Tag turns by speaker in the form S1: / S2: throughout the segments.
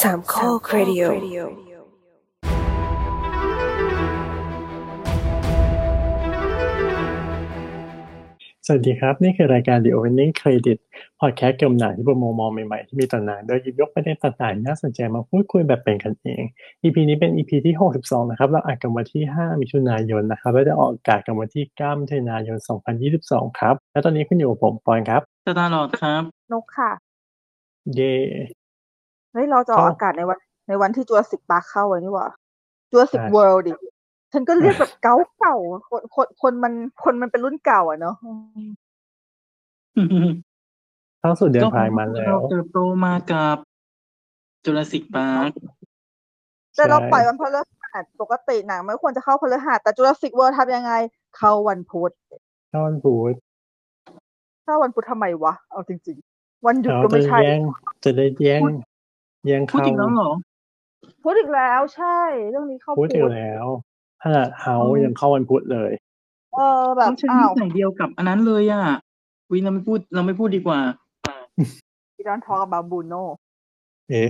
S1: สามข้อครดิโอ
S2: สวัสดีครับ นี่คือรายการ The Opening Credit พอดแคสต์เกี่ยวกับหนังที่ผมมองมองใหม่ๆ ที่มีต่อหนังโดยหยิบยกประเด็นต่างๆน่าสนใจมาพูดคุยแบบเป็นกันเอง EP นี้เป็น EP ที่ 62 นะครับ เราอัดกันวันที่ 5 มิถุนายนนะครับ และจะออกอากาศกันวันที่ 9 มิถุนายน 2022 ครับ และตอนนี้คุณอยู่กับผมปอนครับ
S3: สตาร์ลอดครับ
S4: นกค่ะ
S2: เย่
S4: เฮ้ย เราจะออก
S2: ครับ
S4: อากาศในวัน ในวันที่จัวสิกปาร์คเข้าไว้นี่หว่าจัวสิก
S2: ใช่
S4: เวิลด์ดิ ฉันก็เรียกแบบเก่าเก่าๆคนคนคนมันคนมันเป็นรุ่นเก่าอ่ะเนาะอืม
S2: เข้าสู่ เดือน
S3: ก็
S2: พายมันแล้
S3: เรา
S2: ว
S3: เติบโตมากับจุลศิกปาร์ค
S4: แต่เรา
S2: ใช่
S4: ปล่อยวันพฤหัสปกติหนังไม่ควรจะเข้าพฤหัสแต่จูราสสิกเวิลด์ทำยังไง เข้าวันพุธ
S2: ต้อนบูธ
S4: เข้าวันพุธทำไมวะ เอาจริง ๆ วันหยุด
S2: เรา
S4: ก็
S2: จะ
S4: ไม่ใช่
S2: แย่งจะได้แย่งแย่ง
S3: พูด
S2: เข้า
S3: จริงแล้วเหรอ
S4: พูดอีกแล้วใช่ เรื่องนี้เข้า
S2: พู
S4: พุ
S2: ด
S4: ธ
S2: อีกแล้วขนาดเฮายังเข้าวันพุธเลย
S4: เออแบบ
S3: ต้องใช้
S4: อ้าว
S3: นิสัยเดียวกับอันนั้นเลยอ่ะวิเราไม่พูดเราไม่พูดดีกว่า
S4: อีดอนทอกับบาบูโน
S2: เอ๊ะ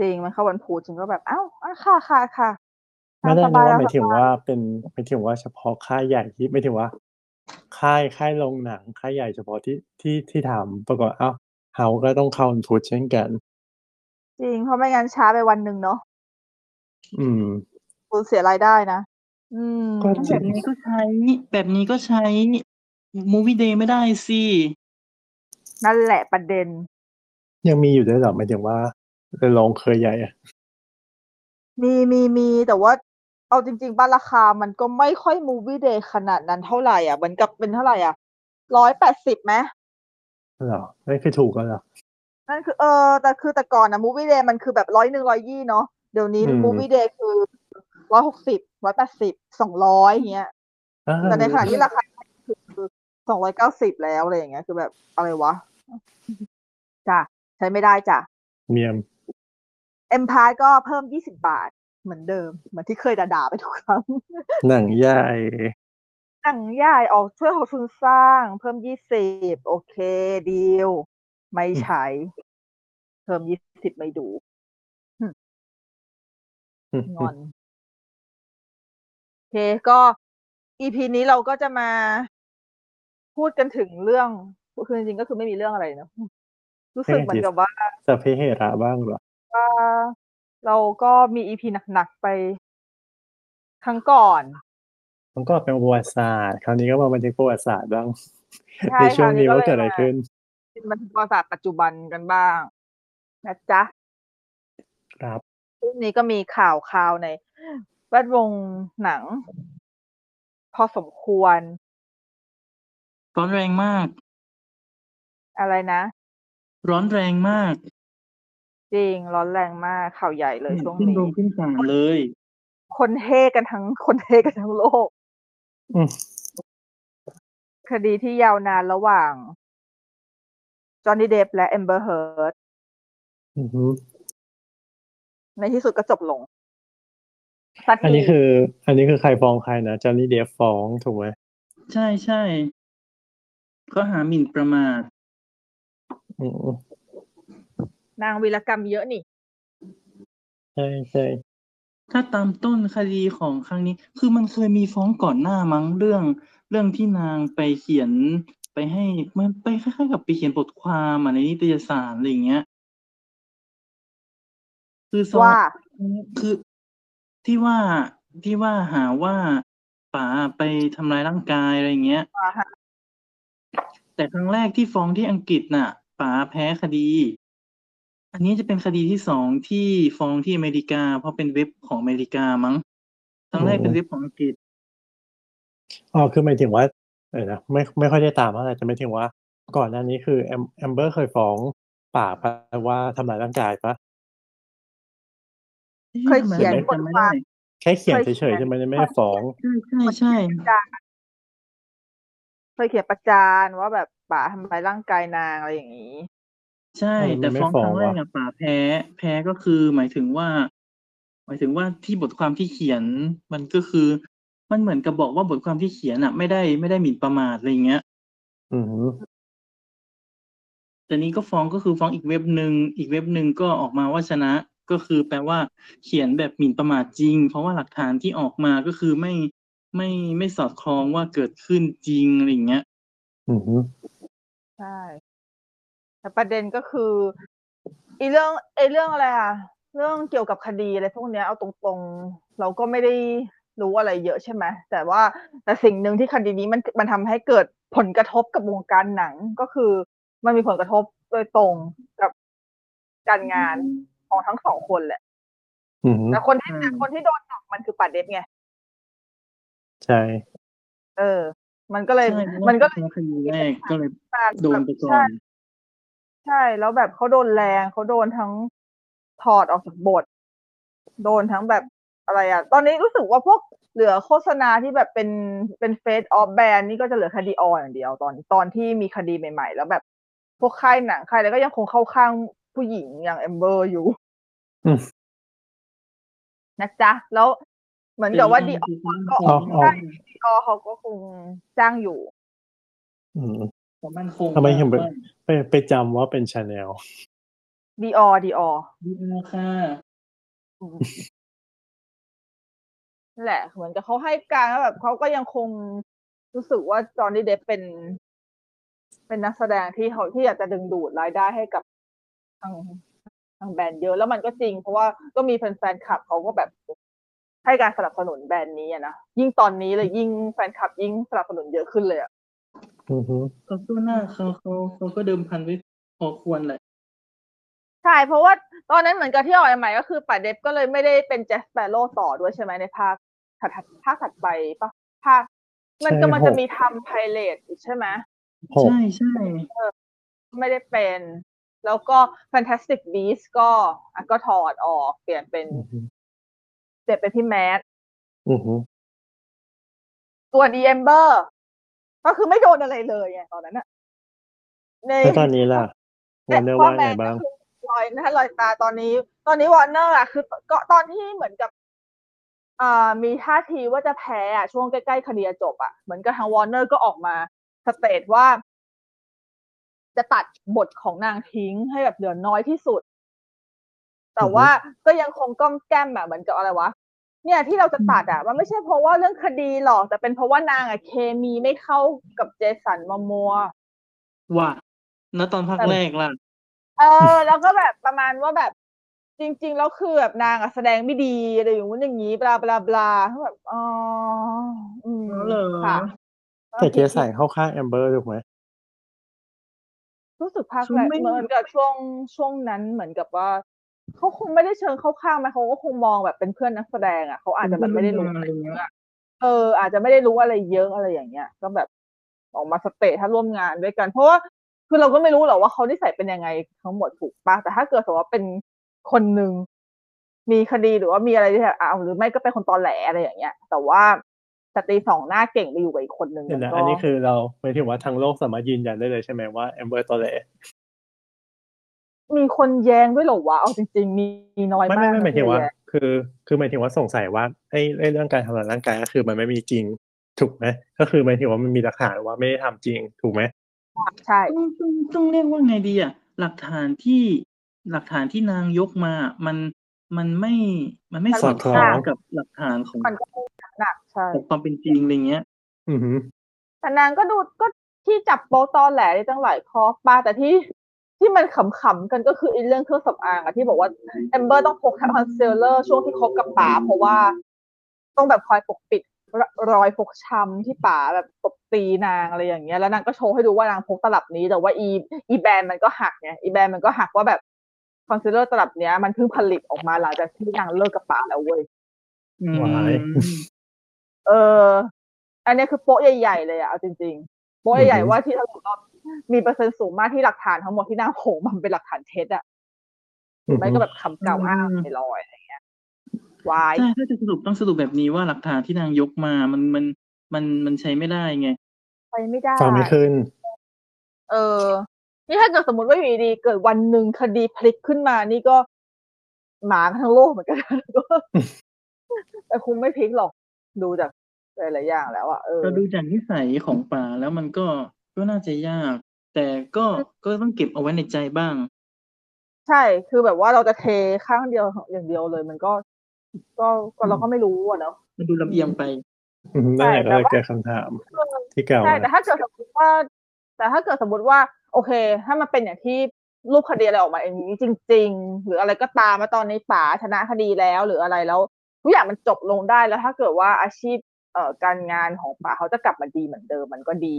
S4: จริงมันเข้าวันพุธฉันก็แบบอ้าวอ่ะค่ะค่ะค่ะ
S2: ไม่ได้
S4: ตาสบย
S2: นะว่า
S4: ต
S2: หมายถึ
S4: ส
S2: ง
S4: บย
S2: ว่าเป็นหมายถึงว่าเฉพาะค่ายใหญ่ที่ไม่ถึงว่า ค่ายค่ายลงหนังค่ายใหญ่เฉพาะที่ที่ที่ทำปรากฏเอ้าเฮาก็ต้องเข้าวันพุธเช่นกัน
S4: จริงเพราะไม่งั้นช้าไปวันหนึ่งเนาะ
S2: อืม
S4: คุณเสียรายได้นะ อืม
S2: ก็จ
S3: แบ
S2: ริ
S3: บ
S2: ง
S3: นี้ก็ใช้ แบบนี้ก็ใช้มูวี่เดย์ไม่ได้สิ
S4: นั่นแหละประเด็น
S2: ยังมีอยู่ด้วยเหรอหมายถึงว่าลงเคยใหญ่อะ
S4: มีมีมีแต่ว่า เอาจริง ๆ บ้านราคามันก็ไม่ค่อยมูวี่เดย์ขนาดนั้นเท่าไหร่อ่ะเหมือนกับเป็นเท่าไหร่อ่ะร้อยแปดสิบไหม
S2: เหรอไม่นคือถูกแล้วเหรอ
S4: นั่นคือเออแต่คือแต่ก่อนอะมูวี่เดย์มันคือแบบร้อยหนึ่งร้อยยี่เนาะเดี๋ยวนี้
S2: อืม
S4: มูวี่เดย์คือร้อยหกสิบร้อยแปดสิบสองร้อยเงี้ย
S2: อ่า
S4: แต่ในขณะที่ราคาคือสองร้อยเก้าสิบแล้วอะไรอย่างเงี้ย คือแบบอะไรวะ จ้ะใช้ไม่ได้จ้ะ
S2: เมียม
S4: เอ็มพายก็เพิ่มยี่สิบาทเหมือนเดิม เหมือนที่เคยด่าๆไปทุกครั้ง
S2: หนังใหญ่
S4: หนังใหญ่ออกช่วยหกทุนสร้าง เพิ่มยี่สิบโอเคดีลไม่ใช้ เพิ่มยี่สิบไม่ดู
S2: อืม
S4: งอนโอเคก็อีพีนี้เราก็จะมาพูดกันถึงเรื่องคือจริงๆก็คือไม่มีเรื่องอะไรเนอะรู้สึกเหมือนกับว่า
S2: สัพเพเหระบ้างเหรอ
S4: ว่าเราก็มีอีพีหนักๆไปครั้งก่อน
S2: มันก็เป็นประวัติศาสตร์คราวนี้ก็มาบันทึกประวัติศาสตร์บ้าง
S4: ใช่
S2: ในช่วงนี้
S4: คราวนี้
S2: ว่า
S4: ก็
S2: เกิด
S4: เลยมา
S2: อะไรขึ้น
S4: เป็นบันทึกประวัติศาสตร์ปัจจุบันกันบ้างนะจ๊ะ
S2: ครับ
S4: ช่วงนี้ก็มีข่าวข่าวในแวดวงหนัง พอสมควร
S3: ร้อนแรงมาก
S4: อะไรนะ
S3: ร้อนแรงมาก
S4: จริงร้อนแรงมากข่าวใหญ่เลยช่วง
S3: ขึ้น
S4: นี้
S3: ลงขึ้นศาลเลย
S4: คนเฮกันทั้ง คนเฮกันทั้งโลก
S2: อืม
S4: คดีที่ยาวนานระหว่าง จอห์นนี่เดฟและเอมเบอร์เฮิร์
S2: อือหือ
S4: ในที่สุดก็จบลงสัก
S2: อัน
S4: ที
S2: นี้คือ อันนี้คือใครฟ้องใครนะจอห์นนี่เดฟฟ้องถูกไหม
S3: ใช่ใช่ก็หาหมิ่นประมาท
S2: อืม
S4: นางวีรกรรมเยอะนี่
S2: ใช่ใช่
S3: ถ้าตามต้นคดีของครั้งนี้ คือมันเคยมีฟ้องก่อนหน้ามั้งเรื่อง เรื่องที่นางไปเขียนไปให้มันไปคล้ายๆกับไปเขียนบทความอะในนิตยสารอะไรอย่างเงี้ย คือซ้อน
S4: ว่า
S3: คือที่ว่าที่ว่าหาว่าป๋าไปทำร้ายร่างกายอะไรอย่างเงี้ย
S4: อ่าฮะ
S3: แต่ครั้งแรกที่ฟ้องที่อังกฤษน่ะป๋าแพ้คดี อันนี้จะเป็นคดีที่สองที่ฟ้องที่อเมริกา เพราะเป็นเว็บของอเมริกามั้งครั้งแรกเป็นเว็บของอังกฤษ
S2: อ๋อคือหมายถึงว่าเออนะไม่ไม่ค่อยได้ตามเท่าไหร่แต่หมายถึงว่า ก่อนหน้านี้คือแอมแอมเบอร์เคยฟ้องป่าปะว่าทำร้ายร่างกายปะ
S4: เคยเขียนบทความ
S2: แค่เขียน
S4: เคยเขี
S2: เฉ
S4: ยน
S2: ยๆใช่ไหมไม่ได้ฟ้อง
S3: ใช่ใช่ใช่
S4: เคยเขียนประจานว่าแบบป๋าทำร้ายร่างกายนางอะไรอย่างนี้
S3: ใช่
S2: เออ
S3: แต่
S2: มันไม่
S3: ฟ้อ
S2: ฟ้
S3: งค
S2: อง
S3: รั้งแรก
S2: ว่ะ
S3: อะป๋าแพ้ แพ้ก็คือหมายถึงว่า หมายถึงว่าที่บทความที่เขียนมันก็คือ มันเหมือนกับบอกว่าบทความที่เขียนอะไม่ได้ไม่ได้หมิ่นประมาทอะไรอย่างเงี้ย
S2: อืม
S3: แต่นี้ก็ฟ้องก็คือฟ้องอีกเว็บหนึ่งอีกเว็บหนึ่งก็ออกมาว่าชนะ ก็คือแปลว่าเขียนแบบหมิ่นประมาทจริง เพราะว่าหลักฐานที่ออกมาก็คือไม่ไม่ไม่สอดคล้องว่าเกิดขึ้นจริงอะไรอย่างเงี้ย
S2: อืม
S4: ใช่ แต่ประเด็นก็คือไอีเรื่องไอเรื่องอะไรอะเรื่องเกี่ยวกับคดีอะไรพวกเนี้ยเอาตรงๆ เราก็ไม่ได้รู้อะไรเยอะใช่ไหมแต่ว่าแต่สิ่งหนึ่งที่คดีนี้มันมันทำให้เกิดผลกระทบกับวงการหนังก็คือ มันมีผลกระทบโดยตรงกับการงานของทั้งสองคนแหละ
S2: อืม
S4: แต่คนที่
S3: อืม
S4: แต่คนที่โดนหนักมันคือป่าเด็บไง
S2: ใช่
S4: เออ มันก็เลย
S3: ใช่เพราะว่า
S4: มันก็เลย
S3: คดีแรกก็เลยโดนไปก่อ
S4: ใช่
S3: น
S4: ใช่แล้วแบบเขาโดนแรงเขาโดนทั้งถอดออกจากบท โดนทั้งแบบอะไรอ่ะ ตอนนี้รู้สึกว่าพวกเหลือโฆษณาที่แบบเป็นเป็นเฟสออฟแบนนี่ก็จะเหลือคดีออนอย่างเดียวตอนตอนที่มีคดีใหม่ ๆ แล้วแบบ พวกค่ายหนังค่ายแล้วก็ยังคงเข้าข้างผู้หญิงอย่างแอมเบอร์อยู่นะจ๊ะ แล้วเหมือนกับว่าดีออก็
S2: ออกออก
S4: อเขาก็คงจ้างอยู่
S2: อืม
S3: ความมั่นคง
S2: ทำไมเห็นแบบ ไปไปจำว่าเป็นชาแนล
S4: ดีออดีออ
S3: ดีมากค่ะ
S4: นั่นแหละ เหมือนกับเขาให้การแล้วแบบเขาก็ยังคงรู้สึกว่าจอห์นนี่เดฟเป็น เป็นนักแสดงที่เขาที่อยากจะดึงดูดรายได้ให้กับทางทางแบรนด์เยอะแล้วมันก็จริง เพราะว่าก็มีแฟนๆคลับเขาก็แบบให้การสนับสนุนแบรนด์นี้อะนะยิ่งตอนนี้เลยยิ่งแฟนคลับยิ่งสนับสนุนเยอะขึ้นเลยอะ
S2: อือฮึ
S3: เขาสู้หน้าเขาเขาเขาก็เดิมพันไว้พอควรแหละ
S4: ใช่เพราะว่าตอนนั้นเหมือนกับที่ออกใหม่ๆก็คือป่าเดฟก็เลยไม่ได้เป็นแจสเปโร่ต่อด้วยใช่ไหมในภาคถัดๆภาคถัดไปปะภาคมันก็มันจะมีทำไพเรตอีกใช่ไหม
S2: หก
S3: ใช่ใช่
S4: ไม่ได้เป็น แล้วก็ Fantastic Beasts ก็อ่ะก็ถอดออกเปลี่ยนเป็น
S2: อือฮึ
S4: เปลี่ยนเป็นพี่แมท
S2: อือฮึ
S4: ส่วน e a m b e r ก็คือไม่โดนอะไรเลยไงตอนนั้นอะใน
S2: แล้วตอนนี้ล่ะวันเดอร์ว่าไงบ้าง
S4: รอยหน้ารอยตาตอนนี้ ตอนนี้วอร์เนอร์อะคือก็ตอนที่เหมือนกับอ่ามีท่าทีว่าจะแพ้อะช่วงใกล้ๆคดีจะจบอะเหมือนกับทางวอร์เนอร์ก็ออกมาสเตทว่า จะตัดบทของนางทิ้งให้แบบเหลือน้อยที่สุด แต่
S2: อือฮึ
S4: ว่าก็ยังคงก้อมแก้มอะเหมือนกับอะไรวะ เนี่ยที่เราจะตัดอ่ะ มันไม่ใช่เพราะว่าเรื่องคดีหรอก แต่เป็นเพราะว่านางอ่ะเคมีไม่เข้ากับเจสันมอมัว
S3: ว่าณตอนภาคแรกล่ะ
S4: เออ แล้วก็แบบประมาณว่าแบบจริง ๆ แล้วคือแบบนางอ่ะแสดงไม่ดีอะไรอย่างงู้นอย่างนี้บลาบลาบลาแบบอ๋ออืม
S3: อ๋อเหรอ
S4: ค่ะ
S2: แต่เจสันเข้าข้างแอมเบอร์ถูกไหม
S4: รู้สึกภาค
S3: ฉัน
S4: แรก
S3: ไม่
S4: เหมือนกับช่วงช่วงนั้นเหมือนกับว่าเขาคงไม่ได้เชิงเข้าข้างไหมเขาก็คงมองแบบเป็นเพื่อนนักแสดงอ่ะเขาอาจจะแบบไม่ได้รู้
S3: อะไรเงี้ย
S4: เอออาจจะไม่ได้รู้อะไรเยอะอะไรอย่างเงี้ย ก็แบบออกมาสเตทถ้าร่วมงานด้วยกัน เพราะว่าคือเราก็ไม่รู้หรอกว่าเขานิสัยเป็นยังไงทั้งหมดถูกปะแต่ถ้าเกิดสมมติว่าเป็นคนหนึ่งมีคดีหรือว่ามีอะไรที่แบบอ้าวหรือไม่ก็เป็นคนตอแหลอะไรอย่างเงี้ย แต่ว่าสตรีสองหน้าเก่งไปอยู่กับอีกคนหนึ่ง
S2: เดี๋ยวนะ
S4: มั
S2: อัน
S4: ก็
S2: นี้คือเราหมายถึงว่าทางโลกสามารถยืนยันได้เลยใช่ไหมว่าแอมเบอร์ตอแหล
S4: มีคนแย้งด้วยเหรอวะเอาจริง ๆ มีน้อย
S2: ไม่
S4: มาก
S2: ไม่ไม่หมายถึงว่า
S4: ที่แย้
S2: คือคือหมายถึงว่าสงสัยว่าไอ้ไอ้เรื่องการทำร้ายร่างกายก็คือมันไม่มีจริงถูกไหมก็คือหมายถึงว่ามันมีหลักฐานว่าไม่ได้ทำจริงถูกไหม
S4: ใช่
S3: ต้องต้องต้องเรียกว่าไงดีอ่ะ หลักฐานที่หลักฐานที่นางยกมา มันมันไม่มันไม่สอดคล้องกับหลักฐานของ
S4: มันก็หนักใช่
S3: ของความเป็นจริงอะไรเงี้ย
S2: อือฮึ
S4: แต่นางก็ดูก็ที่จับโป๊ตอนแหลได้ตั้งหลายคอปาแต่ที่ที่มันขำๆกันก็คือไอ้เรื่องเครื่องสำอางอะที่บอกว่าแอมเบอร์ต้องพกคอนซีลเลอร์ช่วงที่คบกับป๋าเพราะว่าต้องแบบคอยปกปิดรรอยฟกช้ำที่ป๋าแบบตบตีนางอะไรอย่างเงี้ยแล้วนางก็โชว์ให้ดูว่านางพกตลับนี้ แต่ว่าอีอีแบรนด์มันก็หักไงอีแบรนด์มันก็หักว่าแบบคอนซีลเลอร์ตลับเนี้ยมันเพิ่งผลิตออกมาหลังจากที่นางเลิกกับป๋าแล้วเว้ย
S3: อืม
S4: เออ อันเนี้ยคือโป๊ะใหญ่ๆเลยอะเอาจริงๆ โป๊ะใหญ่ๆว่าที่ถลุรอบมีเปอร์เซ็นต์สูงมากที่หลักฐานทั้งหมดที่นางโผล่มันเป็นหลักฐานเท็จอะ
S2: อือ
S4: ไม่
S2: ฮึ
S4: ก็แบบคำกล่าวอ้าง
S3: อืม
S4: ในลอยอะไรเงี้ยวาย
S3: ใช่ถ้าจะสรุปต้องสรุปแบบนี้ว่าหลักฐานที่นางยกมา มันมันมันมันใช้ไม่ได้ไง
S4: ไปไม่ได้
S2: ฟังไม่ขึ้น
S4: เออ นี่ถ้าเกิดสมมติว่าอยู่ดีๆเกิดวันหนึ่งคดีพลิกขึ้นมา นี่ก็หมากันทั้งโลกเหมือนกันก็ แต่คงไม่พลิกหรอก ดูจากหลายๆอย่างแล้วอะเออ
S3: เราดูจากนิสัยของป่าแล้วมันก็ก็น่าจะยาก แต่ก็ก็ต้องเก็บเอาไว้ในใจบ้าง
S4: ใช่ คือแบบว่าเราจะเทข้างเดียวอย่างเดียวเลย มันก็ ก็ก็เราก็ไม่รู้อะเนาะ
S3: มันดูลำเอียงไป
S2: อืมนั่นแหละ
S4: ใช่
S2: ก็เลย
S4: แต่ว่า
S2: เกิดคำถามที่เก่า
S4: ใช่ แต่
S2: นะ
S4: ถ้าเกิดสมมติว่า แต่ถ้าเกิดสมมติว่า โอเค ถ้ามันเป็นอย่างที่รูปคดีอะไรออกมาอย่างนี้จริง ๆ หรืออะไรก็ตามมาตอนนี้ป๋าชนะคดีแล้วหรืออะไรแล้วทุกอย่างมันจบลงได้แล้วถ้าเกิดว่าอาชีพเอ่อการงานของป๋าเขาจะกลับมาดีเหมือนเดิมมันก็ดี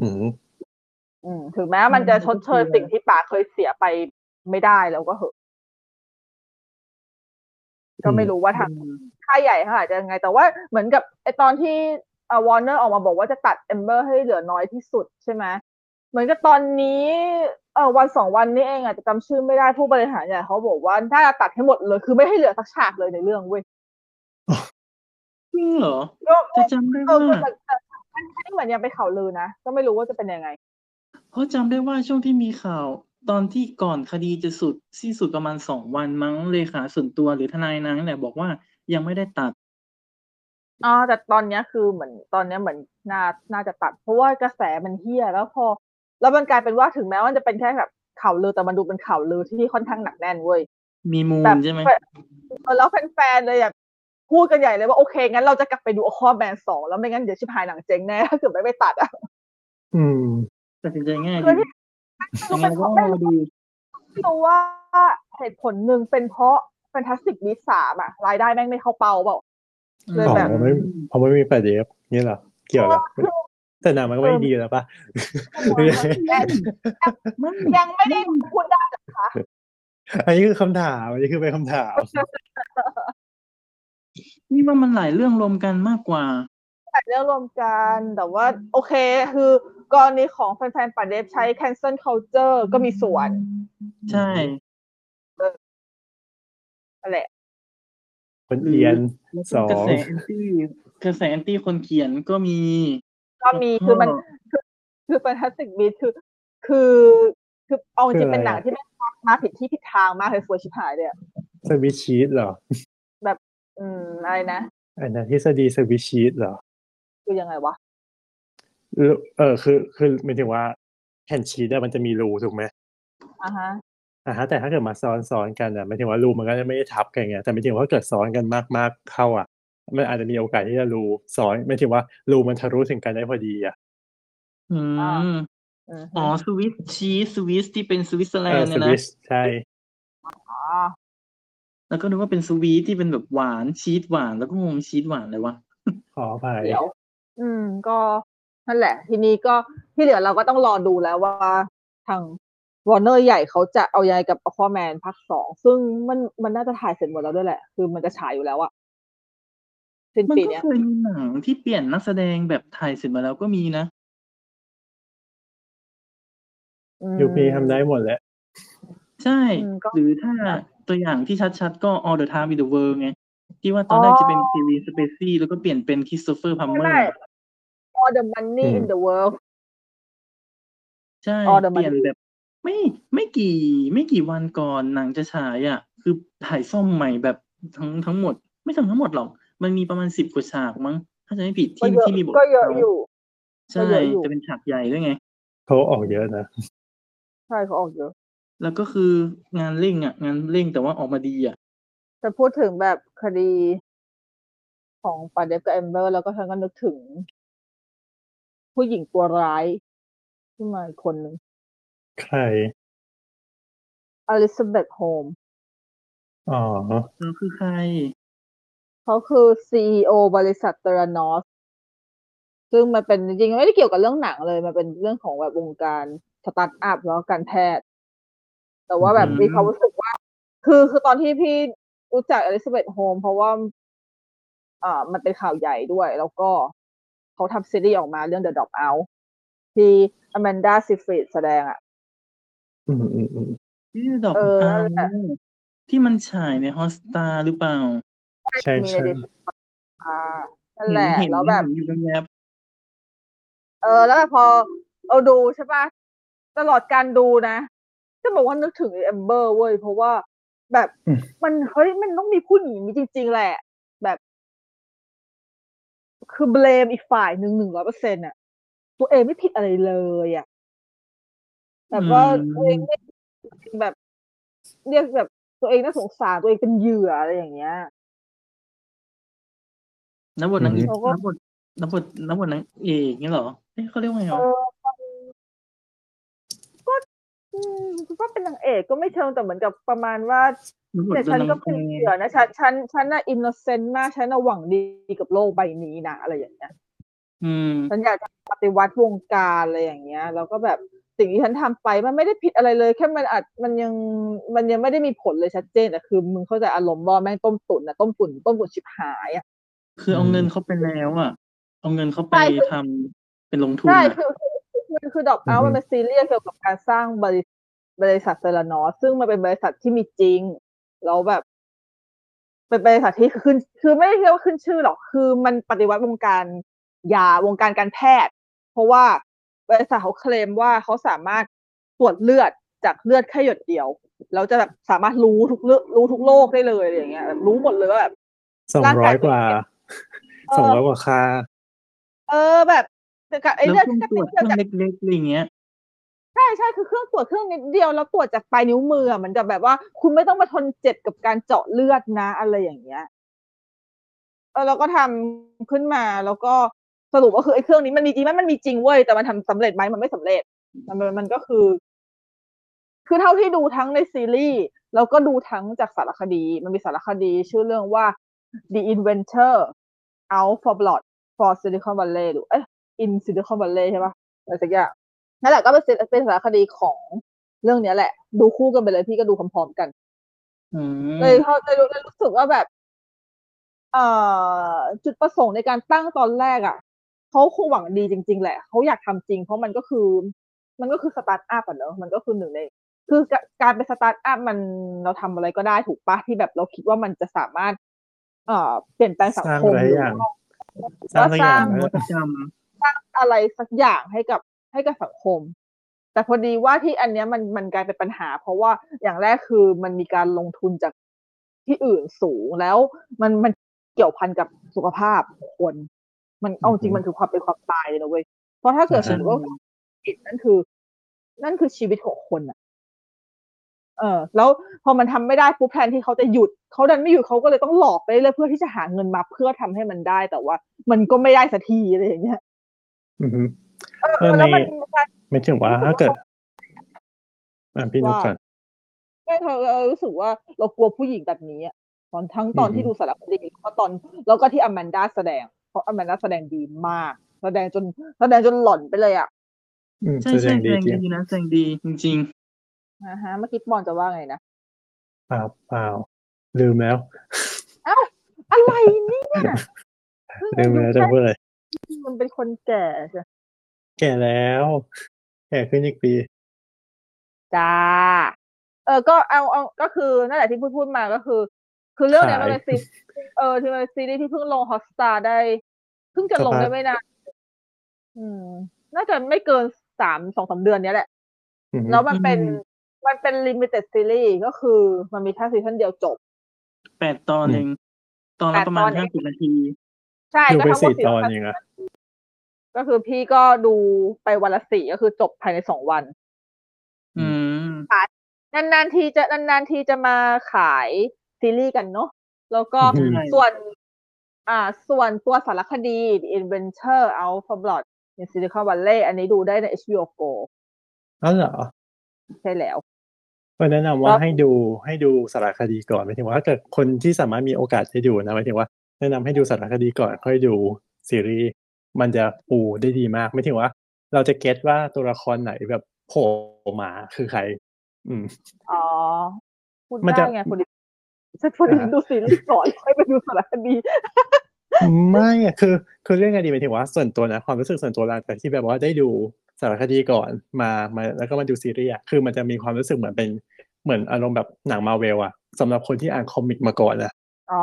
S2: อืม
S4: อืมถึงแม้มันจะชดเชยสิ่งที่ป๋าเคยเสียไปไม่ได้แล้วก็เหอะ ก็ไม่รู้ว่าทาง ค่ายใหญ่เขาอาจจะยังไงแต่ว่าเหมือนกับไอตอนที่วอร์เนอร์ออกมาบอกว่าจะตัดเอมเบอร์ให้เหลือน้อยที่สุดใช่ไหมเหมือนกับตอนนี้เออวันสองวันนี้เองอาจจะจำชื่อไม่ได้ผู้บริหารใหญ่เขาบอกว่าถ้าจะตัดให้หมดเลย คือไม่ให้เหลือสักฉากเลยในเรื่องเว้ย
S3: จริงเหรอ
S4: ก็
S3: แต่จำได้
S4: เออ
S3: ว่า
S4: แต่แต่มันให้เหมือนยังไปนข่าวลือนะก็ไม่รู้ว่าจะเป็นยังไง
S3: เพราะจำได้ว่าช่วงที่มีข่าว ตอนที่ก่อนคดีจะสุดสิ้นสุดประมาณสองวันมั้งเลขาส่วนตัวหรือทนายนางเนี่ยบอกว่ายังไม่ได้ตัด
S4: อ๋อแต่ตอนเนี้ยคือเหมือนตอนเนี้ยเหมือนน่าน่าจะตัด เพราะว่ากระแสมันเฮี้ยแล้วพอ แล้วมันกลายเป็นว่าถึงแม้ว่ามันจะเป็นแค่แบบข่าวลือแต่มันดูเป็นข่าวลือที่ค่อนข้างหนักแน่นเว้ย
S3: มีมูล
S4: แบบ
S3: ใช่ไหม
S4: เออแล้วแฟนๆเลยแบบพูดกันใหญ่เลยว่าโอเค งั้นเราจะกลับไปดูอคอแบนสองแล้วไม่งั้นเดี๋ยวชิพายหนังเจ๊งแน่ ถ้าเกิดไม่ไปตัดอ่ะ
S2: อืม
S3: ตัดสินใจง่าย
S4: คือ
S3: ดี
S4: ที่
S3: ยังไงก็รอดู
S4: ไม่รู้ว่าเหตุผลหนึ่งเป็นเพราะ a ฟน t าสติกวีสามอะรายได้แม่งไม่เข้าเป้าเปล่า เลยแบบ
S2: อ๋อไม่ เพราะไม่มีประเดฟนี่เหรอเกี่ยวเหรอแต่หนังมันก็ไม่ดีแล้วปะ
S3: มัน
S4: ยังไม่ได้คุณได้
S2: อันนี้คือคำถามอันนี้คือเป็นคำถาม
S3: นี่ว่ามันหลายเรื่องรวมกันมากกว่า
S4: ถ่ายเรื่องรวมกันแต่ว่า โอเค คือกรณีของแฟนๆป่าเดฟใช้ cancel culture ก็มีส่วน
S3: ใช่
S4: นั่นแหละ
S2: คนเอียน
S3: แล้ว
S2: ส
S3: ก็
S2: อง
S3: กระแสแอนตี้กระแสแอนตี้คนเขียนก็มี
S4: ก็มีคือมัน
S3: แล้วก็
S4: คือ Fantastic Beasts คือ คือคือเอาจริงๆ
S2: คืออะไร
S4: เป็นห
S2: อะ
S4: นังที่แม่งมาผิดที่ผิดทางมากเลยสวยชิบหายเลยอะ
S2: สวิตช์ชีสเหรอ
S4: อืมอะไรนะ
S2: อันนั้นทฤษฎีสวิตช์ชีสเหรอ
S4: คือยังไงวะ
S2: เออคือคือหมายถึงว่าแผ่นชีสอะมันจะมีรูถูกไหม
S4: อ่าฮะ
S2: อ่าฮะแต่ถ้าเกิดมาซ้อนซ้อนกันอะหมายถึงว่ารูมันก็จะไม่ได้ทับกันไงแต่หมายถึงว่าถ้าเกิดซ้อนกันมากๆเข้าอะมันอาจจะมีโอกาสที่จะรูซ้อนหมายถึงว่ารูมันทะลุถึงกันได้พอดีอะ
S3: อื
S4: อ่า
S3: ม
S4: อืม
S3: อ๋อสวิสชีสวิสที่เป็นสวิตเซอร์แล
S2: เอนอ
S3: ด์
S2: ส
S3: เนี่ยนะ
S2: วิสใช่
S4: อ๋อ
S3: แล้วก็นึกว่าเป็นสวีทที่เป็นแบบหวานชีสหวานแล้วก็งงชีสหวานเลยวะ
S2: ขออภัย
S4: เดี๋ยว อืม ก็นั่นแหละ ทีนี้ก็ที่เหลือเราก็ต้องรอดูแล้วว่าทางวอร์เนอร์ใหญ่เขาจะเอายังไงกับ Aquaman ภาคสองซึ่งมันมันน่าจะถ่ายเสร็จหมดแล้วด้วยแหละ คือมันจะฉายอยู่แล้วอะสิ้น
S3: มัน
S4: ปี
S3: ก็
S4: เนี้ย
S3: เคยมีหนังที่เปลี่ยนนักแสดงแบบไทยเสร็จมาแล้วก็มีนะ
S4: อืม
S2: ยูพีทำได้หมดแหละ
S3: ใช่
S4: อืมก็
S3: หรือถ้าตัวอย่างที่ชัดๆ ก็ All the Time in the World ไงที่ว่าตอนแรกจะเป็น
S4: อ๋อ
S3: ทีวีสเปซี่แล้วก็เปลี่ยนเป็นค h ิสโ o เฟอร์พัมเมอ
S4: ได้
S3: ร์
S4: All the money in the world
S3: ใช่
S4: All the
S3: เปลี่ยนแบบ ไม่ไม่กี่ไม่กี่วันก่อนหนังจะฉายอ่ะ คือถ่ายซ่อมใหม่แบบทั้งทั้งหมด ไม่ทั้งทั้งหมดหรอก มันมีประมาณสิบกว่าฉากมั้ง ถ้าจะไม่ผิด
S4: ก็
S3: ที่
S4: เยอะ
S3: ที่มีบท
S4: ก็เยอะอยู่ ก็
S3: ใช่
S4: เยอะอยู่
S3: จะเป็นฉากใหญ่ด้วยไง
S2: เขาออกเยอะนะ
S4: ใช่เขาออกเยอะ
S3: แล้วก็คืองานเร่งอ่ะ งานเร่งแต่ว่าออกมาดีอ่ะ
S4: แต่พูดถึงแบบคดีของปาเดฟกับแอมเบอร์ แล้วก็ฉันก็นึกถึง ผู้หญิงตัวร้ายขึ้นมาอีกคนหนึ่ง
S2: ใคร
S4: อลิซาเบธโฮม
S2: อ๋อ
S3: แล้วคือใคร
S4: เขาคือซีอบริษัทเตอร์นอส ซึ่งมันเป็นจริงๆมันไม่ได้เกี่ยวกับเรื่องหนังเลย มันเป็นเรื่องของแบบวงการสตาร์ทอัพแล้วก็การแพทย์ แต่ว่าแบบ
S3: อืม
S4: มีความรู้สึกว่า คือคือตอนที่พี่รู้จักอลิซาเบธโฮมเพราะว่า อ่ามันเป็นข่าวใหญ่ด้วย แล้วก็เขาทำซีรีส์ออกมาเรื่อง The Dropout ที่ Amanda Seyfried แสดงอ่ะ
S2: อืมอืมอืม
S3: ที่ดอก
S4: เออ
S3: ตาล
S4: นั่นแหละ
S3: ที่มันฉายในฮอสตาหรือเปล่า
S2: ใช่
S4: มีใน
S2: ใช่
S4: เดซอ่านั่นแหละ
S3: เห็น
S4: แล้วแบบ
S3: เห็นอยู่แวบ
S4: เออ แล้วแบบพอเอาดูใช่ปะตลอดการดูนะจะบอกว่านึกถึงแอมเบอร์เว้ย เพราะว่าแบบมันเฮ้ยมันต้องมีผู้หญิงมีจริง ๆ แหละ แบบ คือเบลมอีกฝ่ายหนึ่งหนึ่งร้อยเปอร์เซ็นต์อะตัวเองไม่ผิดอะไรเลยอะแบบว่าตัวเองไม่แบบ เรียกแบบตัวเองน่าสงสารตัวเองเป็นเหยื่ออะไรอย่างเงี้ย
S3: นักบทนางเอก
S4: เขาก็
S3: นักบทนักบทนักบทนางเอกนี่เหรอเอ๊ะเขาเรียกว่าไง
S4: เอ
S3: วะ
S4: อก็อืมก็เป็นนางเอกก็ไม่เชิงแต่เหมือนกับประมาณว่า
S3: นักบท
S4: แต่ฉันก็
S3: าง
S4: เป็นเหยื่อนะฉันฉันฉันน่ะอินโนเซนต์มาก ฉันน่ะหวังดีกับโลกใบนี้นะอะไรอย่างเงี้ย
S3: อืม
S4: ฉันอยากจะปฏิวัติวงการอะไรอย่างเงี้ย แล้วก็แบบสิ่งที่ฉันทำไปมันไม่ได้ผิดอะไรเลย แค่มันอาจมันยังมันยังไม่ได้มีผลเลยชัดเจนแต่คือมึงเข้าใจอารมณ์ว่าแม่งต้มตุ๋นนะต้มตุ๋นต้มตุ๋นชิบหายอ่ะ
S3: คือเอาเงินเขาไปแล้วอ่ะ เอาเงินเขาไป
S4: ใช่คือ
S3: ทำเป็นลงทุน
S4: ใช่
S3: อะ
S4: คือมันคือดอกเอา
S2: อือฮึ
S4: มันเป็นซีรีส์เกี่ยวกับการสร้างบริบริษัทเซรานอสซึ่งมันเป็นบริษัทที่มีจริง แล้วแบบ เป็นบริษัทที่ขึ้น คือไม่ได้เรียกว่าขึ้นชื่อหรอก คือมันปฏิวัติวงการยาวงการการแพทย์ เพราะว่าบริษัทเขาเคลมว่าเขาสามารถตรวจเลือดจากเลือดแค่หยดเดียวแล้วจะแบบสามารถรู้ทุกเรื่องรู้ทุกโรคได้เลยอะไรอย่างเงี้ยแบบรู้หมดเลยว่าแบบ
S2: สองร้อยกว่า
S4: เออ
S2: สองร้อยกว่าค่า
S4: เออแบบแต่กับไอ้
S3: แล้ว
S4: เลือด
S3: เครื่อง
S4: จะ
S3: ตร
S4: เป็
S3: วน จเค
S4: เลือดจาก
S3: รื่องเล็กๆอะไรเงี้ย
S4: ใช่ใช่คือเครื่องตรวจเครื่องนิดเดียวแล้วตรวจจากปลายนิ้วมืออะมันจะแบบว่า คุณไม่ต้องมาทนเจ็บกับการเจาะเลือดนะ อะไรอย่างเงี้ยเออเราก็ทำขึ้นมาแล้วก็สรุปก็คือไอ้เครื่องนี้มันมีจริงไหมมันมีจริงเว้ยแต่มันทำสำเร็จไหมมันไม่สำเร็จมันมันมันก็คือ คือเท่าที่ดูทั้งในซีรีส์แล้วก็ดูทั้งจากสารคดี มันมีสารคดีชื่อเรื่องว่า The Inventor Out for Blood for Silicon Valley หรือเอ๊ะ In Silicon Valley ใช่ปะอะไรสักอย่าง นั่นแหละก็เป็นเป็นเป็นสารคดีของเรื่องเนี้ยแหละ ดูคู่กันไปเลยพี่ก็ดูพร้อมๆกัน
S3: อืม
S4: เลยเขาเลยรู้เลยรู้สึกว่าแบบ เอ่อจุดประสงค์ในการตั้งตอนแรกอะ่ะเขาคงหวังดีจริง ๆ แหละเขาอยากทำจริง เพราะมันก็คือ มันก็คือสตาร์ทอัพอะเนอะมันก็คือหนึ่งใน คือการการเป็นสตาร์ทอัพมันเราทำอะไรก็ได้ถูกปะที่แบบเราคิดว่ามันจะสามารถ เอ่อเปลี่ยนแปลงสัง
S2: สร้าง
S4: คม
S2: หลาย
S4: หรื
S2: อย่าง
S4: ว่า
S2: สร้างสักอย่าง
S3: น
S2: นะ
S3: วัตกรรม
S4: อะไรสักอย่างให้กับให้กับสังคม แต่พอดีว่าที่อันเนี้ยมันมันกลายเป็นปัญหา เพราะว่าอย่างแรกคือมันมีการลงทุนจากที่อื่นสูงแล้วมันมันเกี่ยวพันกับสุขภาพคน มันเอาจริงมันคือความเป็นความตายเลยนะเว้ยเพราะถ้าเกิดสมมติว่าผิดนั่นคือ นั่นคือชีวิตของคนอะเออ แล้วพอมันทำไม่ได้ปุ๊บแทนที่เขาจะหยุดเขาดันไม่หยุดเขาก็เลยต้องหลอกไปเรื่อยเพื่อที่จะหาเงินมาเพื่อทำให้มันได้ แต่ว่า มันก็ไม่ได้สักทีอะไรอย่างเงี้ย
S2: อือฮึ
S4: เออ
S2: เออ
S4: แล้วมัน
S2: ใน
S4: มันกลาย
S2: ไม่ถึงว่าถ้าเกิดอ่ะพี่นุก
S4: ว่า
S2: ก่อน
S4: เป็นเราเรารู้สึกว่าเรากลัวผู้หญิงแบบนี้อะตอนทั้งตอน
S2: อือฮึ
S4: ที่ดูสารคดีแล้วก็ตอนแล้วก็ที่อแมนดาแสดง เพราะอแมนดาแสดงดีมาก แสดงจนแสดงจนหล่อนไปเลยอ่ะ
S2: อืม
S3: ใช่
S2: แสด
S3: ใช่
S2: งดี
S3: แสดง
S2: จริง
S3: ดีนะแสดงดีจริง
S4: นะฮะเมื่อกี้บอลจะว่าไงนะ
S2: เปล่าเปล่าลืมแล้ว
S4: อะไรเนี่ย
S2: ลืม แล้วจะพูดเลย
S4: มันเป็นคนแก่ใช่
S2: แก่แล้ว แก่ขึ้นอีกปี
S4: จ้าเออก็เอาเอาก็คือนั่นแหละที่พูดพูดมาก็คือ คือเรื่องเนี้ยมันเป็นซีเออที่มันเป็นซีรีส์ที่เพิ่งลงฮอสตาได้เพิ่งจะลงได้ไม่นานอืม น่าจะไม่เกินสามสองสามเดือนเนี้ยแหละ
S2: อือฮึ
S4: แล้วมันเป็น
S3: อืม
S4: มันเป็นลิมิเต็ดซีรีส์ก็คือมันมีแค่ซีซั่นเดียวจบ
S3: ๆแปดตอนเองตอนละ
S4: แปด
S3: ประมา
S4: ตอ
S3: ณ
S4: นเอง
S3: ห้าสิบนาที
S4: ใช่
S2: ดู
S4: ก็ทั้งหม
S2: ไปสี่
S4: ดสี่
S2: ตอน
S4: ตอน
S2: เองอะ
S4: ก็คือพี่ก็ดูไปวันละสี่ก็คือจบภายในสองวัน
S3: อืม
S4: นานๆทีจะนานๆทีจะมาขายซีรีส์กันเนาะแล้วก็
S3: อืม
S4: ส่วน อ่า ส่วนตัวสารคดี The Adventure Out for Blood in Silicon Valley อันนี้ดูได้ใน HBO Go
S2: อ๋อเหรอ
S4: ใช่แล้ว
S2: ก็แนะนำ
S4: ค
S2: ว่า
S4: รับ
S2: ให้ดูให้ดูสารคดีก่อนหมายถึงว่าถ้าเกิดคนที่สามารถมีโอกาสได้ดูนะหมายถึงว่าแนะนำให้ดูสารคดีก่อนค่อยดูซีรีส์มันจะปูได้ดีมากไม่ถึงว่า เราจะเก็ตว่าตัวละครไหนแบบโผล่มาคือใคร อืม
S4: อ๋อพูด
S2: มันจะ
S4: ได้ไงคนดิฉันคนดิดูซีรีส์ก่อนค่อยไปดูสารคดี
S2: ไม่อะคือ คือเรื่องไงดีหมายถึงว่า ส่วนตัวนะความรู้สึกส่วนตัวหลังจากที่แบบว่าได้ดูสารคดีก่อนมามาแล้วก็มาดูซีรีส์อะคือมันจะมีความรู้สึกเหมือนเป็นเหมือนอารมณ์แบบหนังมาเวลอะสำหรับคนที่อ่านคอมิกมาก่อนนะ
S4: อ๋อ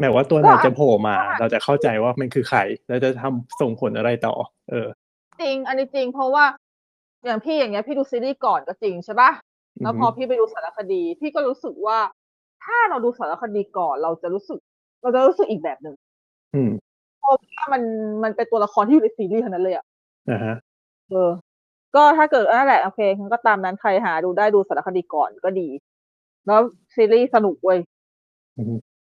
S2: หมายว่าตัวไหน
S4: ก็อาจ
S2: จะโผล่มา เราจะเข้าใจว่ามันคือใครแล้วจะทำส่งผลอะไรต่อ เออ
S4: จริง อันนี้จริงเพราะว่าอย่างพี่อย่างเงี้ยพี่ดูซีรีส์ก่อนก็จริงใช่ปะแล้วพอพี่ไปดูสารคดี พี่ก็รู้สึกว่า ถ้าเราดูสารคดีก่อนเราจะรู้สึก เราจะรู้สึกอีกแบบหนึ่ง
S2: อืม
S4: เพราะว่ามันมันเป็นตัวละครที่อยู่ในซีรีส์เท่านั้นเลยอะ
S2: นะฮะ
S4: เออ ก็ถ้าเกิดนั่นแหละโอเคงั้นก็ตามนั้นใครหาดูได้ดูสารคดีก่อนก็ดี แล้วซีรีส์สนุกเว้ย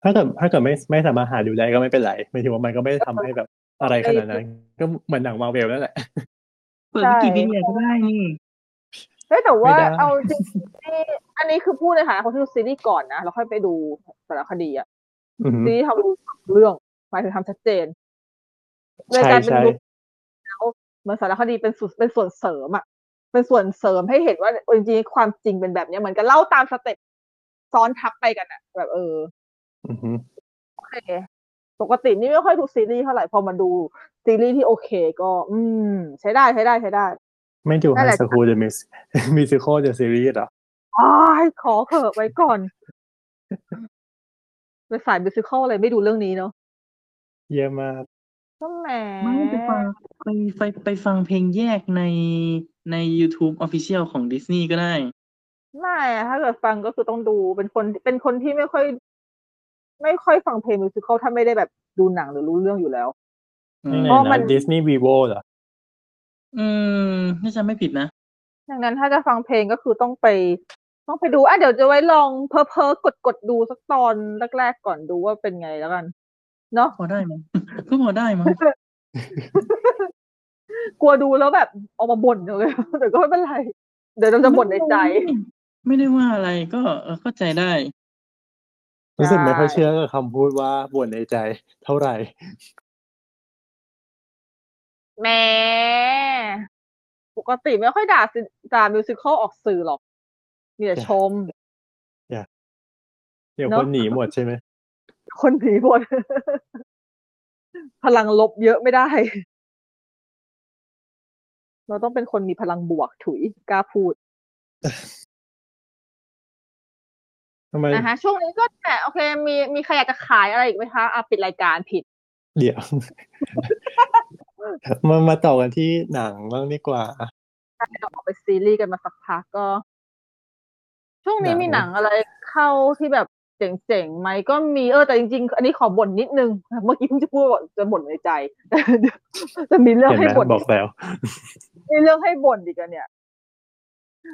S2: ถ้าเกิดถ้าเกิดไม่ไม่สามารถหาดูได้ก็ไม่เป็นไรหมายถึงว่ามันก็ไม่ได้ทำให้แบบอะไรขนาดนั้น ก็เหมือนหนังมาเวลนั่นแหละ
S3: เปิดวิกิพีเดียก็ได้นี่
S4: เฮ้ยแต่ว่า
S2: ไม่ได้
S4: เอาจริงๆนี่อันนี้คือพูดในฐานะคนที่ดูซีรีส์ก่อนนะแล้วค่อยไปดูสารคดีอะ
S2: อือฮึ
S4: ซีรีส์ทำเรื่องหมายถึงทำชัดเจนเล
S2: ใช่
S4: ยกลายเป็น
S2: ใช่
S4: รูปแล้วเหมันสารคดีเป็นส่วนเป็นส่วนเสริมอะเป็นส่วนเสริมให้เห็นว่าจริงๆความจริงเป็นแบบเนี้ยเหมือนกันเล่าตามสเต็ปซ้อนทับไปกันอะแบบเออ
S2: อือฮึ
S4: โอเคปกตินี่ไม่ค่อยดูซีรีส์เท่าไหร่พอมาดูซีรีส์ที่โอเคก็ อืม ใช้ได้ใช้ได้ใช้ได้
S2: ไม่ดู
S4: นั่นแห
S2: High
S4: ละ
S2: School The Mus- Musical The Series เหรอ
S4: อ้ายขอเถอะไว้ก่อน เป็นสายมิวสิคอลอะไรไม่ดูเรื่องนี้เนาะ
S2: เยี่ยมมาก
S4: ก็แหม
S3: ไม่ไปฟังไปไปไปฟังเพลงแยกในใน YouTube Official ของ Disney ก็ได้
S4: ไม่อะถ้าเกิดฟังก็คือต้องดูเป็นคนเป็นคนที่ไม่ค่อย ไม่ค่อยฟังเพลงมิวสิคอลถ้าไม่ได้แบบดูหนังหรือรู้เรื่องอยู่แล้ว
S3: อื
S2: นี่
S3: ม
S2: ไง
S4: เพราะมั
S2: นะ
S4: น
S2: Disney Vivo เหรอ
S3: อืมถ้าจำไม่ผิดนะ
S4: ดังนั้นถ้าจะฟังเพลงก็คือต้องไป ต้องไปดูอ่ะเดี๋ยวจะไว้ลองเพอเพอกดกดๆดูสักตอนแรกๆก่อนดูว่าเป็นไงแล้วกันเนาะ
S3: พอได้มั้ง ก็พอได้มั้ง
S4: กลัวดูแล้วแบบออกมาบ่นจังเลย แต่ก็ไม่เป็นไร เดี๋ยวเราจะบ่นในใจ
S3: ไม่ได้ว่าอะไรก็เออเข้าใจได้
S2: รู้สึก
S4: ใช่
S2: ไม่ค่อยเชื่อกับคำพูดว่าบ่นในใจเท่าไหร่
S4: แหม่ปกติไม่ค่อยด่าซิด่ามิวสิควลออกสื่อหรอก มีแต่ชม
S2: เดี๋ยว
S4: เนอะ
S2: คนหนีหมดใช่ไหม
S4: คนผีบ่น พลังลบเยอะไม่ได้ เราต้องเป็นคนมีพลังบวกถุยกล้าพูด
S2: ทำไม
S4: นะคะช่วงนี้ก็แต่โอเค มีมีใครอยากจะขายอะไรอีกไหมคะอ่ะปิดรายการผิด
S2: เดี๋ยว มามาต่อกันที่หนังบ้างดีกว่า
S4: เราออกไปซีรีส์กันมาสักพักก็ ช่วงนี้
S2: หนัง
S4: มีหนังอะไรเข้าที่แบบเจ๋งๆไหมก็มีเออแต่จริงๆ อันนี้ขอบ่นนิดนึง เมื่อกี้เพิ่งจะพูดว่าจะบ่นในใจ จะมีเรื่อง
S2: เห็น
S4: ให้
S2: ไหม
S4: บ่น
S2: บอกแล้ว
S4: มีเรื่องให้บ่นอีกอะเนี่ย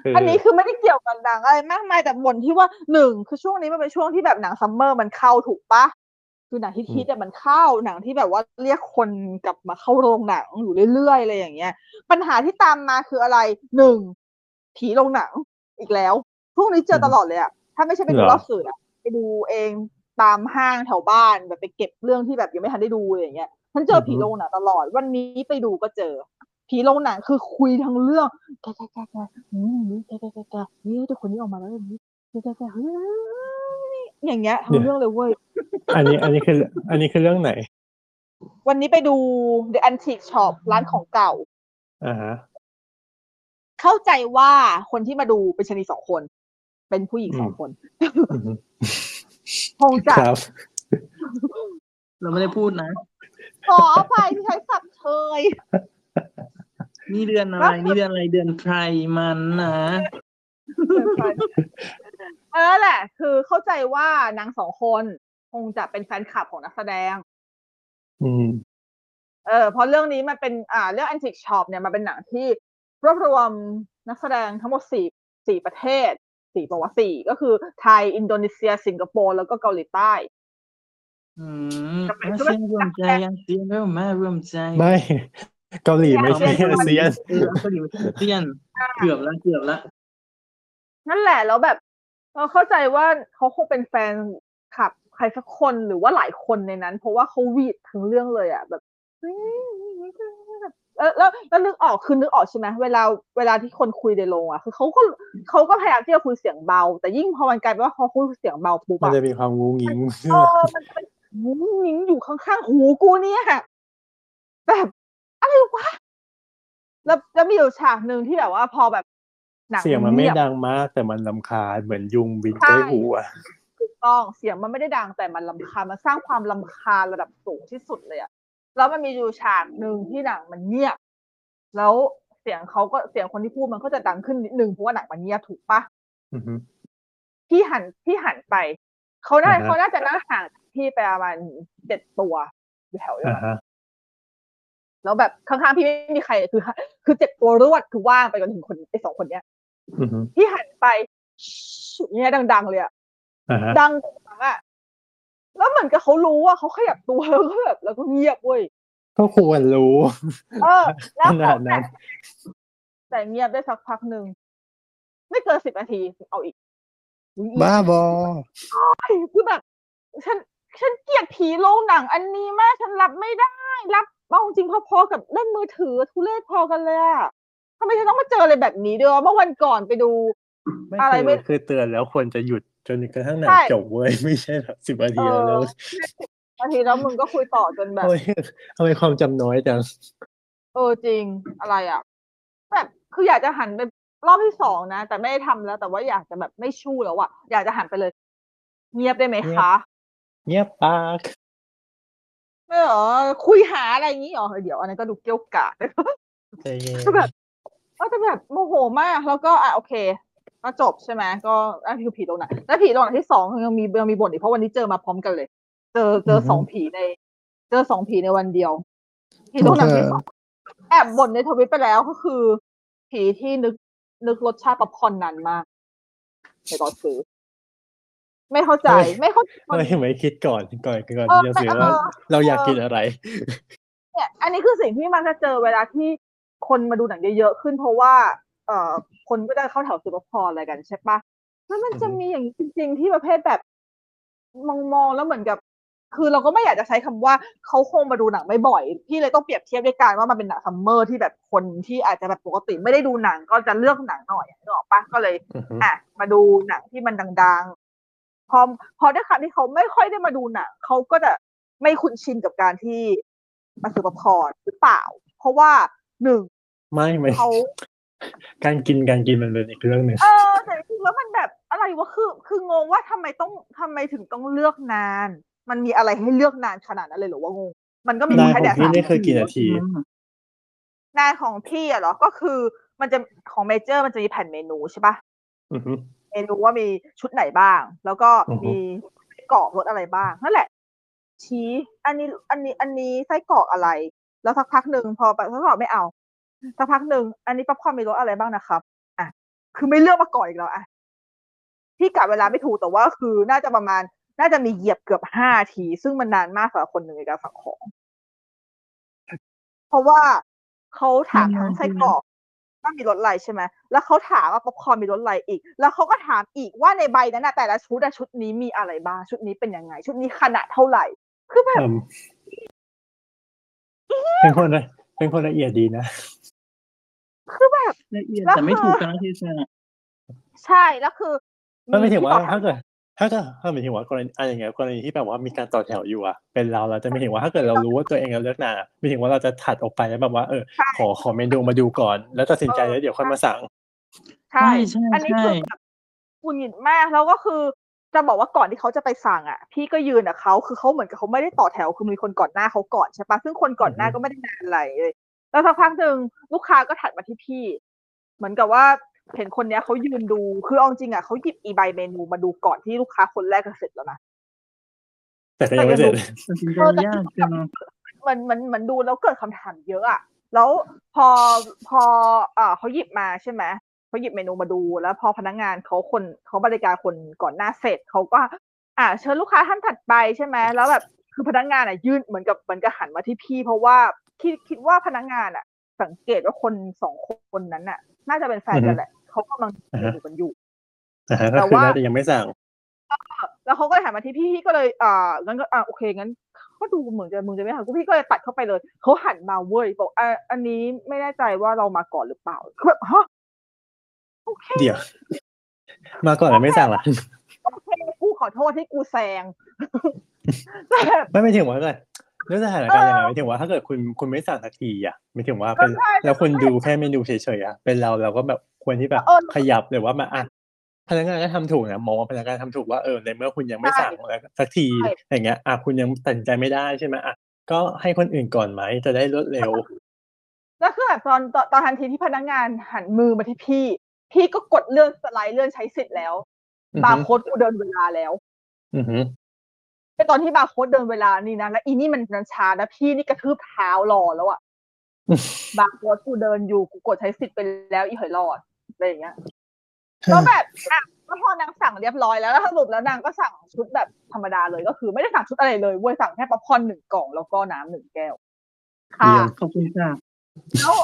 S2: เ
S4: อันนี้คือไม่ได้เกี่ยวกับหนังอะไรมากมายแต่บ่นที่ว่าหนึ่งคือช่วงนี้มันเป็นช่วงที่แบบหนังซัมเมอร์มันเข้าถูกปะคือหนังฮิตๆแต่ยมันเข้าหนังที่แบบว่าเรียกคนกลับมาเข้าโรงหนังอยู่เรื่อยๆอะไรอย่างเงี้ย ปัญหาที่ตามมาคืออะไรหนึ่งผีโรงหนังอีกแล้วพวกนี้เจอตลอดเลยอะถ้าไม่ใช่ไปดู
S2: เหรอ
S4: รอบสื่ออะไปดูเองตามห้างแถวบ้านแบบไปเก็บเรื่องที่แบบยังไม่ทันได้ดูอะไรอย่างเงี้ยฉันเจอผีโรงหนังตลอด วันนี้ไปดูก็เจอ ผีโรงหนังคือคุยทั้งเรื่อง แกแกแกแกอืมนี่แกแกแกแกนี่เดี๋ยวคนนี้ออกมาแล้วแบบนี้แกแกแกเฮ้ยอย่างเงี้ยทั้งเรื่องเลยเว้ย
S2: อันนี้อันนี้คือ อันนี้คือเรื่องไหน
S4: วันนี้ไปดู The Antique Shop ร้านของเก่า
S2: อ่าฮะ
S4: เข้าใจว่าคนที่มาดูเป็นชนีสองคน เป็นผู้หญิงสองคน
S2: อืม
S4: คงจะ
S2: ครับ
S3: เราไม่ได้พูดนะ
S4: ขออภัยที่ใช้สับเชย
S3: นี่เดือนอะไร
S4: แล้ว
S3: นี่เดือนอะไรเดือนไพรมันนะ
S4: เออแหละ คือเข้าใจว่านางสองคนคงจะเป็นแฟนคลับของนักแสดง
S2: อืม
S4: เออเพราะเรื่องนี้มันเป็นอ่าเรื่อง Antique Shop เนี่ยมันเป็นหนังที่รวบรวมนักแสดงทั้งหมดสี่สี่ประเทศสี่บอกว่าสี่ก็คือไทย อินโดนีเซีย สิงคโปร์แล้วก็เกาหลีใต้
S3: อืม
S4: จะไป
S3: อา
S4: ช่วย
S3: เซียนรวมใจอาเซียนร่วมมาร่วมใจ
S2: ไม่ เกาหลีไม่ใช่
S4: ไม่ใช่
S2: อาเซียน
S3: เออเกาหลีไม่ใช่อาเซียนเกือบละเกือบละ
S4: นั่นแหละแล้วแบบเราเข้าใจว่าเขาคงเป็นแฟนคลับใครสักคนหรือว่าหลายคนในนั้น เพราะว่าเขาหวีดทั้งเรื่องเลยอะแบบเฮ้ยแบบเออแล้วแล้วนึกออกคือนึกออกใช่ไหมเวลาเวลาที่คนคุยในโรงอะคือเขาก็เขาก็พยายามที่จะคุยเสียงเบา แต่ยิ่งพอมันกลายเป็นว่าเขาคุยเสียงเบาปุ๊บ
S2: มัน
S4: อะ
S2: จะมีความงูงิ้ง
S4: เออมันเป็นหูนิ้งอยู่ข้างๆหูกูเนี่ยแบบอะไรวะ แล้วแล้วมีอยู่ฉากหนึ่งที่แบบว่าพอแบบหนัง
S2: เสียงมันไม่
S4: งีบ
S2: ดังมาก แต่มันลำคาญเหมือนยุงบิน
S4: ใช่
S2: ใกล้หูอะ
S4: ถูกต้องเสียงมันไม่ได้ดังแต่มันลำคาญมันสร้างความลำคาญระดับสูงที่สุดเลยอะแล้วมันมีอยู่ฉากหนึ่งที่หนังมันเงียบ แล้วเสียงเขาก็เสียงคนที่พูดมันก็จะดังขึ้นนิดนึงเพราะว่าหนังมันเงียบถูกปะ
S2: อือฮึ
S4: พี่หันพี่หันไป เขาน่า
S2: อ่าฮะ
S4: เขาน่าจะนั่งห่างจากพี่ไปประมาณเจ็ดตัวอยู่แถวเดียว
S2: อ่า
S4: กัน
S2: ฮะ
S4: แล้วแบบข้างๆพี่ไม่มีใครคือคือเจ็บตัวรวดคือว่างไปจนถึงคนไอ้สองคนเนี้ย
S2: อือฮึ
S4: พี่หันไป ฉุกเนี่ยดังๆเลยอะ
S2: อ่าฮะ
S4: ดังดังอะแล้วเหมือนกับเขารู้ว่าเขาขยับตัวแล้วก็แบบแล้วก็เงียบเว้ย
S2: ก็ควรรู้
S4: เออ แล้ว
S2: ขนา
S4: เขา
S2: ด
S4: แต่
S2: นั้น
S4: แต่เงียบได้สักพักหนึ่งไม่เกินสิบนาทีเอาอีก
S2: บ้าบอ
S4: ไอ้คือแบบฉันฉันเกลียดผีโรงหนังอันนี้มากฉันรับไม่ได้ รับเอาจริงพอๆกับเล่นมือถือทุเรศพอกันเลยอะทำไมฉันต้องมาเจออะไรแบบนี้ด้วยวะเมื่อวันก่อนไปดู
S2: ไม่
S4: อะไร
S2: คือ
S4: ไม่
S2: คือเตือนแล้วควรจะหยุดจนกระทั่งหนัง
S4: ใช่
S2: จบเว้ย ไม่ใช่แบบสิบนาที
S4: เออ
S2: แล้ว
S4: บางทีแล้วมึงก็คุยต่อจนแบบ
S2: โอ้ยทำไมความจำน้อยจัง
S4: เออจริงอะไรอะแบบคืออยากจะหันไปรอบที่สองนะ แต่ไม่ได้ทำแล้ว แต่ว่าอยากจะแบบไม่ชู้แล้วอะอยากจะหันไปเลย เงียบได้ไหมคะ
S2: เงียบปาก
S4: ไม่เหรอคุยหาอะไรอย่างนี้เหรอเดี๋ยวอันนั้นก็ดูเกี้ยวกาด
S2: ใจเย็น
S4: ก็แบบก็จะแบบโมโหมากแล้วก็อ่ะโอเค ก็จบใช่ไหมก็อ่ะคือผีตรงไหนแล้วผีตรงไหนที่สองยังมียังมีบ่นอีกเพราะวันนี้เจอมาพร้อมกันเลย เจอเจอสองผีใน เจอสองผีในวันเดียวผีตรงไหนที่สองแอบบ่นในทวิตไปแล้วก็คือ ผีที่นึกนึกรสชาติป๊อปคอร์นนานมากในตอนซื้อไม่เข้าใจไม่เข้าใจ
S2: ทำไมไม่คิดก่อนก่อนก่อน
S4: เออ
S2: จะซื้อว่า
S4: เออ
S2: เราอยากกินอะไร
S4: เนี่ยอันนี้คือสิ่งที่มันจะเจอเวลาที่คนมาดูหนังเยอะๆขึ้นเพราะว่า เอ่อ คนก็จะเข้าแถวซื้อป๊อปคอร์นอะไรกันใช่ปะแล้วมันจะ
S2: อือฮึ
S4: มีอย่างนี้จริง ๆ ที่ประเภทแบบมองๆแล้วเหมือนกับ คือเราก็ไม่อยากจะใช้คำว่าเขาคงมาดูหนังไม่บ่อย พี่เลยต้องเปรียบเทียบด้วยการว่ามันเป็นหนังซัมเมอร์ที่แบบคนที่อาจจะแบบปกติไม่ได้ดูหนังก็จะเลือกหนังหน่อยนึกออกปะก็เลย
S2: อือฮึ
S4: อ่ะมาดูหนังที่มันดังๆ พอพอด้วยคำที่เขาไม่ค่อยได้มาดูหนังเขาก็จะไม่คุ้นชินกับการที่มาซื้อป๊อปคอร์นหรือเปล่า เพราะว่าหนึ่ง
S2: ไม่ไม่
S4: เขา
S2: การกินการกินมันเป็นอีกเรื่องหนึ่ง
S4: เออแต่จริงๆแล้วมันแบบอะไรวะคือคืองงว่าทำไมต้องทำไมถึงต้องเลือกนาน มันมีอะไรให้เลือกนานขนาดนั้นเลยเหรือว่างงมันก็มี
S2: นาย
S4: แค่
S2: ของ
S4: แดด
S2: พี่
S4: สาม
S2: นี่คือกี่นาที
S4: นายของพี่อะเหรอก็คือมันจะของเมเจอร์มันจะมีแผ่นเมนูใช่ปะ
S2: อือฮึ
S4: เมนูว่ามีชุดไหนบ้าง แล้วก็
S2: อือฮึ
S4: มีไส้กรอกรสอะไรบ้างนั่นแหละ ชี้ อันนี้อันนี้อันนี้ไส้กรอกอะไร แล้วสักพักหนึ่งพอไปสักพักไม่เอาสักพักหนึ่งอันนี้ป๊อปคอร์นมีรสอะไรบ้างนะครับอ่ะคือไม่เลือกมาก่อนอีกแล้วอ่ะพี่กะเวลาไม่ถูกแต่ว่าคือน่าจะประมาณ น่าจะมีเหยียบเกือบห้าที ซึ่งมันนานมากสำหรับคนหนึ่งในการสั่งของ เพราะว่าเขาถามทั้งไส้กรอกว่ามีรสอะไรใช่ไหมแล้วเขาถามว่าป๊อปคอร์นมีรสอะไรอีก แล้วเขาก็ถามอีกว่าในใบนั้นนะแต่ละชุดอะชุดนี้มีอะไรบ้างชุดนี้เป็นยังไง ชุดนี้ขนาดเท่าไหร่ คือแบบ
S2: อืมเป็นคนละเป็นคนละเอียดดีนะ
S4: คือแบบ
S3: ละเอียด
S4: แล้ว
S3: แต่ไม่
S4: คือ
S3: ถูกกันเทศะ
S4: ใช่แล้วคือ
S2: มันไม่ถึงว่า
S4: ที่ต่อแถ
S2: ถ้าเกิดถ้าเกิดถ้าหมายถึงว่ากรณีอะไรอย่างเงี้ยกรณีที่แบบว่ามีการต่อแถวอยู่อะเป็นเราเราจะไม่ถึงว่าถ้าเกิดเรารู้ว่าตัวเองเราเลือกนานอะไม่ถึงว่าเราจะถัดออกไปแล้วแบบว่าเออ
S4: ใช่
S2: ขอขอเมนูมาดูก่อน แล้วตัดสินใจ
S4: เออ
S2: แล้วเดี๋ยวค่อยมาสั่ง
S4: ใช่
S3: ใช่
S4: อันนี้
S3: ใช่
S4: คือแบบหุ่นหงิดมากแล้วก็คือจะบอกว่าก่อนที่เขาจะไปสั่งอ่ะ พี่ก็ยืนอ่ะเขาคือเขาเหมือนกับเขาไม่ได้ต่อแถวคือมีคนก่อนหน้าเขาก่อนใช่ปะซึ่งคนก่อนหน้า
S2: อือฮึ
S4: ก็ไม่ได้นานอะไรเลยแล้วสักพักหนึ่งลูกค้าก็ถัดมาที่พี่ เหมือนกับว่าเห็นคนเนี้ยเขายืนดูคือเอาจริงอ่ะเขาหยิบอีใบเมนูมาดูก่อนที่ลูกค้าคนแรกก็เสร็จแล้วนะ
S2: แต่ก็ยังไม่เสร็จ
S3: ตัดสินใจ
S4: เออแต่
S3: ยากจัง
S4: มันมันมันดูแล้วเกิดคำถามเยอะอะแล้วพอพอเอ่อเขาหยิบมาใช่ไหมเขาหยิบเมนูมาดูแล้วพอพนักงานเขาคนเขาบริการคนก่อนหน้าเสร็จเขาก็ อ่าเชิญลูกค้าท่านถัดไปใช่ไหมแล้วแบบคือพนักงานอ่ะยื่นเหมือนกับเหมือนกับหันมาที่พี่ เพราะว่าคิดคิดว่าพนักงานอ่ะ สังเกตว่าคนสองคนนั้นน่ะ น่าจะเป็นแฟนกันแหละเขากำลัง
S2: อ่าฮะ
S4: อยู่กันอยู่
S2: นะฮะ
S4: แต่
S2: ก็คือ
S4: ว่า
S2: แล้วแต่ยังไม่สั่ง
S4: แล้วเขาก็เลยหันมาที่พี่พี่ก็เลยอ่างั้นก็อ่าโอเคงั้นก็ดูเหมือนจะมึงจะไม่หันกูพี่ก็เลยตัดเข้าไปเลยเขาหันมาเว้ยบอกอ่าอันนี้ไม่แน่ใจว่าเรามาก่อนหรือเปล่าคือแบบฮะโอเค
S2: เดี๋ยว มาก่อนแล้วไม่สั่งล่ะ
S4: โอเคกูขอโทษที่กูแซง แต่แบบ
S2: ไม่ไม่ถึงว่าอะไรเรื่องสถานการณ์อย่างไรไม่ถึงว่าถ้าเกิดคุณคุณไม่สั่งสักทีอะไม่ถึงว่าเป็น
S4: ก็ใช่
S2: แล้วคุณดูแค่เมนูเฉยๆอะเป็นเราเราก็แบบควรที่แบบ
S4: เออ
S2: ขยับหรือว่ามาอ่ะพนักงานก็ทำถูกนะมองว่าพนักงานทำถูกว่าเออในเมื่อคุณยังไม่สั่งแล้วสักที
S4: ใช่
S2: อย่างเงี้ยอ่ะคุณยังตัดสินใจไม่ได้ใช่ไหมอ่ะก็ให้คนอื่นก่อนไหมจะได้รวดเร็ว
S4: แล้วคือแบบตอนตอนตอนทันทีที่พนักงานหันมือมาที่พี่ พี่ก็กดเลื่อนสไลด์เลื่อนใช้สิทธิ์แล้วบาร์โค้ดกูเดินเวลาแล้ว
S2: อือหือ
S4: ไอตอนที่บาร์โค้ดเดินเวลานี่นะแล้วอีนี่มันนันชานะพี่นี่กระทืบเท้ารอแล้วอะ
S2: อือหือบ
S4: างโพสต์กูเดินอยู่กูกดใช้สิทธิ์ไปแล้วอีเหยรอดอะไรอย่างเงี้ยก็แบบอ่ะ ก็พอนางสั่งเรียบร้อยแล้วแล้วสรุปแล้วนางก็สั่งชุดแบบธรรมดาเลยก็คือไม่ได้สั่งชุดอะไรเลยเว้ยสั่งแค่ป๊อปคอร์นหนึ่งกล่องแล้วก็น้ำหนึ่งแก้ว ค่ะ
S2: เยี่ยม
S3: ขอบคุณค่ะ
S4: แล้ว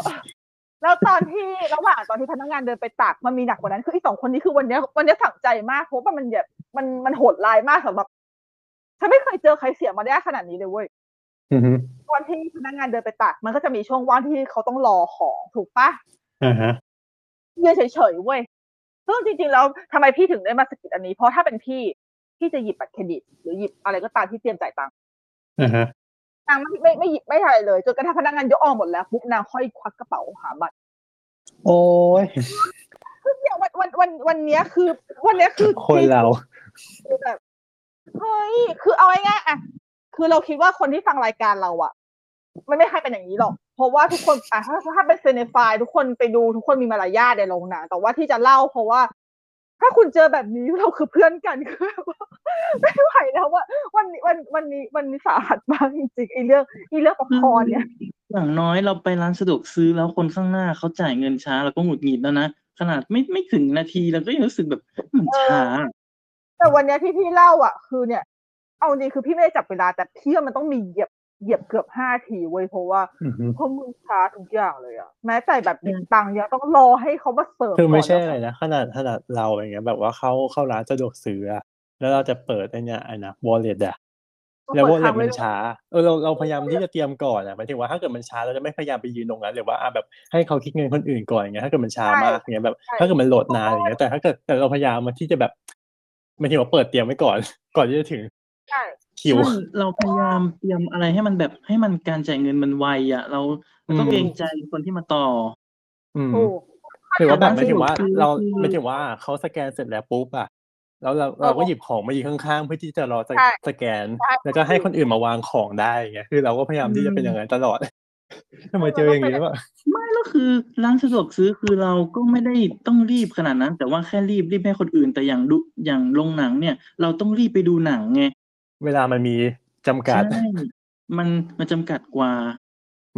S4: แล้วตอนที่ระหว่างตอนที่พนักงานเดินไปตักมันมีหนักกว่านั้นคืออีสองคนนี้คือวันเนี้ยวันเนี้ยสั่งใจมากเพราะว่ามันแบบมันมันโหดร้ายมากสำหรับฉันไม่เคยเจอใครเสียมาได้ขนาดนี้เลยเว้ย
S2: อือฮึ
S4: ตอนที่พนักงานเดินไปตักมันก็จะมีช่วงว่างที่เขาต้องรอของถูกปะ
S2: อ่าฮะ
S4: ยืนเฉยๆเว้ยซึ่งจริงๆแล้วทำไมพี่ถึงได้มาสะกิดอันนี้ เพราะถ้าเป็นพี่พี่จะหยิบบัตรเครดิต หรือหยิบอะไรก็ตามที่เตรียมจ่ายตังค์
S2: อ่าฮะ
S4: นางไม่ไม่ไม่หยิบไม่อะไรเลยจนกระทั่งพนักงานยกออกหมดแล้วปุ๊บนางค่อยควักกระเป๋าหาบัตร
S2: โอ้ย
S4: คือเนี่ยวันวันวันวันเนี้ยคือ วันเนี้ยคือ
S2: คนเรา
S4: คือแบบเฮ้ย คือเอาง่ายๆอะคือเราคิดว่าคนที่ฟังรายการเราอะมันไม่ใครเป็นอย่างนี้หรอก เพราะว่าทุกคนอ่ะถ้าถ้าเป็นเซเนฟายทุกคนไปดูทุกคนมีมารยาทในโรงหนังแต่ว่าที่จะเล่าเพราะว่า ถ้าคุณเจอแบบนี้เราคือเพื่อนกันคือแบบว่าไม่ไหวแล้วว่าวันนี้วันวันนี้วันนี้สาหัสมากจริงๆไอ้เรื่องไอ้เรื่องปอปคอร์นเนี่ย
S3: อย่างน้อยเราไปร้านสะดวกซื้อแล้วคนข้างหน้าเขาจ่ายเงินช้าเราก็หงุดหงิดแล้วนะ ขนาดไม่ไม่ถึงนาทีเราก็ยังรู้สึกแบบอืมช้า
S4: แต่วันเนี้ยที่พี่เล่าอ่ะ คือเนี่ย เอาจริงคือพี่ไม่ได้จับเวลา แต่พี่ว่ามันต้องมีเหยียบเหยียบเกือบห้าทีเว้ยเพราะว่า
S2: อือฮึ
S4: เพราะมึงช้าทุกอย่างเลยอะแม้แต่แบบบินตังยังต้องรอให้เขามาเสิร์ฟ
S2: คือไม่ใช่
S4: ก่น
S2: อะไรนะ ขนาดขนาดเราอย่างเงี้ย แบบว่าเข้าเข้าร้านสะดวกซื้ออะแล้วเราจะเปิดไอเนี่ยไอ้นะ wallet อะ
S4: ต้อง
S2: แล้ววอล
S4: ปิ
S2: เล็
S4: ดค้างไ
S2: ตมันช้า เออเราเราพยายามที่จะเตรียมก่อนอะหมายถึงว่าถ้าเกิดมันช้าเราจะไม่พยายามไปยืนตรงนั้นหรือว่าอ่ะแบบให้เขาคิดเงินคนอื่นก่อนอย่างเงี้ยถ้าเกิดมันช้ามากอย่างเงี้ยแบบ
S4: ใช่
S2: ถ้าเกิดมันโหลดนานอย่างเงี้ยแต่ถ้าเกิดแต่เราพยายามมาที่จะแบบหมายถึงว่าเปิดเตรียมไว้ก่อน ก่อนที่จะถึง
S4: ใช่
S2: คิว
S3: ใช่เราพยายามเตรียมอะไรให้มันแบบให้มันการจ่ายเงินมันไวอ่ะ เราเราก็
S2: อืม
S3: เกรงใจคนที่มาต่อ
S2: อืม
S4: ถูก
S2: ถือว่าแบบหมายถึงว่า
S3: คือ
S2: เรา
S3: คือ
S2: หมายถึงว่าเขาสแกนเสร็จแล้วปุ๊บอะแล้วเราเราก็หยิบของมายืนข้างๆ เพื่อที่จะรอสแก
S4: ใช่
S2: สแกน
S4: ใช่
S2: แล้วก็ให้คนอื่นมาวางของได้ไงยคือเราก็พยายามที่จะเป็นอย่างนั้นตลอด ทำไมเจออย่างนี้วะ
S3: ไม่ก็คือร้านสะดวกซื้อคือเราก็ไม่ได้ต้องรีบขนาดนั้น แต่ว่าแค่รีบรีบให้คนอื่นแต่อย่างดูอย่างโรงหนังเนี่ย เราต้องรีบไปดูหนังไง
S2: เวลามันมีจำกัด
S3: ใช่มันมันจำกัดกว่า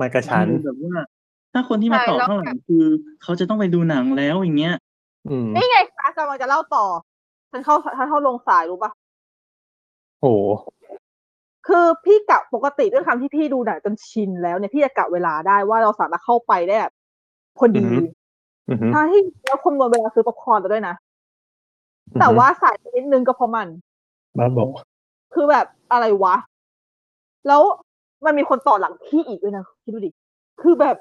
S2: มันกระชั้น
S3: คือแบบว่า ถ้าคนที่มา
S4: ใช่
S3: ต่อ
S4: แล้ว
S3: ข้างหลั
S4: แบ
S3: ง
S4: บ
S3: คือ เขาจะต้องไปดูหนังแล้วอย่างเงี้ย
S2: อืม
S4: นี่ไงฟ้ากำลังจะเล่าต่อฉันเข้าฉันเข้าลงสายรู้ปะ
S2: โอ้โห
S4: คือพี่กะปกติด้วยคำที่พี่ดูหนังจนชินแล้วเนี่ยพี่จะกะเวลาได้ว่าเราสามารถเข้าไปได้แบบพอดี
S2: อือหือ
S4: ถ้าที่แล้วคนหมดเวลาซื้อป๊อปคอร์นแล้วด้วยนะแต่ว่าสายไปนิดนึงก็เพราะมัน
S2: บ้าบอก
S4: คือแบบอะไรวะ แล้วมันมีคนต่อหลังพี่อีกด้วยนะคิดดูดิ คือแบบ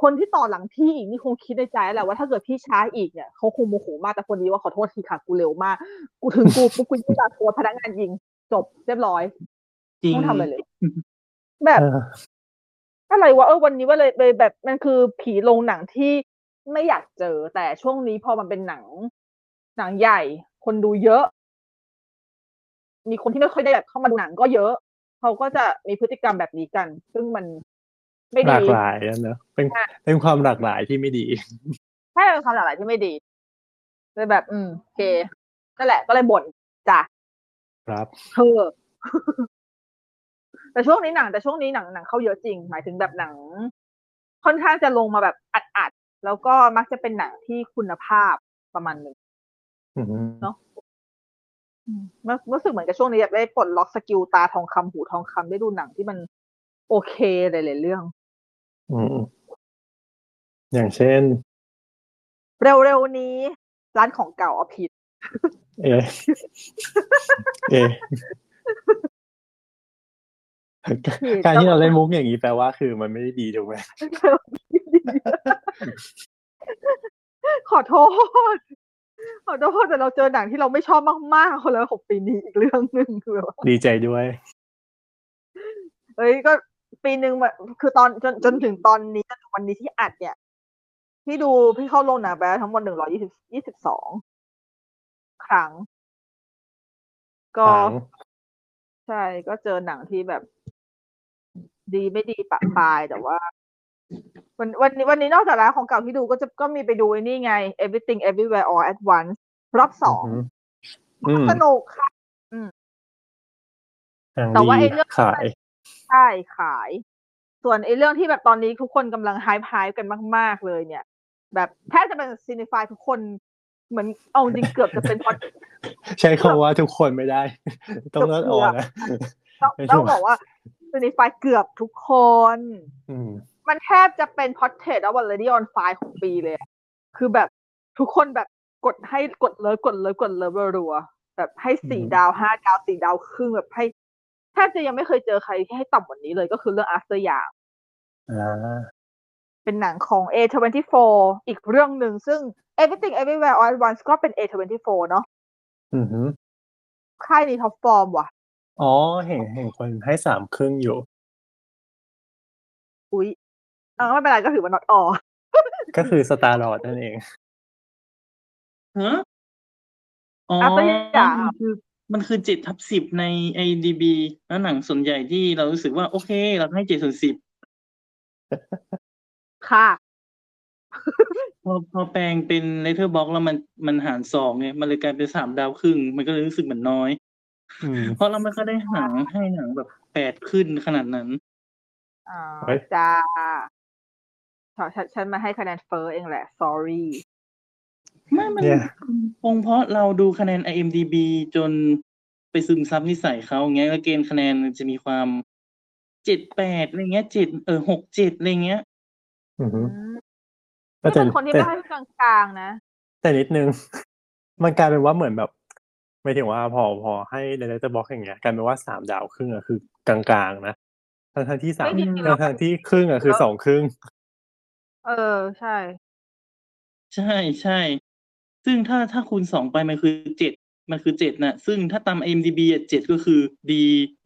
S4: คนที่ต่อหลังพี่อีกนี่คงคิดในใจแหละว่าถ้าเกิดพี่ช้าอีกเนี่ยเขาคงโมโหมากแต่คนนี้ว่าขอโทษทีค่ะกูเร็วมาก กูถึงกูปุ๊บกูยิงตาโทษพนักงานยิงจบเรียบร้อย
S3: จริง
S4: ไม่ทำอะไรเลย แบบ
S2: เออ
S4: อะไรวะเออวันนี้ว่าเลยเลยแบบมันคือผีโรงหนังที่ไม่อยากเจอ แต่ช่วงนี้พอมันเป็นหนัง หนังใหญ่ คนดูเยอะ มีคนที่ไม่ค่อยได้แบบเข้ามาดูหนังก็เยอะ เขาก็จะมีพฤติกรรมแบบนี้กัน ซึ่งมันไม่
S2: ห
S4: ดี
S2: ลากหลายอะเนอะเป็น
S4: ใช่
S2: เป็นความหลากหลายที่ไม่ดี
S4: ใช่เป็นความหลากหลายที่ไม่ดีเลยแบบ อืมโอเคนั่นแหละก็เลยบ่นจ้ะ
S2: ครับ
S4: เธอ แต่ช่วงนี้หนัง แต่ช่วงนี้หนังหนังเข้าเยอะจริง หมายถึงแบบหนัง ค่อนข้างจะลงมาแบบอัดอัดๆแล้วก็มักจะเป็นหนังที่คุณภาพประมาณหนึ่ง
S2: อือหือ
S4: รู้รู้สึกเหมือนกับช่วงนี้แบบได้ปลดล็อกสกิลตาทองคำหูทองคำได้ดูหนังที่มัน โอเคหลายๆเรื่อง
S2: อืมอย่างเช่น
S4: เร็วๆนี้ ร้านของเก่าเอาผิด
S2: เอะเอะการที่เราเล่นมุกอย่างนี้แปลว่าคือมันไม่ได้ดีถูกไหม
S4: ขอโทษ ขอโทษแต่เราเจอหนังที่เราไม่ชอบมากๆคนละหกปีนี้อีกเรื่องหนึ่ง คือแบบว่า
S2: ดีใจด้วย
S4: เอ้ยก็ปีหนึ่งแบบคือตอนจนจนถึงตอนนี้จนถึงวันนี้ที่อัดเนี่ยพี่ดูพี่เข้าโรงหนังไปแล้วทั้งหมดหนึ่งร้อยยี่สิบยี่สิบสองครั้ง ก็ ใช่ก็เจอหนังที่แบบ ดีไม่ดีปะปายแต่ว่า วันวันนี้วันนี้นอกจากร้านของเก่าที่ดูก็จะก็มีไปดูไอ้นี่ไง everything everywhere all at once รอบสอง
S2: อืม
S4: สนุกค่ะ แต่
S2: แต่
S4: ว่า
S2: ว่า
S4: ไอ้
S2: ไอ้
S4: เรื่อ
S2: เรื่อง งขาย
S4: ใช่ขาย ส่วนไอ้เรื่องที่แบบตอนนี้ทุกคนกำลังไฮป์ไฮป์กันมาก ๆ เลยเนี่ย แบบแทบจะเป็นซีนิฟายทุกคน เหมือนเอาจริงเกือบจะเป็นพ อด
S2: ใช้คำว่าทุกคนไม่ได้ ต้องเลิกออกนะ
S4: ต้อง
S2: ไม่ถูก
S4: ต้องบอกว่าซูนิฟายเกือบทุกคน
S2: อืม
S4: มันแทบจะเป็นพอ r t เทรตแล้ววันเลดี้ออนไฟของปีเลยอะคือแบบทุกคนแบบกดให้กดเลิฟกดเลิฟกดเลิฟรัวๆแบบให้สี่
S2: อืม
S4: ดาวห้าดาวสี่ดาวครึ่งแบบให้แทบจะยังไม่เคยเจอใครที่ให้ต่ำกว่านี้เลยก็คือเรื่อง After y a
S2: อ่า
S4: เป็นหนังของ A24 อีกเรื่องหนึ่งซึ่ง Everything Everywhere All at Once ก็เป็น A24 เนาะ
S2: อือหือ
S4: ค่ายนี้ท็อปฟอร์มว่ะ
S2: อ๋อเห็นเห็นคนให้สามครึ่งอยู่
S4: อุ๊ยเออไม่เป็นไรก็ถือว่าน็อตออ
S2: ก็คือสตาร์ลอดนั่นเอง
S3: ฮะอ๋อ
S4: อ่ะตัวอย่าง
S3: มันคือมันคือเจ็ดทับสิบใน IDB แล้วหนังส่วนใหญ่ที่เรารู้สึกว่าโอเค เราให้เจ็ดส่วนสิบ
S4: ค่ะ
S3: พอพอแปลงเป็น letterbox แล้วมันมันหารสองไงมันเลยกลายเป็นสามดาวครึ่ง มันก็เลยรู้สึกเหมือนน้อย
S2: อืม
S3: เพราะเราไม่ค่อยได้หาให้หนังแบบแปดขึ้นขนาดนั้น
S4: อ่า
S2: เฮ้ย
S4: จ้าขอฉันฉันมาให้คะแนนเฟอร์เองแหละ sorry
S3: ไม่มัน
S2: เนี่ย
S3: คงเพราะเราดูคะแนน IMDB จนไปซึมซับนิสัยเขาอย่างเงี้ยแล้วเกณฑ์คะแนนมันจะมีความเจ็ดแปดอะไรเงี้ยเจ็ดเออหกเจ็ดอะไรเงี้ย
S2: อือหือ
S4: อืม
S2: แต่
S4: นี่เป็นคนที่
S2: แต่
S4: ไม่ค่อยกลางๆนะ
S2: แต่นิดนึง มันกลายเป็นว่าเหมือนแบบไม่ถึงว่าพอพอให้ในเลตเตอร์บ็อกอย่างเงี้ยกลายเป็นว่าสามดาวครึ่งอะคือกลางๆนะทั้งทที่สาม
S4: ไม่ดี
S3: อืม
S4: แล้ว
S2: ทั้งทที่ครึ่งอะคือสองครึ่ง
S4: เออ ใช่
S3: ใช่ใช่ ซึ่งถ้าถ้าคูณสองไปมันคือเจ็ดมันคือเจ็ดนะซึ่งถ้าตาม IMDB อ่ะเจ็ดก็คือดี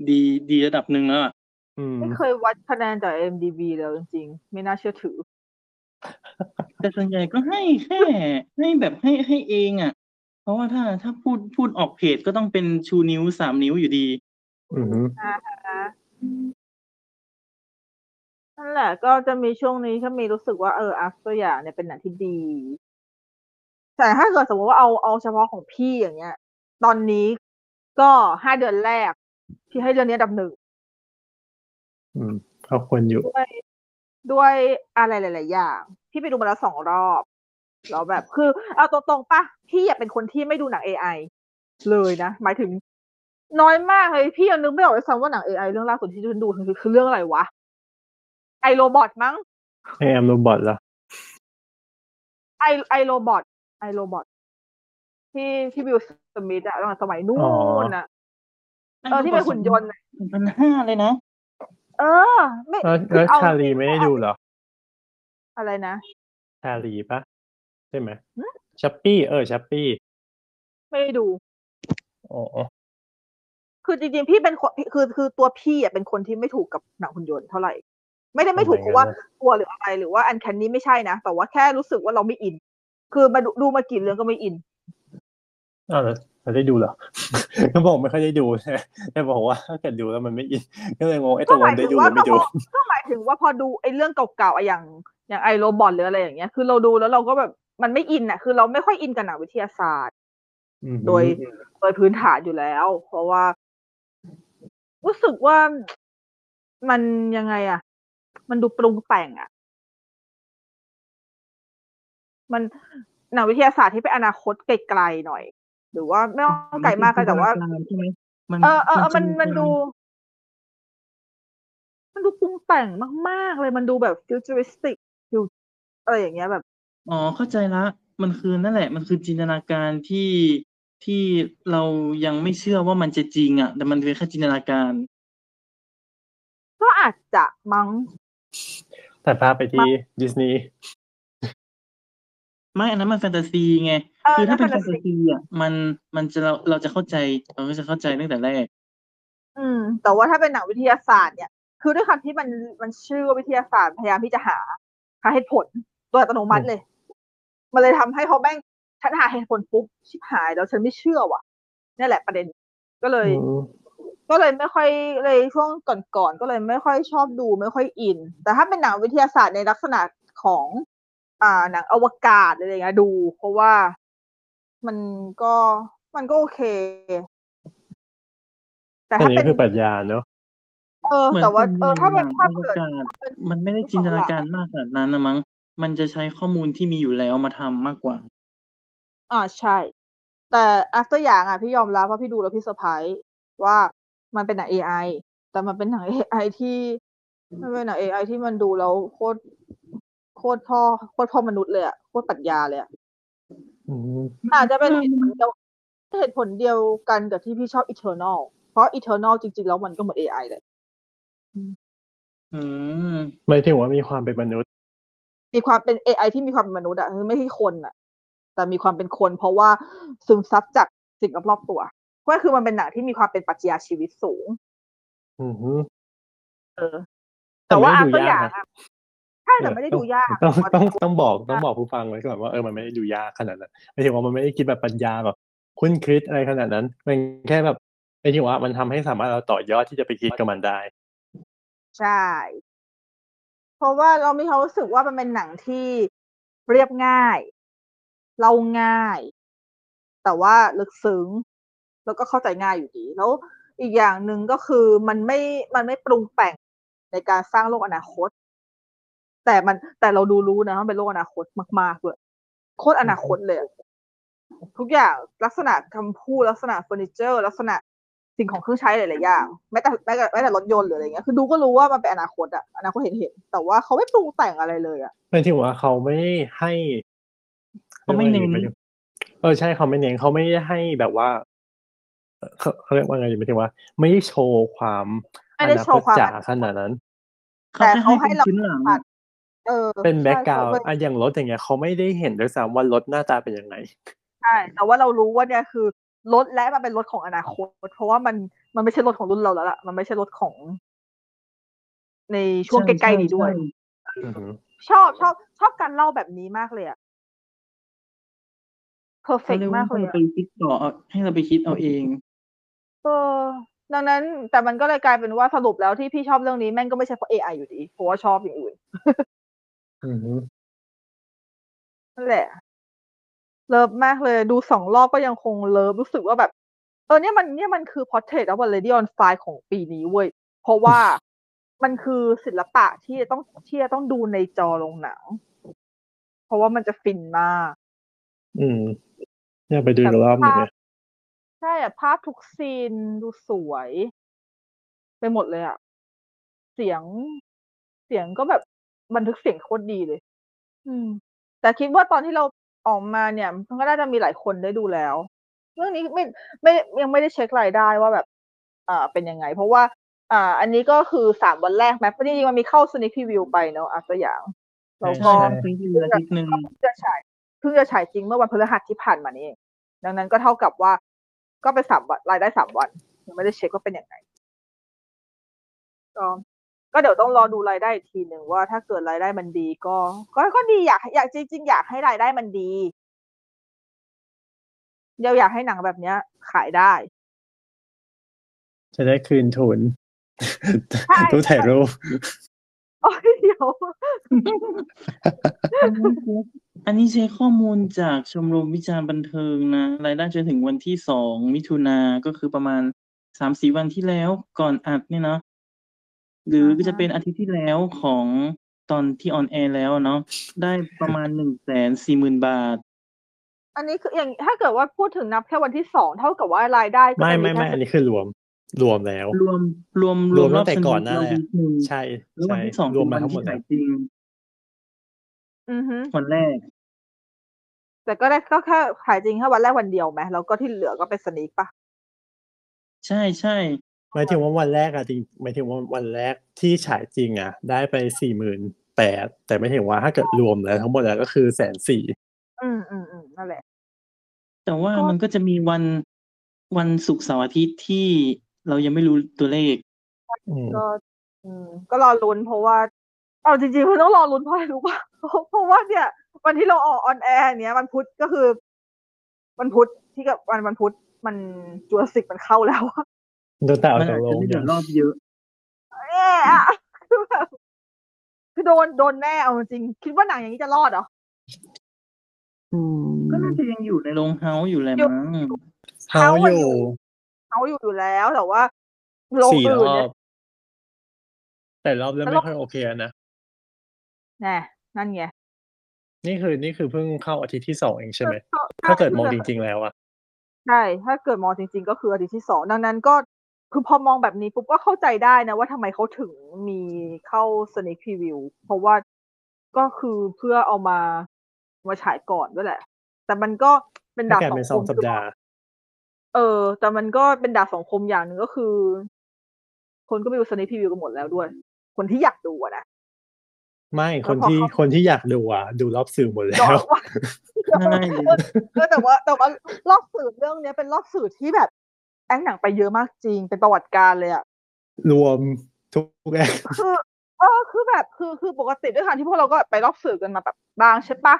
S3: ดีดีระดับหนึ่งแล้วอะ
S2: อืม
S4: ไม่เคยวัดคะแนนจาก MDB เลยจริงๆ ไม่น่าเชื่อถือ
S3: แต่ส่วนใหญ่ก็ให้แค่ให้แบบให้ให้เองอ่ะ เพราะว่าถ้าถ้าพูดพูดออกเพจก็ต้องเป็นชูนิ้วสามนิ้วอยู่ดี
S2: อือหือ
S4: นั่นแหละก็จะมีช่วงนี้ก็มีรู้สึกว่าเอออัพตัวอย่างเนี่ยเป็นหนังที่ดี แต่ถ้าเกิดสมมติว่าเอาเอาเฉพาะของพี่อย่างเงี้ย ตอนนี้ก็ห้าเดือนแรก ที่ให้เรื่องนี้อันดับหนึ่ง
S2: อืมเขาควรอยู่
S4: ด้วยด้วยอะไรหลาย ๆ อย่าง พี่ไปดูมาแล้วสองรอบ แล้วแบบคือ เอาตรง ๆป่ะ พี่อยากเป็นคนที่ไม่ดูหนัง AI เลยนะ หมายถึง น้อยมากเลย พี่ยังนึกไม่ออกเลยซ้ำว่าหนัง AI เรื่องล่าสุดที่ฉันดูคือคือเรื่องอะไรวะ ไอโรบอทมั้ง
S2: ไอแอมโรบอทเหรอ
S4: ไอไอโรบอทไอโรบอทที่ที่วิลสมิธอะตั้งแต่สมัยนู่
S2: อ๋อ
S4: นอะเออที่เป็นหุ่นยนต์อะ
S3: หนึ่งพันห้าเลยนะ
S4: เออ ไม่
S2: แล้ว
S4: คื
S2: แล้ว
S4: อเอา
S2: ชาลีไม่ได้ดูเหรอ
S4: อะไรนะ
S2: ชาลีปะใช่ไหม
S4: หึ
S2: ชัปปี้ เออชัปปี้
S4: ไม่ได้ดู
S2: อ๋อ
S4: คือจริงๆ พี่เป็นคนคือคือตัวพี่อ่ะเป็นคนที่ไม่ถูกกับหนังหุ่นยนต์เท่าไหร่ ไม่ได้ไม่ถูกเพราะว่าตัวหรืออะไรหรือว่าอันแคนนี้ไม่ใช่นะ แต่ว่าแค่รู้สึกว่าเราไม่อิน คือมาดูดูมากี่เรื่องก็ไม่อิน
S2: อ้าวแล้วแล้วได้ดูเหรอ ก็บอกไม่ค่อยได้ดู ใช่ไหมแต่บอกว่าถ้าเกิดดูแล้วมันไม่อินก็เลยงงไอ้ต
S4: ก็
S2: ก
S4: ห
S2: ล
S4: มาย
S2: ง
S4: ถึ
S2: ได้
S4: ง
S2: ดูห
S4: ว่า
S2: รือไม่ดู
S4: พอก็หมายถึงว่าพอดูไอ้เรื่องเก่าๆอะอย่างอย่างไอโรบอทหรืออะไรอย่างเงี้ย คือเราดูแล้วเราก็แบบมันไม่อินอ่ะ คือเราไม่ค่อยอินกับหนังวิทยาศาสตร์
S2: อือหือ
S4: โดย โดยพื้นฐานอยู่แล้ว เพราะว่า รู้สึกว่ามันยังไงอะมันดูปรุงแต่งอะมันหนังวิทยาศาสตร์ที่เป็นอนาคตไกลๆหน่อย หรือว่าไม่ต้องไกลมากก็แต่ว่า
S3: ใช่ไหมมัน
S4: เออเออเออมัน
S3: จะ
S4: มันดู มันดูปรุงแต่งมากๆเลยมันดูแบบฟิวเจอริสติกฟิวอะไรอย่างเงี้ยแบบ
S3: อ๋อเข้าใจละ มันคือนั่นแหละ มันคือจินตนาการที่ที่เรายังไม่เชื่อว่ามันจะจริงอ่ะ แต่มันเป็นแค่จินตนาการ
S4: ก็อาจจะมั้ง
S2: แต่พาไปที่ดิสนีย์
S3: ไม่อันนั้นมันแฟนตาซีไง
S4: เออ
S3: คือถ้าเป็น
S4: แล้วน แฟ
S3: แฟตาน
S4: ตาซี
S3: ซีอ่ะมันมันจะเราเราจะเข้าใจเราก็จะเข้าใจตั้งแต่แรก
S4: อืม แต่ว่าถ้าเป็นหนังวิทยาศาสตร์เนี่ย คือด้วยความที่มันมันชื่อว่าวิทยาศาสตร์พยายามที่จะหาหาเหตุผลโดยอัตโนมัติเลย มันเลยทำให้เขาแม่งฉันหาเหตุผลปุ๊บชิบหายแล้วฉันไม่เชื่อว่ะนี่แหละประเด็น ก็เลย ก็เลยไม่ค่อยเลยช่วงก่อนๆก็เลยไม่ค่อยชอบดูไม่ค่อยอิน แต่ถ้าเป็นหนังวิทยาศาสตร์ในลักษณะของ อ่าหนังอวกาศอะไรอย่างเงี้ยดู เพราะว่ามันก็มันก็โอเค แต่
S2: อัน
S4: ถ้า
S2: นี้
S4: เป็น
S2: คือปรัชญาเนอะ
S4: เออ
S3: เหมือน
S4: แต่ว่า
S3: เป็น
S4: เออถ้ามัน
S3: หนั
S4: ถ้าง เกิด
S3: อวกาศ มันไม่ได้จินตนาการมากขนาดนั้นนะมั้ง มันจะใช้ข้อมูลที่มีอยู่แล้วมาทำมากกว่า
S4: อ่าใช่ แต่ after อย่างอ่ะ พี่ยอมรับว่าพี่ดูแล้วพี่เซอร์ไพรส์ว่ามันเป็นหนัง AI แต่มันเป็นหนัง AI ที่มันเป็นหนัง AI ที่มันดูแล้วโคตรโคตรพ่อโคตรพ่อมนุษย์เลยอะโคตรปรัชญาเลยอะ
S2: อืม
S4: อาจจะเป็นเหตุผลเดียวเหตุผลเดียวกันกับที่พี่ชอบ Eternal เพราะ Eternal จริงๆ แล้วมันก็เหมือน AI เลย
S3: อืม
S2: หมายถึงว่ามีความเป็นมนุษย์
S4: มีความเป็น AI ที่มีความเป็นมนุษย์อะคือไม่ใช่คนอะแต่มีความเป็นคนเพราะว่าซึมซับจากสิ่งรอบๆตัว ก็คือมันเป็นหนังที่มีความเป็นปรัชญาชีวิตสูง
S2: อือฮึ
S4: เออ แต่ว่า
S2: แต่
S4: อัพ
S2: ไม่ได้
S4: ตัวอย
S2: ดูา
S4: ย่าก ง
S2: นะ
S4: อะใช่แต่ไม่ได้ดูยาก
S2: ต้อง
S4: แต่ว่า
S2: ต้องต้องบอกต้องบอกผู้ฟังไว้ก่อนว่าเออมันไม่ได้ดูยากขนาดนั้นหมายถึงว่ามันไม่ได้คิดแบบปัญญาแบบคุ้นคิดอะไรขนาดนั้น มันแค่แบบหมายถึงว่ามันทำให้สามารถเราต่อยอดที่จะไปคิดกับมันได้
S4: ใช่ เพราะว่าเรามีความรู้สึกว่ามันเป็นหนังที่เรียบง่าย เราง่าย แต่ว่าลึกซึ้ง แล้วก็เข้าใจง่ายอยู่ดี แล้วอีกอย่างหนึ่งก็คือมันไม่มันไม่ปรุงแต่งในการสร้างโลกอนาคต แต่มันแต่เราดูรู้นะว่ามันเป็นโลกอนาคตมากๆเลยโคตรอนาคตเลยอะทุกอย่างลักษณะคำพูดลักษณะเฟอร์นิเจอร์ ลักษณะสิ่งของเครื่องใช้หลายๆอย่างแม้แต่แม้แต่แม้แต่รถยนต์หรืออะไรเงี้ยคือดูก็รู้ว่ามันเป็นอนาคตอะอนาคตเห็นเห็นๆแต่ว่าเขาไม่ปรุงแต่งอะไรเลยอะ
S2: หมายถึงว่าเขาไม่ให้
S3: เขาไม่เน้น
S2: เออใช่เขาไม่เน้นเขาไม่ได้ให้แบบว่าเอ่อเขาเขาเรียกว่าไงดีหมายถึงว่า ไม่ได้โชว์ความ
S4: ไม่ได้โชว์ความ
S2: อนาตจ๋าขนาดนั้น
S4: แต่เขาให้เรา
S3: พื้นหลัง
S4: ผ่านเออ
S2: เป็นแบ็กกราวด์
S4: ใช่
S2: อ่ะอย่างรถอย่างเงี้ยเขาไม่ได้เห็นด้วยซ้ำว่ารถหน้าตาเป็นยังไง
S4: ใช่แต่ว่าเรารู้ว่าเนี่ยคือรถและมันเป็นรถของอนาคต เพราะว่ามันมันไม่ใช่รถของรุ่นเราแล้วล่ะ มันไม่ใช่รถของ ในช่วงใกล้ๆนี้ด้วย
S3: ใช่
S2: อือหือ
S4: ชอบชอบชอบการเล่าแบบนี้มากเลยอะเพอร์เฟ
S3: ใช่
S4: ก
S3: เขาเรียก
S4: มา
S3: ว่าก ให้
S4: เลยอะ
S3: เราไปคิดต่อเอาให้เราไปคิดเอาเอง
S4: เออดังนั้น แต่มันก็เลยกลายเป็นว่าสรุปแล้วที่พี่ชอบเรื่องนี้แม่งก็ไม่ใช่เพราะ AI อยู่ดีเพราะว่าชอบอย่างอื่น
S2: อือหือ
S4: นั่นแหละ เลิฟมากเลย ดูสองรอบก็ยังคงเลิฟรู้สึกว่าแบบ เออเนี่ยมันเนี่ยมันคือ Portrait of a Lady on Fire ของปีนี้เว้ย เพราะว่า มันคือศิลปะที่จะต้องที่จะต้องดูในจอโรงหนัง เพราะว่ามันจะฟินมาก
S2: อืมอยากไปดูอีกรอบหนึ่งเลย
S4: ใช่อะภาพทุกซีนดูสวย ไปหมดเลยอะเสียงเสียงก็แบบบันทึกเสียงโคตรดีเลย อืม แต่คิดว่าตอนที่เราออกมาเนี่ย มันก็น่าจะมีหลายคนได้ดูแล้ว เรื่องนี้ไม่ไม่ยังไม่ได้เช็ครายได้ว่าแบบ อ่าเป็นยังไง เพราะว่า อ่า อันนี้ก็คือสามวันแรกไหมเพราะจริงๆมันมีเข้าสนิคพรีวิวไปเนาะอ่ะตัวอย่าง
S2: ใช่
S4: แล้ว
S2: ใช่
S4: ก็
S2: ใช่
S3: ซื้อเรืออาทิตย์หนึ่ง
S4: เพิ่งจะฉายเพิ่งจะฉายจริงเมื่อวันพฤหัสที่ผ่านมานี่เองดังนั้นก็เท่ากับว่า ก็เป็นสามวันรายได้สามวันยังไม่ได้เช็คว่าเป็นยังไงก็ก็เดี๋ยวต้องรอดูรายได้อีกทีหนึ่งว่าถ้าเกิดรายได้มันดีก็ ก็ก็ดีอยากอยากจริง ๆ อยากให้รายได้มันดีเดี๋ยวอยากให้หนังแบบเนี้ย ขายได้
S2: จะได้คืนทุน
S4: ใช่
S2: ตู้ถ่ายรูป
S4: โอ้ยเดี๋ยว
S3: อันนี้ใช้ข้อมูลจากชมรมวิจารณ์บันเทิงนะรายได้จนถึงวันที่สองมิถุนาก็คือประมาณสามสี่วันที่แล้วก่อนอัดเนี่ยเนาะหรือจะเป็นอาทิตย์ที่แล้วของตอนที่ออนแอร์แล้วเนาะได้ประมาณหนึ่งแสนสี่หมื่นบาท
S4: อันนี้คืออย่างถ้าเกิดว่าพูดถึงนับแค่วันที่สองเท่ากับว่ารายได้ก็
S2: ไม่
S4: จะ
S2: ไม่ไม่
S4: แค่
S2: อันนี้คือรวม รวมแล้ว
S3: รวมรวม
S2: รวมตั้ง
S3: รอบ
S2: แต่
S3: ส
S2: ก่
S3: นุ
S2: อน
S3: ก
S2: หน้า
S3: เราวีคหนึ่ง
S2: ใช่
S3: แล้ววั
S2: ใช่
S3: นที่สอง
S2: รวม
S3: เป็
S2: มาน ทั้งหม
S3: วั
S2: ด
S3: นที่
S2: แล้ว
S3: ถ่า
S2: ย
S3: จริง
S4: อือฮึ
S3: วันแรก
S4: แต่ก็ได้ก็แค่ขายจริงแค่วันแรกวันเดียวไหมแล้วก็ที่เหลือก็เป็นสนิกปะ
S3: ใช่ใช่
S2: หมายถึงว่าวันแรกอะจริงหมายถึงว่าวันแรกที่ฉายจริงอะได้ไปสี่หมื่นแปดแต่ไม่ถึงว่าถ้าเกิดรวมแล้วทั้งหมดแล้วก็คือแสนสี่
S4: อืมอืมอืมนั่นแหละ
S3: แต่ว่า
S4: ก็
S3: มันก็จะมีวันวันศุกร์เสาร์อาทิตย์ที่เรายังไม่รู้ตัวเลข
S4: ก็อืม ก็รอลุ้นเพราะว่า เอาจริงๆคือต้องรอลุ้นเพราะอะไรรู้ป่ะ เพราะเพราะว่าเนี่ย วันที่เราออกออนแอร์เนี้ยวันพุธก็คือวันพุธที่กับวันวันพุธมันจูราสสิกมันเข้าแล้ว อะ
S2: โดนแต่เอา
S3: มั
S2: จาก
S3: อาจ
S2: โร
S3: จะ
S2: ง
S3: ไม่เหลื
S2: ยั
S3: อง รอบเยอะ
S4: แย่อะ คือแบบคือโดนโดนแน่เอาจริงคิดว่าหนังอย่างนี้จะรอดเหรอ
S3: ก็น่าจะยังอยู่ในโรงเฮาส์อยู่แหละมั้ง
S2: เฮาอยู่
S4: เขาอยู่อยู่แล้วแต่ว่าโลก
S2: สี่ร
S4: อื่น
S2: อ
S4: เนี่
S2: บ
S4: ย
S2: แต่รอบแล้วไม่ค่อยโอเคอะนะ
S4: แน่นั่นไง
S2: นี่คือนี่คือเพิ่งเข้าอาทิตย์ที่สองเองใช่ไหม
S4: เข้า
S2: ถ้าเกิดมองจริง ๆ แล้วอะ
S4: ใช่ถ้าเกิดมองจริง ๆ ก็คืออาทิตย์ที่สองดังนั้นก็คือพอมองแบบนี้ปุ๊บก็เข้าใจได้นะว่าทำไมเขาถึงมีเข้าสนิคพรีวิวเพราะว่าก็คือเพื่อเอามามาฉายก่อนด้วยแหละ แต่มันก็เป็น
S2: ถ้า
S4: ดาบ
S2: แกเป็นส
S4: ส
S2: อ
S4: อง งค
S2: สั
S4: ม
S2: ปดาห์
S4: เออ แต่มันก็เป็นดาบสองคมอย่างหนึ่งก็คือ คนก็ไปดูสนิคพรีวิวกันหมดแล้วด้วย คนที่อยากดูอะนะ
S2: ไม่
S4: แล้ว
S2: คน
S4: พอ
S2: ที่
S4: เขา
S2: คนที่อยากดูอะดูรอบสื่อหมดแล้
S4: เนาะ
S2: ว
S4: ว่า
S3: ใช่
S4: เออแต่ว่าแต่ว่ารอบสื่อเรื่องเนี้ยเป็นรอบสื่อที่แบบแองหนังไปเยอะมากจริง เป็นประวัติการเลยอ่ะ
S2: รวมทุกแอน
S4: คือเออคือแบบคือคือปกติด้วยค่ะที่พวกเราก็แบบไปรอบสื่อกันมาแบบบางใช่ปะ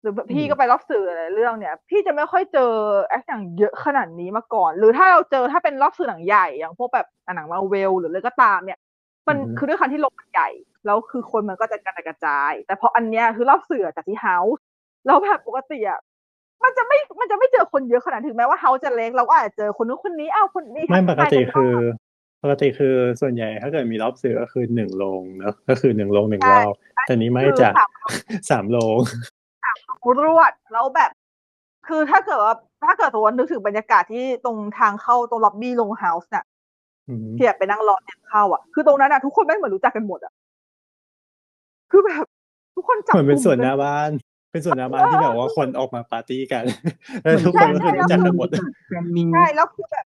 S4: หรือแบบพี่ก็ไปรอบสื่อหลายๆเรื่องเนี่ย พี่จะไม่ค่อยเจอแอคหนังเยอะขนาดนี้มาก่อน หรือถ้าเราเจอถ้าเป็นรอบสื่อหนังใหญ่อย่างพวกแบบอ่ะหนังมาเวลหรืออะไรก็ตามเนี่ย มันคือด้วยความที่โรงมันใหญ่แล้วคือคนมันก็จะกระจัดกระจาย แต่พออันเนี้ยคือรอบสื่อจากที่เฮาส์แล้วแบบปกติอ่ะมันจะไม่มันจะไม่เจอคนเยอะขนาดถึงแม้ว่าเฮาส์จะเล็กเราก็อาจจะเจอคนนู้นคนนี้อ้าวคนนี้
S2: ไม่ปกติ
S4: ทั
S2: คื
S4: ก
S2: อ
S4: ทาย
S2: ปกติคือส่วนใหญ่ถ้าเกิดมีรอบสื่อก็คือหนึ่งโรงเนอะก็คือหนึ่งโรงหนึ่ง
S4: ใช่
S2: รอบแต่นี้ไม่
S4: กัน
S2: จ้ะ
S4: คือ
S2: สามโรง
S4: รวดแล้วแบบ คือถ้าเกิดว่าถ้าเกิดตัวานึกถึงบรรยากาศที่ตรงทางเข้าตรงล็อบบี้โรงเฮาส์เนี่ย
S2: อืม
S4: ที่แบบไปนั่งรอเตรียมเข้าอ่ะคือตรงนั้นอ่ะทุกคนแม่งเหมือนรู้จักกันหมดอ่ะคือแบบ ทุกคนจับ
S2: เหมือนเป็น
S4: กลุ่
S2: ส่วนห
S4: กั
S2: น้าบ้าน เป็นส่วนหน้าบ้านที่แบบว่าคนออกมาปาร์ตี้ กันแล้วทุกคนก็
S4: ใช่
S2: คือรู้
S4: ใช่
S2: จักกันหมด
S3: กันมี
S4: ใช่แล้วคือแบบ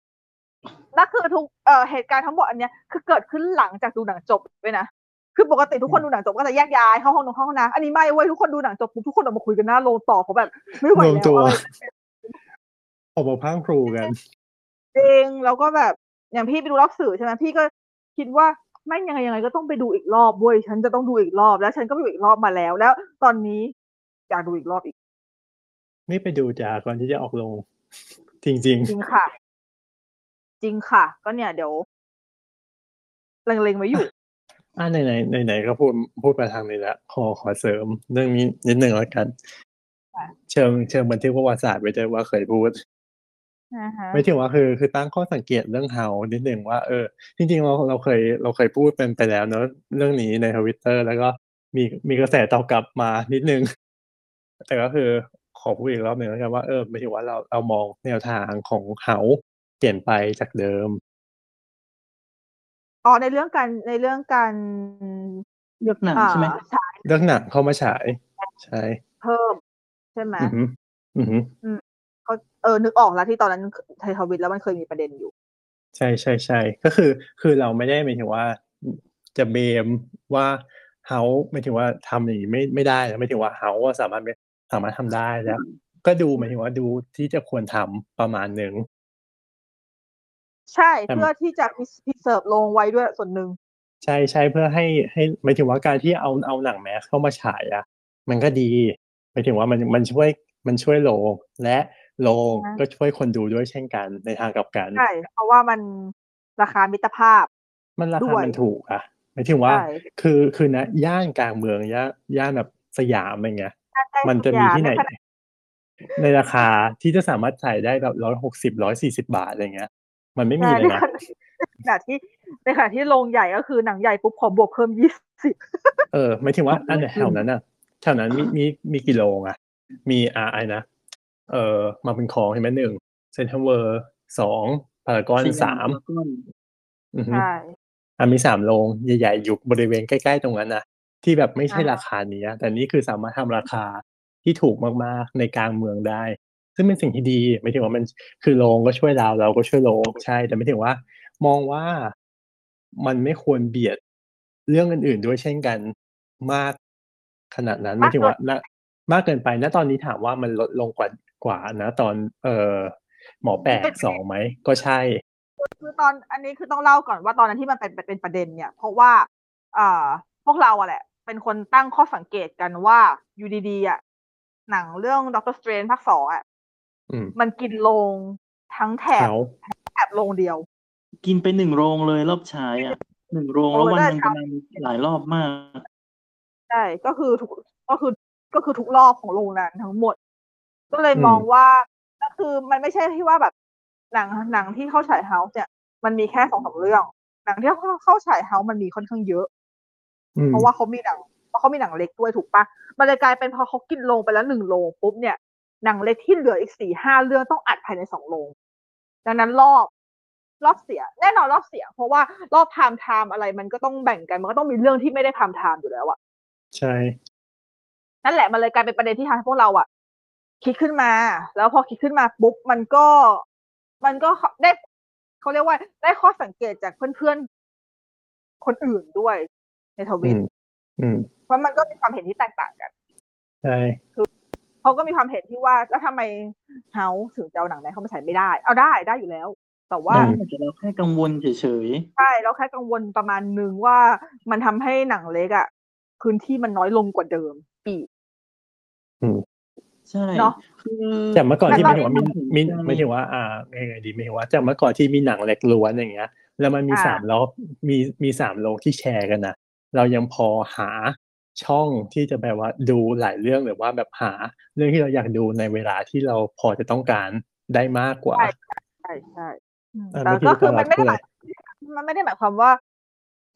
S4: นั่นคือทุกเอ่อเหตุการณ์ทั้งหมดอันเนี้ยคือเกิดขึ้นหลังจากดูหนังจบด้วยนะคือปกติทุกคนดูหนังจบก็จะแยกย้ายเข้าห้องนอนเข้าห้องน้ำอันนี้ไม่เว้ยทุกคนดูหนังจบปุ๊บทุกคนออกมาคุยกันหน้าโรงต่อเพราะแบบไม่ไหว
S2: ร
S4: แล้ว
S2: มตัว
S4: ว
S2: ออกมาพรังครูกัน
S4: เองแล้วก็แบบอย่างพี่ไปดูรอบสื่อใช่ไหมพี่ก็คิดว่าไม่ยังไงยังไงก็ต้องไปดูอีกรอบเว้ยฉันจะต้องดูอีกรอบแล้ว ฉันก็ไปดูอีกรอบมาแล้ว แล้ว ตอนนี้อยากดูอีกรอบอีก
S2: นี่ไปดูจ้าก่อนที่จะออกลง จริง
S4: จริงค่ะ จริงค่ะ ก็เนี่ยเดี๋ยวเล็งๆไว้อยู่
S2: ๆอ่าไหนไหนไหนไหนๆก็พูดพูดไปทางนี้แล้วขอขอเสริม เรื่องนี้นิดหนึ่งแล้วกัน
S4: ค่ะ
S2: เชิงเชิงบันทึกประวัติศาสตร์ไว้ด้วยว่าเคยพูด
S4: นะฮะ
S2: ไม่ถึงว่าคือคือตั้งข้อสังเกตเรื่องเฮานิดหนึ่งว่าเออ จริงๆเราเราเคยเราเคยพูดเป็นไปแล้วเนอะเรื่องนี้ในทวิตเตอร์แล้วก็มีมีกระแสตอบกลับมานิดนึง แต่ก็คือขอพูดอีกรอบหนึ่งแล้วกันว่าเออไม่ถึงว่าเราเรามองแนวทางของเฮาเปลี่ยนไปจากเดิม
S4: อ๋อในเรื่องการในเรื่องการ
S3: เลือกหนังใช่ไหม
S4: อ่าฉาย
S2: เรื่องหนังเข้ามาฉาย ใช่
S4: เพิ่ม ใช่ไหม
S2: อือหืออือหือ
S4: เขาเออนึกออกแล้วที่ตอนนั้นไทยทวิตแล้วมันเคยมีประเด็นอยู่
S2: ใช่ใช่ใช่ก็คือคือเราไม่ได้หมายถึงว่าจะเบมว่าเฮาหมายถึงว่าทำอย่างนี้ไม่ไม่ได้แล้วหมายถึงว่าเฮาอะสามารถไม่สามารถทำได้แล้ว ก็ดูหมายถึงว่าดูที่จะควรทำประมาณหนึ่ง
S4: ใช่
S2: แต่มัน
S4: เพื่อที่จะพิเศษลงไว้ด้วยส่วนหนึ่ง
S2: ใช่ใช่เพื่อให้ให้หมายถึงว่าการที่เอาเอาหนังแมสเข้ามาฉายอะมันก็ดีหมายถึงว่ามันมันช่วยมันช่วยโลงและโลงก็ช่วยคนดูด้วยเช่นกันในทางกลับกัน
S4: ใช่เพราะว่ามันราคามิตรภาพ
S2: มันรา
S4: ด้
S2: คา
S4: วย
S2: มันถูกอะหมายถึงว่า
S4: ใช่
S2: คือคือนะย่านกลางเมืองย่านย่านแบบสยามอะไรเงี้ย
S4: ได้
S2: มันจะ
S4: ทุก
S2: มี
S4: อย่าง
S2: ที่ไหน
S4: ขณะ
S2: ในราคาที่จะสามารถขายได้แบบร้อยหกสิบร้อยสี่สิบาทอะไรเงี้ย มันไม่มี
S4: ใช่
S2: เลยนะ
S4: ในขณะที่ในขณะที่โรงใหญ่ก็คือหนังใหญ่ปุ๊บขอบวกเพิ่มยี่ สิบ
S2: เออหมายถึงว่า
S3: ขอบคุณ
S2: อันไหนแถวนั้นอ่ะแถวนั้นมีมีมีกี่โรงอ่ะ มีอาไอนะ เออมาเป็นของเห็นไหมหนึ่งเซนทรัลเวอร์สองพารากอนสาม
S3: แล้วก็
S2: อือฮึ
S4: ใช่
S2: อ่ะมีสามโรงใหญ่ๆ อยู่บริเวณใกล้ๆตรงนั้นนะที่แบบไม่ใช่
S4: อ่า
S2: ราคานี้อะแต่นี่คือสามารถทำราคาที่ถูกมากๆในกลางเมืองได้ ซึ่งเป็นสิ่งที่ดีหมายถึงว่ามันคือโรงก็ช่วยเราเราก็ช่วยโรงใช่ แต่ไม่ถึงว่า มองว่ามันไม่ควรเบียดเรื่องอื่นๆด้วยเช่นกันมากขนาดนั้นไม่
S4: มากเกิน
S2: ถึงว่านะมากเกินไปนะตอนนี้ถามว่ามันลดลงกว่ากว่านะ ตอน เออหมอแปดสองไหมก็ใช่
S4: คือตอนอันนี้คือต้องเล่าก่อนว่าตอนนั้นที่มันเป็นเป็นประเด็นเนี่ย เพราะว่าเอ่อพวกเราอะแหละ เป็นคนตั้งข้อสังเกตกันว่าอยู่ดีๆอะหนังเรื่องด็อกเตอร์สเตรนภาคสองอะ
S2: อืม
S4: มันกินโรงทั้งแถบ
S2: เขา
S4: แถบโรงเดียว
S3: กินไปหนึ่งโรงเลยรอบฉายอ่ะหนึ่งโรงแล้ววันหนึงประมาณหลายรอบมาก
S4: ใช่ก็คือทุกก็คือก็คือทุกรอบของโรงนั้นทั้งหมด ก็เลยมองว่าก็คือมันไม่ใช่ที่ว่าแบบหนังหนังที่เข้าฉายเฮาส์เนี่ย มันมีแค่สองสามเรื่อง หนังที่เข้าฉายเฮาส์มันมีค่อนข้างเยอะ
S2: อืม
S4: เพราะว่าเขามีหนังเพราะเขามีหนังเล็กด้วยถูกปะมันเลยกลายเป็นพอเขากินโรงไปแล้วหนึ่งโรงปุ๊บเนี่ย หนังเล็กที่เหลืออีกสี่ห้าเรื่องต้องอัดภายในสองโรงดังนั้นรอบ รอบเสีย แน่นอนรอบเสีย เพราะว่ารอบพามไทม์อะไรมันก็ต้องแบ่งกัน มันก็ต้องมีเรื่องที่ไม่ได้พามไทม์อยู่แล้วอะ
S2: ใช่
S4: นั่นแหละมันเลยกลายเป็นประเด็นที่ทำให้พวกเราอะคิดขึ้นมา แล้วพอคิดขึ้นมาปุ๊บมันก็ มันก็ได้เขาเรียกว่า ได้ข้อสังเกตจากเพื่อนๆ คนอื่นด้วยในท
S2: อื
S4: วิต
S2: มอืม
S4: เพราะมันก็มีความเห็นที่แตกต่างกัน
S2: ใช่
S4: เขาก็มีความเห็นที่ว่าแล้วทำไมเฮาถึงจะเอาหนังนั้นเข้ามาฉายไม่ได้ เอาได้ได้อยู่แล้ว แต่ว่า
S3: ได้แต่เราแค่กังวลเฉย
S4: ใช่เราแค่กังวลประมาณนึงว่ามันทำให้หนังเล็กอะพื้นที่มันน้อยลงกว่าเดิมปีก
S3: ๆ ใช่
S4: เนอะ
S3: คือ
S2: จากเมื่อก่อนที่ไม่ถึงว่ามีมี
S3: ใช่
S2: ไม่ถึงว่า อ่าไงดีไม่ถึงว่าจากเมื่อก่อนที่มีหนังเล็กล้วนอย่างเงี้ย แล้วมันมี
S4: อ่า
S2: สามรอบมีมีสามโรงที่แชร์กันนะเรายังพอหาช่องที่จะแบบว่าดูหลายเรื่องหรือว่าแบบหา เรื่องที่เราอยากดูในเวลาที่เราพอจะต้องการได้มากกว่า
S4: ใช่ใช่
S2: อ่า
S4: แต่
S2: เมื่อกี้
S4: ก็คือ
S2: ต
S4: มั
S2: ลาด
S4: นไม่ได้ห
S2: เปิด
S4: มายมันไม่ได้หมายความว่า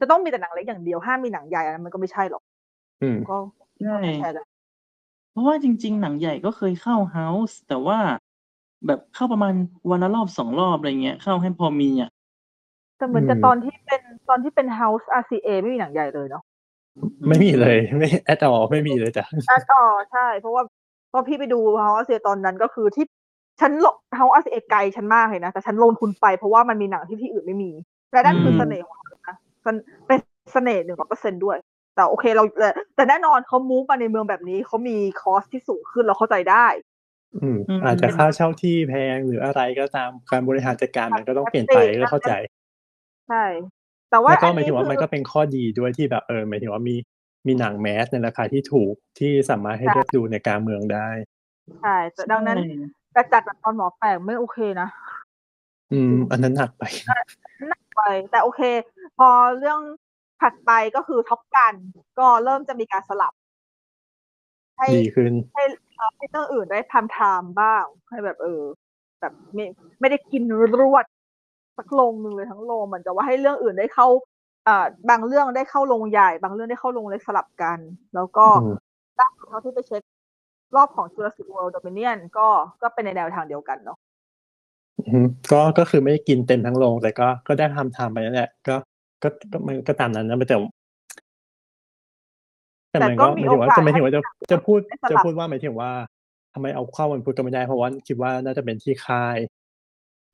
S4: จะต้องมีแต่หนังเล็กอย่างเดียวห้ามมีหนังใหญ่อันนั้นมันก็ไม่ใช่หรอก
S2: อืม
S4: ก็
S3: ใช่
S4: แชร์กัน
S3: เพราะว่าจริง ๆ หนังใหญ่ก็เคยเข้าเฮาส์แต่ว่าแบบเข้าประมาณวันละรอบสองรอบอะไรเงี้ย เข้าให้พอมีอ่ะ
S4: แต่เหมือน
S2: อืม
S4: จะตอนที่เป็นตอนที่เป็น House RCA ไม่มีหนังใหญ่เลยเนาะ
S2: ไม่มีเลยไม่แอดออไม่มีเลยจ้ะ
S4: อ่ะอ๋อใช่ เพราะว่าเพราะพี่ไปดู House RCA ตอนนั้นก็คือที่ฉันลง House RCA ไกลฉันมากเลยนะแต่ฉันลงทุนไปเพราะว่ามันมีหนังที่ที่อื่นไม่มีและนั่นคือเสน่ห์ของมันนะเป็นเสน่ห์หนึ่งร้อยเปอร์เซ็นต์ด้วย แต่โอเคเราแต่แต่แน่นอนเขามูฟมาในเมืองแบบนี้เขามีคอสที่สูงขึ้นเราเข้าใจได้
S2: อืมอาจจะค่าเช่าที่แพงหรืออะไรก็ตามการบริหารจัดการมันก็ต้องเปลี่ยนไปก็เข้าใจ
S4: ใช่ แต่ว่า
S2: แล้วก็
S4: อัน
S2: หมาย
S4: นี้
S2: ถึงว่ามัน
S4: คือ
S2: ก็เป็นข้อดีด้วยที่แบบเออหมายถึงว่ามีมีหนังแมสในราคาที่ถูกที่สามารถให้
S4: ใช่
S2: เลือกดูในกลารเมืองได้
S4: ใช่แต่ดังนั้น
S3: ใช่
S4: แต่จัดแบบตอนหมอแปลกไม่โอเคนะ
S2: อืม อันนั้นหนักไป
S4: ไปแต่โอเค พอเรื่องถัดไปก็คือท็อปกัน ก็เริ่มจะมีการสลับ ให้
S2: ดีขึ้น
S4: เอ่อให้เรื่องอื่นได้พามไทม์บ้าง ให้แบบเออ แบบไม่ไม่ได้กินรวดสักลงหนึ่งเลยทั้งโรงเหมือนกับว่าให้เรื่องอื่นได้เข้าเอ่อบางเรื่องได้เข้าโรงใหญ่ บางเรื่องได้เข้าโรงเล็กสลับกัน แล้วก็
S2: อืม
S4: ล่าสุดเท่าที่ไปเช็ค รอบของ Jurassic World Dominion ก็ก็เป็นในแนวทางเดียวกันเนาะ
S2: อืมก็ก็คือไม่ได้กินเต็มทั้งโรงแต่ก็ก็ได้ทำทำไปนั่นแหละก็ก็ก็มันก็ตามนั้นนะแต่แต่มันก็หมายถึงว่าจะหมายถึงว่าจะจะพูดจะพูดว่าหมายถึงว่าทำไมเอาเข้าวันพุธก็ไม่ได้เพราะว่าคิดว่าน่าจะเป็นที่ค่าย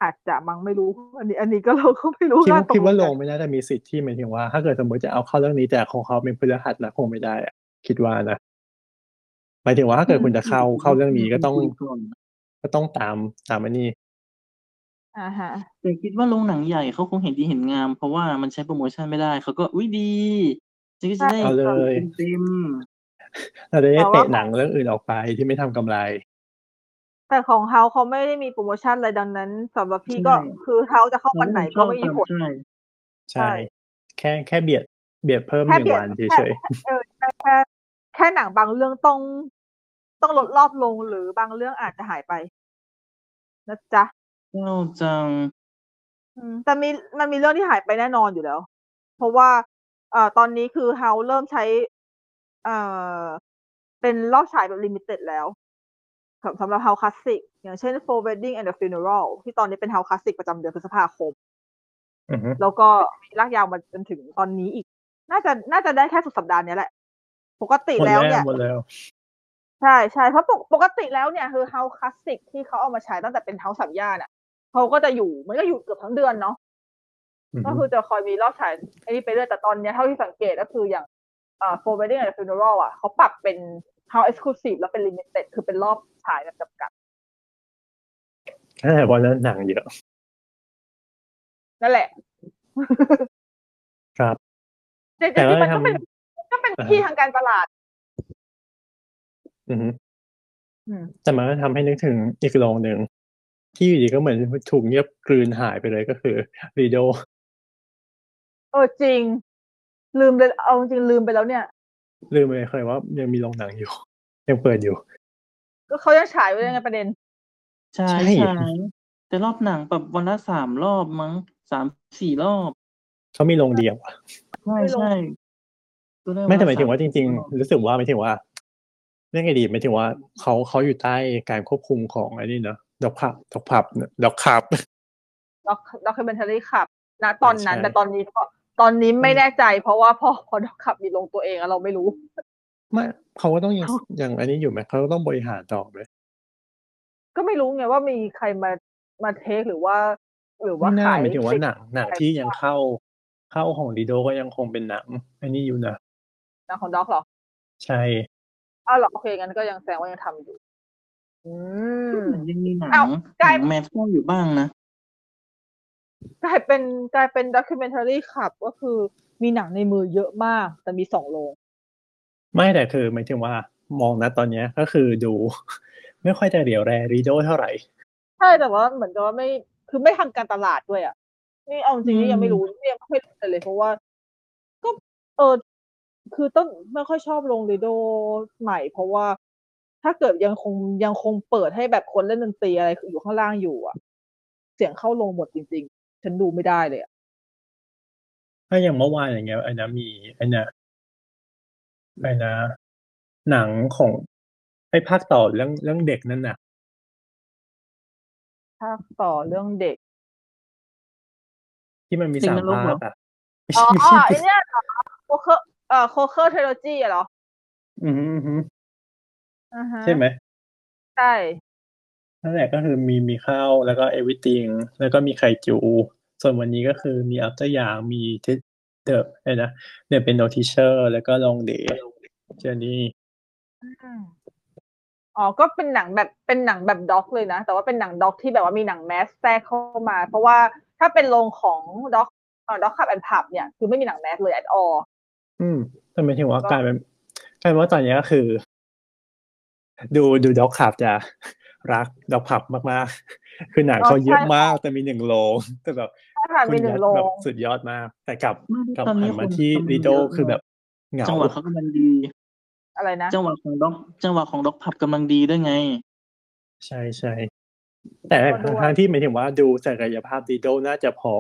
S4: อาจจะมั้งไม่รู้ อันนี้ อันนี้ก็เราก็ไม่รู้
S2: คิดว่า
S4: ตก
S2: คิดว่าล
S4: กัน
S2: งไม่น่าจะมีสิทธิ์ที่หมายถึงว่า ถ้าเกิดสมมติจะเอาเข้าเรื่องนี้แต่ของเขาเป็นพฤหัสนะคงไม่ได้อะคิดว่านะหมายถึงว่าถ้าเกิดคุณจะเข้าเข้าเรื่องนี้ก็ต้อง
S3: ก่อน
S2: ก็ต้องตามตามอันนี้
S4: อ่าฮะ
S3: แต่คิดว่าโรงหนังใหญ่เขาคงเห็นดีเห็นงาม เพราะว่ามันใช้โปรโมชั่นไม่ได้เขาก็อุ้ยดีจะก็จะได้
S2: เอาเลย
S3: เต็ม
S2: เราจะได้เตะหนังเรื่องอื่นออกไปที่ไม่ทำกำไร
S4: แต่ของเฮาเขาไม่ได้มีโปรโมชั่นอะไรดังนั้นสำหรับพี่ก็คือเฮาจะเข้า
S3: ๆ
S4: วันไหนก็ไม่มีผล
S3: ใช่
S2: ใช่ แค่แค่เบียดเบียดเพิ่มห
S4: แค่
S2: นึ่ง
S4: เบียด
S2: วันเฉย
S4: เออแค่แค่แค่หนังบางเรื่องต้องต้องลดรอบลงหรือบางเรื่องอาจจะหายไปนะจ๊ะ
S3: เจ้าจัง
S4: อืมแต่มีมันมีเรื่องที่หายไปแน่นอนอยู่แล้ว เพราะว่าเอ่อตอนนี้คือเฮาเริ่มใช้ เอ่อ เป็นรอบฉายแบบลิมิเต็ดแล้วสำสำหรับเฮาคลาสสิกอย่างเช่น For Wedding and the Funeral ที่ตอนนี้เป็นเฮาคลาสสิกประจำเดือนพฤษภาคม
S2: ๆอือฮึ
S4: แล้วก็มีลากยาวมาจนถึงตอนนี้อีก น่าจะน่าจะได้แค่สุดสัปดาห์เนี้ยแหละ ปกติ
S2: หมด
S4: แล้ว
S2: แล้
S4: เนี่
S2: วย หมดแล้ว
S4: ใช่ใช่เพราะปกปกติแล้วเนี่ยคือเฮาคลาสสิกที่เขาเอามาใช้ตั้งแต่เป็นเฮาสามย่านอ่ะเขาก็จะอยู่มันก็อยู่เกือบทั้งเดือนเนาะ
S2: อือ
S4: ก็
S2: ฮึ
S4: คือจะคอยมีรอบฉายไอ้นี่ไปเรื่อยแต่ตอนเนี้ยเท่าที่สังเกตก็คืออย่างอ่าโฟร์เวดดิ้งและฟิวเนอรัลอ่ะเขาปรับเป็น how exclusive แล้วเป็น limited คือเป็นรอบฉายแบบจำกัด
S2: แค่วันนั้นหนังเยอะ
S4: นั่นแหละ
S2: ครับ
S4: จริง
S2: แต่ว่า
S4: ๆมันก็เป็น
S2: ท
S4: ก็เป็น
S2: อ่าฮะ
S4: ที่ทางการตลาด
S2: อือฮึ
S4: อืม
S2: แต่มันก็ทำให้นึกถึงอีกโรงหนึ่ง ที่อยู่ดีก็เหมือนถูกเงียบกลืนหายไปเลยก็คือรีโด
S4: เออจริง ลืมเลยเอาจริงลืมไปแล้วเนี่ย
S2: ลืมไปเลยเคยว่ายังมีโรงหนังอยู่ ยังเปิดอยู่
S4: ก็เขายังฉายไว้ยังไงประเด็น
S3: ใช่
S2: ใช่
S3: ใช่แต่รอบหนังแบบวันละสามรอบมั้งสามสี่รอบ
S2: เขามีโรงเดียวอะ
S3: ใช่
S4: ไม่ลง
S3: ใช่
S2: ไม่แต่หมายถึงว่าจริง ๆ รู้สึกว่าหมายถึงว่า เรื่องไงดีหมายถึงว่าเขาเขาอยู่ใต้การควบคุมของไอ้นี่เนาะด็อกผับด็อกผับด็อกขับ
S4: ด็อกด็อกคิวเมนทารีขับนะตอนนั้น
S2: ใช่
S4: แต่ตอนนี้ก็ตอนนี้ไม่แน่ใจ เพราะว่า พอพอด็อกขับมีลงตัวเองอะเราไม่รู้
S2: ไม่เขาก็ต้องยังยังอันนี้อยู่ไหมเขาก็ต้องบริหารต่อไหม
S4: ก็ไม่รู้ไงว่ามีใครมามาเทคหรือว่า หรือว่า
S2: ไม่น่า
S4: ขาย
S2: หมายถึงว่า
S4: สิทธิ์
S2: หนังหนังที่ยังเข้าเข้าของดีโดก็ยังคงเป็นหนังอันนี้อยู่นะ
S4: หนะของด็อกเหรอ
S2: ใช่
S4: อ้าวเหรอโอเคงั้นก็ยังแสดงว่ายังทำอยู่ อืม
S3: ยังมีหนัง
S4: อ้าว
S3: ห
S4: กลา
S3: นั
S4: ย
S3: งแมสก็อยู่บ้างนะ
S4: กลายเป็นกลายเป็นด็อกิเมนทารีขับก็คือมีหนังในมือเยอะมาก แต่มีสองโรง
S2: ไม่แต่คือหมายถึงว่ามองนะตอนเนี้ยก็คือดู ไม่ค่อยจะเดียวแรรีโดเท่าไหร่
S4: ใช่แต่ว่าเหมือนกับว่าไม่คือไม่ทำการตลาดด้วยอ่ะ นี่เอาจริงๆนี่ยังไม่รู้นี่ยังไม่รู้เลยเพราะว่า ก็เออคือต้องไม่ค่อยชอบลงรีโดใหม่ เพราะว่าถ้าเกิดยังคงยังคงเปิดให้แบบคนเล่นดนตรีอะไรอยู่ข้างล่างอยู่อ่ะ เสียงเข้าลงหมดจริง ๆ ฉันดูไม่ได้เลยอะ
S2: ถ้าอย่างเมื่อวานอย่างเงี้ยไอ้นะมีไอ้นะไอ้นะหนังของไอ้ภาคต่อเรื่องเรื่องเด็กนั่นน่ะ
S4: ถ้าต่อเรื่องเด็ ก
S2: ที่มันมี
S3: เด็ก
S2: สาม
S3: นรก
S2: ภา
S3: เหรอ
S2: คอะ
S4: อ๋ อ
S2: ไม่
S4: อ๋อ
S2: ใช่
S4: ไอเนี่ยเหรอโคเคอร์เอ่อโคเคอร์เทโลจีเหรอ
S2: อืมอืมอืม
S4: อ่าฮะ
S2: ใช่ไหม
S4: ใช่
S2: นั่นแหละก็คือมีมีข้าวแล้วก็เอวิติงแล้วก็มีไข่จูส่วนวันนี้ก็คือมีอัพเตอร์ยางมีเดอะไอ้นะเดอะเป็นโนทิเชอร์ แล้วก็ลองเดย์เจอนี่
S4: อืมอ๋อ ก็เป็นหนังแบบเป็นหนังแบบด็อกเลยนะ แต่ว่าเป็นหนังด็อกที่แบบว่ามีหนังแมสแทรกเข้ามา เพราะว่าถ้าเป็นโรงของด็อกเอ่อด็อกขับแอนพับเนี่ยคือไม่มีหนังแมสเลย at all
S2: อืมแต่หมายถึงว่ากลายเป็นกลายเป็นว่าตอนเนี้ยก็คือ ดูดูด็อกขับจะรักด็อกผับมากๆ คือหนังเขาเยอะมาก แต่มีหนึ่งโลแต่แบบ
S4: ถ้าผ่านมีหนึ่งโร
S2: แบ
S4: ง
S2: บสุดยอดมาก แต่กลับ
S3: ไม่
S2: กลับ
S3: ตอน
S2: หั
S3: นี้
S2: นมา
S3: คน
S2: ที่
S3: กำลัง
S2: รีโด
S3: เยอะ
S2: คือแบบเหงา
S3: จังหวะเขากำลังดี
S4: อะไรนะ
S3: จังหวะของด็อกจังหวะของด็อกผับกำลังดีด้วยไง
S2: ใช่ใช่แต่
S4: ก็ด้วย
S2: ทางๆที่หมายถึงว่าดูศักยภาพรีโดน่าจะพอ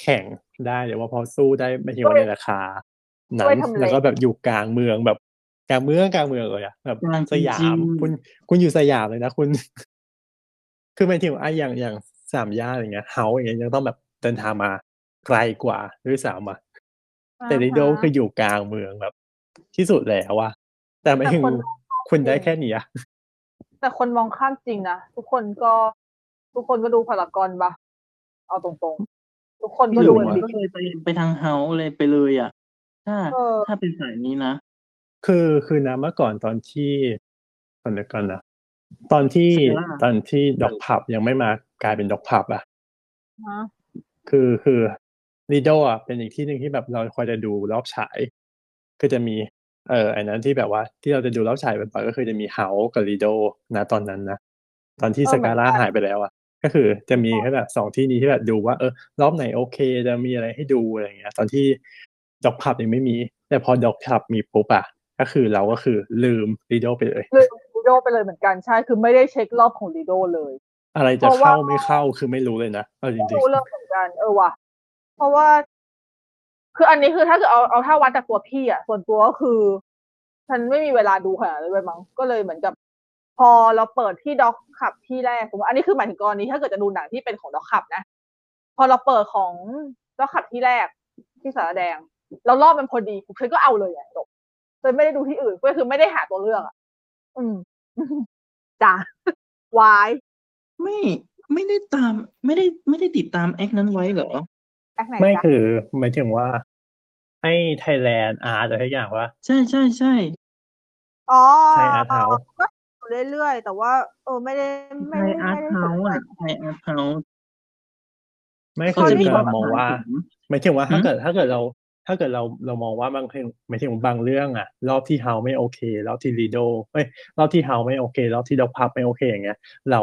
S2: แข่งได้หรือว่าพอสู้ได้หมายถึงว่าในราคานั้
S4: ด้วน ยทำเล
S2: แล้วก็แบบอยู่กลางเมืองแบบกลางเมืองกลางเมืองเลยอะแบบ
S3: กลางจริง
S2: ส
S3: ๆ
S2: ยามคุณคุณอยู่สยามเลยนะคุณ คือหมายถึงว่าไอ้อย่างอย่างสามย่านอย่างเงี้ยเฮาอย่างเงี้ยยังต้องแบบเดินทางมาไกลกว่าด้วยซ้ำอะ แต่ดิโดคืออยู่กลางเมืองแบบ ที่สุดแล้วอะแต่ไม่ถึง
S4: แต่คน
S2: คุณได้แค่เนี้ย
S4: แต่คนมองข้ามจริงนะ ทุกคนก็ ทุกคนก็ดูพารากอนปะเอาตรงๆ ทุกคนก็ดู
S3: มัน
S4: NBD
S3: ก็เลยไปไปทางเฮาเลยไปเลยอ่ะ ถ้า
S4: เออ
S3: ถ้าเป็นสายนี้นะ
S2: คือคือนะเมื่อก่อนตอนที่ตอนเดียวกันนะตอนที่
S3: ใช่ปะ
S2: ตอนที่ด็อกผับยังไม่มากลายเป็นด็อกผับอะ
S4: ฮะ
S2: คือคือดิโดอะเป็นอีกที่หนึ่งที่แบบเราคอยจะดูรอบฉายคือจะมีเออไอ้นั้นที่แบบว่า ที่เราจะดูรอบฉายเป็นปก็คือจะมีเฮากับลีโดนะตอนนั้นนะตอนที่
S4: เออ
S2: ส
S4: เหมือน
S2: กาล่า
S4: กัน
S2: หายไปแล้วอะ ก็คือจะมีแค่แบบสองที่นี้ที่แบบดูว่าเออรอบไหนโอเค จะมีอะไรให้ดูอะไรอย่างเงี้ย ตอนที่ดอกพับยังไม่มี แต่พอดอกพับมีปุ๊บอะก็คือเราก็คือลืมรีโดไปเลย
S4: ลืมลีโดไปเลยเหมือนกันใช่ คือไม่ได้เช็ครอบของลีโดเลย
S2: อะไรจะ
S4: เพราะว่า
S2: เข้าไม่เข้าคือไม่รู้เลยนะเอาจ
S4: ไม่
S2: ริง
S4: รู้เลยเหมือนกันเออว่ะเพราะว่า คืออันนี้คือถ้าเกิดเอาเอาถ้าวัดจากตัวพี่อ่ะ ส่วนตัวก็คือ ฉันไม่มีเวลาดูขนาดนั้นเลยมั้งก็เลยเหมือนกับ พอเราเปิดที่ด็อกขับที่แรกสมมติอันนี้คือหมายถึงกรณีถ้าเกิดจะดูหนังที่เป็นของด็อกขับนะ พอเราเปิดของด็อกขับที่แรกที่สารแดง เรารอบมันพอดีฉันก็เอาเลยอ่ะจบเลยไม่ได้ดูที่อื่นก็คือไม่ได้หาตัวเลือกอ่ะอืม จ้ าวาย
S3: ไม่ไม่ได้ตามไม่ได้ไม่ได้ติดตามแอคนั้นไว้เหรอ
S2: ๆ ไม่คือหมายถึงว่า ให้ไทยแลนด์อาร์ตอะไรทุกอย่างว่า
S3: ใช่ใช่ใช่
S4: อ๋อ
S2: ไทยอาร์ตเฮาส์
S4: ก็อยู่เรื่อยๆ แต่ว่า เออ ไม่ได้ไม่
S3: ไทย
S4: ได้
S3: อาร์
S4: ไม่
S3: ต
S4: ได้ส
S3: เฮา
S4: น
S3: ส์
S4: ใจ
S3: อ่ะไทยอาร์ตเฮาส์
S2: ไม่
S4: เขา
S2: คือ
S4: จะมี
S2: กำลังมองว่า
S3: ผม
S2: หมายถึงว่า
S3: หืม
S2: ถ้าเกิดถ้าเกิดเรา ถ้าเกิดเราเรามองว่าบางเพลงหมายถึงบางเรื่องอะรอบที่เฮาไม่โอเครอบที่ลีโดเอ้ยรอบที่เฮาไม่โอเครอบที่ดอกพับไม่โอเคอย่างเงี้ย เรา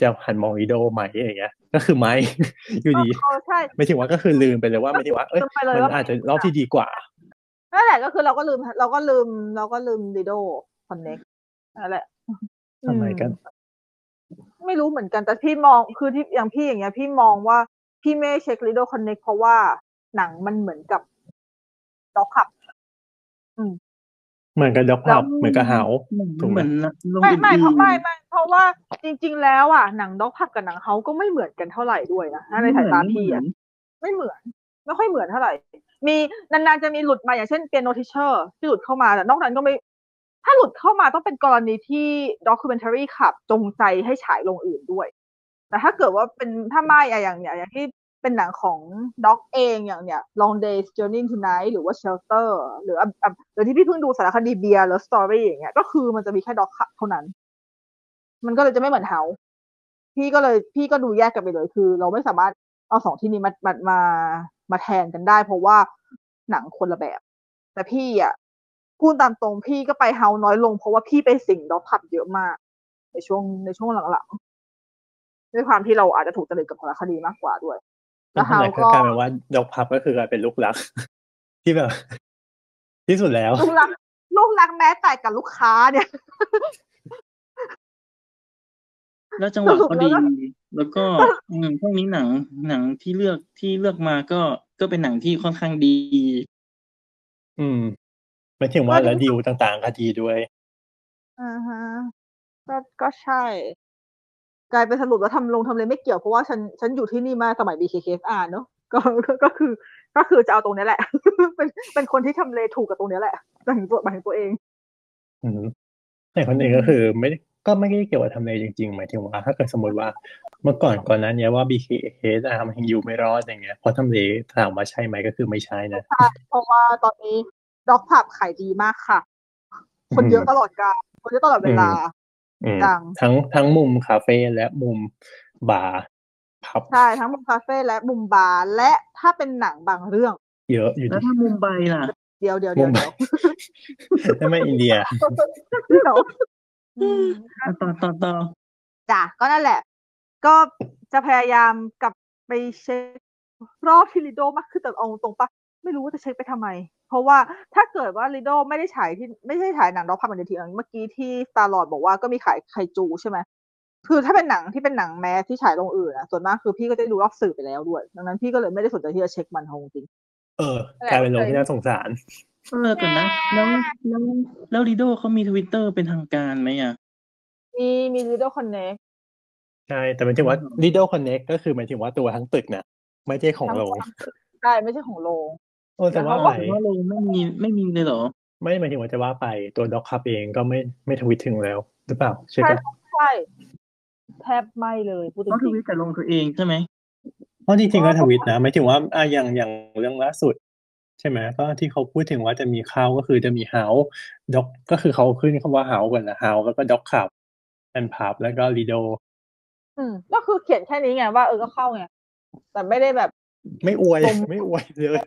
S2: จะหันมองลีโดไหมอย่างเงี้ย ก็คือไม่ อยู่ดี
S4: เออใช่
S2: หมายถึงว่าก็คือลืมไปเลยว่าหมายถึงว่าเอ้ย
S4: จำไปเลย
S2: มัน
S4: ว่า
S2: อาจจะรอบที่ดีกว่า
S4: นั่นแหละก็คือเราก็ลืม เราก็ลืม เราก็ลืมดีโดคอนเน็กนั่นแหละ
S2: ทำไมกัน
S4: อืมไม่รู้เหมือนกัน แต่พี่มอง คือที่อย่างพี่อย่างเงี้ย พี่มองว่าพี่ไม่เช็คลีโดคอนเน็กเพราะว่าหนังมันเหมือนกับด็อกขับ
S2: เหมือนกับด็อกพับเหมือนกับเฮา ถูกไหม
S3: เหมือนนะลง
S4: ไม่
S3: ดี
S4: ไม่เพราะไม่ไม่เพราะว่าจริง ๆ แล้วอ่ะหนังด็อกพับกับหนังเฮาก็ไม่เหมือนกันเท่าไหร่ด้วยนะในสายตาพี่อ่ะ ไม่เหมือน ไม่ค่อยเหมือนเท่าไหร่ มีนานๆจะมีหลุดมาอย่างเช่นเปียโนทิเชอร์ที่หลุดเข้ามาแต่นอกนั้นก็ไม่ ถ้าหลุดเข้ามาต้องเป็นกรณีที่ด็อกิเมนทารีขับจงใจให้ฉายลงอื่นด้วย แต่ถ้าเกิดว่าเป็นถ้าไม่อะอย่างเนี่ยอย่างที่เป็นหนังของด็อกเองอย่างเนี่ย Long Day's Journey Tonight หรือว่า Shelter หรืออ่ะอ่ะหรือที่พี่เพิ่งดูสารคดีเบียร์หรือ Story อย่างเงี้ยก็คือมันจะมีแค่ด็อกเท่านั้น มันก็เลยจะไม่เหมือนเฮาพี่ก็เลยพี่ก็ดูแยกกันไปเลยคือ เราไม่สามารถ เอาสองที่นี้มามามามาแทนกันได้ เพราะว่าหนังคนละแบบ แต่พี่อ่ะพูดตามตรงพี่ก็ไปเฮาน้อยลง เพราะว่าพี่ไปสิงด็อกพับเยอะมาก ในช่วงในช่วงหลังๆด้วยความที่เราอาจจะถูกจริตกับสารคดีมากกว่าด้วย แล้ว
S2: ทำ
S4: เฮา
S2: ไม
S4: ก็
S2: ก็กลายเป็นว่าด็อกพับก็คือกลายเป็นลูกรัก ที่แบบ ที่สุด แล้ว
S4: ลูกรักลูกรักแม้แต่กับลูกค้าเนี่ย
S3: แล้วจังหวะ
S4: ส
S3: ก็ดี
S4: รุปแล้วก็
S3: แล้วก็อืมพวกนี้หนังหนังที่เลือกที่เลือกมาก็ก็เป็นหนังที่ค่อนข้างดี
S2: อืมหมายถึงว่าแล้วดีลต่างๆคดีด้วย
S4: อ่าฮะก็ก็ใช่ กลายเป็นสรุปแล้วทำลงทำเลไม่เกี่ยวเพราะว่าฉันฉันอยู่ที่นี่มาสมัย BKKSR เนอะ ก็ก็ก็คือ ก็คือจะเอาตรงเนี้ยแหละ เป็นเป็นคนที่ทำเลถูกกับตรงเนี้ยแหละ หมายถึงตัวหมายถึงตัวเอง
S2: อืมแต่คนอื่นก็คือไม่ได้ก็ไม่ได้เกี่ยวกับทำเลจริงๆหมายถึงว่า ถ้าเกิดสมมติว่าเมื่อก่อนก่อนหนั้นเนี้ยว่า BKH อ่ะมันยังอยู่ไม่รอดอย่างเงี้ยเพราะทำเลถามว่าใช่ไหมก็คือไม่ใช่นะ
S4: เพราะว่าตอนนี้ด็อกผับขายดีมากค่ะ คนเยอะตลอดกาลคนเยอะตลอดเวลา
S2: อืม
S4: จัง
S2: ทั้งทั้งมุมคาเฟ่และมุมบาร์พับ
S4: ใช่ทั้งมุมคาเฟ่และมุมบาร์และถ้าเป็นหนังบางเรื่อง
S2: เยอะอยู่
S3: แล้
S2: ดี
S3: ว ถ้ามุมไบล่ะ
S4: เดียวเดียว
S2: มุ
S4: เดียว
S2: ม
S4: เดียว
S2: นั่นไม่อินเดีย
S4: เดี๋ยว
S3: อ่ะต่อต่อต่อ
S4: จ้ะก็นั่นแหละ ก็จะพยายามกลับไปเช็ครอบที่ลิโดมากขึ้นแต่เอาตรงๆปะไม่รู้ว่าจะเช็คไปทำไม เพราะว่าถ้าเกิดว่าลิโดไม่ได้ฉายที่ไม่ได้ฉายหนังดอกพับเหมือนเดิมทีเมื่อกี้ที่ตาลอดบอกว่าก็มีขายไคจูใช่ไหมคือถ้าเป็นหนังที่เป็นหนังแมสที่ฉายลงอื่นอะส่วนมากคือพี่ก็จะดูรอบสื่อไปแล้วด้วยดังนั้นพี่ก็เลยไม่ได้สนใจที่จะเช็คมันเอาจริง
S2: เออ กลายเป็นโรงที่น่าสงสาร
S3: เออแต่นะแล้วแล้วแล้วลีโดเขามีทวิตเตอร์เป็นทางการไหมอ่ะ
S4: มีมีลิโดคอนเน c t
S2: ใช่ แต่หมายถึงว่า Lido Connect ก็คือหมายถึงว่าตัวทั้งตึกน่ะ ไม่ใช่ของโรง
S4: ใช่ไม่ใช่ของโรง
S2: โอ้แต่ว่า
S4: แล้ว
S2: ไห
S4: เขา
S2: น
S3: ว่าเลยไม่มีไม่มีเลยเหรอ
S2: ไม่หมายถึงว่าจะว่าไปตัวด็อกคับเองก็ไม่ไม่ทวิตถึงแล้ว หรือเปล่าใช่
S4: ใช่
S2: ไหม
S4: ใช่แทบไม่เลยพูดจ
S3: เขาท
S4: ริง
S3: วิตแต่ลงตัวเองใช่ไหม
S2: เพราะจริงๆก็ทวิตนะหมายถึงว่าอ่ะอย่างอย่างเรื่องล่าสุด ใช่ไหมก็ที่เขาพูดถึงว่าจะมีข้าวก็คือจะมีเฮาด็อกก็คือเขาขึ้นคำว่าเฮากันนะเฮาแล้วก็ด็อกคับแอนพับแล้วก็ลีโด
S4: ๆอืมก็คือเขียนแค่นี้ไงว่าเออก็เข้าไงแต่ไม่ได้แบบ
S2: ไม่อวย
S4: ผม
S2: ไม่อวยเลย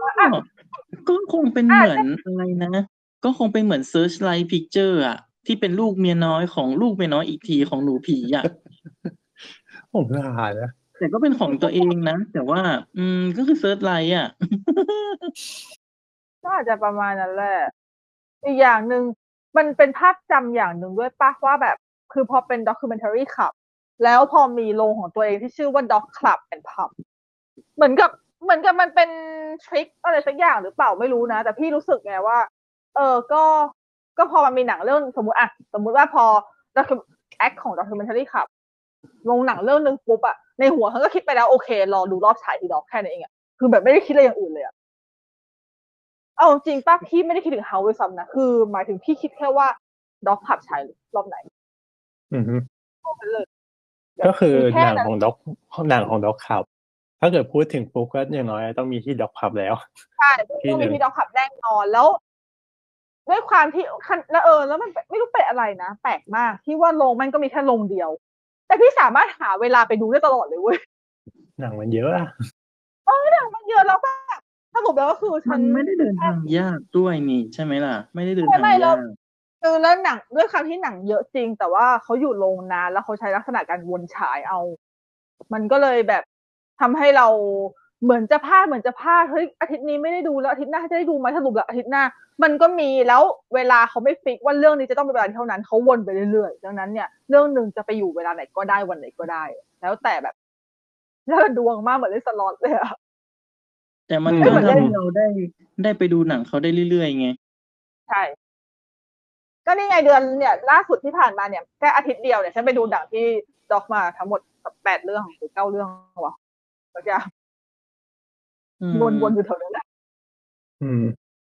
S3: ก็ก็คงเป็นเหมือนอะไรนะ ก็คงเป็นเหมือน Search Light Picture อ่ะ ที่เป็นลูกเมียน้อยของลูกเมียน้อยอีกทีของหนูผีอ่ะ
S2: ผมลานะ
S3: แต่ก็เป็นของตัวเองนะ แต่ว่า อืมก็คือ Search Light อ่ะ
S4: ก็อาจจะประมาณนั้นแหละ อีกอย่างหนึ่งมันเป็นภาพจำอย่างหนึ่งด้วยปะว่าแบบ คือพอเป็นด็อกิเมนทารีขับ แล้วพอมีโรงของตัวเองที่ชื่อว่าด็อกคลับแอนพับเหมือนกับเหมือนกับมันเป็นทริคอะไรสักอย่างหรือเปล่าไม่รู้นะ แต่พี่รู้สึกไงว่า เออก็ก็พอมันมีหนังเรื่องสมมติอะสมมุติว่าพอด็อกแอคของด็อกิเมนทารีขับลงหนังเรื่องหนึ่งปุ๊บอะในหัวเขาก็คิดไปแล้วโอเค รอดูรอบฉายทีด็อกแค่นั้นเองอะคือแบบไม่ได้คิดอะไรอย่างอื่นเลยอะ เอาจริงป้าพี่ไม่ได้คิดถึงเฮาไว้ซ้ำนะ คือ หมายถึงพี่คิดแค่ว่าด็อกขับฉายรอบไหน
S2: อือฮึ
S4: พวกนั้นเลย
S2: ก็คือ
S4: มีแค่
S2: หนั
S4: นั้
S2: ง
S4: น
S2: ของด็อกหนังของด็อกขับ ถ้าเกิดพูดถึงปุ๊บก็อย่างน้อยต้องมีที่ด็อกพับแล้ว
S4: ใช่
S2: ที่
S4: ต้อง
S2: หนึ่
S4: มี
S2: ง
S4: ที่ด็อกขับแน่นอนแล้วด้วยความที่คันแล้วเออ แล้วมันไม่รู้เป็นอะไรนะ แปลกมากที่ว่าโรงมันก็มีแค่โรงเดียว แต่พี่สามารถหาเวลาไปดูได้ตลอดเลยเว้ย
S2: หนังมันเยอะอะ
S4: หนังมันเยอะแล้วแบบสรุปแล้วก็คือฉั
S3: มัน นไม่ได้เดินทางยากด้วยนี่ ใช่ไหมล่ะ ไม่ได้เดินทาง
S4: ไม่ไม่เรา
S3: ยาก
S4: คือแล้วหนังด้วยความที่หนังเยอะจริง แต่ว่าเขาอยู่โรงนานแล้วเขาใช้ลักษณะการวนฉายเอา มันก็เลยแบบทำให้เราเหมือนจะพลาดเหมือนจะพลาดเฮ้ยอาทิตย์นี้ไม่ได้ดูแล้วอาทิตย์หน้าจะได้ดูไหมสรุปแล้วอาทิตย์หน้า มันก็มีแล้วเวลาเขาไม่ฟิกว่าเรื่องนี้จะต้องเป็นเวลาเท่านั้นเขาวนไปเรื่อยๆดังนั้นเนี่ยเรื่องหนึ่งจะไปอยู่เวลาไหนก็ได้วันไหนก็ได้ แล้วแต่แบบแล้วแต่ดวงมากเหมือนเล่นสล็อตเลยอะ
S3: แต่มัน
S4: ไม่
S3: ก็
S4: เหมือนเล่น
S3: ทำให้เราได้ได้ไปดูหนังเขาได้เรื่อยๆไง
S4: ใช่ ก็นี่ไงเดือนเนี่ยล่าสุดที่ผ่านมาเนี่ยแค่อาทิตย์เดียวเนี่ยฉันไปดูหนังที่ด็อกมาทั้งหมดแปดเรื่องหรือเก้าเรื่องวะก็จะ
S3: อืม
S4: วนๆอยู่แถวนั้นแหละ
S2: อืม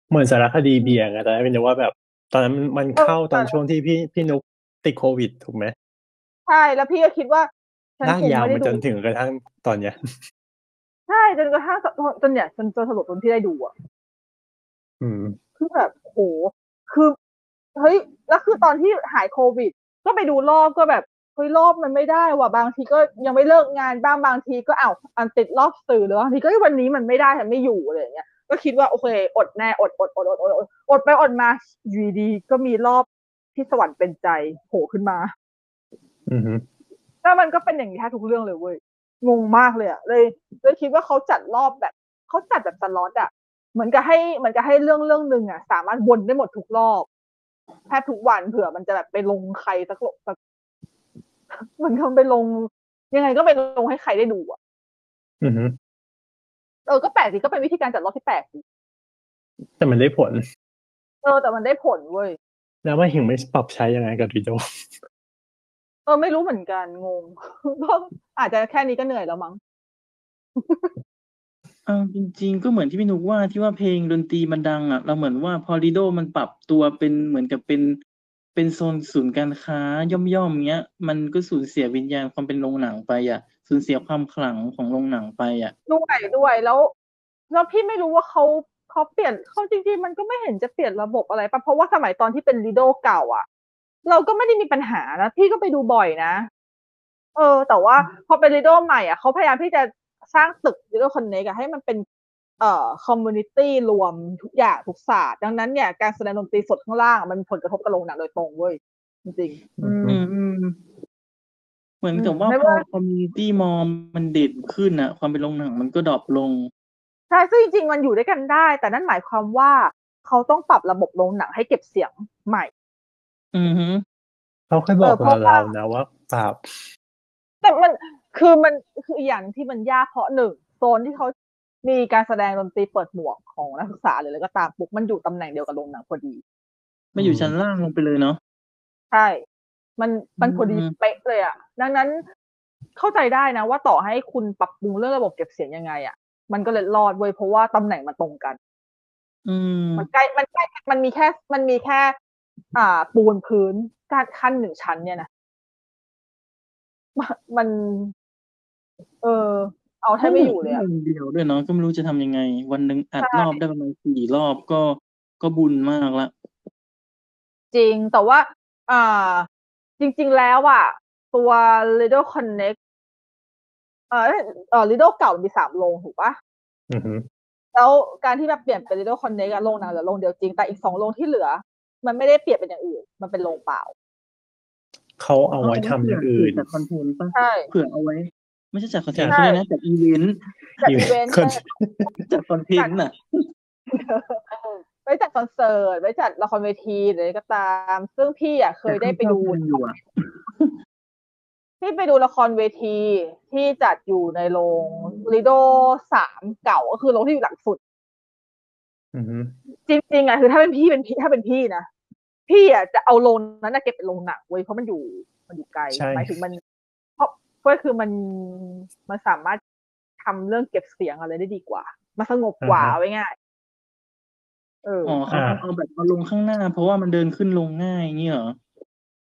S2: เหมือนสารคดีเบียร์ไงแต่ไม่รู้ว่าแบบ ตอนนั้นมันมันเข้าตอนช่วงที่พี่พี่นุกติดโควิดถูกไหม
S4: ใช่แล้วพี่ก็คิดว่าฉัน
S2: ลาก
S4: คง
S2: ยาว
S4: ไม่
S2: มา
S4: ได้
S2: จ
S4: ดู
S2: นถึงกระทั่งตอนเนี้ย
S4: ใช่จนกระทั่งจนจนเนี่ยจนจนสรุปจนที่ได้ดูอ่ะ
S2: อืม
S4: คือแบบโหคือเฮ้ยแล้วคือตอนที่หายโควิด ก็ไปดูรอบก็แบบเฮ้ยรอบมันไม่ได้ว่ะบางทีก็ยังไม่เลิกงานบ้างบางทีก็อ้าวอันติดรอบสื่อหรือบางทีก็เฮ้ยวันนี้มันไม่ได้ฉันไม่อยู่อะไรอย่างเงี้ยก็คิดว่าโอเค อดแน่อดอดอดอดอดอดอดไปอดมาอยู่ดีก็มีรอบที่สวรรค์เป็นใจโผล่ขึ้นมา
S2: อืมฮึ
S4: แล้วมันก็เป็นอย่างนี้แทบทุกเรื่องเลยเว้ยงงมากเลยอะเลยเลยคิดว่าเขาจัดรอบแบบเขาจัดแบบสล็อตอะเหมือนกับให้เหมือนกับให้เรื่องเรื่องหนึ่งอะสามารถวนได้หมดทุกรอบแทบทุกวันเผื่อมันจะแบบไปลงใครสักโลก สักเหมันทำไปลง ยังไงก็ไปลงให้ใครได้ดูอะ
S2: อืมฮึ
S4: เออก็แปลกดีก็เป็นวิธีการจัดรอบที่แปลกดี
S2: แต่มันได้ผล
S4: เออแต่มันได้ผลเว้ย
S2: แล้วว่าหิงไม่ปรับใช้ยังไงกับวิดีโอ
S4: เออไม่รู้เหมือนกันงง ก็อาจจะแค่นี้ก็เหนื่อยแล้วมั้ง
S3: เอาจริง ๆ ก็เหมือนที่พี่นุกว่าที่ว่าเพลงดนตรีมันดังอ่ะ เราเหมือนว่าพอริโดมันปรับตัวเป็นเหมือนกับเป็นเป็นโซนศูนย์การค้าย่อมๆเงี้ย มันก็สูญเสียวิญญาณความเป็นโรงหนังไปอ่ะสูญเสียความขลังของโรงหนังไปอ่ะ
S4: ด้วยด้วยแล้วแล้วพี่ไม่รู้ว่าเขาเขาเปลี่ยนเขาจริงๆมันก็ไม่เห็นจะเปลี่ยนระบบอะไรปะเพราะว่าสมัยตอนที่เป็นลีโดเก่าอะเราก็ไม่ได้มีปัญหานะพี่ก็ไปดูบ่อยนะ เออ แต่ว่าพอเป็นลีโดใหม่อะเขาพยายามที่จะสร้างตึกลีโดคอนเนกให้มันเป็น เอ่อคอมมูนิตี้รวมทุกอย่างทุกศาสตร์ดังนั้นเนี่ยการแสดงดนตรีสดข้างล่างอะมันมีผลกระทบกับโรงหนังโดยตรงเว้ยจริง
S2: อืม
S3: อืมอืมเหมือนกับว่า
S4: ไม่
S3: พอ
S4: ว่า
S3: คอมมูนิตี้มอมมันเด่นขึ้นอ่ะ ความเป็นโรงหนังมันก็ดรอปลง
S4: ๆใช่ซึ่งจริงๆมันอยู่ด้วยกันได้ แต่นั่นหมายความว่าเขาต้องปรับระบบโรงหนังให้เก็บเสียงใหม่
S3: อือฮึ
S2: เขาเคยบอก
S4: เออเพ
S2: เรา
S4: ราะว่า
S2: เรานะว่าปรับ
S4: แต่มันคือมันคืออีกอย่างที่มันยากเพราะหนึ่งโซนที่เขามีการแสดงดนตรีเปิดหมวกของนักศึกษาหรืออะไรก็ตามปุ๊บมันอยู่ตำแหน่งเดียวกับโรงหนังพอดี
S3: ไม่อยู่
S2: อืม
S3: ชั้นล่างลงไปเลยเนาะ
S4: ใช่ มันมันพอดี
S3: อืม
S4: เป๊ะเลยอะดังนั้นเข้าใจได้นะ ว่าต่อให้คุณปรับปรุงเรื่องระบบเก็บเสียงยังไงอะมันก็เลยรอดเว้ยเพราะว่าตำแหน่งมันตรงกัน
S3: อืม
S4: มันใกล้มันใกล้มันมีแค่มันมีแค่ อ่า ปูนพื้นการขั้นหนึ่งชั้นเนี่ยนะมันมัน เออ เอาแทบไม่อยู่เลยอะ
S3: วันเดียวด้วยเนาะก็ไม่รู้จะทำยังไง วันหนึ่งอัด
S4: ใช่
S3: รอบได้ประมาณสี่รอบก็ก็บุญมากละ
S4: จริงแต่ว่าอ่าจริง ๆ แล้วอ่ะ ตัว Lido Connect เอ่อเอ้ยเอ่อ Lido เก่ามีสามโรงถูกปะ
S2: อือฮึ
S4: แล้วการที่แบบเปลี่ยนเป็น Lido Connect อะโรงหนังเหลือโรงเดียวจริง แต่อีกสองโรงที่เหลือ มันไม่ได้เปลี่ยนเป็นอย่างอื่น มันเป็นโรงเปล่า
S2: เขาเอาไว้ทำอย่างอื่น
S3: จัดคอนเทนต์ป่ะ
S4: ใช่
S3: เผื่อเอาไว้ ไม่ใช่จัดคอนเทนต์
S2: ใช่
S3: เขาเรียกนะจัดอีเวนต์
S4: จัดอีเวนต์
S2: คน
S3: จัดคอนเทนต์น่ะ
S4: ไว้จัดคอนเสิร์ตไว้จัดละครเวทีหรืออะไรก็ตาม ซึ่งพี่อ่ะเคยได้ ไปดู
S3: อยู่อะ
S4: ที่ไปดูละครเวทีที่จัดอยู่ในโรงลิโดสามเก่าก็คือโรงที่อยู่หลังสุด
S2: อือฮึ
S4: จริงๆอะคือถ้าเป็นพี่เป็นพี่ถ้าเป็นพี่นะพี่อะจะเอาโลนนั้นนะเก็บเป็นโลงหนักเว้ยเพราะมันอยู่มันอยู่ไกลหมายถึงมัน เพราะก็คือมันมันสามารถทำเรื่องเก็บเสียงอะไรได้ดีกว่า มันสงบกว่าเอาไว้ง่ายเออ
S3: อ๋อเขาเอาแบบเอาลงข้างหน้า เพราะว่ามันเดินขึ้นลงง่ายอย่างงี้เหรอ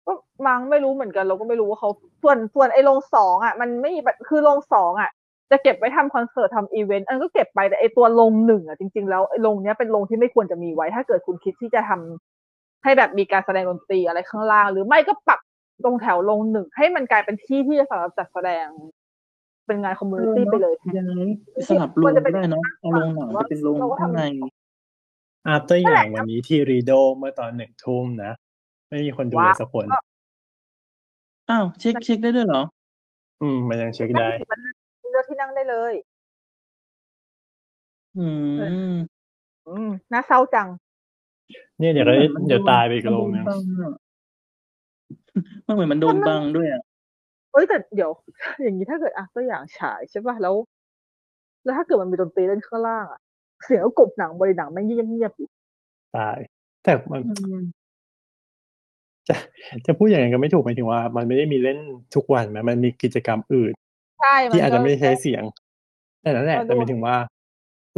S4: ก็มังไม่รู้เหมือนกันเราก็ไม่รู้ว่าเขาส่วนส่วนไอ้โรงสองอะมันไม่มีปัญคือโรงสองอะจะเก็บไว้ทำคอนเสิร์ตทำอีเวนต์อันก็เก็บไปแต่ไอ้ตัวโรงหนึ่งอะจริงๆแล้วไอ้โรงเนี้ยเป็นโรงที่ไม่ควรจะมีไว้ ถ้าเกิดคุณคิดที่จะทำให้แบบมีการแสดงดนตรีอะไรข้างล่าง หรือไม่ก็ปรับตรงแถวโรงหนึ่งให้มันกลายเป็นที่ที่จะสำหรับจัดแสดง เป็นงานคอมมูนิตี้ไปเลย
S3: ยังไงสลับลงก็ได้เนาะเอาลงหนังไปเป็นลงข้างใน
S2: อาร์ตตัวอย่างวันนี้ที่รีโดเมื่อตอนหนึ่งทุ่มนะ ไม่มีคนดูเลยสักคน
S3: อ้าวเช็คเช็คได้ด้วยเหรอ
S2: อืม มันยังเช็คได้
S4: มันเลือกที่นั่งได้เลย
S3: อืม
S4: อืมน่าเศร้าจัง
S2: เนี่ยเดี๋ยวก็ได้เดี๋ยวตายไปอีกโรงนึง
S3: มันเหมือนมันโดนบังด้วยอ่ะ
S4: เอ้ยแต่เดี๋ยว อย่างนี้ถ้าเกิดอ่ะตัวอย่างฉายใช่ป่ะแล้ว แล้วถ้าเกิดมันมีดนตรีเล่นข้างล่างอ่ะ เสียงก็กบหนังบริหนังไม่งเงียบเงียบๆอีก
S2: ตาย แต่มัน จะจะพูดอย่างนั้นก็ไม่ถูกหมายถึงว่า มันไม่ได้มีเล่นทุกวันไหมมันมีกิจกรรมอื่น
S4: ใช่น
S2: ที่อาจจะไม่
S4: ก็
S2: ใช้เสียง แต่นั่นแหละ
S4: มันดู
S2: แต่หมายถึงว่า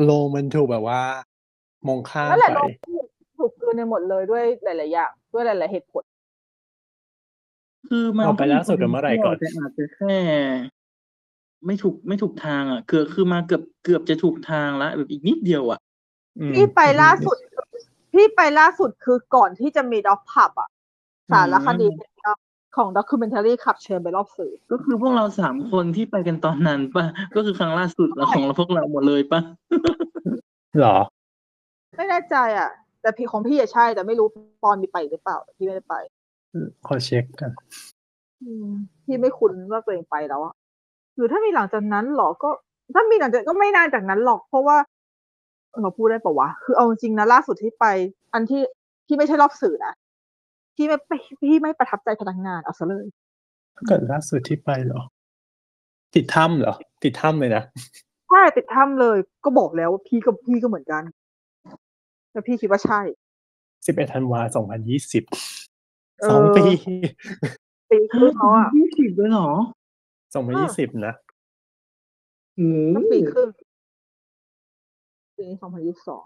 S2: โลมันถูกแบบว่า มองข้าม
S4: นั่นแหละ
S2: ไป
S4: โดน ถูกคืนในหมดเลยด้วยหลายๆอย่างด้วยหลายๆเหตุผล
S3: คือมัน
S2: เอาไปล่าสุดกันเมื่อไหร่ก่อน
S3: แต่อาจจะแค่ ไม่ถูกไม่ถูกทางอ่ะ คือคือมาเกือบเกือบจะถูกทางละแบบอีกนิดเดียวอ่ะ
S2: อืม
S4: พี่ไปล่าสุด พี่ไปล่าสุดคือก่อนที่จะมีด็อกพับอ่ะ สารคดีของด็อกิเมนทารีขับเชิญไปรอบสื่อ
S3: ก็คือพวกเราสามคนที่ไปกันตอนนั้นป่ะ ก็คือครั้งล่าสุดแล้วของเราพวกเราหมดเลยป่ะ
S2: หรอ
S4: ไม่แน่ใจอ่ะ แต่พี่ของพี่อะใช่ แต่ไม่รู้ปอนมีไปหรือเปล่าพี่ไม่ได้ไป
S2: ขอเช็คกัน
S4: อืมพี่ไม่คุ้นว่าตัวเองไปแล้วอะหรือถ้ามีหลังจากนั้นเหรอก็ ถ้ามีหลังจากก็ไม่นานจากนั้นหรอก เพราะว่าเราพูดได้ปะวะคือเอาจริงๆนะล่าสุดที่ไป อันที่ที่ไม่ใช่รอบสื่อนะที่ไม่ไปที่ไม่ประทับใจพนักงานเอาซะเลย
S2: ถ้าเกิดล่าสุดที่ไปเหรอ ติดถ้ำเหรอ ติดถ้ำเลยนะ
S4: ใช่ติดถ้ำเลย ก็บอกแล้วว่าพี่ก็พี่ก็เหมือนกันแล้วพี่คิดว่าใช่
S2: สิบเอ็ดธันวาสองพันยี่สิบ
S4: เออ
S2: สองปี
S4: ปีครึ่งแล้ว อะ
S3: ยี่สิบเลยเหรอ
S2: สองพันยี่สิบนะ
S3: โอ้
S4: ก็ปีครึ่งปีสองพันยี่สิบสอง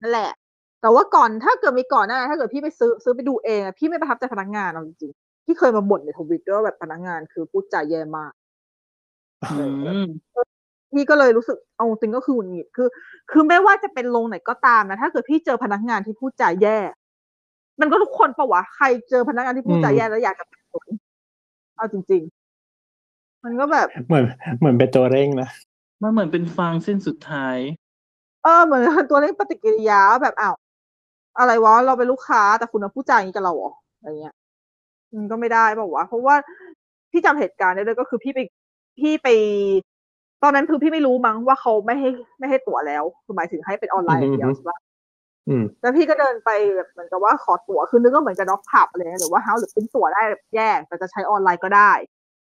S4: นั่นแหละ แต่ว่าก่อนถ้าเกิดมีก่อนหน้าถ้าเกิดพี่ไปซื้อซื้อไปดูเองอะพี่ไม่ประทับใจพนักงานเอาจริงๆพี่เคยมาบ่นในทวิตด้วยว่าแบบพนักงานคือพูดจาแย่มาก
S3: อืม
S4: พี่ก็เลยรู้สึกเอาจริงก็คือหงุดหงิดคือ คือไม่ว่าจะเป็นโรงไหนก็ตามนะ ถ้าเกิดพี่เจอพนักงานที่พูดจาแย่ มันก็ทุกคนปะวะใครเจอพนักงานที่พูดจาแย่แล้วอยากจะเป็นคนเอาจริง ๆ มันก็แบบ
S2: เหมือนเหมือนเป็นตัวเร่งนะ
S3: มันเหมือนเป็นฟางเส้นสุดท้าย
S4: เออเหมือนตัวเลขปฏิกิริยาว่าแบบอ้าวอะไรวะเราเป็นลูกค้าแต่คุณมาพูดจาอย่างนี้กับเราเหรออะไรเงี้ยมันก็ไม่ได้เปล่าวะเพราะว่าที่จำเหตุการณ์ได้เลยก็คือพี่ไปพี่ไป ตอนนั้นคือพี่ไม่รู้มั้งว่าเขาไม่ให้ไม่ให้ตั๋วแล้วคือหมายถึงให้เป็นออนไลน์อย่างเดียว
S2: อือฮึ
S4: ใช่ปะ
S2: อืม
S4: แล้วพี่ก็เดินไปแบบเหมือนกับว่าขอตั๋วคือนึกก็เหมือนกับด็อกผับอะไรเงี้ยหรือว่าเฮาหรือเป็นตั๋วได้แบบแยกแต่จะใช้ออนไลน์ก็ได้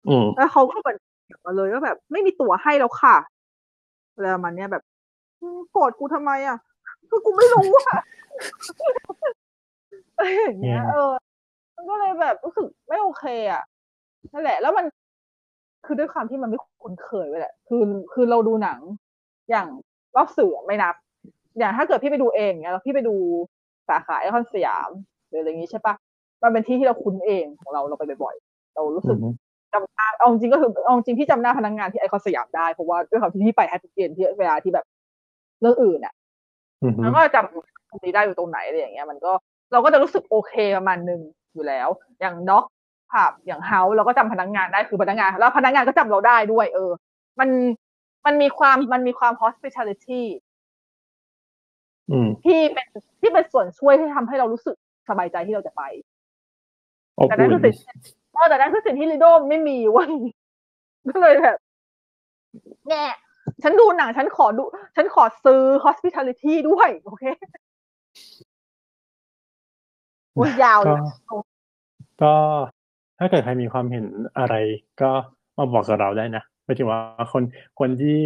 S2: อืม
S4: แล้วเขาก็เหมือนเขียนมาเลยว่าแบบไม่มีตั๋วให้แล้วค่ะอะไรประมาณเนี้ยแบบอืมโกรธกูทำไมอ่ะคือกูไม่รู้อ่ะ อะไรอย่างเงี้ย
S2: เนี่ย
S4: เออ มันก็เลยแบบรู้สึกไม่โอเค อ่ะนั่นแหละ แล้วมัน คือด้วยความที่มันไม่คุ้นเคยไว้ยแหละ คือคือเราดูหนัง อย่างรอบสื่อไม่นับ อย่างถ้าเกิดพี่ไปดูเองเนี่ยแล้วพี่ไปดูสาขาไอคอนสยามหรืออะไรอย่างงี้ใช่ปะมันเป็นที่ที่เราคุ้นเองของเราเราไปบ่อยๆเรารู้สึก จำหน้าเอาจริงก็คือเอาจริงพี่จำหน้าพนักงานที่ไอคอนสยามได้เพราะว่าด้วยความที่พี่ไปแฮปปี้เกนที่เวลาที่แบบเรื่องอื่นอ่ะ
S2: อืม
S4: มันก็จำตรงนี้ได้อยู่ตรงไหนอะไรอย่างเงี้ยมันก็เราก็จะรู้สึกโอเคประมาณหนึงอยู่แล้ว อย่างน็อกผับอย่างเฮาเราก็จำพนักงานได้คือพนักงาน แล้วพนักงานก็จำเราได้ด้วย เออ มันมันมีความมันมีความ hospitality
S2: อืม
S4: ที่เป็นที่เป็นส่วนช่วยที่ทำให้เรารู้สึกสบายใจที่เราจะไป
S2: อบ
S4: แต่นั่
S2: อุ่
S4: น
S2: น
S4: คือสิ่งเออแต่นั่นคือสิ่งที่ลิโดไม่มีเว้ย ก็เลยแบบแง่ฉันดูหนัง ฉันขอดู ฉันขอซื้อ hospitality ด้วย โอเคโอ้ยยาวเล
S2: ก็
S4: ย
S2: ก็ถ้าเกิดใครมีความเห็นอะไร ก็มาบอกกับเราได้นะหมายถึงว่าคนคนที่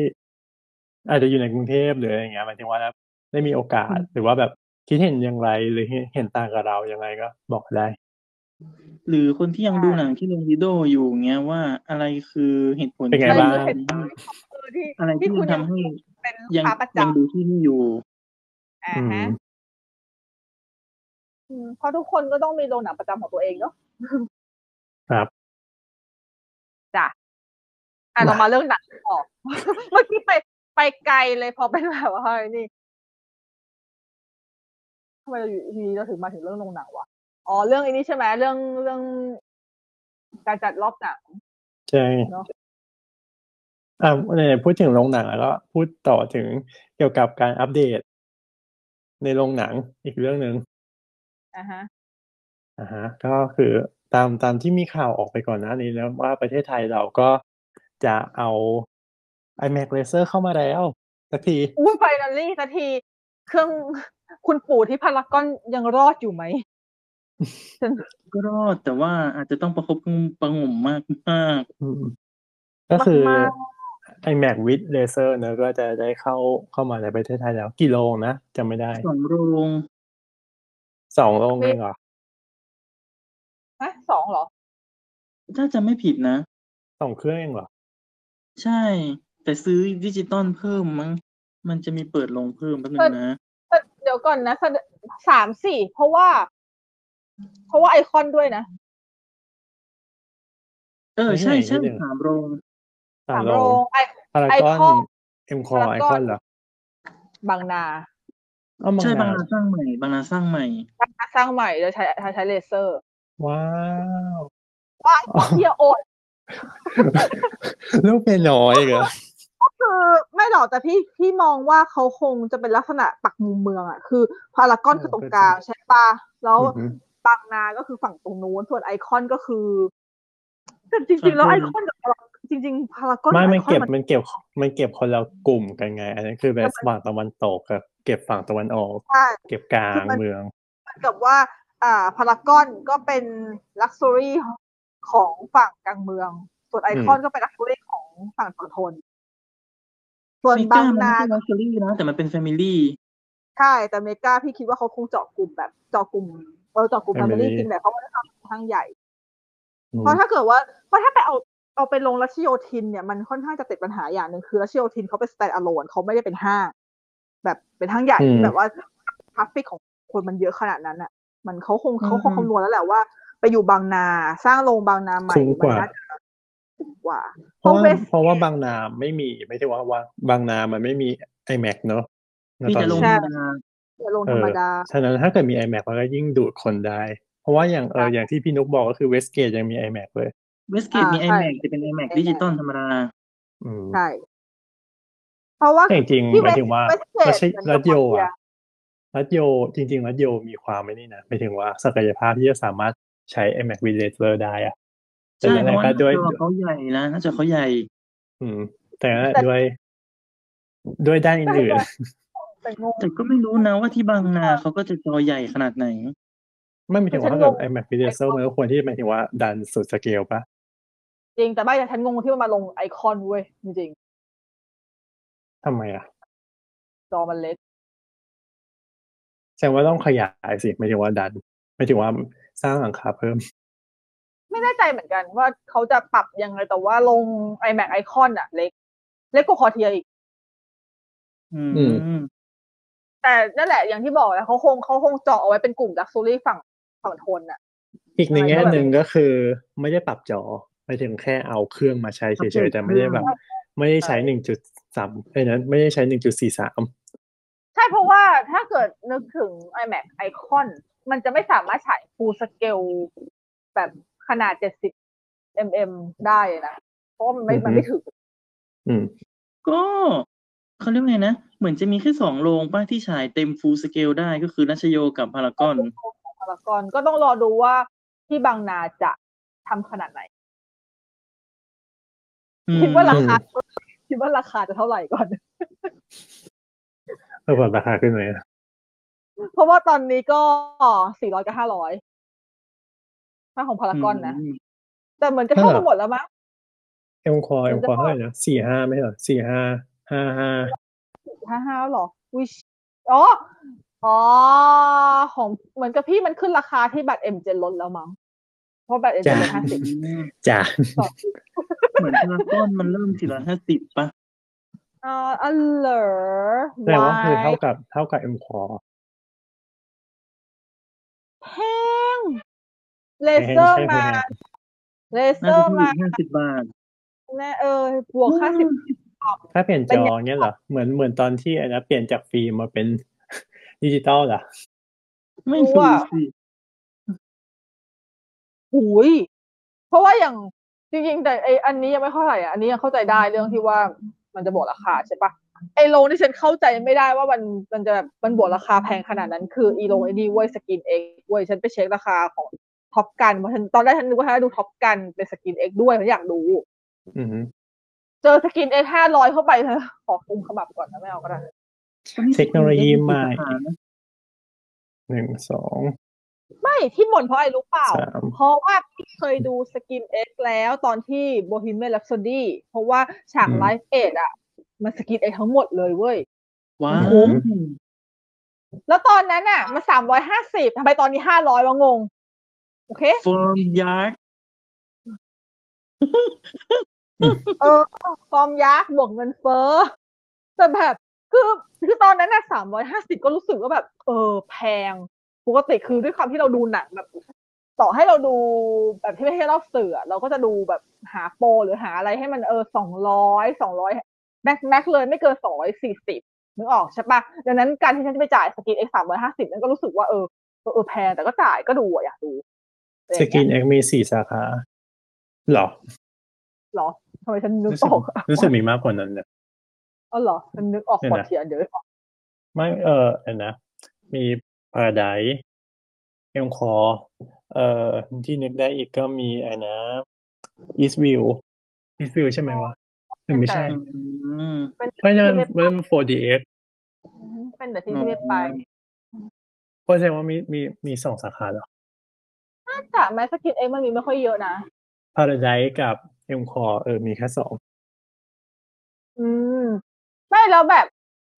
S2: อาจจะอยู่ในกรุงเทพหรืออะไรอย่างเงี้ยหมายถึงว่าได้มีโอกาสหรือว่าแบบคิดเห็นอย่างไรหรือเห็นต่างกับเรายังไงก็บอกได้
S3: หรือคนที่ยังดูหนังที่โรงดิโดอยู่เงี้ยว่าอะไรคือเหตุผล
S2: เป็นไง
S4: อะไร
S2: บ้าง
S4: ที่เห็นเออที่
S3: อะไร
S4: ที่
S3: ที่
S4: คุ
S3: มั
S4: ณ
S3: น
S4: ยัง
S3: ทำให้
S4: เป็นลูก
S3: ยัง
S4: ค้าประ
S3: ยังดู
S4: จำ
S3: ที่นี่อยู่
S4: อ่า
S2: อืม
S4: ฮะอืมเพราะทุกคนก็ต้องมีโรงหนังประจำของตัวเองเนาะ
S2: ครับ
S4: จ้ะอ่ะเรามาเรื่องหนังต่อ เมื่อกี้ไปไปไกลเลยพอเป็นแบบว่าไอ้นี่ทำไมเราอยู่ทีเราถึงมาถึงเรื่องโรงหนังวะอ๋อเรื่องไอ้นี้ใช่ไหมเรื่องเรื่องการจัดรอบหนัง
S2: ใช่
S4: เนอะ
S2: อ่าไหนๆพูดถึงโรงหนังแล้วก็พูดต่อถึงเกี่ยวกับการอัปเดต ในโรงหนังอีกเรื่องหนึ่ง
S4: อ่ะฮะ
S2: อ่าฮะ ก็คือตามตามที่มีข่าวออกไปก่อนหน้านี้แล้วว่าประเทศไทยเราก็จะเอา iMac Laser เข้ามาแล้วสักที
S4: อุ้ยไฟนัลลี่สักที เครื่อง คุณปู่ที่พารากอนยังรอดอยู่ไหม
S3: ก็รอดแต่ว่าอาจจะต้องประคบประหงมมากมาก
S2: อืมก็คือ
S4: มาก
S2: iMac with Laser นะก็จะได้เข้าเข้ามาในประเทศไทยแล้ว กี่โรงนะจำไม่ได้
S3: ๆสองโรง
S2: สองโรงเองเหรอ
S4: ฮะสองเหรอ
S3: ถ้าจะไม่ผิดนะ
S2: สองเครื่องเองเหรอ
S3: ใช่ แต่ซื้อดิจิตอลเพิ่มมั้งมันจะมีเปิดลงเพิ่มแป๊บนึงนะ
S4: แต่เดี๋ยวก่อนนะแสดสามสี่เพราะว่า เพราะว่าไอคอนด้วยนะ
S3: เออ ใช่ใช่สามโรง
S4: สามโรงไอ
S2: พาราก
S4: ไอค
S2: อ
S4: อน น
S2: เอ็มคอไอคอน
S4: Paragon
S2: เหรอบ
S4: างนา
S2: เอามัง
S3: ใช่บาง
S2: นา
S3: นาสร้างใหม่บางนาสร้างใหม่
S4: บางนาสร้างใหม่โดยใช้ใช้เลเซอร์
S2: ว้าว
S4: ว่าไอ้พวกเฮียโอน
S2: ลูกเป็นน้อยอีกเหรอ
S4: ก็คือไม่หรอกแต่พี่พี่มองว่าเขาคงจะเป็นลักษณะปักมุมเมืองอ่ะคือพารากอนคือตรงกลางใช่ปะแล้ว
S2: อืม
S4: บางนาก็คือฝั่งตรงนู้นส่วนไอคอนก็คือแต่จริง ๆ แล้วไอคอนกับ Paragon จริง ๆ พารากอน
S2: ไม่มันเก็บ
S4: ไอคอน
S2: มันเก็บมันเก็บคนละกลุ่มกันไง อันนั้นคือแบบฝั่งตะวันตกกับเก็บฝั่งตะวันออก
S4: ใช่
S2: เก็บกลางเมือง
S4: เหมือนกับว่า อ่า พารากอนก็เป็นลักซ์ r y รี่ของฝั่งกลางเมือง ส่วนไอคอนก็เป็นลักซ์ r y รี่ของฝั่งฝั่งทน ส่วนบาก
S3: เมาง มัน
S4: นา
S3: ไม่ใช่ลักชัวรี่นะ แต่มันเป็นแฟมิลี่
S4: ใช่แต่เมกาพี่คิดว่าเขาคงเจาะกลุ่มแบบเจาะกลุ่มเออเจาะกลุ่ม
S2: Family
S4: แฟมิลี่จริงแหละเพราะว่าทำทางใหญ่
S2: อืม
S4: เพราะถ้าเกิดว่าเพราะถ้าไปเอาเอาไปลงรัชโยธินเนี่ยมันค่อนข้างจะติดปัญหาอย่างหนึ่งคือรัชโยธินเขาเป็น stand alone เขาไม่ได้เป็นห้างแบบเป็นห้างใหญ่
S2: อืม
S4: แบบว่าทราฟฟิกของคนมันเยอะขนาดนั้นอ่ะ มันเขาคงเขาคง
S3: อืม
S4: คำนวณแล้วแหละว่า ไปอยู่บางนาสร้างโรงบางนาใหม่
S2: คุ้มกว่า
S4: นน่จะคุ้มกว่า
S2: เพราะว่า
S4: เพราะ West
S2: เพราะว่าบางนาไม่มีไม่ใช่ว่าว่าบางนามันไม่มี iMac เนอะณ
S3: มี
S2: ตอน
S3: แต่ลง
S2: นี้
S3: ธรรมดา
S4: เดี๋ยวโรง
S2: เออ
S4: ธรรมดา
S2: ฉะนั้นถ้าเกิดมี iMac มันก็ยิ่งดูดคนได้ เพราะว่าอย่างเออ
S4: ค่ะ
S2: อย่างที่พี่นุกบอกก็คือเวสเกตยังมี iMac เลย
S3: เวสเกตมีไอ
S4: อ่าใช่
S3: แม็กแต่เป็นไอแม็กดิจิตอลธรรมดา
S2: อืม
S4: ใช่ เพราะว่า
S2: แต่จริงๆ
S4: ที่
S2: หมายถึงว่า
S4: West- West
S2: รัช
S4: Gate มันก็
S2: รัชโย
S4: พอเทียบ
S2: อะรัชโยจริง ๆ รัชโยมีความไม่นี่นะหมายถึงว่าศักยภาพที่จะสามารถใช้ iMac Villager ได้อะแต่
S3: ใช่
S2: นั่นแห
S3: เพ
S2: ละ
S3: ราะว่า
S2: ก็
S3: หน้า
S2: ด้วย
S3: จอเขาใหญ่นะหน้าจอเขาใหญ่
S2: อืม แต่นั่นแหละด้วย ด้วยด้านอื่นๆ
S4: แต่งง
S3: แต่ก็ไม่รู้นะว่าที่บางนาเขาก็จะจอใหญ่ขนาดไหน
S2: ไม่หมายถึงว่า
S4: ฉั
S2: ถ้าน เกิด
S4: งง
S2: ไอ้แมคฟิเดเซลมันก็ควรที่หมายถึงว่าดันสุดสเกลปะ
S4: จริงแต่ไม่แต่ฉันงงที่มันมาลงไอคอนเว้ยจริง
S2: ทำไมอ่ะ
S4: ๆจอมันเล็ก
S2: แสดงว่าต้องขยายสิหมายถึงว่าดันหมายถึงว่าสร้างหลังคาเพิ่ม
S4: ไม่แน่ใจเหมือนกันว่าเขาจะปรับยังไงแต่ว่าลง iMac ไอคอนอะเล็ก เล็กกว่าคอเทียอีก
S3: อื
S2: อืม
S3: ม
S4: แต่นั่นแหละอย่างที่บอกนะเขาคงเขาคงเจาะเอาไว้เป็นกลุ่มดักซูรี่ฝั่งฝั่งทนอะ
S2: อีกในแง่หนึ่งก็คือ ไม่ได้ปรับจอหมายถึงแค่เอาเครื่องมาใช้เฉยๆแต่ไม่ได้แบบ ไม่ได้ใช้หนึ่งจุดสามไอ้นั้นไม่ได้ใช้หนึ่งจุดสี่สาม
S4: ใช่เพราะว่าถ้าเกิดนึกถึง iMac ไอคอนมันจะไม่สามารถฉาย full scale แบบขนาด 70 mm ได้นะ เพราะว่ามันไม่มันไม่ถึง
S2: อืม
S3: ก็เขาเรียกไงนะ เหมือนจะมีแค่สองโรงป้าที่ฉายเต็มฟูลสเกลได้ก็คือรัชโยกับพารากอน
S4: พารากอนก็ต้องรอดูว่าที่บางนาจะทำขนาดไหน
S3: อืม
S4: คิดว่าราคา
S2: อื
S4: คิดว่าราคาจะเท่าไหร่ก่อน
S2: เออปรับราคาขึ้นไหมอะ
S4: เพราะว่าตอนนี้ก็สี่ร้อยกับห้าร้อยถ้าของพารากอนนะ
S3: ม
S4: แต่เหมือนจะเท่ากันหมดแล้วมั้ง
S2: เอ็มคอเอ็มคอเท่าไหร่นะสี่ห้าไม่เหรอสี่ห้าห้าห้า
S4: ห้าห้าหรอวิชอ๋อ อ๋อ ของเหมือนกับพี่มันขึ้นราคาที่บัตรเอ็มเจนลดแล้วมั้ง เพราะบัตรเอ็มเจนลดห้า สิบ
S3: อืม
S2: จ้ะ
S3: เหมือนพารากอนมันเริ่มสี่ร้อยห้าสิบป่ะ
S4: อ่าอันเหรอ
S2: แสดงว่าคือเท่ากับเท่ากับเอ็มคอ
S4: แพงเลเซอร์
S2: แพงใช่
S4: มา
S2: ไหมฮะ
S4: เลเซ
S3: น่า
S4: อร์มา
S3: จะถูห้าสิบบาท
S4: แน่เออบวกห้าสิบ
S2: ถ้าเปลี่ยน
S4: เป็
S2: จ
S4: น
S2: อ
S4: ไง
S2: เงี้ยเหรอ เหมือนเหมือนตอนที่อันนะเปลี่ยนจากฟิล์มมาเป็น ดิจิตอลเหรอ
S3: ไม่
S4: รู้
S3: ถูก
S4: อะ
S3: สิ
S4: หุยเพราะว่าอย่างจริงๆแต่ไออันนี้ยังไม่เท่าไหร่อ่ะอันนี้ยังเข้าใจได้เรื่องที่ว่ามันจะบวกราคาใช่ปะไอโลที่ฉันเข้าใจไม่ได้ว่ามันมันจะแบบมันบวกราคาแพงขนาดนั้นคืออีโลไอดีเว้ยสกินเอ็กเว้ยฉันไปเช็คราคาของท็อปกันเพราะฉันตอนแรกฉันนึกว่าฉันจะดูท็อปกันเป็นสกินเอ็กด้วยฉันอยากดู
S2: อือหือ
S4: เจอสกินเอ็กห้าร้อยเข้าไปเธอขอคุมขมับก่อนนะไม่เอาก็ได้
S2: เทคโนโลยีใหม่
S3: นะ
S2: หนึ่งสอง
S4: ไม่ที่บ่นเพราะอะไรรู้เปล่า
S2: สาม
S4: เพราะว่าพี่เคยดูสกินเอ็กแล้วตอนที่โบฮีเมียน a p ซ o ดีเพราะว่าฉากไลฟ์เอ็ดอ่ะ มันสกินเอ็กทั้งหมดเลยเว้ย
S3: ว้า
S4: โอ้
S3: ว
S4: โห แล้วตอนนั้นอ่ะ มันสามร้อยห้าสิบทำไมตอนนี้ห้าร้อยวะงง โอเค
S3: ฟอร์มยาร์ด
S4: เออฟอร์มยักษ์บวกเงินเฟ้อแต่แบบคือคือตอนนั้นน่ะสามร้อยห้าสิบก็รู้สึกว่าแบบ เออ แพง ปกติคือด้วยความที่เราดูหนังแบบ ต่อให้เราดูแบบที่ไม่ใช่รอบสื่ออะเราก็จะดูแบบหาโปรหรือหาอะไรให้มันเออสองร้อยสองร้อยแม็กแม็กเลยไม่เกินสองร้อยสี่สิบนึกออกใช่ปะดังนั้นการที่ฉันจะไปจ่ายสกินเอ็กสามร้อยห้าสิบนั่นก็รู้สึกว่าเออเออเออแพงแต่ก็จ่ายก็ดูอะอยากดูอะไรอ
S2: ส
S4: ย่าง
S2: กิ
S4: เงี้
S2: น
S4: ย
S2: เอ็กมีสี่สาขาเหรอ
S4: เหรอทำไมฉันนึก
S2: รู้สึก
S4: ออก อะ
S2: รู้สึกมีมากกว่านั้นเนี่ย
S4: อ๋อเหรอฉันนึกออก
S2: เนี่ย
S4: หมด
S2: นะ
S4: เทียนเดี๋ยว
S2: ไม่เออเดี๋ยวนะ มีพาราไดเอ็มคอเอ่อที่นึกได้อีกก็มีไอ้นะอีสวิวอีสวิวใช่ไหมวะหรือไม่ใช่
S4: แต่
S3: อืม
S4: เป็น
S2: ไม่ใช่มัน
S4: ที่
S2: มัน 4DX
S4: เป็นแต่ที่ที่ไม่ไป
S2: ก็แสดงว่ามีมีมีสองสาขาเหรอ
S4: แต่แม้สกินเองมันมีไม่ค่อยเยอะนะ
S2: พาราไดกับเอ็มคอเออมีแค่สอง
S4: อืม ไม่แล้วแบบ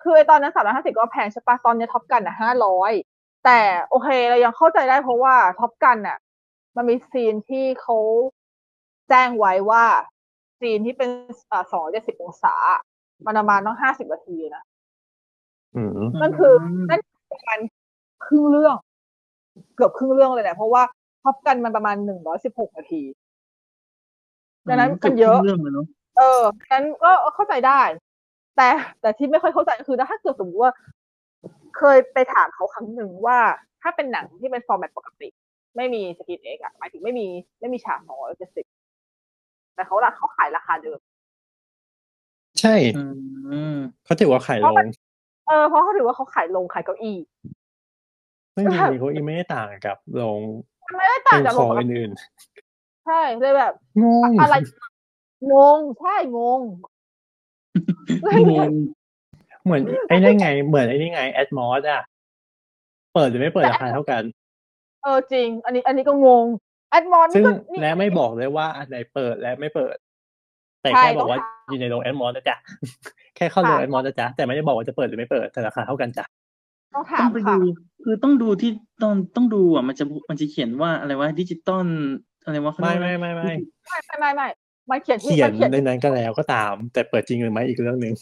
S4: คือไอตอนนั้นสามร้อยห้าสิบก็แพงใช่ปะตอนเนี้ท็อปกันอ่ะห้าร้อยแต่โอเคเรายังเข้าใจได้เพราะว่าท็อปกันอ่ะ มันมีซีนที่เขาแจ้งไว้ว่า ซีนที่เป็นอ่าสองเจ็ดสิบองศา มันประมาณต้องห้าสิบนาทีนะ
S2: อืม
S4: นั่นคือ นั่นคือประมาณครึ่งเรื่อง เกือบครึ่งเรื่องเลยแหละเพราะว่าท็อปกันมันประมาณหนึ่งร้อยสิบหกนาที ดังนั้นมันเยอะ
S3: กืบครึ่งเรื่องเลยเนาะ
S4: เออนั้นก็เข้าใจได้ แต่แต่ที่ไม่ค่อยเข้าใจก็คือถ้าเกิดสมมติว่า เคยไปถามเขาครั้งหนึ่งว่า ถ้าเป็นหนังที่เป็นฟอร์แมตปกติ ไม่มีสกินเอกอะหมายถึงไม่มี ไม่มีฉากของเจสิกแต่เขาละเขาขายราคาเดิม
S2: ใช่
S3: อืม
S2: เขาถือว่าขายลง
S4: เออเพราะเขาถือว่าเขาขายลงขายเก้าอี้
S2: ไม่มีมีเขาอีไม่ได้ต่างกับลง
S4: มันไม่ได้ต่าง
S2: เอ็ม
S4: จาก
S2: ค
S4: ล
S2: อง
S4: ปกติ
S2: อื่น
S4: ใช่เลยแบบ
S2: ๆงง
S4: อะไรงงใช่งง
S3: งง
S2: เหมือนไอ้นั่นไง เหมือนไอ้นี่ไงแอดมอสอะเปิดหรือไม่เปิดราคาเท่ากัน
S4: เออจริง อันนี้ อันนี้ก็งงแอดมอน
S2: ซึ่ง
S4: ก็นี่
S2: และไม่บอกเลยว่าอันไหนเปิดและไม่เปิด แต่
S4: ใช่
S2: แค่บอกว่า
S4: ต้องหา
S2: อยู่ในโรงแอดมอนนะจ๊ ะ แค่เข้าโรง
S4: ค่ะ
S2: แอดมอนนะจ๊ะแต่ไม่ได้บอกว่าจะเปิดหรือไม่เปิดแต่ราคาเท่ากันจ้ะ
S4: ต้องถา
S3: ต้อง
S4: ม
S3: ไป
S4: ค่ะ
S3: ดู คือต้องดูที่ต้องต้องดูอ่ะมันจะมันจะเขียนว่าอะไรวะดิจิตอลอะไรวะเขา
S2: ไม่
S3: เรียกว่า
S2: ไม่ไม่ไม่
S4: ไม่ไม่ไม่ไม่มันเขียนที่
S2: เขีย
S4: มัน นเขียน
S2: ในนั้นก็แล้วก็ตาม แต่เปิดจริงหรือไม่อีกเรื่องหนึ่ง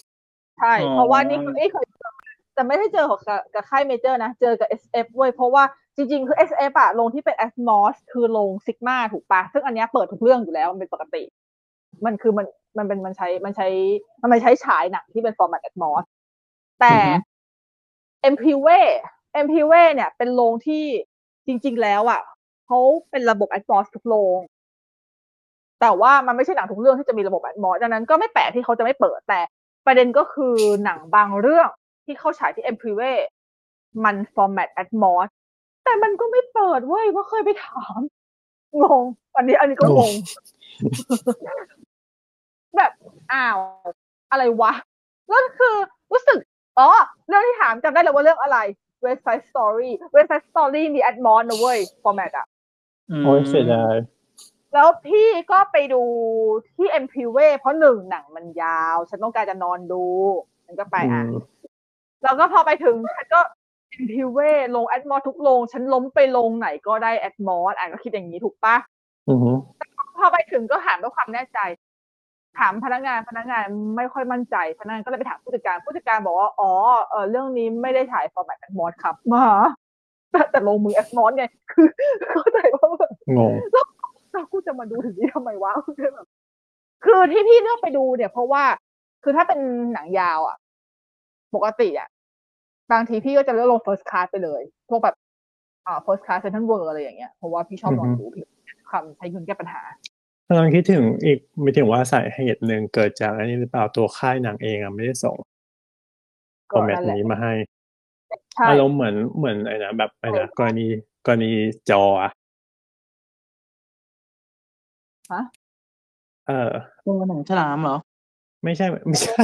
S4: ใช่ เพราะว่านี่คือนี่เคยเจอแต่ไม่ได้เจอกับกับค่ายเมเจอร์นะ เจอกับ SF เว้ยเพราะว่าจริงๆ คือ SF อะลงที่เป็น Atmos คือลง Sigma ถูกปะซึ่งอันเนี้ยเปิดทุกเรื่องอยู่แล้วมันเป็นปกติ มันคือมันมันเป็นมันใช้มันใช้มันไม่ใช้ฉายหนังที่เป็นฟอร์แมต Atmos แต่ MPV MPV เนี่ยเป็นโรงที่จริง ๆ แล้วอะเขาเป็นระบบ Atmos ทุกโรง แต่ว่ามันไม่ใช่หนังทุกเรื่องที่จะมีระบบแอดมอสดังนั้นก็ไม่แปลกที่เขาจะไม่เปิดแต่ ประเด็นก็คือหนังบางเรื่องที่เข้าฉายที่เอ็มพีเวมันฟอร์แมตแอดมอสแต่มันก็ไม่เปิดเว้ยเพราะเคยไปถาม งงอันนี้อันนี้ก็งง แบบอ้าว อะไรวะแล้วคือรู้สึกอ๋อเรื่องที่ถามจำได้เลยว่าเรื่องอะไร West Side Story West Side Story มีแอดมอสนะเว้ยฟอร์แมตอะ
S3: ม
S2: โอ้ยเสียดาย
S4: แล้วพี่ก็ไปดูที่ m p v เพราะหนึ่งหนังมันยาว ฉันต้องการจะนอนดูฉันก็ไปอ่ะ
S2: อืม
S4: แล้วก็พอไปถึงฉันก็ m p v ลงแอดมอทุกลง ฉันล้มไปลงไหนก็ได้แอดมออ่ะก็คิดอย่างนี้ถูกปะ
S2: อือหือ
S4: พอไปถึงก็ถามด้วยความแน่ใจ ถามพนักงานพนักงานไม่ค่อยมั่นใจพนักงานก็เลยไปถามผู้จัดการผู้จัดการบอกว่าอ๋อเออเรื่องนี้ไม่ได้ถ่ายฟอร์แมตแอดมอครับ มา แต่แต่ลงมือแอดมอไง คือเข้าใจว่าแบบ
S2: งง
S4: แล้วกูจะมาดูถึงนี้ทำไมวะคือแบบคือที่พี่เลือกไปดูเนี่ย เพราะว่า คือถ้าเป็นหนังยาวอ่ะ ปกติอ่ะ บางทีพี่ก็จะเลือกลง first class ไปเลย พวกแบบอ่า first class central world อะไรอย่างเงี้ย เพราะว่าพี่ชอบลองดูพี่คำใช้เงินแก้ปัญหา
S2: กำลังคิดถึงอีกไม่ถึงว่าสาเหตุหนึ่งเกิดจากอันนี้หรือเปล่าตัวค่ายหนังเองอะไม่ได้ส่งฟ
S4: ก็
S2: อร์แมต
S4: นั่นแหละ
S2: นี้มาให้
S4: ใช่
S2: อารมณ์เหมือนเหมือนไอ้นะแบบไอ้นะกรณีกรณีจออะ
S4: ฮะ
S2: เออ
S3: ตัวหนังฉลามเหรอ
S2: ไม่ใช่ไม่ใช่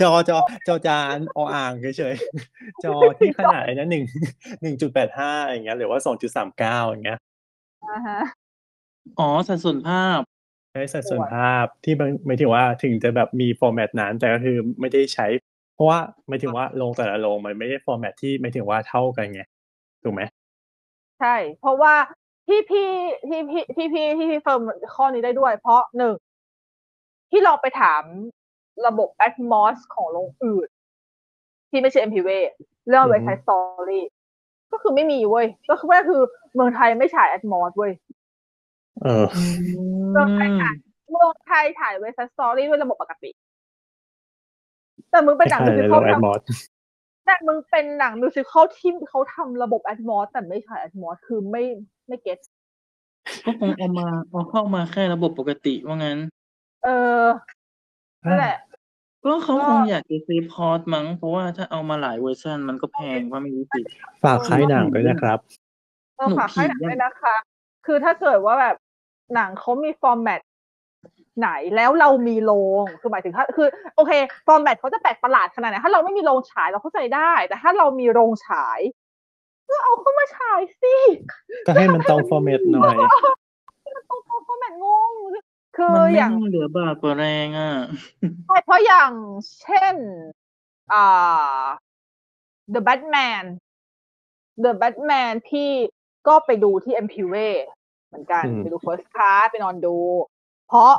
S2: จอจอจอจานออ่างเฉยๆ จอที่ขนาดไอ้นั้นหนึ่งหนึ่งจุดแปดห้าอย่างเงี้ยหรือว่าสองจุดสามเก้าอย่างเงี้ย
S4: อ่าฮะ
S3: อ๋อสัดส่วนภาพ
S2: ใช้สัดส่วนภาพที่มันไม่ถึงว่าถึงจะแบบมีฟอร์แมตนั้น แต่ก็คือไม่ได้ใช้ เพราะว่าไม่ถึงว่าลงแต่ละลงมันไม่ได้ฟอร์แมตที่ไม่ถึงว่าเท่ากันไงถูกไหม
S4: ใช่ เพราะว่า ที่พี่ที่พี่ที่พี่ที่พี่เฟิร์มข้อนี้ได้ด้วย เพราะหนึ่งที่เราไปถามระบบแอดมอสของโรงอื่น ที่ไม่ใช่ MPV เรื่องเว็บไซต์สตอรี่ก็คือไม่มีเว้ย ก็คือว่าคือเมืองไทยไม่ฉายแอดมอสเว้ย
S2: เออ
S4: เมืองไทยถ่ายเมืองไทยถ่ายเว็บไซต์สตอรี่ด้วยระบบปกติ แต่มึงเป็นหนัง
S2: ไม่
S4: มิว
S2: ถ่าย
S4: สิ
S2: ใน
S4: ควล
S2: ระบบ Atmos
S4: แต่มึงเป็นหนังมิวสิควลที่เขาทำระบบแอดมอสแต่ไม่ฉายแอดมอสคือไม่ไม่เก็ต
S3: ก็คงเอามาเอาเข้ามาแค่ระบบปกติว่างั้น
S4: เออนั่นแหละ
S3: ก็เขา
S4: ก็
S3: คงอยากจะเซฟคอร์สมั้ง เพราะว่าถ้าเอามาหลายเวอร์ชันมันก็แพงว่าไม่รู้สิ
S2: ฝากค่ายหนังด้วยนะครับ
S4: เออ
S3: หนู
S4: ฝากให้หนัง
S3: ผิด
S4: ด้วย
S3: ว่า
S4: นะคะ คือถ้าเกิดว่าแบบหนังเขามีฟอร์แมตไหนแล้วเรามีโรง คือหมายถึงถ้าคือ โอเค ฟอร์แมตเขาจะแปลกประหลาดขนาดไหน ถ้าเราไม่มีโรงฉายเราเข้าใจได้ แต่ถ้าเรามีโรงฉาย ก็เอาเข้ามาฉายสิ
S2: ก็ให้มันตรงฟอร์เมตหน่อย
S4: ตรงๆฟอร์แมตงง คือ
S3: มัน
S4: อย่าง
S3: ไม่เหลือบาปกว่าแรงอ่ะ
S4: ใช่เพราะอย่างเช่น อ่า The Batman The Batman พี่ก็ไปดูที่ MPV เหมือนกัน
S2: อืม
S4: ไปดู First Class ไปนอนดู เพราะ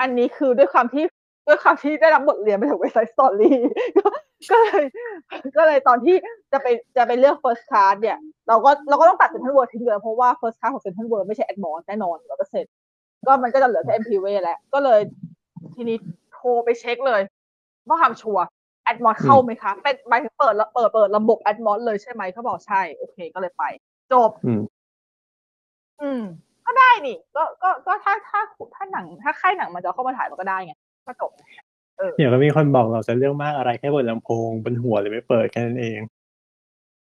S4: อันนี้คือด้วยความที่ด้วยความที่ได้รับบทเรียนมาจากเว็บไซต์สตอรี่ ก็เลย ก็เลยตอนที่จะไปจะไปเลือก First Class เนี่ย เราก็เราก็ต้องตัด Central World ทิ้งเลยเพราะว่า First Class ของ Central World ไม่ใช่ Admon แน่นอนร้อเปอร์เซ็นก็มันก็จะเหลือแค่ MPV แล้วก็เลยทีนี้โทรไปเช็คเลยเพื่อความชัวร์ แอดมอสเข้าไหมคะ เป็นหมายถึงเปิดระเปิดเปิดระบบแอดมอสเลยใช่ไหมเขาบอกใช่ โอเคก็เลยไป จบ
S2: อืม
S4: อืม ก็ได้นี่ ก็ก็ก็ถ้าถ้าถ้าหนัง ถ้าค่ายหนังมันจะเข้ามาถ่ายมันก็ได้ไงก็จบ
S2: เดี๋ยวก็มีคนบอกเราจะเรื่องมากอะไรแค่บนลำโพงบนหัวเลยไม่เปิดแค่นั้นเอง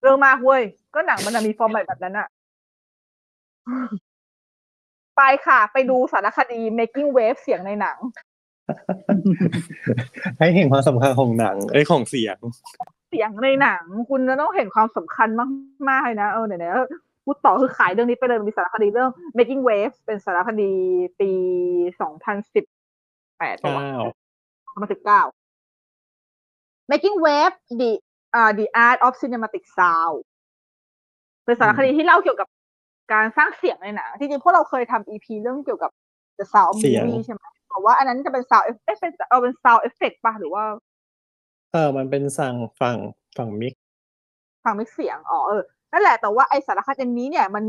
S4: เรื่องมากเว้ย ก็หนังมันจะมีฟอร์แมตแบบนั้นอะ ไปค่ะ ไปดูสารคดี making wave เสียงในหนัง
S2: ให้เห็นความสำคัญของหนังเอ้ยของเสียง
S4: เสียงในหนัง คุณจะต้องเห็นความสำคัญมากๆเลยนะ เออไหนๆพูดต่อคือขายเรื่องนี้ไปเลยมันมีสารคดีเรื่อง making waves เป็นสารคดีปี 2018ตัว
S2: เก้า
S4: ะ2019 making wave the อ่า the art of cinematic sound เป็นสารคดีที่เล่าเกี่ยวกับการสร้างเสียงในหนังที่จริงพวกเราเคยทำ EP เรื่องเกี่ยวกับ the sound of
S2: เสียง
S4: movie ใช่ไหมแต่ว่าอันนั้นจะเป็น sound effect เอ๊ะเป็นเอาเป็น sound effect ป่ะหรือว่า
S2: เออ มันเป็นสั่งฝั่งฝั่งมิก
S4: ฟังไม่เสียง อ๋อ เออ นั่นแหละ แต่ว่าไอสารคดีอันนี้เนี่ย มัน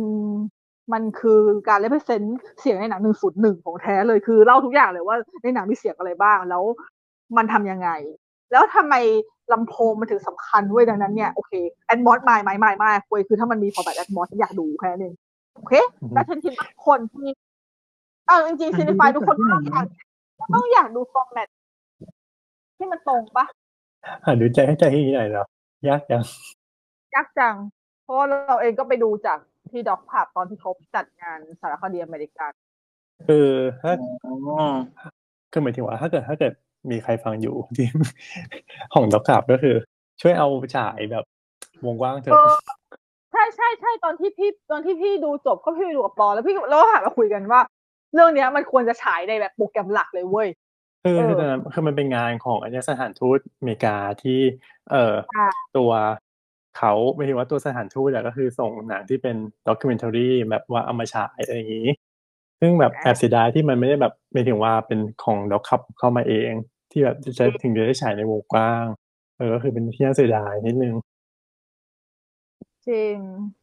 S4: มันคือการเล p เ e นต์เสียงในหนังหนึ่งนหนึ่งของแท้เลย คือเล่าทุกอย่างเลยว่าในหนังมีเสียงอะไรบ้าง แล้วมันทำยังไง แล้วทำไมลำโพงมันถึงสำคัญด้วยดังนั้นเนี่ย โอเค แอดมอสไม่ไม่ไม่ไม่เว้ยคือถ้ามันมีฟอร์แมตแอดมอสอยากดูแค่นึงโอเค แต่ฉันคิดว่าคนที่เอาจริงๆซีนิฟายทุกคนก็ต้องอยากต้องอยากดูฟอร์แมตที่มันตรงปะ
S2: หาดูใจให้ใจที่ไหนเนาะยากจัง
S4: ยากจัง เพราะว่าเราเองก็ไปดูจากที่ด็อกผับตอนที่เขาจัดงานสารคดีอเมริกัน
S2: คือถ้า
S3: อ๋อ
S2: คือหมายถึงว่าถ้าเกิดถ้าเกิดมีใครฟังอยู่ที่ ของดอกกลับก็คือ ช่วยเอาฉายแบบวงกว้างเถอะ
S4: เออใช่ใช่ใช่ตอนที่พี่ตอนที่พี่ดูจบก็พี่ไปดูกับปอแล้วพี่ก็แล้วก็หันมาคุยกันว่า เรื่องเนี้ยมันควรจะฉายในแบบโปรแกรมหลักเลยเว้ย
S2: คือ
S4: เออ
S2: คือตอนนั้นคือมันเป็นงานของอันเนี้ยสถานทูตอเมริกาที่ เออ
S4: ค่ะ
S2: ตัวเขาไม่ใช่ว่าตัวสถานทูตอะก็คือส่งหนังที่เป็นด็อกิเมนทารีแบบว่าเอามาฉายอะไรอย่างนี้ ซึ่งแบบแอบเสียดายที่มันไม่ได้แบบไม่ถึงว่าเป็นของด็อกคับเข้ามาเอง ที่แบบจะถึงจะได้ฉายในวงกว้าง เออก็คือเป็นที่น่าเสียดายนิดนึง
S4: จริง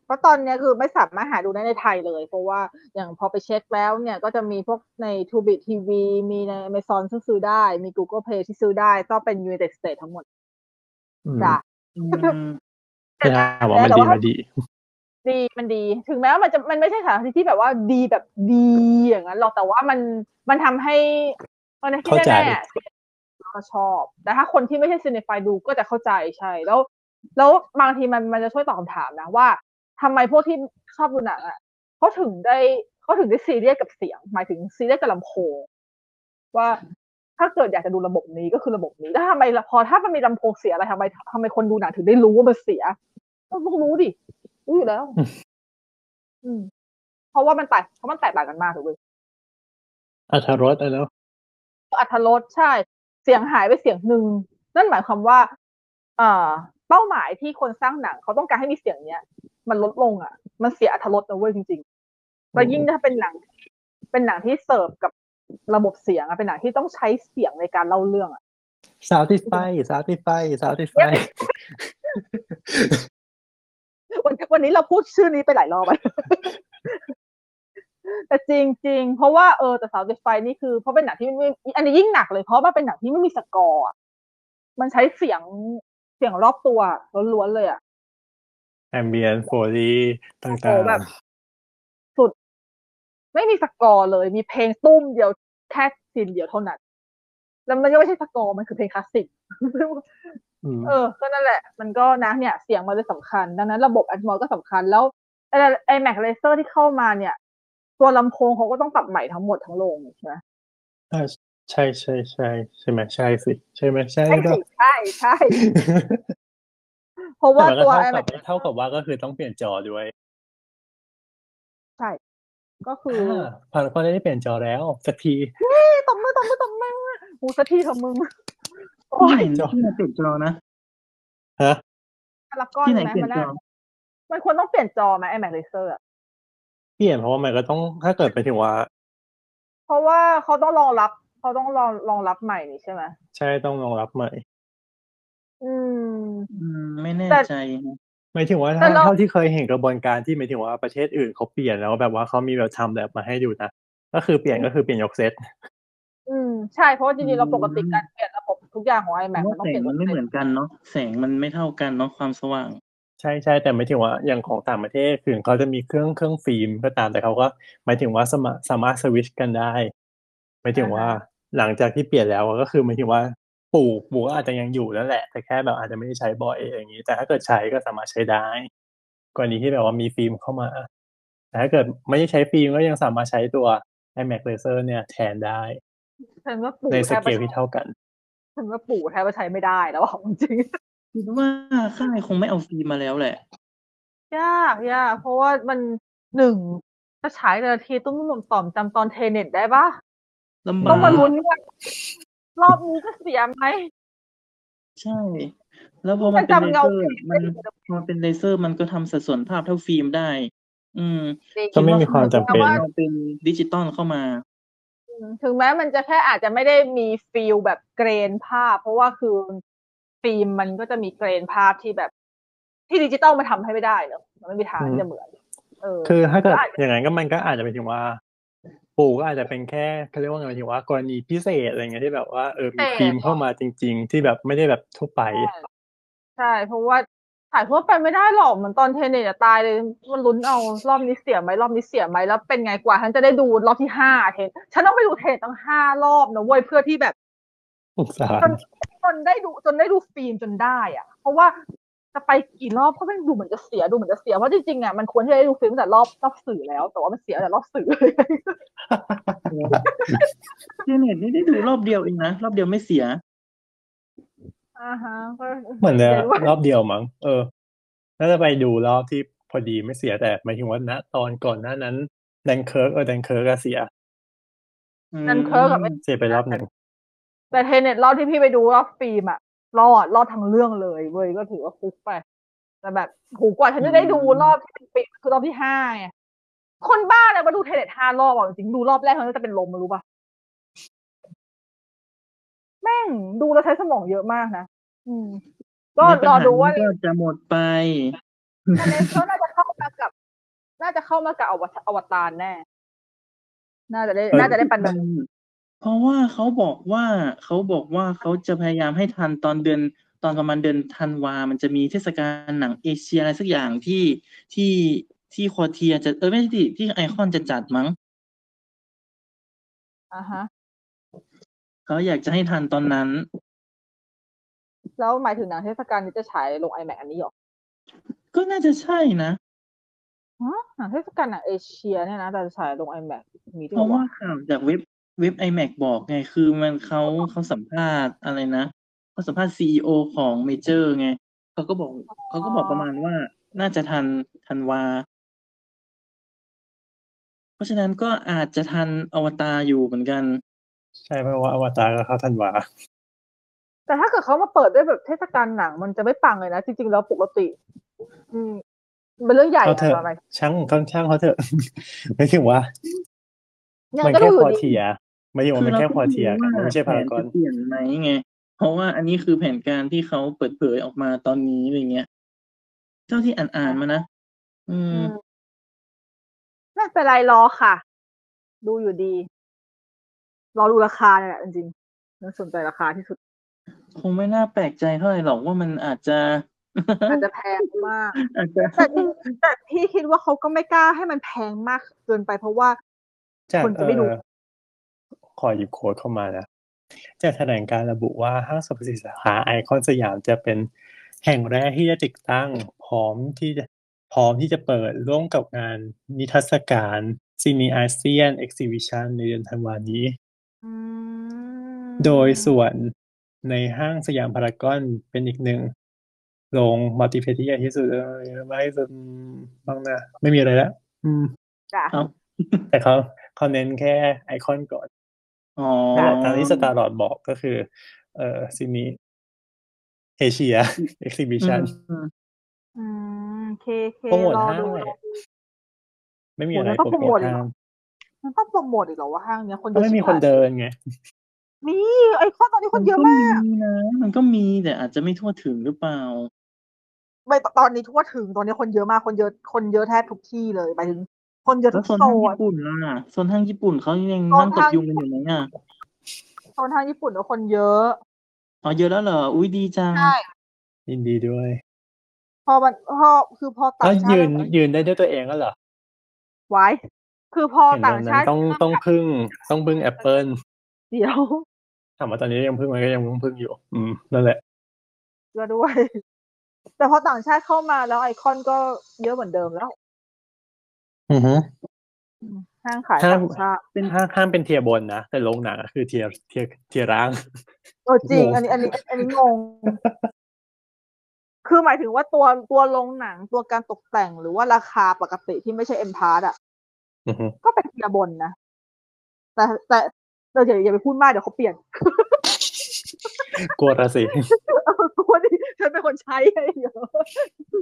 S4: เพราะตอนเนี้ยคือไม่สามารถหาดูได้ในไทยเลย เพราะว่าอย่างพอไปเช็คแล้วเนี่ยก็จะมีพวกในทูบิทีวีมีใน Amazon ซึ่งซื้อได้ มี Google Play ที่ซื้อได้ก็เป็น United States ทั้งหมด
S2: อืม
S4: จ้ะ
S3: อืม
S2: แต่ถามว่ามันดีไหมาดี
S4: ดีมันดี ถึงแม้ว่ามันจะมันไม่ใช่สถานที่ที่แบบว่าดีแบบดีอย่างนั้นหรอกแต่ว่ามันมันทำให้มันที่
S2: เข้าใจ
S4: แน่ๆเราชอบ แต่ถ้าคนที่ไม่ใช่ซีนิฟายดูก็จะเข้าใจใช่ แล้ว แล้วบางทีมันมันจะช่วยตอบคำถามนะว่าทำไมพวกที่ชอบดูหนังอ่ะเขาถึงได้เขาถึงได้ซีเรียสกับเสียง หมายถึงซีเรียสกับลำโพงว่าถ้าเกิดอยากจะดูระบบนี้ก็คือระบบนี้แล้วทำไมละพอถ้ามันมีลำโพงเสียอะไรทำไมทำไมคนดูหนังถึงได้รู้ว่ามันเสียก็ต้องรู้ดิ รู้อยู่แล้ว
S2: อืม
S4: อืม เพราะว่ามันแตกเพราะมันแตกต่างกันมากถูกไหม
S2: อัธรสอะเนาะ
S4: อัธรสใช่ เสียงหายไปเสียงหนึ่ง นั่นหมายความว่า เอ่อ เป้าหมายที่คนสร้างหนังเขาต้องการให้มีเสียงเนี้ย มันลดลงอ่ะ มันเสียอัธรสนะเว้ยจริง แล้วยิ่งถ้าเป็นหนัง เป็นหนังที่เสิร์ฟกับระบบเสียงอะเป็นหนังที่ต้องใช้เสียงในการเล่าเรื่องอะ
S2: สาวติดไฟสาวติดไฟสาวติดไฟ
S4: วันวันนี้เราพูดชื่อนี้ไปหลายรอบอะ แต่จริงจริงเพราะว่าเออแต่สาวเดฟไฟนี่คือเพราะเป็นหนังที่ไม่อันนี้ยิ่งหนักเลยเพราะมันเป็นหนังที่ไม่มีสกอร์อะมันใช้เสียงเสียงรอบตัวล้วนๆเลยอ่ะ
S2: แอมเบียนโฟลีต่าง
S4: โอ้แบบ ไม่มีสกอร์เลย มีเพลงตุ้มเดียวแค่ซีนเดียวเท่านั้นแล้วมันก็ไม่ใช่สกอร์มันคือเพลงคลาสสิก
S2: ๆอืม
S4: เออ ก็นั่นแหละ มันก็นะเนี่ย เสียงมันเลยสำคัญ ดังนั้นระบบแอดมอก็สำคัญ แล้วไอแม็กเลเซอร์ที่เข้ามาเนี่ย ตัวลำโพงเขาก็ต้องปรับใหม่ทั้งหมดทั้งโรงใช่ไหม
S2: ใช่ใช่ใช่ใช่ไหมใช่สิใช่ไหมใช่
S4: ใช่
S2: ก็
S4: สิใช่ใช่ เพ ราะว่า
S2: แต่มันก็
S4: ตัว
S2: เท่า
S4: ไอแม็ก
S2: กับเท่ากับว่าก็คือต้องเปลี่ยนจอด้วย
S4: ก็คือ
S2: พาราคอนได้เปลี่ยนจอแล้วสักที
S4: ไม่ตบมือตบมือตบมือหูสักทีเถอะมึงโอ้ย
S3: ที่ไหน
S2: จอ
S3: ที่ไหนเปลี่ยนจอนะ
S2: ฮะ
S4: พารากอน
S3: ที่ไหน
S4: ไหม
S3: เปลี่
S4: มัน น
S3: ยจ
S4: น่า
S3: อ
S4: มันควรต้องเปลี่ยนจอไหมไอแม็กเลเซอร์
S2: เปลี่ยนเพราะว่ามันก็ต้องถ้าเกิดไปถึงว่า
S4: เพราะว่าเขาต้องรองรับเขาต้องรองรองรับใหม่นี่ใช่ไหม
S2: ใช่ต้องรองรับใหม่
S4: อืม
S3: อืม ไม่แน่ใจนะ
S2: หมายถึงว่า
S4: แต่
S2: ถ้า
S4: เรา
S2: เท่าที่เคยเห็นกระบวนการที่หมายถึงว่าประเทศอื่นเขาเปลี่ยนแล้วแบบว่าเขามีแบบทำแบบมาให้ดูนะก็คือเปลี่ยนก็คือเปลี่ยนยกเซต
S4: อืมใช่เพราะว่าจริงๆเราปกติการเปลี่ยนระบบทุกอย่างของ
S3: เพราะ
S4: iMac มั
S3: ว่าน
S4: ต้อง
S3: แส
S4: เปลี่ย
S3: ง
S4: น
S3: มันไม่เหมือนกันเนาะแสงมันไม่เท่ากันเนาะความสว่าง
S2: ใช่ใช่แต่หมายถึงว่าอย่างของต่างประเทศถึงเขาจะมีเครื่องเครื่องฟิล์มก็ตามแต่เขาก็หมายถึงว่าสามารถสามารถสวิตชกันได้หมายถึงว่าหลังจากที่เปลี่ยนแล้วอะก็คือหมายถึงว่าปลูกปลูกก็อาจจะยังอยู่นั่นแหละ แต่แค่แบบอาจจะไม่ได้ใช้บ่อยอย่างนี้ แต่ถ้าเกิดใช้ก็สามารถใช้ได้กรณีที่แบบว่ามีฟิล์มเข้ามาแต่ถ้าเกิดไม่ได้ใช้ฟิล์มก็ยังสามารถใช้ตัว iMac Laser เนี่ยแทนได้
S4: ฉันว่าปู่
S2: ในส
S4: แทบ
S2: เก
S4: จะ
S2: ลที่เท่ากัน
S4: ฉันว่าปู่แทบจะใช้ไม่ได้แล้วอะ จริง
S3: คิดว่าค่ายคงไม่เอาฟิล์มมาแล้วแหละ
S4: ยากยากเพราะว่ามันหนึ่งจะฉายแต่ละทีต้องหนุ่มต่อมจำตอนเทเน็ตได้ปะ
S3: ลำบาก
S4: ต้องมาลุ้น กันรอบนี้จะเสียไหม
S3: ใช่ แล้วพอมันเป็น
S4: จำ
S3: เล
S4: เงา
S3: เซอร์อะมันพอมันเป็นเลเซอร์มันก็ทำสัดส่วนภาพเท่าฟิล์มได้ อืม
S2: ก็ไม่มีความจำเป็น
S4: แต่ว่
S3: เราเป็นดิจิตอลเข้ามา
S4: ถึงแม้มันจะแค่อาจจะไม่ได้มีฟิลแบบเกรนภาพ เพราะว่าคือฟิล์มมันก็จะมีเกรนภาพที่แบบ ที่ดิจิตอลมาทำให้ไม่ได้เนอะมันไม่มีทางที่จะเหมือนเออ
S2: คือถ้าเกิด
S4: ก็อาจจะ
S2: อย่างนั้นก็มันก็อาจจะเป็นถึงว่า ปู่ก็อาจจะเป็นแค่เขาเรียกว่าไงหมายถึงว่ากรณีพิเศษอะไรเงี้ยที่แบบว่าเออมีฟิล์มเข้ามาจริง ๆ ที่แบบไม่ได้แบบทั่วไป
S4: ใช่ เพราะว่าถ่ายทั่วไปไม่ได้หรอกเหมือนตอนเทนเนตอะตายเลยมันลุ้นเอารอบนี้เสียไหมรอบนี้เสียไหมแล้วเป็นไงกว่าฉันจะได้ดูรอบที่ห้าเทนฉันต้องไปดูเทนตั้งห้ารอบนะเว้ยเพื่อที่แบบ
S2: สงสาร
S4: จนจนได้ดูจนได้ดูฟิล์มจนได้อะเพราะว่าจะไปกี่รอบก็ไม่ดูเหมือนจะเสียดูเหมือนจะเสียเพราะจริงๆอะมันควรที่จะได้ดูฟิล์มตั้งแต่รอบรอบสื่อแล้ว แต่ว่ามันเสียตั้ง แต่รอบสื่อ
S3: เจเน็ตนี่ได้ดูรอบเดียวเองนะ รอบเดียวไม่เสีย
S4: อ่าฮะก็
S2: เหมือนจะ
S4: เดี๋ยวว่าร
S2: อบเดียวมั้งเออน่าจะไปดูรอบที่พอดีไม่เสียแต่หมายถึงว่าณตอนก่อนหน้านั้นแดนเคิร์กเออแดนเคิร์กอะเสีย
S3: อืม
S4: นั่นเคอร์กับไอ้
S2: เสียไปรอบหนึ่ง
S4: แต่เทเน็ตรอบที่พี่ไปดูรอบฟิล์มอะรอดรอดทั้งเรื่องเลยเว้ยก็ถือว่าคุกไป แต่แบบโหูกว่าฉันจะได้ดูรอบที่เป็นฟิล์มคือรอบที่ห้าไงคนบ้าเลยมาดูเทเน็ตห้ารอบอ่ะจริงๆดูรอบแรกมันจะเป็นลมอะรู้ปะแม่งดูแล้วใช้สมองเยอะมากนะอืม ก็
S3: ในปัญ
S4: ร
S3: ห
S4: อดูว่า
S3: นี้ก็จะหมดไป
S4: อันนี้เขาน่าจะเข้ามากับ น่าจะเข้ามากับอวตอวตารแน่ น่าจะได้ น่าจะได้ปันแบบ
S3: เพราะว่าเขาบอกว่าเขาบอกว่าเขาจะพยายามให้ทันตอนเดือนตอนประมาณเดือนธันวา มันจะมีเทศกาลหนังเอเชียอะไรสักอย่างที่ที่ที่คอเทียจะเออไม่ใช่ที่ที่ไอคอนจะจัดมั้ง
S4: อ่าฮะ
S3: เขาอยากจะให้ทันตอนนั้น
S4: แล้วหมายถึงหนังเทศกาลนี้จะฉายลง iMac อันนี้เหรอ
S3: ก็น่าจะใช่นะ
S4: ฮะหนังเทศกาลหนังเอเชียเนี่ยนะแต่ฉายลง iMac มีด้
S3: เพ
S4: วย
S3: ราะ
S4: เหรอ
S3: ว่าข่าวจากเว็บเว็บ iMac บอกไงคือมันเขาเขาสัมภาษณ์อะไรนะเขาสัมภาษณ์ซีอของเมเจอร์ไงเขาก็บอกเขาก็บอกประมาณว่าน่าจะทันทันวา เพราะฉะนั้นก็อาจจะทันอวตารอยู่เหมือนกัน
S2: ใช่เพราะว่าอวตารก็เข้าธันวา
S4: แต่ถ้าเกิดเขามาเปิดด้วยแบบเทศกาลหนังมันจะไม่ปังเลยนะ จริงๆแล้วปกติ อืม เป็นเรื่องใหญ่
S2: เอาเถอะ
S4: อะไร
S2: ช่างข้างช่างเขาเถอะ ไม่ถึงว่า
S4: ยัง
S2: มัน
S4: ก็ดู
S2: แค่
S4: อยู่
S2: พอ
S4: ดี
S2: เทียร์ไม่ถึงว่ามันแค่พอเทียร์กันมันไม่ใช่พารากอน
S3: เปลี่ยนไหมไง เพราะว่าอันนี้คือแผนการที่เขาเปิดเผยออกมาตอนนี้อะไรเงี้ย เท่าที่อ่านอ่านๆมานะอืม
S4: ไม่เป็นไรรอค่ะ ดูอยู่ดี รอดูราคาเนี่ยแหละจริงๆน่าสนใจราคาที่สุด
S3: คงไม่น่าแปลกใจเท่าไหร่หรอกว่ามันอาจจะ
S4: อาจจะแพงมาก
S3: อาจจะ
S4: แต่ที่แต่พี่คิดว่าเขาก็ไม่กล้าให้มันแพงมากเกินไปเพราะว่า
S2: จาก
S4: คนจะ
S2: เอ่
S4: ไม่ดู
S2: อขอหยิบโค้ดเข้ามานะจากแถลงการระบุว่าห้างสรรพสินค้าไอคอนสยามจะเป็นแห่งแรกที่จะติดตั้ง พร้อมที่จะพร้อมที่จะเปิดร่วมกับงานนิทรรศการซีนีอาเซียนเอ็กซิบิชันในเดือนธันวานี้
S4: อืม
S2: โดยส่วนในห้างสยามพารากอนเป็นอีกหนึ่งโรงมัลติเพลที่ใหญ่ที่สุดเออเยอะมากที่สุดอืมบ้างนะไม่มีอะไรแล้วอืม
S4: จ้ะ
S3: เอา
S2: แต่เขาเขาเน้นแค่ไอคอนก่อน
S3: อ๋อ
S2: แต่ตามที่สตาร์ลอดบอกก็คือ เอ่อซีนีเอเชีย เอ็กซิบิชัน
S3: อืม
S4: อืมโอเคโอเค
S2: โปรโมท
S4: รอ
S2: ห้าง
S4: ดู
S2: แหละ
S4: รอดู
S2: ไม่มีอะไร
S4: โอ้ยแล้วก็
S2: โปรโมท
S4: โปรโมทอีกเหรง อ มันต้องโปรโมทอี
S2: ห้า
S4: กเหรอว่าห้างเนี้ยคนเย
S2: ก็
S4: อะ
S2: ไม่มี
S4: ชิบ
S2: คน
S4: หาย
S2: เดินไง
S4: นี่ไอคอนตอนนี้คนเยอะมาก
S3: นก็นะมันก็มีแต่อาจจะไม่ทั่วถึงหรือเปล่า
S4: ไม่ตอนนี้ทั่วถึงตอนนี้คนเยอะมากคนเยอะคนเยอะแทบทุกที่เลยหมายถึง คนเยอะ
S3: แล้ว
S4: ทุก
S3: โซน
S4: โซ
S3: ห้าง
S4: น
S3: ญี่ปุ่นล่ะโซนห้างญี่ปุ่นเขายัง
S4: โซน
S3: นั่งตบ
S4: ห้าง
S3: ยุงกันอยู่ไหมอ่ะ
S4: โซนทางญี่ปุ่นก็คนเยอะ
S3: อ๋อเยอะแล้วเหรอ อุ้ยดีจัง
S4: ใช่
S2: ยินดีด้วย
S4: พอมันพอคือพอต่า
S2: ก็
S4: งชาติ
S2: ยืนยืนได้ด้วยตัวเองก็เหรอ
S4: ไว้ คือพอ
S2: เห็นต
S4: ต่า
S2: อ
S4: น ง
S2: นั้
S4: ชาน ติ
S2: ต้องต้องพึ่ง ต้องพึ่งแอปเปิล
S4: เดียว
S2: ถามว่าตอนนี้ยังพึ่งไหมก็ยังต้องพึ่งอยู่ อืมนั่นแหละ
S4: ก็ด้วย แต่พอต่างชาติเข้ามาแล้วไอคอนก็เยอะเหมือนเดิมแล้ว
S2: อือฮึ
S4: ห้างขาย
S2: ห้าง
S4: ต่างชาติ
S2: เป็นห้างห้างเป็นเทียร์บนนะแต่โรงหนังอะคือเทียร์เทียร์เทียร์ร้าง
S4: เออจริง
S2: งง
S4: อันนี้อันนี้อันนี้งง คือหมายถึงว่าตัวตัวโรงหนังตัวการตกแต่งหรือว่าราคาปกติที่ไม่ใช่เอ็มพาร์ตอ่ะ
S2: อือฮึ
S4: ก็เป็นเทียบนนะ แต่แต่เราอย่าอย่าไปพูดมากเดี๋ยวเขาเปลี่ยน
S2: กลัวละสิ
S4: เออกลัวดิฉันเป็นคนใช้ไงเดี๋ยว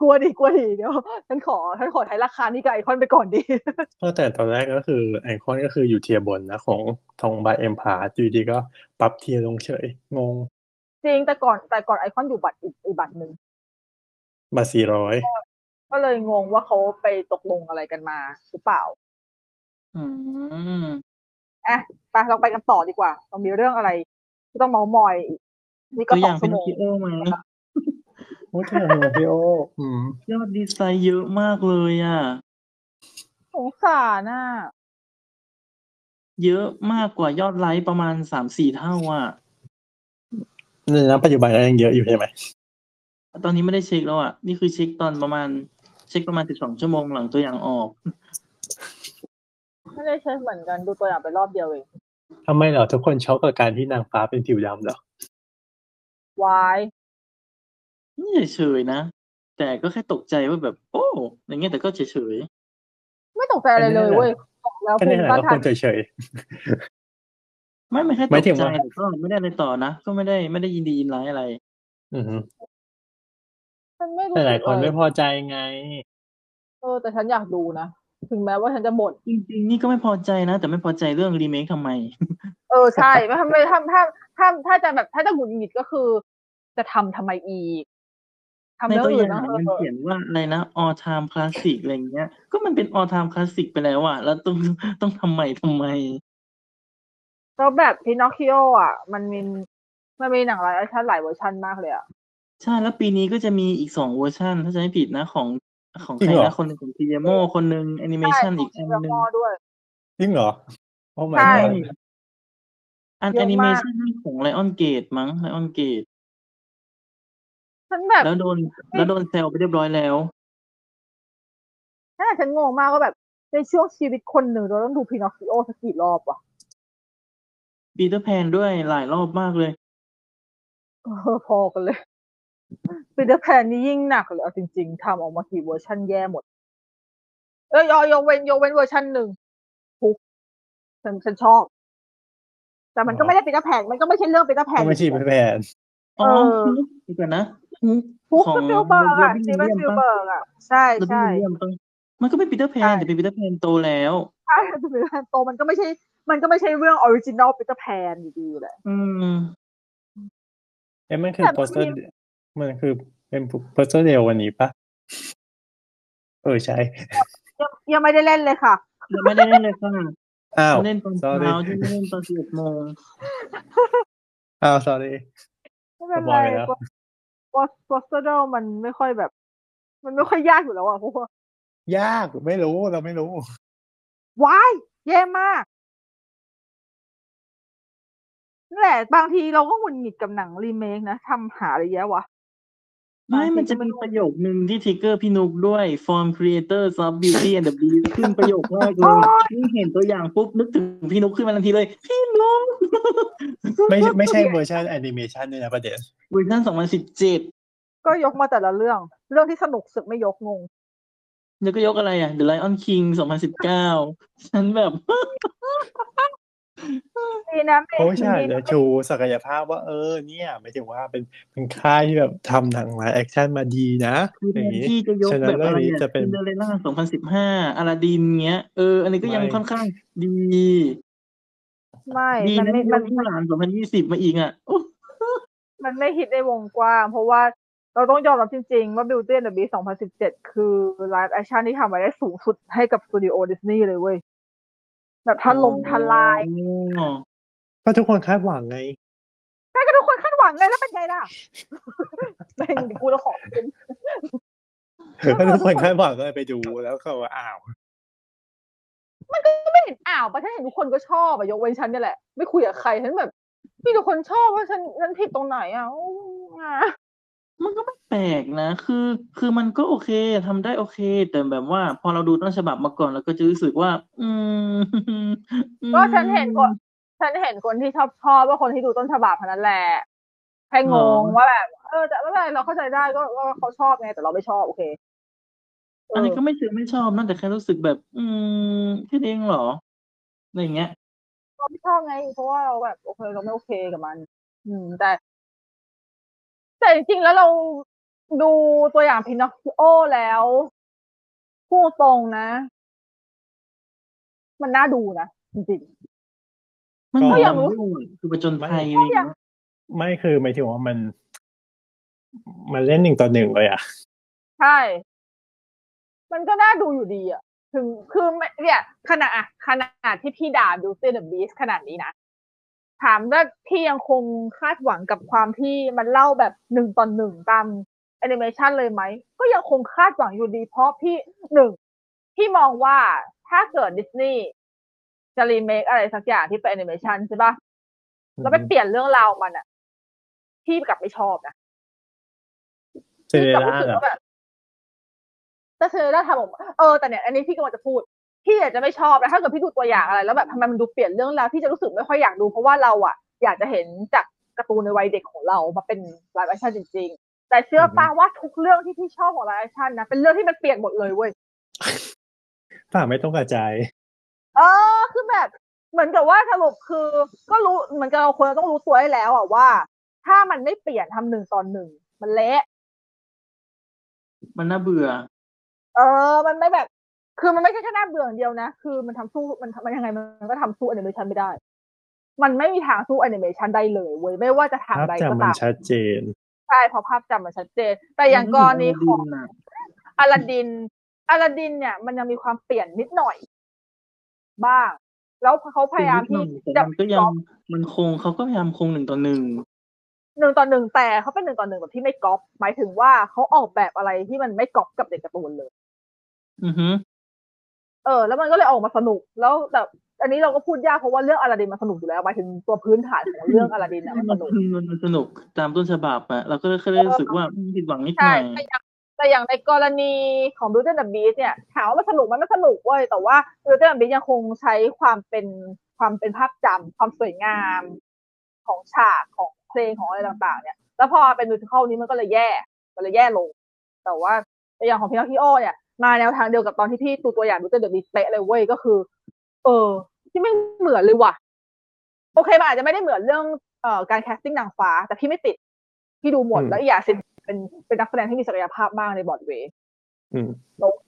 S4: กลัวดิกลัวดิเดี๋ยวฉันขอฉันขอใช้ราคานี้กับไอคอนไปก่อนดิ
S2: ก็แต่ตอนแรกก็คือไอคอนก็คืออยู่เทียร์บนนะของทองบายเอ็มพาอยู่ดีก็ปรับเทียร์ลงเฉย งง
S4: จริงแต่ก่อนแต่ก่อนไอคอนอยู่บัตรอีกอีกบัตรหนึ่ง
S2: มาสี่ร้อย
S4: ก็เลยงงว่าเขาไปตกลงอะไรกันมาหรือเปล่า
S3: อืม
S4: ไปเราไปกันต่อดีกว่าเรามีเรื่องอะไรที่ต้องเมาส์มอยอีกนี่ก็
S3: ตัว
S4: สอย่า
S3: อ
S4: ง ง
S3: เป็
S4: ชั่ว
S3: น
S4: โมง
S3: คิโอไหม
S2: โอ้เทียร์โนพี่โออืม
S3: ยอดดีไซน์เยอะมากเลยอ่ะ
S4: สงสารน่ะ
S3: เยอะมากกว่ายอดไลค์ประมาณสามสี่เท่าอ่ะ
S2: ในน้ำปัจจุบันก็ยังเยอะอยู่ใช่ไหม
S3: ตอนนี้ไม่ได้เช็คแล้วอ่ะ นี่คือเช็คตอนประมาณ เช็คประมาณสิบสองชั่วโมงหลังตัวอย่างออก
S4: ไม่ได้ใช้เหมือนกันดูตัวอย่างไปรอบเดียวเอง
S2: ทำไมเหรอทุกคนช็อกกับการที่นางฟ้าเป็นผิวดำเหรอ
S4: วาย
S3: นี่เฉยๆนะ แต่ก็แค่ตกใจว่าแบบ โอ้อะไรเงี้ยแต่ก็เฉยๆ
S4: ไม่ตกใจอะไรเลยเว้ยบอกแล้ว
S2: ก็
S4: ภู
S2: ใน
S4: มิ
S2: ฐานะ
S4: ต้าน
S2: ว่า
S4: ทา
S2: คน นเฉย
S3: ไม่ไม่แค่ต
S2: หมาย
S3: ก
S2: ถึง
S3: ใจ
S2: ว่า
S3: แต่ก็ไม่ได้อะไรต่อนะ ก็ไม่ได้ไม่ได้ยินดียินร้ายอะไร
S2: ๆอือฮึ
S4: มันไม่รู้
S2: แต่หลาย
S4: สึก
S2: คน
S4: อะไร
S2: ไม่พอใจไง
S4: เออแต่ฉันอยากดูนะ ถึงแม้ว่าฉันจะบ่น
S3: จริง ๆ นี่ก็ไม่พอใจนะ แต่ไม่พอใจเรื่องรีเมคทำไม
S4: เออใช่ไม่ทำไม่ทำถ้าถ้าถ้าจะแบบถ้าจะหงุดหงิดก็คือ จะทำทำไมอีกทำ
S3: ใน
S4: เรื่องอื่น
S3: ตัวอย่าง
S4: นะเอ
S3: มัน
S4: อ
S3: เขียนว่าอะไรนะ all time classic อะไรเงี้ย ก็มันเป็น all time classic ไปแล้วอะแล้วต้องต้องทำใหม่ทำไม
S4: แล้วแบบพินอคคิโออ่ะ มันมีมันมีหนังหลายชั้นหลายเวอร์ชันมากเลยอ่ะ
S3: ใช่แล้วปีนี้ก็จะมีอีกสองเวอร์ชันถ้าจะไม่ผิดนะของของ
S2: จริ
S3: ใครง
S2: เหรอ
S3: นะคนหนึ่งของทีเดโมคนหนึ่งแอนิเมชันอีกอันหนึ่ง
S4: พ่อด้วย
S2: จริงเหรอโอ้ my
S4: ใช่
S2: god
S3: อัน
S4: เย
S3: แอ
S4: อะมาก
S3: นิเมชันของไลออนเกตมั้งไลออนเกต
S4: ฉันแบบ
S3: แล้วโดนแล้วโดนแซวไปเรียบร้อยแล้ว
S4: นั่นแหละฉันงงมากว่าแบบในช่วงชีวิตคนหนึ่งเราต้องดูพินอคคิโอสักกี่รอบวะ
S3: ปีเตอร์แพนด้วยหลายรอบมากเลย
S4: เออพอกันเลยปีเตอร์แพนนี่ยิ่งหนักเลยเอาจริง ๆทำออกมากี่เวอร์ชันแย่หมด เอ้ยยกเว้นยกเว้นเวอร์ชันหนึ่งทุกฉันฉันชอบ แต่มันก็
S2: อ๋อ
S4: ไม่ได้ปีเตอร์แพนมันก็ไม่ใช่เรื่องปีเตอร์แพน
S2: ก็ไม่ใช่
S4: จริงๆ
S2: แพน
S3: อ๋อ
S4: เออ
S3: ดีกว่านะ
S4: ทุก
S3: ของ
S4: สติลเบิร์กอะ
S3: Robin
S4: สตีเวนส
S3: Williams
S4: ติลเบิร์กอะใช่
S3: แล้ว
S4: ใช่
S3: พี่เลี่ยมปะมันก็เป็นปีเตอร์แพ
S4: ใช่
S3: นแต่เป็นปีเตอร์แพนโตแล้ว
S4: ใช่สติลแพนโตมันก็ไม่ใช่ มันก็ไม่ใช่เรื่องออริจินอลปีเตอร์แพนอยู่ดีแหละ
S3: อืม
S2: เอ้มันคือ
S4: แต่
S2: โปสเตอ
S4: มั
S2: ร์
S4: นมี
S2: มันคือเป็นโปสเตอร์เดียววันนี้ปะเออใช่
S4: ยังยังไม่ได้เล่นเลยค่ะ
S3: แล้วไม่ได้เล่นเลยค่ะ
S2: อ้าว
S3: เล่นตอนเช้า
S2: sorry
S3: ที่เล่นตอนสิบเอ็ดโมง
S2: อ้าว sorry
S4: ไม่เป็น
S2: ก็บ
S4: ไร
S2: อกไปแล้ว
S4: โปสโปสเตอร์เดลมันไม่ค่อยแบบ มันไม่ค่อยยากอยู่แล้วอะเพราะว่าย
S2: ากไม่รู้เราไม่รู้
S4: วายแย่มากนั่นแหละ บางทีเราก็หงุดหงิดกับหนังรีเมคนะทำหาอะไรเยอะวะ
S3: ไม่มันจะมีประโยคหนึ่งที่ทริกเกอร์พี่นุกด้วย form creator sub beauty and the beast ขึ้นประโยคแรกเลยนี่เห็นตัวอย่างปุ๊บนึกถึงพี่นุกขึ้นมาทันทีเลย พี่นุก
S2: ไม่ใช่ไม่ใช่เวอร์ชันแอนิเมชันด้วยนะประเด็น
S3: เวอร์ชันสองพันสิบเจ็ด
S4: ก็ยกมาแต่ละเรื่อง เรื่องที่สนุกสุดไม่ยกงง
S3: แล้วก็ยกอะไรอ่ะ The Lion King สองพันสิบเก้าฉันแบบ
S4: ดีนะเม
S2: เขาะไม่ใช่
S4: ดี
S2: จะ
S4: นะ
S2: ชูศักยภาพว่าเออเนี่ยหมายถึงว่าเป็นเป็นค่ายที่แบบทำหนังไลฟ์แอคชั่นมาดีนะ
S3: คือ
S2: อ
S3: แท
S2: ย่าง
S3: น
S2: นี้
S3: ที่จะยก
S2: ฉะนั้
S3: แบ
S2: น
S3: บอะไร
S2: เรื่องนี้
S3: เนี่ย
S2: จะเป็น
S3: ซินเดอเรลล่าสองพันสิบห้าอลาดินเงี้ย เออ อันนี้ก็ยังค่อนข้างดี
S4: ไม่
S3: ดี
S4: มัน
S3: นะ
S4: ไม่
S3: ที่ย
S4: มัน
S3: กผู้หลานสองพันยี่สิบมาอีกอ่ะโอ้
S4: มันไม่ฮิตในวงกว้าง เพราะว่าเราต้องยอมรับจริงๆ ว่า Beauty and the Beast 2017 คือ live action ที่ทำไว้ได้สูงสุดให้กับสตูดิโอดิสนีย์เลยเว้ย แบบถล่มทลาย
S3: อ๋อ
S2: ก็ทุกคนคาดหวังไง
S4: ใช่ก็ทุกคนคาดหวังไงแล้วเป็นไงล่ะ ไม่กูจะขอเป็น
S2: ก็ทุกคนคาดหวังก็เลยไปดูแล้วเขาว่าอ้าว
S4: มันก็ไม่เห็นอ้าวประเทศเห็นทุกคนก็ชอบอะยกเว้นฉันเนี่ยแหละ ไม่คุยกับใครฉันแบบมีแต่คนชอบว่าฉันฉันผิดตรงไหนอ่ะอู้อ่ะ
S3: มันก็ไม่แปลกนะ คือ คือมันก็โอเคทำได้โอเค แต่แบบว่า พอเราดูต้นฉบับมาก่อนเราก็จะรู้สึกว่า อืม
S4: ก็ฉันเห็นคน ฉันเห็นคนที่ชอบชอบว่าคนที่ดูต้นฉบับเท่านั้นแหละแค่งงว่าแบบเออแต่ไม่เป็นไรเราเข้าใจได้ก็ก็เขาชอบไงแต่เราไม่ชอบโอเคเอ
S3: อัน
S4: อ
S3: นี้ก็ไม่เชิงไม่ชอบนะแต่แค่รู้สึกแบบ อืมแค่นี้เองเหรออะไรอย่างเงี้ย
S4: เราไม่ชอบไง เพราะว่าเราแบบโอเคเราไม่โอเคกับมัน อืม แต่ แต่จริงๆแล้วเราดูตัวอย่างพินอคคิโอแล้วพูดตรงนะ มันน่าดูนะจริง
S3: มัน
S2: ก็
S3: ก็ยังรู้คือประจนภัยอะไรอย่างเงี้ย
S2: ไม่คือหมายถึงว่ามัน มันเล่นหนึ่งต่อหนึ่งเลยอ่ะ
S4: ๆ ใช่ มันก็น่าดูอยู่ดีอะถึงคือไม่เนี่ยขนาดอะขนาดที่พี่ด่า Beauty and the Beast ขนาดนี้นะ ถามว่าพี่ยังคงคาดหวังกับความที่มันเล่าแบบหนึ่งต่อหนึ่งตามแอนิเมชันเลยไหม ก็ยังคงคาดหวังอยู่ดี เพราะพี่หนึ่งพี่มองว่าถ้าเกิดดิสนีย์จะรีเมคอะไรสักอย่างที่เป็นแอนิเมชันใช่ปะแล้วไปเปลี่ยนเรื่องราวมันอะพี่กลับไม่ชอบนะ
S2: เซ
S4: พี่
S2: เล
S4: กลับ
S2: ล่า
S4: รู้สึก
S2: เหรอ
S4: ว่าแบบแต่เซเลล่าทำออกมาเออแต่เนี่ยอันนี้พี่กำลังจะพูด พี่อาจจะไม่ชอบนะถ้าเกิดพี่ดูตัวอย่างอะไรแล้วแบบทำไมมันดูเปลี่ยนเรื่องราวพี่จะรู้สึกไม่ค่อยอยากดูเพราะว่าเราอะอยากจะเห็นจากการ์ตูนในวัยเด็กของเรามาเป็นไลฟ์แอคชั่นจริง ๆ แต่เชื่อป้าว่าทุกเรื่องที่พี่ชอบของไลฟ์แอคชั่นนะเป็นเรื่องที่มันเปลี่ยนหมดเลยเว้ย
S2: ฝ่าไม่ต้องกระจาย
S4: เออคือแบบ เหมือนกับว่าสรุปคือ ก็รู้เหมือนกับเราควรจะต้องรู้ตัวให้แล้วอะว่า ถ้ามันไม่เปลี่ยนทำหนึ่งตอนหนึ่งมันเละ
S3: มันน่าเบื่อ
S4: เออ มันไม่แบบ คือมันไม่ใช่แค่หน้าเบื่ออย่างเดียวนะ คือมันทำสู้ มันมันยังไง มันก็ทำสู้แอนิเมชันไม่ได้ มันไม่มีทางสู้แอนิเมชันได้เลยเว้ย ไม่ว่าจะทาง
S2: ภาพ
S4: ใดก็
S2: จำมัน
S4: ตาม
S2: ชัดเจน
S4: ใช่เพราะภาพจำมันชัดเจน แต่อย่างกรณีของอลาดินอลาดินเนี่ย มันยังมีความเปลี่ยนนิดหน่อย บ้าง แล้วเขาพยายามที่จะ
S3: ดับก็ยังมันคงเขาก็พยายามคงหนึ่งต่อหนึ่ง
S4: หนึ่งต่อหนึ่งแต่เขาเป็นหนึ่งต่อหนึ่งแบบที่ไม่ก๊อป หมายถึงว่าเขาออกแบบอะไรที่มันไม่ก๊อปกับเด็กการ์ตูนเลย
S3: อือฮึ
S4: เออแล้วมันก็เลยออกมาสนุกแล้วแต่อันนี้เราก็พูดยากเพราะว่าเรื่องอลาดินมันสนุกอยู่แล้วหมายถึงตัวพื้นฐานของเรื่องอ ลาดินนะมันส
S3: มัน
S4: นุก
S3: มันมันสนุกตามต้นฉบับอะเราก็เลยรู้สึกว่าผิดหวังนิดห
S4: ใช่
S3: น่อย
S4: แต่อย่างแต่อย่างในกรณีของ Beauty and the Beast เนี่ยถามว่ามันสนุกไหมันมันสนุกเว้ยแต่ว่า Beauty and the Beast ยังคงใช้ความเป็นความเป็นภาพจำความสวยงามของฉากของเพลงของอะไรต่าง ๆ เนี่ย แล้วพอเป็นมิวสิควลนี้มันก็เลยแย่มันเลยแย่ลง แต่ว่าแต่อย่างของพินอคคิโอเนี่ยมาแนวทางเดียวกับตอนที่พี่ตูตัวอย่าง Beauty and the Beast เป๊ะเลยเว้ยก็คือ เออ ที่ไม่เหมือนเลยว่ะ โอเคมันอาจจะไม่ได้เหมือนเรื่องเอ่อการแคสติ้งนางฟ้า แต่พี่ไม่ติด พี่ดูหมด
S2: อืม
S4: แล้วอีกอย่างสิ เป็นเป็นนักแสดงที่มีศักยภาพมากในบอร์ดเวย์
S2: อืม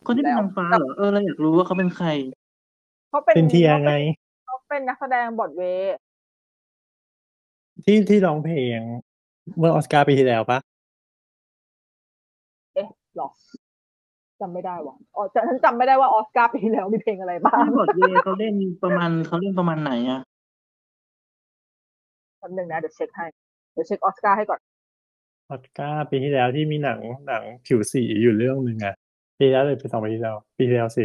S3: คนที่เป็นนางฟ้าเหรอเออเราอยากรู้ว่าเขาเป็นใคร
S4: เขาเป็น
S2: ซินเทียไง
S4: เขาเป็นนักแสดงบอร์ดเวย์
S2: ที่ที่ร้องเพลงเมื่อออสการ์ปีที่แล้วปะ
S4: หรอจำไม่ได้ว่ะอ๋อแต่ฉันจำไม่ได้ว่าออสการ์ปีที่แล้วมีเพลงอะไรบ้าง
S3: บอดเวย์เขาเล่นประมาณเขาเล่นประมาณไหนอะ
S4: คำหนึ่งนะเดี๋ยวเช็คให้เดี๋ยวเช็คออสการ์ให้ก่อน
S2: ออสการ์ปีที่แล้วที่มีหนังหนังผิวสีอยู่เรื่องหนึ่งอะปีที่แล้วเลยเป็นสองปีที่แล้ว ปีที่แล้วสิ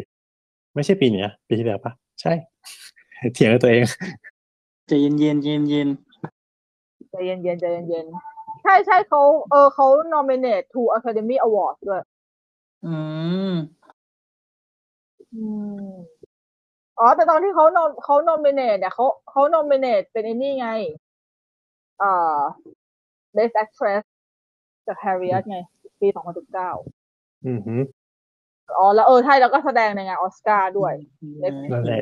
S2: ไม่ใช่ปีเนี้ย ปีที่แล้วปะใช่ เถียงกับตัวเอง
S3: ใจะเย็นเย็นเย็นเย็น
S4: ใจเย็นเย็นๆใจเย็นเย็นๆใช่ใช่เขาเออเขา nominate to Academy Award ด้วย
S3: อืม
S4: อืมอ๋อแต่ตอนที่เขา nom เขา nominate เนี่ยเขาเขา nominate เป็นไอ้นี่ไงเอ่อ Best Actress จาก Harriet ไง ปีสองพันสิบเก้า
S2: อือหือ
S4: อ๋อแล้วเออใช่แล้วก็แสดงในงานออสการ์ด้วย
S2: นั่นแหละ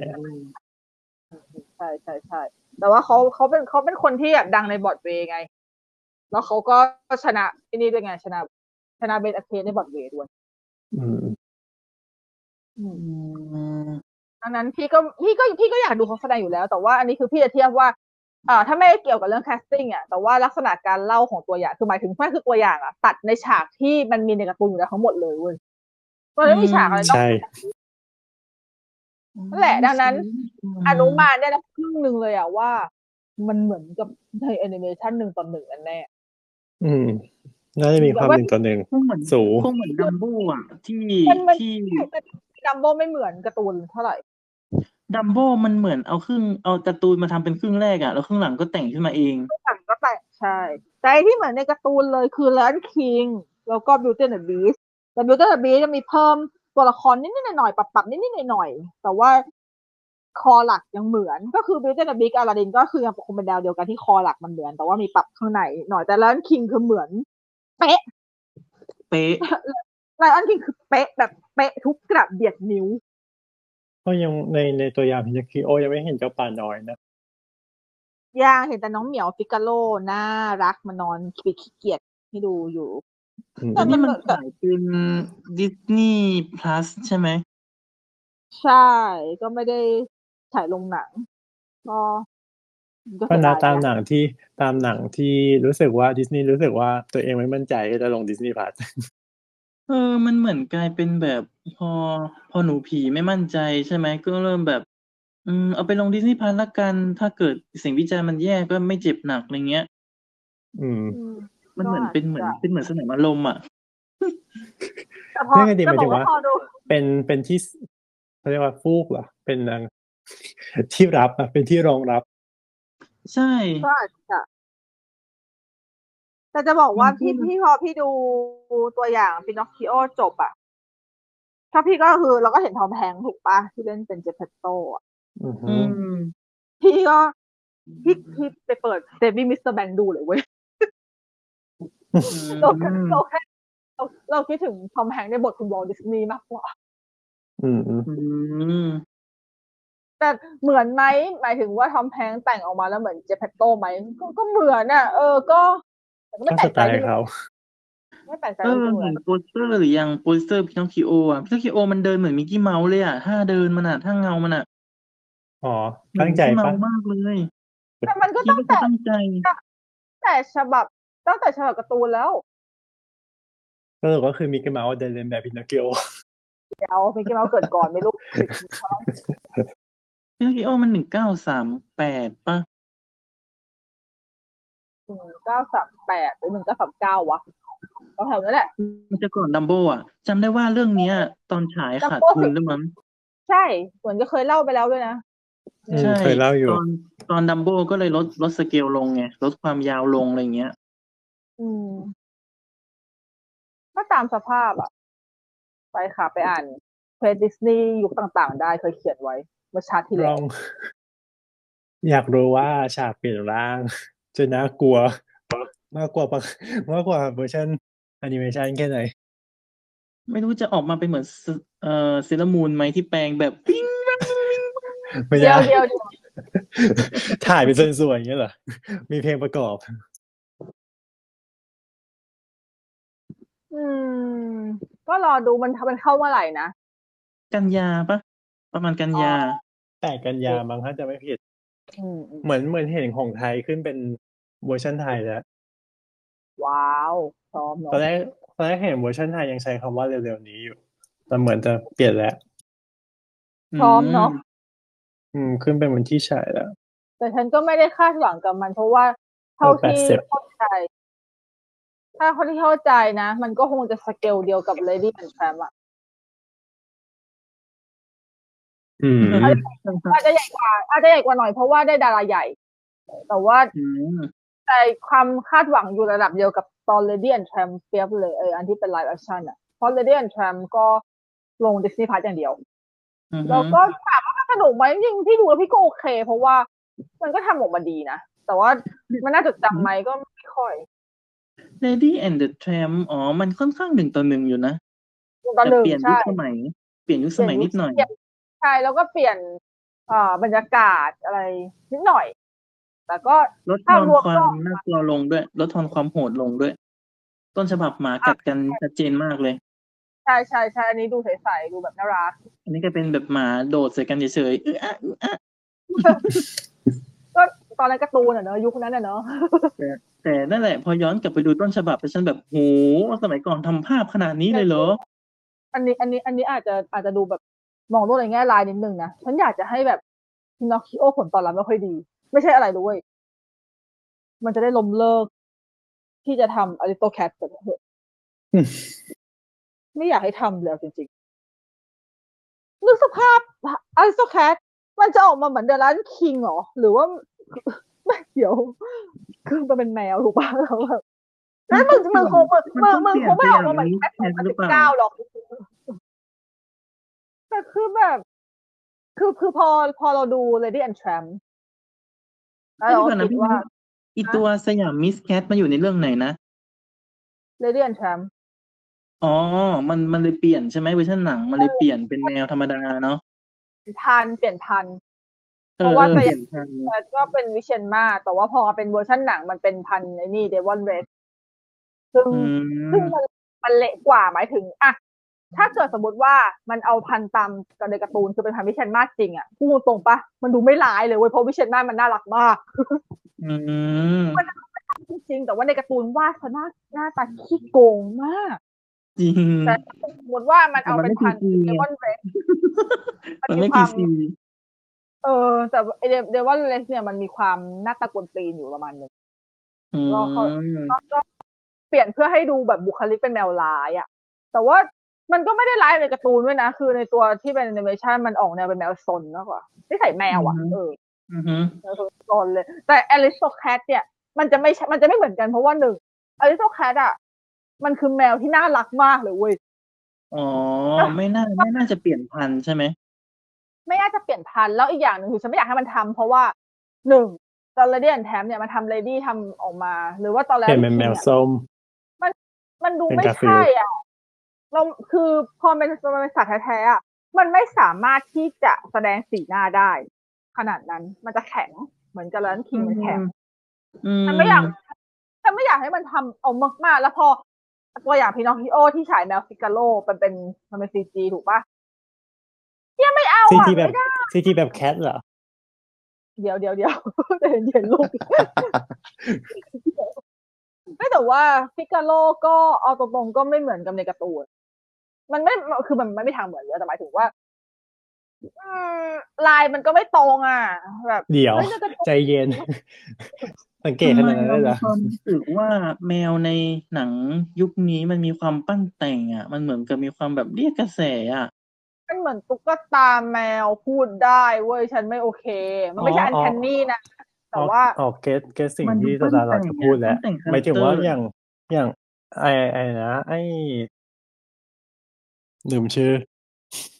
S4: ใช่ใช่ใช่แต่ว่าเขาเขาเป็นเขาเป็นคนที่แบบดังในบอร์ดเวย์ไง แล้วเขาก็ชนะที่นี่ด้วยไงชนะ ชนะเบสอเคในบอร์ดเวย์ด้วย
S2: อืม
S3: อืม
S4: ดังนั้นพี่ก็พี่ก็พี่ก็อยากดูเขาแสดงอยู่แล้ว แต่ว่าอันนี้คือพี่จะเทียบว่าอ่าถ้าไม่เกี่ยวกับเรื่องแคสติ้งอ่ะแต่ว่าลักษณะการเล่าของตัวอย่างคือหมายถึงไม่คือตัวอย่างอ่ะ ตัดในฉากที่มันมีในการ์ตูนอยู่แล้วทั้งหมดเลยเว้ยมันไม่มีฉากอะไรนอก
S2: ใช่
S4: นั่นแหละดังนั้น อนุมานได้แล้วครึ่งหนึ่งเลยอ่ะว่า มันเหมือนกับในแอนิเมชันหนึ่งตอนหนึ่งอันแน่
S2: อืมน่าจะมีความหนึ่งต่อหนึ่ง
S3: พวกเหมือน
S2: สูง
S3: พวกเหมือนดัมโบ้อะที่
S4: มันมัน
S3: ที่
S4: ดัมโบ้ไม่เหมือนการ์ตูนเท่าไหร่
S3: ดัมโบ้มันเหมือนเอาครึ่งเอาการ์ตูนมาทำเป็นครึ่งแรกอะแล้วครึ่งหลังก็แต่งขึ้นมาเอง
S4: หนังก็แต่ใช่ แต่ไอ้ที่เหมือนในการ์ตูนเลยคือ Lion King แล้วก็ Beauty and the Beast แต่ Beauty and the Beast จะมีเพิ่มตัวละครนิดๆหน่อยๆปรับๆนิดๆหน่อยๆแต่ว่าคอหลักยังเหมือน ก็คือ Beauty and the Beast กับ Aladdin ก็คือยังคงเป็นแนวเดียวกันที่คอหลักมันเหมือน แต่ว่ามีปรับข้างในหน่อยแต่ Lion King คือเหมือน
S3: เป๊ ะ
S4: Lion King คือเป๊ะแบบเป๊ะทุกกระเบียดนิ้ว
S2: ก็ยังในในตัวอย่างพินาคิโอยังไม่เห็นเจ้าป่าน้อยนะ
S4: ย่างเห็นแต่น้องเหมียวปิกาโลน่ารักมานอนปีขี้เกียจให้ดูอยู่
S2: อืม
S4: แต่
S3: อันนี้มันขายเป็นดิสนีย์ plus ใช่ไหม
S4: ใช่ก็ไม่ได้ฉายลงหนัง ก็
S2: ก็นา
S4: เสียดย
S2: ตามหนังที่ตามหนังที่รู้สึกว่าดิสนีย์รู้สึกว่าตัวเองไม่มั่นใจก็จะลงดิสนีย์พาร์ท
S3: เออ มันเหมือนกลายเป็นแบบพอพอหนูผีไม่มั่นใจใช่ไหม ก็เริ่มแบบ อืมเอาไปลงดิสนีย์พันละกัน ถ้าเกิดเสียงวิจารณ์มันแย่ก็ไม่เจ็บหนักอะไรเงี้ย
S2: อืม
S4: อืม
S3: มันเหมือน
S4: ก็อาจ
S3: เป็นเหมือน
S4: จะ
S3: เป็นเหมือนสนามอารมณ์อ่ะ
S4: แต่พอ
S2: เรื่องอดีต
S4: จะ
S2: หมาย
S4: บ
S2: ถึ
S4: อก
S2: ง
S4: ว่า
S2: ว่า
S4: พอดู
S2: เป็นเป็นที่เขาเรียกว่าฟูกเหรอเป็นอัน ที่รับอะเป็นที่รองรับ
S3: ใช่
S4: ก็อาจจะแต่จะบอกว่า
S3: อืม
S4: พี่พี่พอพี่ดูตัวอย่างปินอคคิโอจบอะถ้าพี่ก็คือเราก็เห็นทอมแฮงค์ถูกปะที่เล่นเป็นเจฟเฟตโตอะ
S2: อือหื
S3: อื
S2: อ
S3: ม
S4: พี่ก็พี่พี่ไปเปิดเซฟี่มิสเตอร์แบนดูเลยเว้ย เราแค่เราแค่เราเราคิดถึงทอมแฮงค์ในบทคุณวอลดิสนีย์มากกว่า
S2: อืมอืม
S3: อืม
S4: แต่เหมือนไหมหมายถึงว่าทอมแฮงค์แต่งออกมาแล้วเหมือนเจแพตโตไหมก็ก็เหมือนอ่ะ เออก็แต่ก็ไม่
S2: ก็
S4: แปล
S2: ส
S4: ก
S2: ไต
S4: ใจ
S2: ล์เขา
S4: ไม่แปลกใจ
S3: เอ
S4: ที่
S3: อ
S4: เห
S3: เห
S4: มื
S3: มื
S4: อ
S3: อน นโปสเตอร์หรือยังโปสเตอร์พินอคคิโออ่ะพินอคคิโอมันเดินเหมือนมิกกี้เมาส์เลยอ่ะถ้าเดินมันอ่ะถ้าเงามันอ่ะ
S2: อ๋อตั้งใจ
S3: เหมื
S2: ปะ
S3: อนมิกกี้เมาส์มากเลย
S4: แต่มันก็
S3: คิด
S4: ตั้งแต่
S3: ว่าเขาตั้งใจ
S4: แต่ฉบับตั้งแต่ฉบับการ์ตูนแล้ว
S2: สรุปก็คือมิกกี้เมาส์เดินเล่นแบบพินอคกิโอ
S4: เดี๋ยวมิกกี้เมาส์เกิดก่อนไม่รู้
S3: พินอคคิโอมันหนึ่งเก้าสามแปดป่ะ
S4: หนึ่งเก้าสามแปดหรือหนึ่งเก้าสามเก้าวะก็แถวนั้นแหละ
S3: มันจะก่อนดัมโบอ่ะจำได้ว่าเรื่องเนี้ย ตอนฉาย
S4: ดัม
S3: ขาด
S4: โบ้
S3: ทุนด้วยมั้ง
S4: ใช่เหมือนจะเคยเล่าไปแล้วด้วยนะ
S2: อืมเคยเล่าอยู่
S3: ตอนตอนดัมโบก็เลยลดลดสเกลลงไงลดความยาวลงอะไรเงี้ย
S4: อืมก็ตามสภาพอ่ะ ไปค่ะไปอ่านเพจดิสนีย์ยุคต่างๆ ได้เคยเขียนไว้เมื่อชาติที่
S2: ล
S4: แล้
S2: อ
S4: ว
S2: ง อยากรู้ว่าฉากเปลี่ยนร่าง จะน่ากลัว มากกว่าปะมากกว่าเวอร์ชันแอนิเมชันแค่ไหน
S3: ไม่รู้จะออกมาเป็นเหมือนซิเอ่อเซรามูนไหมที่แปลงแบบปิ้ง
S2: ไม่
S4: เดี
S2: ได้
S4: ยวเดียวเดียว
S2: ถ่ายเป็นส่วนๆอย่างเงี้ยเหรอ มีเพลงประกอบ
S4: อืม ก็รอดูมันมันเข้าเมื่อไหร่นะ
S3: กันยาปะประมาณกันยา
S2: แต่กันยามั้งถ้าจะไม่ผิด
S4: อืม
S2: เหมือนเหมือนเห็นของไทยขึ้นเป็นเวอร์ชันไทยแล้ว
S4: ว้าวพร้อมเนาะ
S2: ตอนแรกตอนแรกเห็นเวอร์ชันไทยยังใช้คำว่าเร็วๆนี้อยู่ แต่เหมือนจะเปลี่ยนแล้ว
S4: พร้อมเนาะ
S2: อืม ขึ้นเป็นวันที่ฉายแล้ว
S4: แต่ฉันก็ไม่ได้คาดหวังกับมัน เพราะว่าเท่าที่
S2: 180
S4: เข้าใจ ถ้าเท่าที่เข้าใจนะ มันก็คงจะสเกลเดียวกับ Lady and Tramp อะ
S2: อืม
S4: อาจจะใหญ่กว่า อาจจะใหญ่กว่าหน่อยเพราะว่าได้ดาราใหญ่ แต่ว่า
S3: อืม
S4: ใจความคาดหวังอยู่ระดับเดียวกับตอน Lady and Tramp เทียบเลยเอออันที่เป็น live action อะเพราะ Lady and Tramp ก็ลง Disney Plus อย่างเดียว
S3: อืม
S4: แล้วก็ถามว่ามันสนุกไหมจริงๆพี่ดูแล้วพี่ก็โอเค เพราะว่ามันก็ทำออกมาดีนะ แต่ว่ามันน่าจดจำไหมก็ไม่ค่อย
S3: ฮึ Lady and the Tramp อ๋อ มันค่อนข้างหนึ่งต่อหนึ่งอยู่นะ
S4: ตะ
S3: แต่
S4: ลึง
S3: เปลี่ยนยุ
S4: ใช่
S3: คสมัย เปลี่ยนยุคสมัยนิดหน่อย
S4: ใช่แล้วก็เปลี่ยนเอ่อบรรยากาศอะไรนิดหน่อย แต่ก็
S3: ลดทอน
S4: ถ้ารวม
S3: ความ
S4: ก็
S3: น่ากลัวลงด้วย ลดทอนความโหดลงด้วย ต้นฉบับหมากัดกันชัดเจนมากเลย
S4: ใช่ใช่ใช่อันนี้ดูใสๆดูแบบน่ารัก
S3: อันนี้ก็เป็นแบบหมาโดดใส่กันเฉยๆอื้ออะอื้ออะ
S4: ก็ตอนนั้นการ์ตูนอ่ะเนอะยุคนั้นอ่ะเนอะ
S3: แต่นั่นแหละ พอย้อนกลับไปดูต้นฉบับฉันแบบโหสมัยก่อนทำภาพขนาดนี้เลยเหรอ
S4: อันนี้อันนี้อันนี้อาจจะอาจจะดูแบบมองโลกในแง่ร้ายนิดนึงนะฉันอยากจะให้แบบพินอคคิโอผลตอบรับไม่ค่อยดี ไม่ใช่อะไรด้วย มันจะได้ล้มเลิก ที่จะทำอริโตแคทแบบ เถอะ
S2: อืม
S4: ไม่อยากให้ทำเลยเอาจริงๆนึกสภาพอริโตแคทมันจะออกมาเหมือนเดอะ n ันคิงหรอ หรือว่า ไม่เดี๋ยว คือมันเป็นแมวถูกปะแล้วแบบแล้วมึงมึงคงมึงมึงมึงคงไม่ออกมาเหมือนแคทสองพันสิบเก้าหรอก แต่คือแบบ คือคือพอพอเราดู Lady and Tramp แล้วเราก็
S3: เดี๋
S4: คิ
S3: ยวนะ
S4: ด
S3: พี่
S4: ว่า
S3: นุ๊ก อีตัวสยามมิสแคทมาอยู่ในเรื่องไหนนะ
S4: Lady and Tramp
S3: อ๋อ มันมันเลยเปลี่ยนใช่ไหมเวอร์ชันหนัง มันเลยเปลี่ยนเป็นแนวธรรมดาเนาะ
S4: ทันเปลี่ยนทัน
S3: อ
S4: เพ
S3: อ
S4: ราะว่า
S3: ออ
S4: ส
S3: เป
S4: ยาม
S3: ลี่ยนทาง
S4: แต่ก็เป็นวิเชียนมาศแต่ว่าพอเป็นเวอร์ชันหนังมันเป็นพันไอ้นี่เดวอนเรสซึ่ง
S3: อื
S4: ซึ่ง
S3: ม
S4: มันมันเละกว่าหมายถึงอะถ้าเกิดสมมติว่ามันเอาพันตามกับในการ์ตูนคือเป็นพันวิเชียนมาศจริงอะพูดตรงปะมันดูไม่ร้ายเลยเว้ยเพราะวิเชียนมาศมันน่ารักมาก
S3: อืม
S4: จริงๆแต่ว่าในการ์ตูนวาดซะหน้าหน้าตาขี้โกงมาก
S3: จริง
S4: แต่สมมติว่ามันเอาเป็นพัน
S3: แต่มัน
S4: เดวอน
S3: ไม่กี่ปี
S4: เรส
S3: มันไม่กี่ซี
S4: เออแต่เดวอนเรสเนี่ยมันมีความหน้าตากวนตีนอยู่ประมาณหนึง
S3: อืม
S4: รอเขา ก็ก็เปลี่ยนเพื่อให้ดูแบบบุคลิกเป็นแมวร้ายอะ่ะ แต่ว่ามันก็ไม่ได้ร้ายในการ์ตูนด้วยนะ คือในตัวที่เป็นแอนิเมชันมันออกแนวเป็นแมวซนมากกว่าที่ใส่แมวอะ่ะ เออ
S3: อือฮึ
S4: แมวซนเลย แต่อลิสโตแคทเนี่ย มันจะไม่ใช่มันจะไม่เหมือนกันเพราะว่าหนึ่งอลิสโตแคทอ่ะ มันคือแมวที่น่ารักมากเลยเว้ย
S3: อ๋อ ไม่น่าไม่น่าจะเปลี่ยนพันธุ์ใช่ไหม
S4: ไม่น่าจะเปลี่ยนพันธุ์แล้วอีกอย่างหนึ่งคือฉันไม่อยากให้มันทำเพราะว่าหนึ่งตอนเลดี้แอนแทมเนี่ยมันทำเลดี้ทำออกมา หรือว่าตอนแรก
S2: เห็นเป็นแมวส้ม
S4: มันดู
S2: เป็น
S4: ไม่
S2: Garfield
S4: ใช่อ่ะ เราคือพอเป็นมันเป็นสัตว์แท้ๆอ่ะ มันไม่สามารถที่จะแสดงสีหน้าได้ ขนาดนั้น มันจะแข็งเหมือนจะเลนคิงมันแข็ง
S3: อืม
S4: ฉันไม่อยากฉันไม่อยากให้มันทำเอามากๆ แล้วพอตัวอย่างพีนอคิโอที่ฉายแมวซิกาโลมันเป็นมันเป็นซีจีถูกปะเนี่ยไม่เอา
S2: ซี
S4: อ่ะ
S2: ทีแบบ
S4: ไม่ได้
S2: ซีทีแบบแคทเหรอ
S4: เดี๋ยวเดี๋ยวเดี๋ยว เห็นเห็นลูก ไม่แต่ว่าฟิกาโลก็เอาตรงๆก็ไม่เหมือนกับในการ์ตูน มันไม่ คือมันไม่ทางเหมือนเยอะแต่หมายถึงว่า อืมลายมันก็ไม่ตรงอ่ะ แบบ
S2: เดี๋ยว
S4: เฮ้ยในการ์ตูน
S2: ใจเย็น สังเกตขนาดนั้นเลยเหรอ
S3: ทำไมรามีความรู้สึกว่าแมวในหนังยุคนี้มันมีความปั้นแต่งอ่ะ มันเหมือนกับมีความแบบเรียกกระแสอ่ะ
S4: มันเหมือนตุ๊กตาแมวพูดได้เว้ยฉันไม่โอเค มันไม่ใช่อันแคนนี่นะ แต่ว่า
S2: ออกเกสเกสสิ่ง
S3: มัน
S2: ที่
S3: ดู
S2: ตาตาหลอดจะพูดแล้ว
S3: มันแต่งคา
S2: ห
S3: แรคเตอร์
S2: มายถึงว่าอย่างอย่างไอไอนะไอลืมชื่อ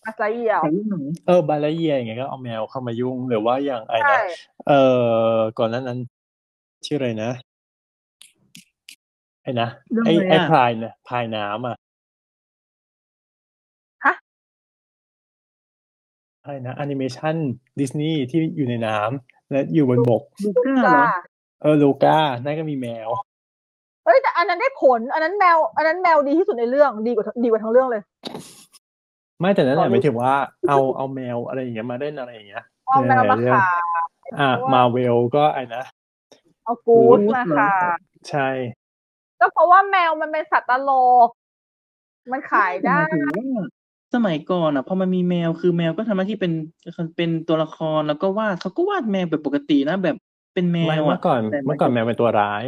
S4: อาซาเอียว
S3: แต่ยุคหนัง
S2: เออบาลาเยียอย่างเงี้ยก็เอาแมวเข้ามายุ่งหรือว่าอย่างไอ
S4: ใช่
S2: นะเออก่อนหนั้นนั้น ชื่ออะไรนะ ไอ้นะ
S3: เรื่อง
S2: ไอ
S3: อะไร
S2: ไอ
S3: อ่ะ
S2: พลายนะพลายน้ำอ่ะอะไรนะแอนิเมชันดิสนีย์ที่อยู่ในน้ำและอยู่บนบก
S3: ลูก้าเหรอ
S4: จ้า
S2: เออลูก้านั่นก็มีแมว
S4: เอ้ยแต่อันนั้นได้ผล อันนั้นแมว อันนั้นแมวดีที่สุดในเรื่องดีกว่าดีกว่าทั้งเรื่องเลย
S2: ไม่แต่นั่นแห
S4: ขอ
S2: ละ
S4: ดู
S2: หมายถึงว่าเอาเอาแมวอะไรอย่างเงี้ยมาเล่นอะไรอย่างเงี้ย
S4: เอาแมวมา
S2: เออเรื่อง
S4: ขาย
S2: อ่ะมาเวลก็ไอ้นะ
S4: เอากูด
S3: กู๊ด
S4: มา
S3: เหรอ
S4: ขาย
S2: ใช่
S4: ก็เพราะว่าแมวมันเป็นสัตว์ตลก มันขายได้
S3: หมถึงว่าสมัยก่อนอ่ะพอมันมีแมวคือแมวก็ทำหน้าที่เป็นเป็นตัวละครแล้วก็วาดเขาก็วาดแมวแบบปกตินะ แบบเป็นแม
S2: ไม่
S3: ว
S2: เมื่
S3: อ่ะ
S2: อก่อน
S3: แต่มัน
S2: เมื่อก่อนแมวเป็นตัวร้าย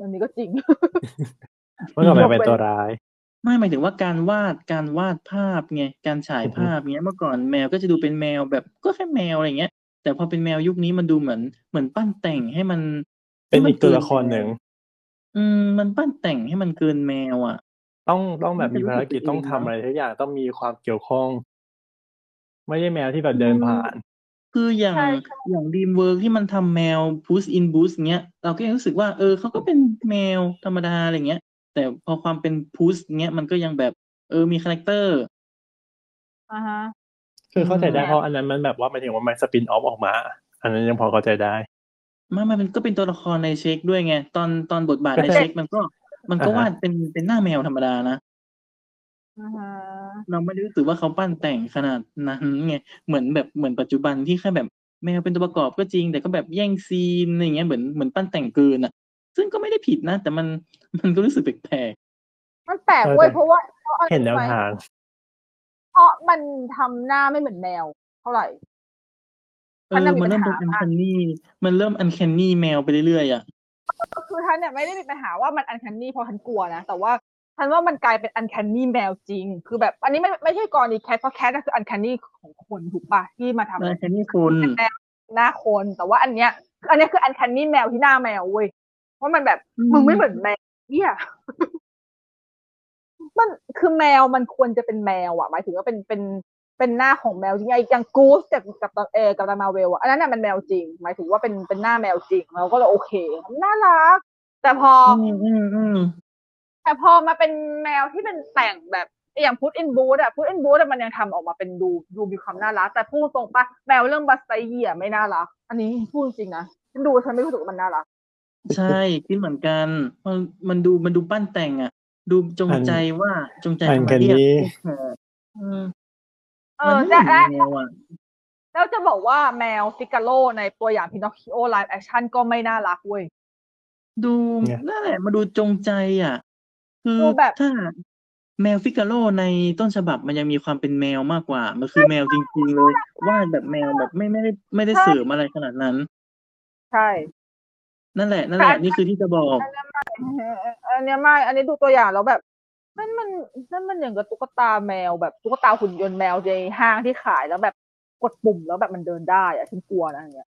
S4: อันนี้ก็จริง
S2: เมื่อก่อนแมวเป็นตัวร้าย
S3: ไม่หมายถึงว่าการวาดการวาดภาพไงการฉายภาพเงี้ยเมื่อก่อนแมวก็จะดูเป็นแมวแบบก็แค่แมวอะไรเงี้ย แต่พอเป็นแมวยุคนี้มันดูเหมือนเหมือนปั้นแต่งให้มัน
S2: เป็น
S3: ให้มั
S2: อีกตัวละครหนึ่ง
S3: อืมมันปั้นแต่งให้มันเกินแมวอ่ะ
S2: ต้องต้องแบบมีภารกิจ
S3: มันจะรู้สึก
S2: ต้องทำ
S3: เองนะ
S2: อะไรทุกอย่างต้องมีความเกี่ยวข้อง ไม่ใช่แมวที่แบบเดินผ่าน
S3: คืออย่าง
S4: ใช่
S3: อย่างดีมเวิร์กที่มันทำแมว Push in Boost เงี้ย เราก็ยังรู้สึกว่า เออเขาก็เป็นแมวธรรมดาอะไรเงี้ย แต่พอความเป็น Push เงี้ยมันก็ยังแบบเออมีคาแรคเตอร์
S4: อ่าฮะ
S2: คือเข้าใจได้
S3: อืม
S2: เพราะอันนั้นมันแบบว่าหมายถึงว่ามันสปินออฟออกมา อันนั้นยังพอเข้าใจได้
S3: มันมันเป็นก็เป็นตัวละครในเช็คด้วยไง ตอนตอนบทบาทใน
S2: ก็ใช่
S3: เช็คมันก็มันก็
S2: อ่าฮะ
S3: วาดเป็นเป็นหน้าแมวธรรมดานะ
S4: อ่าฮะ
S3: เราไม่ได้รู้สึกว่าเขาปั้นแต่งขนาดนั้นไงเหมือนแบบเหมือนปัจจุบันที่แค่แบบแมวเป็นตัวประกอบก็จริง แต่ก็แบบแย่งซีนอะไรเงี้ยเหมือนเหมือนปั้นแต่งเกินอ่ะ ซึ่งก็ไม่ได้ผิดนะ แต่มันมันก็รู้สึกแปลกๆ
S4: มันแปลกเว้ยเพ
S2: เข้าใจ
S4: ราะว่าเพราะอะไร
S2: เห็นแนว
S4: รู้ไหม
S2: ทาง
S4: เพราะมันทำหน้าไม่เหมือนแมว เท่าไหร่
S3: เอ
S4: มัน
S3: อ
S4: น่ะมีปัญหา
S3: มันเริ่มเป็นอันคันนี่มันเริ่มอันคันนี่แมวไปเรื่อยๆอ่ะ
S4: ก็คือท่านเนี่ยไม่ได้มีปัญหาว่ามันอันคันนี่เพราะท่านกลัวนะ แต่ว่าท่านว่ามันกลายเป็นอันคันนี่แมวจริง คือแบบอันนี้ไม่ไม่ใช่กรณีแคทเพราะแคทน่ะคืออันคันนี่ของคนถูกปะที่มาทำ
S3: อันคันนี่คุณ
S4: หน้าคน แต่ว่าอันเนี้ยอันเนี้ยคืออันคันนี่แมวที่หน้าแมวเว้ยว่าะมันแบบมึงไม่เหมือนแมวเนี่ย มันคือแมวมันควรจะเป็นแมวอะหมายถึงว่าเป็นเป็นเป็นหน้าของแมวจริงไอ้อย่างกูสกับกับตอนเออกับตามาเวลอะอันนั้นน่ะมันแมวจริง หมายถึงว่าเป็นเป็นหน้าแมวจริงเราก็เลยโอเคน่ารัก แต่พอ
S3: อืมอืมอืม
S4: แต่พอมาเป็นแมวที่เป็นแต่งแบบอย่างพุทอินบูธอะพุทอินบูธมันยังทำออกมาเป็นดูดูมีความน่ารัก แต่พูดตรงปะแมวเรื่องบัสไตเยียไม่น่ารัก อันนี้พูดจริงนะฉันดูฉันไม่รู้สึกว่ามันน่ารัก
S3: ใช่คิดเหมือนกัน มันมันดูมันดูปั้นแต่งอ่ะ ดูจงใจว่าจงใจ
S2: อัน
S3: ทำ
S2: คั
S3: มาน เรียก
S2: นี่
S3: อืม
S4: เอ
S3: มั
S4: อ
S3: นไม่
S4: แต่และ
S3: เหมือนแมวอ่ะ
S4: แล้วจะบอกว่าแมวฟิกาโลในตัวอย่างพินอคคิโอไลฟ์แอคชั่นก็ไม่น่ารักเว้ย
S3: ดู
S2: ไง
S3: นั่นแหละมาดูจงใจอ่ะ คือ
S4: ดูแบบ
S3: ถ้าแมวฟิกาโลในต้นฉบับมันยังมีความเป็นแมวมากกว่า มันคือแมวจริงๆเลยวาดแบบแมวแบบไม่ไม่ได้ไม่ได้เสริมอะไรขนาดนั้น
S4: ใช่
S3: นั่นแหละนั่นแหละนี่คือที่จะบอก
S4: อันเนี้ยไม่ อันนี้ดูตัวอย่างแล้วแบบนั่นมันนั่นมันอย่างกับตุ๊กตาแมวแบบตุ๊กตาหุ่นยนต์แมวในห้างที่ขายแล้วแบบกดปุ่มแล้วแบบมันเดินได้อะฉันกลัวนะอย่างเงี้ย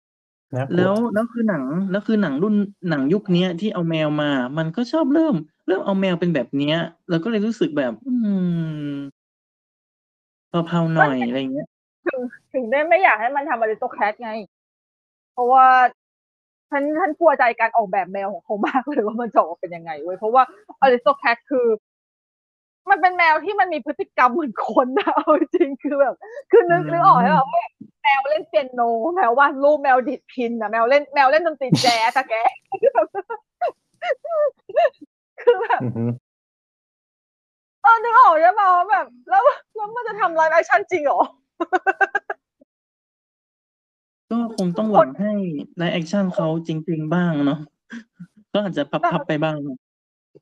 S2: นะ
S3: แล้วแล้วคือหนังแล้วคือหนังรุ่นหนังยุคเนี้ยที่เอาแมวมา มันก็ชอบเริ่ม เริ่มเอาแมวเป็นแบบเนี้ย แล้วก็เลยรู้สึกแบบ อืมเผาๆหน่อยอะไรเงี้ย
S4: ถึงได้ไม่อยากให้มันทำอาริสโตแคทไง เพราะว่าฉันฉันกลัวใจการออกแบบแมวของเขามากเลยว่ามันจะออกมาเป็นยังไงเว้ยเพราะว่าอาริสโตแคทคือ มันเป็นแมวที่มันมีพฤติกรรมเหมือนคนนะ เอาจริงๆคือแบบ คือนึก
S3: อืม
S4: นึกออกไหมแบบว่าแมวเล่นเปียโน แมววาดรูปแมวดิดพินนะแมวเล่นแมวเล่นดนตรีแจ๊สอะแก คือแบบคือแบบ
S2: อือฮึ
S4: เออนึกออกใช่ป่ะว่าแบบ แล้วแล้วมันจะทำไลฟ์แอคชั่นจริงเหรอ
S3: ก็คงต้องหวังให้ไลฟ์แอคชั่นเขาจริง ๆ บ้างเนาะก็อาจจะพับๆไปบ้าง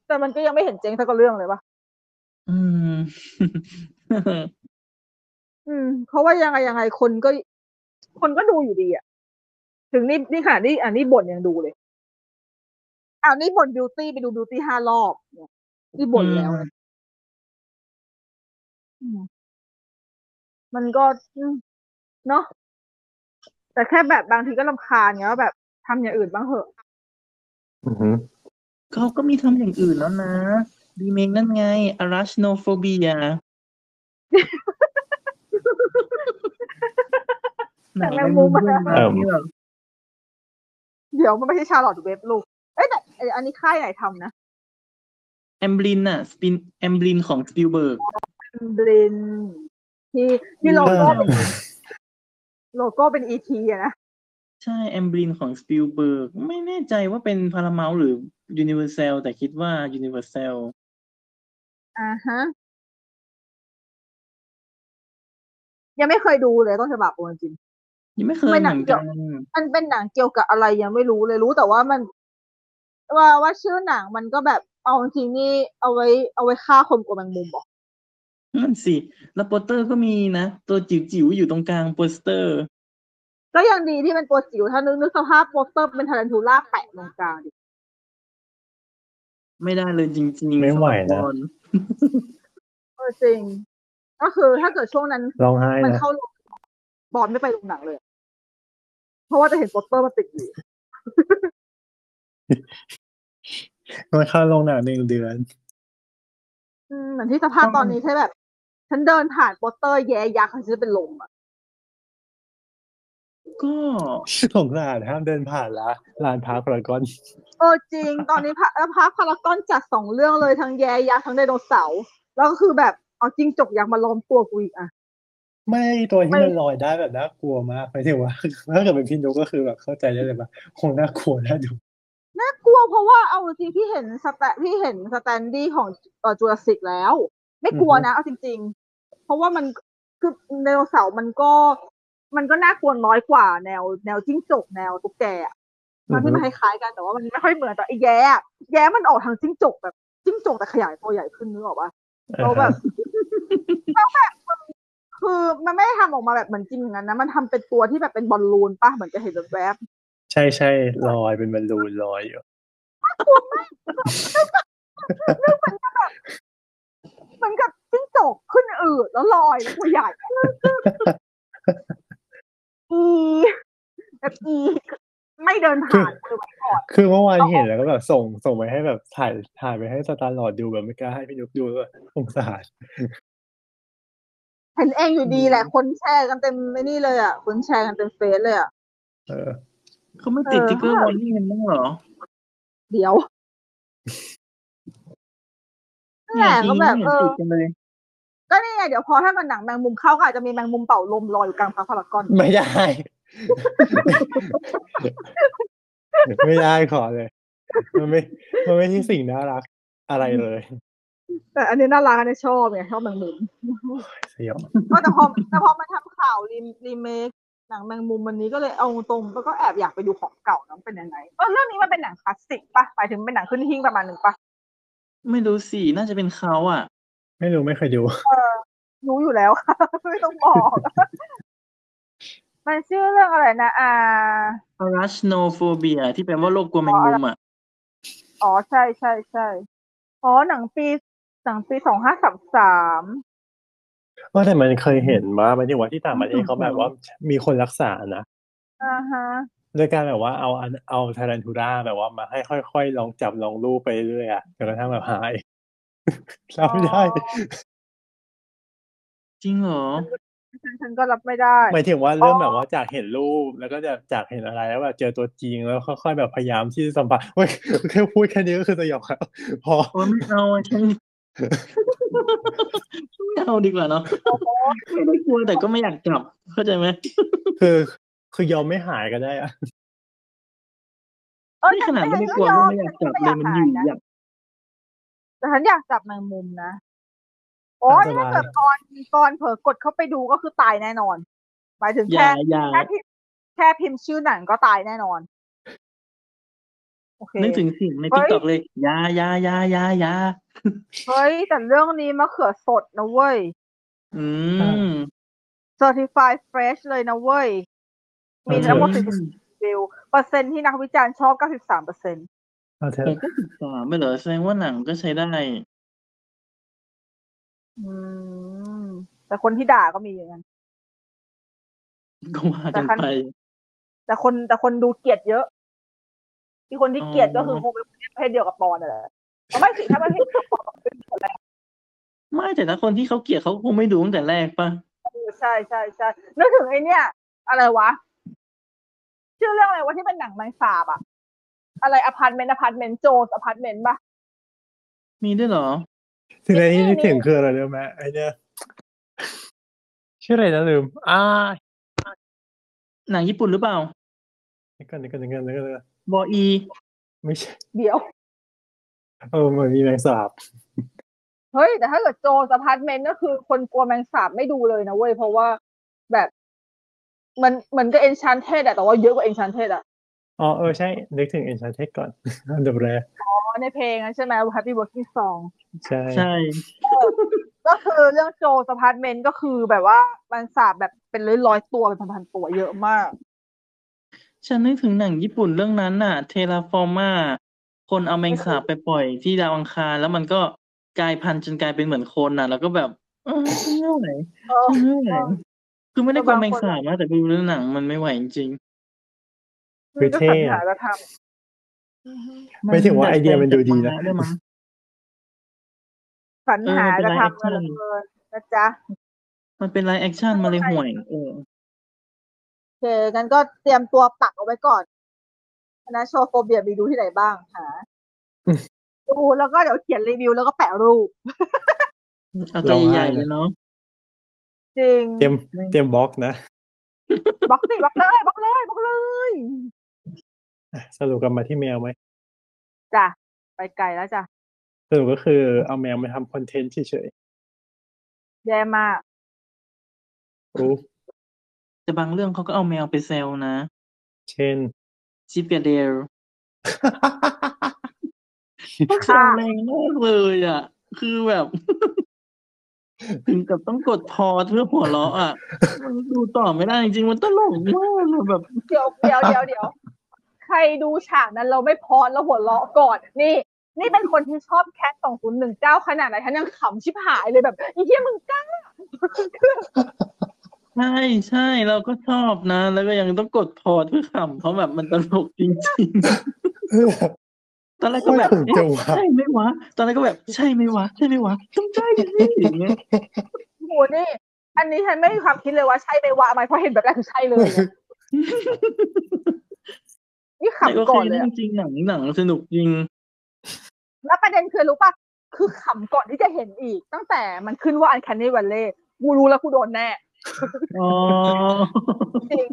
S4: แต่มันก็ยังไม่เห็นเจ๊งสักเรื่องเลยปะ
S3: อืม
S4: อืมเพราะว่ายังไงยังไงคนก็ คนก็ดูอยู่ดีอะถึงนี่นี่ค่ะนี่อันนี้บ่นยังดูเลยอ้าวนี่บ่นบิวตี้ไปดูบิวตี้ห้ารอบเนี่ยนี่บ่นแล้วนะอืมมันก็อืมเนาะแต่แค่แบบบางทีก็ลำคาญไงว่าแบบทำอย่างอื่นบ้างเหอะ
S2: อือฮึ
S3: เขาก็มีทำอย่างอื่นแล้วนะดีเมงนั่นไง arachnophobia
S4: แต่แมงมุมอะ
S3: หนังแมงมุมเรื่องราวที่แบบ
S4: เดี๋ยวมันไม่ใช่ชาลอตเว็บลูกเอ้ยแต่ไอ้อันนี้ค่ายไหนทำนะ
S3: แอมบลินน่ะสปินแอมบลินของสปิลเบิร์ก
S4: เบรนที่ที่โลโก้เป็นโลโก้เป็นอีทีอะนะ
S3: ใช่แอมบลินของสปิลเบิร์กไม่แน่ใจว่าเป็นพาราเมลหรือยูนิเวอร์แซลแต่คิดว่ายูนิเวอร์แซล
S4: อ่าฮะ ยังไม่เคยดูเลยต้นฉบับเอาจริง
S3: ยังไม่เคย
S4: ไม่
S3: เห
S4: หนัง
S3: มือนกัน
S4: เกี่ยว มันเป็นหนังเกี่ยวกับอะไรยังไม่รู้เลยรู้แต่ว่ามัน ว่าว่าชื่อหนังมันก็แบบเอาจริงๆนี่เอาไว้ เอาไว้ฆ่าคนกลัวแมงมุมเหรอ
S3: นั่นสิ แล้วโปสเตอร์ก็มีนะ ตัวจิ๋วๆ อยู่ตรงกลางโปสเตอร์
S4: ก็ยังดีที่เป็นตัวจิ๋วถ้านึกนึกสภาพโปสเตอร์เป็นทารันทูล่าแปะตรงกลางดิ
S3: ไม่ได้เลยจริงๆ
S2: ไม่ไหวนะ
S3: สำรับตอ
S4: เออจริง ก็คือถ้าเกิดช่วงนั้น
S2: ร้องไห้
S4: มัน
S2: นะ
S4: เข้าโรงบอลไม่ไปโรงหนังเลยอะเพราะว่าจะเห็นโปสเตอร์มันติดอยู่
S2: มันเข้าโรงหนังหนึ่งเดือน
S4: อืมเหมือนที่สภาพตอนนี้ใช่แบบ ฉันเดินผ่านโปสเตอร์แย่ยักษ์ฉันจะเป็นลมอะ
S3: ก็
S2: สงสารห้ามเดินผ่านละลานพาร์คพารากอน
S4: เออจ ริง ตอนนี้พระเออพระพารากอนจัดสองเรื่องเลยทั้งแย่ยักษ์ทั้งไดโนเสาร์แล้วก็คือแบบเอาจริงจกยักษ์มาล้อมตัวกูอีกอะ
S2: ไม่ตัวที่
S4: ไม่
S2: มันลอยได้แบบน่ากลัวมากหมายถึงว่า ถ้าเกิดเป็นพี่นุกก็คือแบบเข้าใจได้เลยว่าคงน่ากลัวน่าดู
S4: น่ากลัวเพราะว่าเอาจริงพี่เห็นสแตพี่เห็นสแตนดี้ของเอ่อจูราสสิกแล้ว ไม่กลัวนะเอาจริง ๆ เพราะว่ามันคือไดโนเสาร์มันก็ มันก็น่ากลัวน้อยกว่าแนว แนวจิ้งจกแนวตุ๊กแกอะมันที่มันคล้ายๆกันแต่ว่ามันไม่ค่อยเหมือนแต่ไอ้แย้อะแย้มันออกทางจิ้งจกแบบจิ้งจกแต่ขยายตัวใหญ่ขึ้นนึกออกปะ เราแบบ แล้วแบบมันคือมันไม่ได้ทำออกมาแบบเหมือนจริงอย่างนั้นนะมันทำเป็นตัวที่แบบเป็นบอลลูนป่ะเหมือนจะเห็นแบบแวบ
S2: ใช่ใช่ลอยเป็นบอลลูนลอยอยู่
S4: เหมือนกับจิ้งจกขึ้นอืดแล้วลอยแล้วตัวใหญ่อะอีแบบอี ไม่เดินผ่านมือไว้ก่อน
S2: คือเมื่อวาน เห็นแล้วก็แบบส่งส่งไปให้แบบถ่ายถ่ายไปให้สตาร์ลอร์ดดูแบบไม่กล้าให้พี่นุกดูแบบสงสาร
S4: เห็นเองอยู่ดีแหละ คนแชร์กันเต็มไม่นี่เลยอ่ะ คนแชร์กันเต็มเฟซเลยอ่ะ
S2: เออ
S3: เขาไม่ติด
S4: เออ
S3: ติ๊กเกอร์วอร์นิ่งกันบ้างเหรอ
S4: เดี๋ยวนั่นแห
S3: เนี่ย
S4: ละก็แบบเออ
S3: ทีนี้ไม่เห็นติดกันเลย
S4: ก็นี่ไงเดี๋ยวพอถ้ามันหนังแมงมุมเข้าก็อาจจะมีแมงมุมเป่าลมลอยอยู่กลางพาร์คพารากอน
S2: ไม่ได้ ไม่ได้ขอเลย มันไม่มันไม่ใช่สิ่งน่ารักอะไรเลย
S4: แต่อันนี้น่ารักอันนี้ชอบไงชอบแมงมุม
S2: เสียว
S4: ก็แต่พอแต่พอมันทำข่าวรีรีเมคหนังแมงมุมวันนี้ก็เลยเอาตรงแล้วก็แอบอยากไปดูของเก่านะมันเป็นยังไงเออเรื่องนี้มันเป็นหนังคลาสสิกปะหมายถึงเป็นหนังขึ้นหิ้งประมาณหนึ่งปะ
S3: ไม่รู้สิ น่าจะเป็นเขาอ่ะ
S2: ไม่รู้ไม่เคยดู
S4: รู้อยู่แล้วค่ะ ไม่ต้องบอก มันชื่อเรื่องอะไรนะอ่า
S3: arachnophobia ที่แปลว่าโรคกลัวแมงมุมอ่ะ
S4: อ๋อใช่ใช่ใช่อ๋อหนังปีหนังปีสองห้าสามสาม
S2: ว่าแต่มันเคยเห็นว่าหมายถึงว่าที่ต่างประเทศเขาแบบว่ามีคนรักษานะ
S4: อ่าฮะ
S2: โดยการแบบว่าเอาอันเอาทารันทูราแบบว่ามาให้ค่อยๆลองจับลองลูบไปเรื่อยๆอะจนกระทั่งแบบหาย รับไม่ได้
S3: จริงเหรอ
S4: ฉันฉันก็รับไม่ได้
S2: หมายถึงว่าเริ่ม
S4: อ๋อ
S2: แบบว่าจากเห็นรูปแล้วก็จะจากเห็นอะไรแล้วแบบเจอตัวจริงแล้วค่อยๆแบบพยายามที่จะสัมผัสเว้ยแค่พูดแค่นี้ก็คือสยองแล้ว พอ
S3: โอ้ยไม่เอาอะฉัน ไม่เอาดีกว่าเนาะไม่ได้กลัวแต่ก็ไม่อยากจับ เข้าใจไหม
S2: คือคือยอมไม่หายก็ได้ อะ
S4: เออ
S3: นี่
S4: แต่
S3: ขนาดไม่ได้กลัว
S4: ฉัน
S3: ก็
S4: อ
S3: ไม่อยาก
S4: ฉั
S3: จับ
S4: ก็
S3: เลยมันอยู่
S4: หาะ
S3: อยาก
S4: แต่ฉันอยากจับแมงมุมนะ โอ้ยถ้าเกิดตอนตอนเผลอกดเข้าไปดูก็คือตายแน่นอน หมายถึง
S3: อ
S4: แค่
S3: ยากอยาก
S4: แค่พิมพ์แค่พิมพ์ชื่อหนังก็ตายแน่นอน โอเค
S3: นึกถึงเสิ่งใน
S4: เฮ้
S3: ทิก
S4: ย
S3: ตอกเลยยายายายายา
S4: เฮ้ย แต่เรื่องนี้มะเขือสดนะเว้ย
S3: อืม
S4: certified fresh เลยนะเว้ย มีทั้งหมด
S2: เออ
S4: สิบวิวเปอร์เซ็นต์ที่นักวิจารณ์ชอบ 93เปอร์เซ็นต์
S2: เอาเถ
S3: ห
S2: อะ
S3: กสิบสามไม่เหรอแสดงว่าหนังก็ใช้ได้
S4: แต่คนที่ด่าก็มีอย่างนั้น
S3: ก็ว่ากันไป
S4: แต่คนแต่คนดูเกลียดเยอะที่คนที่เกลียด
S3: อ๋อ
S4: ก็คือคงเป็นประเภทเดียวกับปอนน่ะแหละเอาไม่สิถ้าประเภทเดียวกับปอนเป็นคนแรก
S3: ไม่แต่ถ้าคนที่เขาเกลียดเขาคงไม่ดูตั้งแต่แรกปะ
S4: คือใช่ใช่ใช่นึกถึงไอเนี่ย อะไรวะ ชื่อเรื่องอะไรวะที่เป็นหนังแมงสาบอะอะไรอพาร์ตเมนต์อพาร์ตเมนต์โจสอพาร์ตเมนต์ปะ
S3: มีด้วยเหรอ
S2: สิ่งในที่นึกถึงคืออะไรรู้ไหมไอเนี่ยชื่ออะไรนะลืมอ่า
S3: หนังญี่ปุ่นหรือเปล่า
S2: นึกก่อนนึกก่อนนึกก่อนนึกก่อนนึกก่อน
S3: บออี
S2: ไม่ใช่
S4: เดี๋ยว
S2: เออเหมือนมีแมงสาบ
S4: เฮ้ย แต่ถ้าเกิดโจสพาร์ตเมนต์ก็คือคนกลัวแมงสาบไม่ดูเลยนะเว้ย เพราะว่าแบบมันเหมือนกับเอนชันเทสอะแต่ว่าเยอะกว่าเอนชันเทสอะ
S2: อ๋อเออใช่ นึกถึงเอ็นชาเทคก่อน อันดับแรก
S4: อ๋อในเพลงนั้นใช่ไหม Happy Working Song
S2: ใช่
S3: ใช่
S4: ก็คือเรื่องโจสพาร์ตเมนต์ก็คือแบบว่าแมงสาบแบบเป็นร้อยๆตัวเป็นพันๆตัวเยอะมาก
S3: ฉันนึกถึงหนังญี่ปุ่นเรื่องนั้นน่ะ เทราฟอร์มา คนเอาแมงสาบไปปล่อยที่ดาวอังคารแล้วมันก็กลายพันธุ์จนกลายเป็นเหมือนคนน่ะ แล้วก็แบบเออฉันไม่ไหว
S4: เออ
S3: ฉันไม่ไหวคือไม่ได้กลัวแมงสาบนะแต่ดูเรื่องหนังมันไม่ไหวจริง
S2: คือ
S4: ก็
S2: เท่
S4: สัญหา
S2: อะ
S4: จะท
S3: ๆ
S2: ไม่ถึงว่าไอเดียมันดูดีนะ
S3: ได้วยมั้ง
S4: ำสัญหาจะทำ
S3: เอ
S4: กั
S3: อน มัน
S4: เหล
S3: เป็น
S4: ยนะจ๊ะ
S3: มันเป็นไลฟ์แอคชั่นมาเลยห่วยเออ
S4: โอเคงั้นก็เตรียมตัวปักเอาไว้ก่อนคณะโชว์โฟเบียมีดูที่ไหนบ้างหา
S2: อืม
S4: ดูแล้วก็เดี๋ยวเขียนรีวิวแล้วก็แปะรูป
S3: เอาตัวใหญ่ๆเลยเนาะ
S4: จริง
S2: เตรียมเตรียมบล็อกนะ
S4: บล็อกสิบล็อกเลยบล็อกเลยบล็อกเลย
S2: อ่ะสรุปกลับมาที่แมวไหม
S4: จ้ะไปไกลแล้วจ้ะ
S2: สรุปก็คือเอาแมวมาทำคอนเทนต์เฉย
S4: แย่มาก
S2: ๆรู้
S3: แต่บางเรื่องเขาก็เอาแมวไปเซลนะ
S2: เช่น
S3: ซิเปียเดลแซวแรงมากเลยอ่ะ คือแบบ ถึงกับต้องกดพอเพื่อหัวเราะอ่ะมันดูต่อไม่ได้จริงๆมันตลกมากเลยแบบ
S4: เดี๋ยวเดี๋ยวเดี๋ยวเดี๋ยว ใครดูฉากนั้นเราไม่พอแล้วหัวเราะก่อน นี่ นี่เป็นคนที่ชอบแคทสองศูนย์หนึ่งเก้าขนาดไหนฉันยังขำชิบหายเลยแบบไอีเหี้ยมึงกล้า
S3: ใช่ใช่เราก็ชอบนะ แล้วก็ยังต้องกดพอเพื่อขำเพราะแบบมันตลกจริงๆ ตอนแรกก็แบบ
S2: ไม่ถึ งจังหวะ
S3: เอ๊ะใช่ไหมวะ ตอนแรกก็แบบใช่ไหมวะใช่ไหมวะต้องใช่ดิพี่อย่างเงี้ย
S4: โอ้โหนี่ อันนี้ฉันไม่มีความคิดเลยว่าใช่ไปวะไหมเพราะเห็นแบบแรกคือใช่เลยอะ นี่ขำก่อนเลยอะ
S3: แต่โคะจริงๆหนังหนังสนุกจริง
S4: แล้วประเด็นคือรู้ป่ะ คือขำก่อนที่จะเห็นอีก ตั้งแต่มันขึ้นว่าอันแคนนี่วันเล่กูรู้แล้วกูโดนแน่
S3: อ๋อ
S4: จริง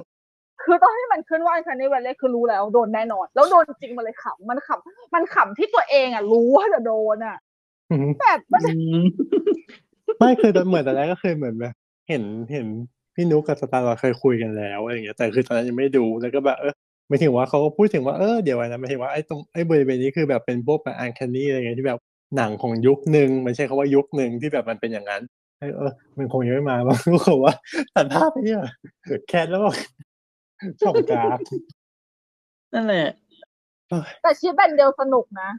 S4: คือตอนที่มันขึ้นว่าอันแคนนี่วันเล่คือรู้แล้วโดนแน่นอน แล้วโดนจริงมันเลยขำมันขำมันขำที่ตัวเองอ่ะ รู้ว่าจะโดนอ่ะ
S2: อืม
S4: แบบมัน
S3: อืม
S2: ไม่คือตอนเหมือนตอนแรกก็คือเหมือนแบบเห็นเห็นพี่นุกกับสตาร์เราเคยคุยกันแล้วอะไรอย่างเงี้ยแต่คือตอนนั้นยังไม่ดูแล้วก็แบบเออไม่ถึงว่าเขาก็พูดถึงว่าเออเดี๋ยวนะไม่ถึงว่าไอ้ตรงไอ้บริเวณนี้คือแบบเป็นพวกแบบอันคันนี่อะไรเงี้ยที่แบบหนังของยุคหนึ่งมันใช่คำว่ายุคหนึ่งที่แบบมันเป็นอย่างนั้นเออเออมันคงยังไม่มาบ้างรู้เขาว่าตัดภาพไปเนี่ยแคทแล้วบอกส่งกราฟ
S3: นั่นแหละ
S4: แต่ชีวิตแบนเดลสนุกนะ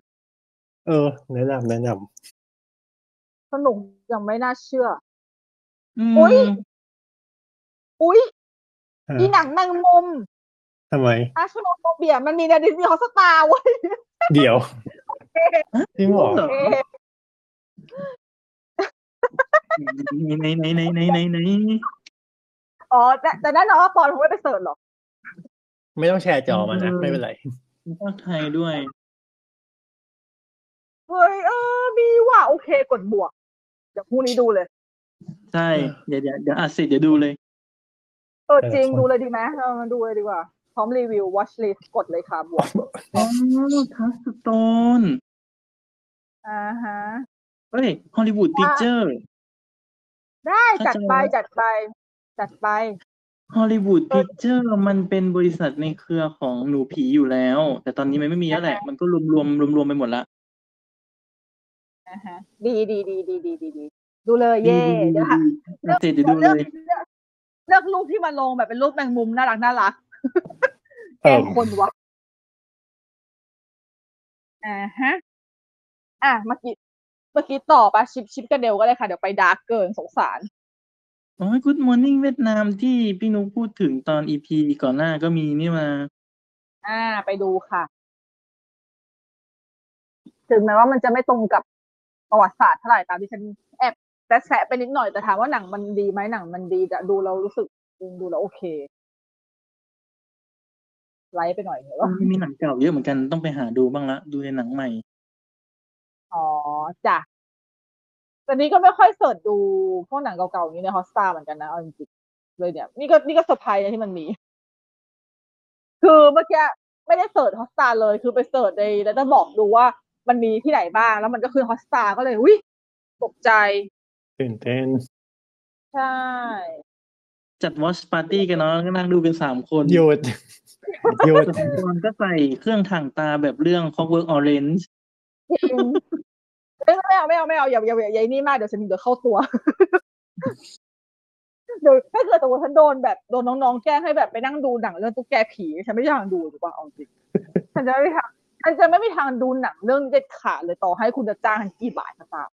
S2: เออแนะนำแนะน
S4: สนุกอย่างไม่น่าเชื่อ
S3: อื
S4: อุ๊ย
S3: ม
S4: อุ๊ย
S2: ำอ่ะ
S4: อีหนังแมงมุม
S2: ทำไม
S4: อาชโนโฟเบียมันมีในดิสนีย์ฮอสตาร์เว้ย
S2: เดี๋ยวจริงเหรอ
S4: เอ๊ะ
S3: ไหนไหนไหนไหนไหนไหน
S4: อ๋อแต่แต่แน่นอนว่าปอนคงไม่ไปเสิร์ชหรอก
S2: ไม่ต้องแชร์จอมานะไม่เป็นไร
S3: ภาคไทยด้วย
S4: เฮ้ยเออ มีว่ะโอเคกดบวก เดี๋ยวพรุ่งนี้ดูเลย
S3: ใช่ เดี๋ยวเดี๋ยวเดี๋ยวอัดเสร็จเดี๋ยวดูเลย
S4: เออ
S2: แต่ละ
S4: จริง
S2: คน
S4: ดูเลยดีไหมเออดูเลยดีกว่า พร้อมรีวิว watch list กดเลยค่ะบวก
S3: อ๋อทัสโตน
S4: อ่าฮะ
S3: เฮ้ยฮอลลีวูดพิกเจอร์
S4: ได้จั
S3: เข้าใจ
S4: ดไปจัดไป จัดไป
S3: ฮอลลีวูดพิกเจอร์มันเป็นบริษัทในเครือของหนูผีอยู่แล้ว แต่ตอนนี้มันไม่มีแล้วแหละ มันก็รวมรวมรวมรวมๆไปหมดละ
S4: อ่าฮะ ดีดีดีดีดีดีดีดูเลยเย่เดี๋ยวค่ะ
S3: อัดเสร็จเดี๋ยวดูเล
S4: เลือก
S3: ย
S4: เลือกเลือกรูปที่มาลงแบบเป็นรูปแมงมุมน่ารักน่ารักแก
S2: เอ่
S4: ล้
S2: อ
S4: งคนวะอ่าฮะ อ่ะเมื่อกี้เมื่อกี้ต่อปะชิปชิปกันเดวก็ได้ค่ะเดี๋ยวไปดาร์กเกินสงสาร
S3: โอ้ย Good Morning เวียดนามที่พี่นุ๊กพูดถึงตอน EP ก่อนหน้าก็มีนี่มา
S4: อ่าไปดูค่ะ ถึงแม้ว่ามันจะไม่ตรงกับประวัติศาสตร์เท่าไหร่ตามที่ฉันแอบแต่แสะไปนิดหน่อยแต่ถามว่าหนังมันดีไหมหนังมันดีแต่ดูแล้วรู้สึกดูแล้วโอเค ไลท์ไปหน่อยเหรอ
S3: มีหนังเก่าเยอะเหมือนกันต้องไปหาดูบ้างละ ดูในหนังใหม่
S4: อ๋อจ้ะแตอนนี้ก็ไม่ค่อยเสิร์ชดูพวกหนังเก่าๆอย่างนี้ในฮอสตาเหมือนกันนะเอาจริงๆเลยเนี่ย นี่ก็นี่ก็เซอร์ไพรส์นะที่มันมี คือเมื่อกี้ไม่ได้เสิร์ชฮอสตาเลย คือไปเสิร์ชในแล้วจะบอกดูว่ามันมีที่ไหนบ้าง แล้วมันก็คือฮอสตาก็เลยอุ้ยตกใจ
S2: ตื่นเต้น
S4: ใช่
S3: จัดวอชปาร์ตี้กันเนาะก็นั่งดูเป็นสามคน
S2: หยุดหยุด
S3: แต่ตอนก็ใส่เครื่องถ่างตาแบบเรื่อง Clockwork Orange
S4: ไม่ไม่เอาไม่เอาไม่เอาอย่าอย่าอย่าอย่านี่มากเดี๋ยวฉันเดี๋ยวเข้าตัว เดี๋ยวถ้าเกิดสมมติฉันโดนแบบโดนน้องๆแกล้งให้แบบไปนั่งดูหนังเรื่องตุ๊กแกผีฉันไม่อยากดูดีกว่าเอาจริงฉันจะไม่ทางฉันจะไม่มีทางดูหนังเรื่องเด็ดขาดเลยต่อให้คุณจะจ้างฉันกี่บาทก็ตาม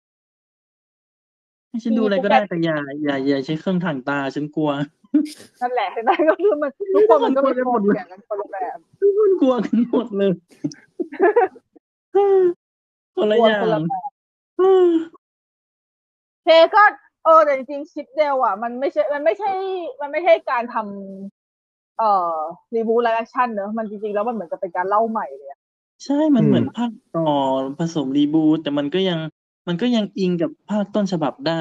S3: ให้ฉันดูอะไรก็ได้แต่อย่าอย่าอย่าใช้เครื่องถ่างตาฉันกลัว
S4: นั่นแหละ เห็นไหมก็คือมันทุกคนมันก็มี
S3: ทุก
S4: ค
S3: คน น
S4: เป
S3: กลัวไปหมดเล
S4: ลี่ย
S3: ย
S4: นกันคนละแบบ
S3: ทุกคนกลัวกันหมดเลยคนละอย่าง
S4: คนละแบบเคก็เออแต่จริงๆชิปเดลอ่ะ มันไม่ใช่ มันไม่ใช่ มันไม่ใช่การทำเอ่อรีบูไลฟ์ชั่นเนอะมันจริงๆแล้วมันเหมือนกับเป็นการเล่าใหม่เลยอะ
S3: ใช่มันเหมือนภาคต่อผสมรีบูทแต่มันก็ยัง มันก็ยังอิงกับภาคต้นฉบับได้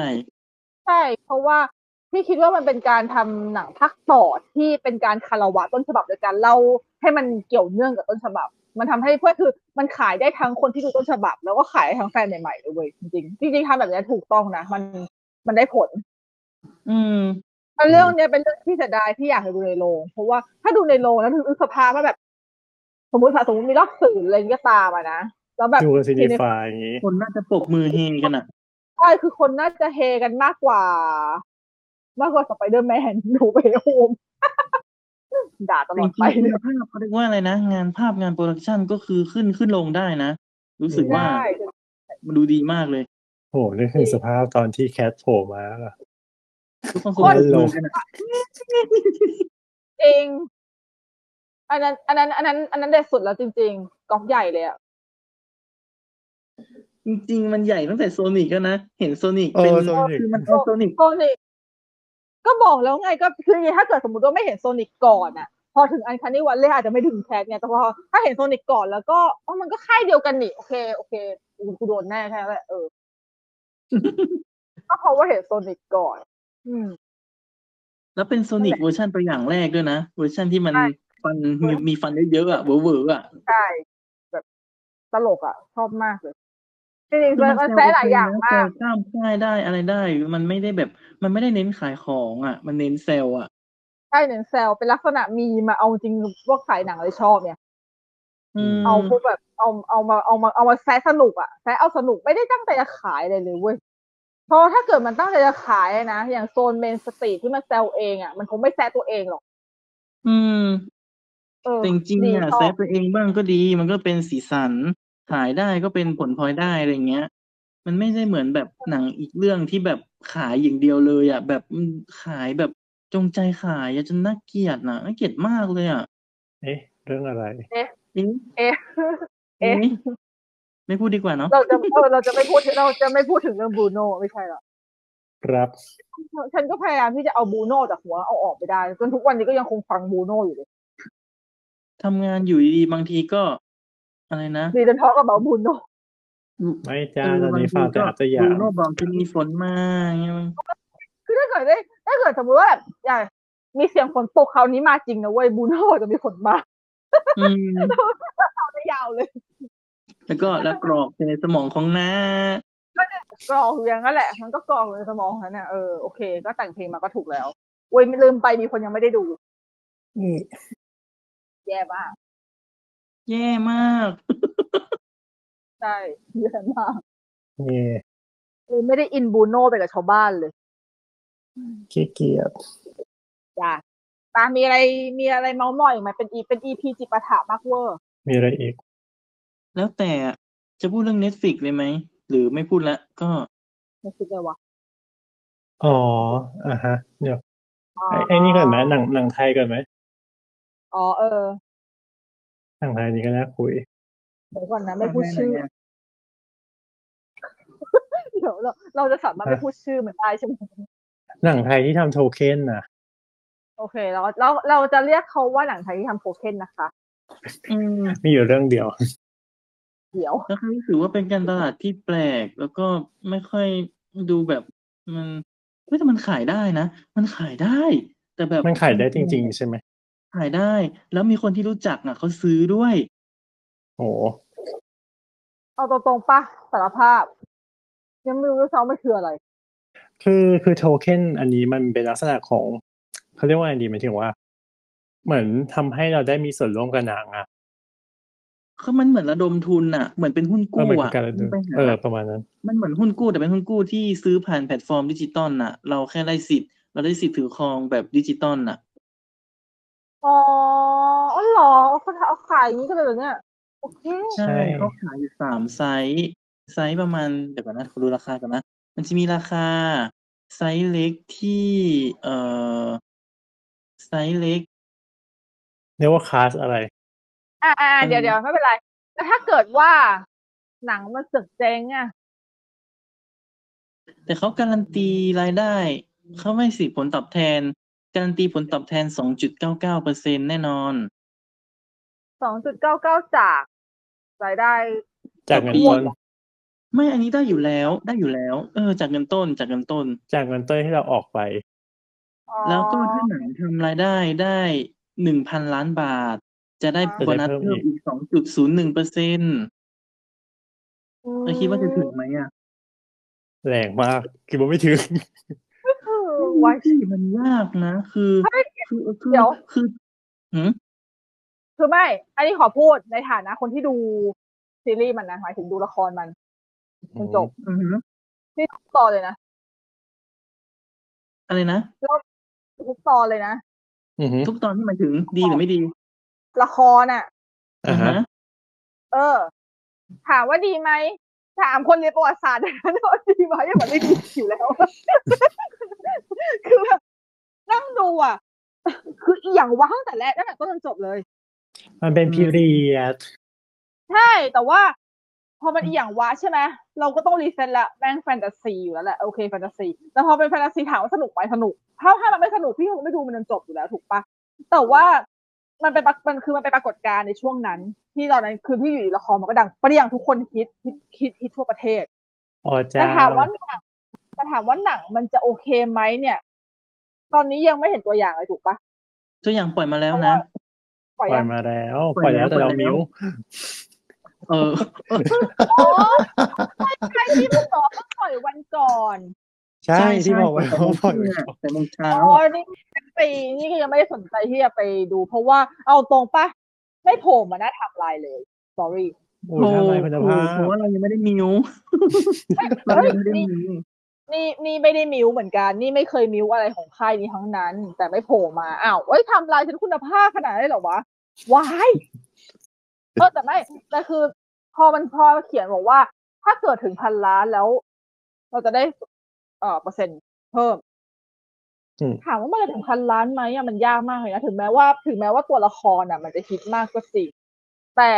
S4: ใช่ เพราะว่าพี่คิดว่ามันเป็นการทำหนังภาคต่อที่เป็นการคารวะต้นฉบับโดยการเล่าให้มันเกี่ยวเนื่องกับต้นฉบับ มันทำให้เพื่อคือมันขายได้ทั้งคนที่ดูต้นฉบับ แล้วก็ขายให้ทั้งแฟนใหม่ๆเลยเว้ยจริงๆจริงๆทำแบบนี้ถูกต้องนะมันมันได้ผล
S3: อืม
S4: แล้วเรื่องเนี้ยเป็นเรื่องที่เสียดายที่อยากให้ดูในโรงเพราะว่าถ้าดูในโรงแล้วถึงอึกสภาพว่าแบบ สมมติค่ะสมมติมีรอบสื่ออะไรก็ตามอะนะแล้วแบบ
S2: ดูกันซีนิฟายอย่างงี้
S3: คนน่าจะปรบมือเฮกันอ่ะ
S4: ใช่คือคนน่าจะเฮกันมากกว่า มากกว่าสไปเดอร์แมนดูไปโฮม ด่าตล
S3: จ
S4: อ
S3: ริ
S4: ด
S3: งๆ
S4: ไปเล
S3: คุ
S4: ย
S3: ณภาพเขาเรียกว่าอะไรนะ งานภาพงานโปรดักชันก็คือขึ้นขึ้นลงได้นะ รู้สึกว่า
S4: ได้
S3: มันดูดีมากเลย
S2: โอ้โหนึกถึงสภาพตอนที่แคทโผล่มา
S3: ทุกคน
S4: โค
S3: ก็
S4: ตร
S3: ปรบมือกันอะ
S4: เองอันนั้น อันนั้น อันนั้น อันนั้นเด็ดสุดแล้วจริง ๆก๊อกใหญ่เลยอะ
S3: จริง ๆ มันใหญ่ตั้งแต่โซนิกแล้วนะ เห็นโซนิก
S2: เออ
S3: เป็น
S2: Sonic
S3: คือมันเป็นโซนิก
S4: โซนิกก็บอกแล้วไงก็คือถ้าเกิดสมมติว่าไม่เห็นโซนิกก่อนอะพอถึงอันคันนี่วันเลยอาจจะไม่ถึงแคทเนี่ยแต่พอถ้าเห็นโซนิกก่อนแล้วก็อ๋อมันก็ค่ายเดียวกันนี่โอเคโอเคกูกูโดนแน่แค่นั้นแหละเออ ก็เพราะว่าเห็นโซนิกก่อน อืม
S3: แล้วเป็นโซนิกเวอร์ชันตัวอย่างแรกด้วยนะ เวอร์ชันที่มัน
S4: ใช่
S3: ฟันมีมีฟันเยอะๆอ่ะเวอร์ๆอ่ะ
S4: ใช่แบบตลกอะชอบมากเลยจริงๆมัน
S3: ซ
S4: แซ่
S3: ว
S4: หลายอย่าง
S3: นะ
S4: มาก
S3: แซวข้ามค่ายได้อะไรได้ มันไม่ได้แบบ มันไม่ได้เน้นขายของอ่ะ มันเน้นเซลล์อ่ะ
S4: ใช่หนังแซวเป็นลักษณะมีมาเอาจริงพวกขายหนังเลยชอบเนี่ย
S3: อืม
S4: เอาพวกแบบเอาเอามาเอามาเอามาแซะสนุกอะแซะเอาสนุกไม่ได้ตั้งใจจะขายเลยเลยเว้ยเพราะถ้าเกิดมันตั้งใจจะขายอะนะ อย่างโซนเมนสตรีทที่มันแซวเองอะมันคงไม่แซะตัวเองหรอก
S3: อืม
S4: เออ
S3: แต่จริงๆ
S4: ดี
S3: เนี่ย
S4: ชอ
S3: เซ
S4: บ
S3: ฟตัวเองบ้างก็ดี มันก็เป็นสีสันถ่ายได้ก็เป็นผลพลอยได้อะไรเงี้ย มันไม่ได้เหมือนแบบหนังอีกเรื่องที่แบบขายอย่างเดียวเลยอ่ะแบบอืมขายแบบจงใจขายอะจนน่าเกลียดนะน่าเกลียดมากเลยอ่ะ
S2: เอ๊ะ เรื่องอะไร
S3: เอ๊ะ
S4: เอ๊ะ เอ๊ะ
S3: ไม่พูดดีกว่าเนาะ
S4: เราจะเออเราจะไม่พูดถึงเราจะไม่พูดถึงเรื่องบรูโน่ไม่ใช่หรอก
S2: ครับ
S4: ฉันก็พยายามที่จะเอาบรูโน่จากหัวเอาออกไปได้จนทุกวันนี้ก็ยังคงฟังบรูโน่อยู่เลย
S3: ทำงานอยู่ดีๆบางทีก็ อะไรนะ
S4: ดีจนท้อกับเบาบรูโน่
S2: ไม่จ้าตอนนี้ฟังแต่อัตยา
S3: ดู
S2: ม
S3: โน่บอกจะมีฝนมาเงี้ยมัน
S4: คือถ้าเกิดได้ถ้าเกิดสมมติว่าแบบอย่างมีเสียงฝนตกคราวนี้มาจริงนะเว้ยบรูโน่จะมีฝนมา
S3: อืม
S4: เอาได้ยาวเลย
S3: แล้วก็แล้วกรอกในสมองของน้า
S4: กรอกอยู่อย่างนั้นแหละ มันก็กรอกอยู่ในสมองนั่นน่ะเออโอเค ก็แต่งเพลงมาก็ถูกแล้วเว้ยลืมไปมีคนยังไม่ได้ดู แย่มาก
S3: แย่มาก
S4: ใช่แย่มาก
S2: นี่
S4: เลยไม่ได้อินบูโน่ไปกับชาวบ้านเลย
S2: ขี้เกียจ
S4: จ้ะตามีอะไรมีอะไรเมาส์มอยอีกไหมเป็นอีเป็นอีพีจิปาถะมากเวอร์
S2: มีอะไรอีก
S3: แล้วแต่จะพูดเรื่อง Netflix เลยไหม หรือไม่พูดละก็
S4: ไม่คิดเลยวะ
S2: อ๋ออ่ะฮะ เดี๋ยว
S4: อ๋อ
S2: ไอ้ไอ้นี่ก่อนไหมหนังหนังไทยก่อนไหม
S4: อ๋อเออ
S2: หนังไทยนี่ก็น่าคุย
S4: เดี๋ยวก่อนนะไม่พูดชื่อ
S3: อะไรนะ
S4: เดี๋ยวเราเราจะสามารถไม่พูดชื่อเหมือนได้ใช่ไหม
S2: หนังไทยที่ทำโทเค็นน่ะ
S4: โอเคเราเราเราจะเรียกเขาว่าหนังไทยที่ทำโคเคนนะคะ
S3: อืม
S2: มีอยู่เรื่องเดียว
S4: เดี๋ยว
S3: แล้วก็รู้สึกว่าเป็นการตลาดที่แปลก แล้วก็ไม่ค่อยดูแบบมันเฮ้ยแต่มันขายได้นะ มันขายได้ แต่แบบ
S2: มันขายได้จริง ๆ ใช่ไหม
S3: ขายได้ แล้วมีคนที่รู้จักอ่ะเขาซื้อด้วย
S2: โอ้
S4: เอาตรงๆปะสารภาพ ยังไม่รู้ด้วยซ้ำไม่าคืออะไร
S2: คือคือโทเค็นอันนี้มันเป็นลักษณะของเขาเรียกว่าอะไรดีหมายถึงว่า เหมือนทำให้เราได้มีส่วนร่วมกับหนังอ่ะ
S3: คือมันเหมือนระดมทุนอ่ะ เหมือนเป็นหุ้น
S2: เออ
S3: กู้
S2: เหมือน
S3: อ่ะ
S2: การดู
S3: ไปหา
S2: เออประมาณนั้น
S3: มันเหมือนหุ้นกู้แต่เป็นหุ้นกู้ที่ซื้อผ่านแพลตฟอร์มดิจิตอลน่ะ เราแค่ได้สิทธิ์เราได้สิทธิ์ถือครองแบบดิจิตอลน่ะ
S4: อ๋ออ๋อเหรอเอาเขาเอาขายอย่างนี้ก็เลยเหรอเนี่ย โอเค
S3: ใช่
S2: ใช่
S3: เขาขายอยู่สามไซส์ไซส์ประมาณเดี๋ยวก่อนนะขอดูราคาก่อนนะ มันจะมีราคา ไซส์เล็กที่เอ่อไซส์เล็ก
S2: เรียกว่าคลาสอะไร
S4: อ่าอ่า
S3: อืม
S4: เดี๋ยวเดี๋ยวไม่เป็นไร แล้วถ้าเกิดว่าหนังมันสึกเจ๊งอะ
S3: แต่เขาการันตีรายได้ เขาไม่สิผลตอบแทน การันตีผลตอบแทน 2.99%แน่นอน
S4: สองจุดเก้าเก้าจากรายได้
S2: จากเงิน
S3: ปี
S2: ต้น
S3: ไม่อันนี้ได้อยู่แล้วได้อยู่แล้ว เออ จากเงินต้นจากเงินต้น
S2: จากเงินต้นที่เราออกไป
S4: อ๋อ
S3: แล้วก็ถ้าหนังทำรายได้ได้หนึ่งพันล้านบาท จะได้โบนัสเพิ่มอีก 2.01%เปอร์เซ็นต์
S4: ม
S3: คิดว่าจะถึงไหมอ่ะ
S2: แรงมากคิดว่าไม่ถึง
S4: อืมไว้
S3: ที่มันยากนะ คือ
S4: เฮ้ย
S3: คือคือ
S4: เดี๋ยว
S3: คือหืม
S4: คือไม่ อันนี้ขอพูดในฐานะคนที่ดูซีรีส์มันนะหมายถึงดูละครมันจนจบ
S3: อือหือ
S4: นี่ทุกตอนเลยนะ
S3: อะไรนะ
S4: ทุกตอนเลยนะ
S2: อือฮึ
S3: ทุกตอนที่มันถึงดีหรือไม่ดี
S4: ละครอ่ะ
S2: อ่าฮะ
S4: เออ ถามว่าดีไหมถามคนในประวัติศาสตร์นะว่าดีไหมยังไม่ได้ดีอยู่แล้ว คือแบบนั่งดูอ่ะ คืออหย่างว้าตั้งแต่แรกตั้งแต่ต้นจนจบเลย
S2: มันเป็นพีเรียด
S4: ใช่แต่ว่า พอมันอหย่างว้าใช่ไหมเราก็ต้องรีเซ็ตละแม่งแฟนตาซีอยู่แล้วแหละโอเคแฟนตาซีแต่พอเป็นแฟนตาซีถามว่าสนุกไหมสนุกถ้าถ้ามันไม่สนุกพี่คงไม่ดูมันจนจบอยู่แล้วถูกปะแต่ว่ามันเป็นปรากมันคือมันเป็นปรากฏการณ์ในช่วงนั้น ที่ตอนนั้นคือที่อยู่ดีละครมันก็ดังเปรี้ยงทุกคนคิดคิดคิดคิดทั่วประเทศ
S2: อ๋อจ้า
S4: แต่ถามว่าหนังแต่ถามว่าหนังมันจะโอเคไหมเนี่ย ตอนนี้ยังไม่เห็นตัวอย่างเลยถูกปะ
S3: ตัวอย่างปล่อยมาแล้วนะ
S4: ปล่อย
S2: ปล่อ
S4: ยั
S2: ย
S4: ง
S2: มาแล้ว
S3: ป
S2: ปล่อ
S3: ล่อย ย
S2: แล้
S3: แล้
S2: ว
S3: ว
S2: แต่เรา
S3: ปล่อย
S2: มิ
S3: แล้ว
S2: ว
S3: เออ
S4: โอ้ใช่ใช่ที่มันบอกว่าปล่อยวันก่อน
S2: ใช่ที่ บอกไว่าเขาปล่อย
S3: ใช่ใช่แต่โมงเช้า
S4: อ๋อนี่เป็นปีนี่ก็ยังไม่ได้สนใจที่จะไปดู เพราะว่าเอาตรงปะไม่โผล่มาหน้าไทำลายเลย sorry
S2: โอ้ยทำไมคุณภาพ
S3: เพราะว่าเรายังไม่ได้มิวเรา
S4: เฮ้ย
S3: ยังไม่ได้
S4: นี่
S3: มิว
S4: นี่นี่ไม่ได้มิวเหมือนกัน นี่ไม่เคยมิวอะไรของค่ายนี้ทั้งนั้น แต่ไม่โผล่มาอ้าวเอ้ยไทำลายฉันคุณภาพขนาดนี้นเหรอวะวาย เออแต่ไม่แต่คือ พอมันพอเขียนบอกว่า ถ้าเกิดถึงพันล้านแล้ว เราจะได้ เอ่อเปอร์เซ็นต์เพิ่มถามว่ามันจะถึงพันล้านไหมอะมันยากมากเลยนะถึงแม้ว่า ถึงแม้ว่าตัวละครอ่ะ มันจะฮิตมากก็จริงแต่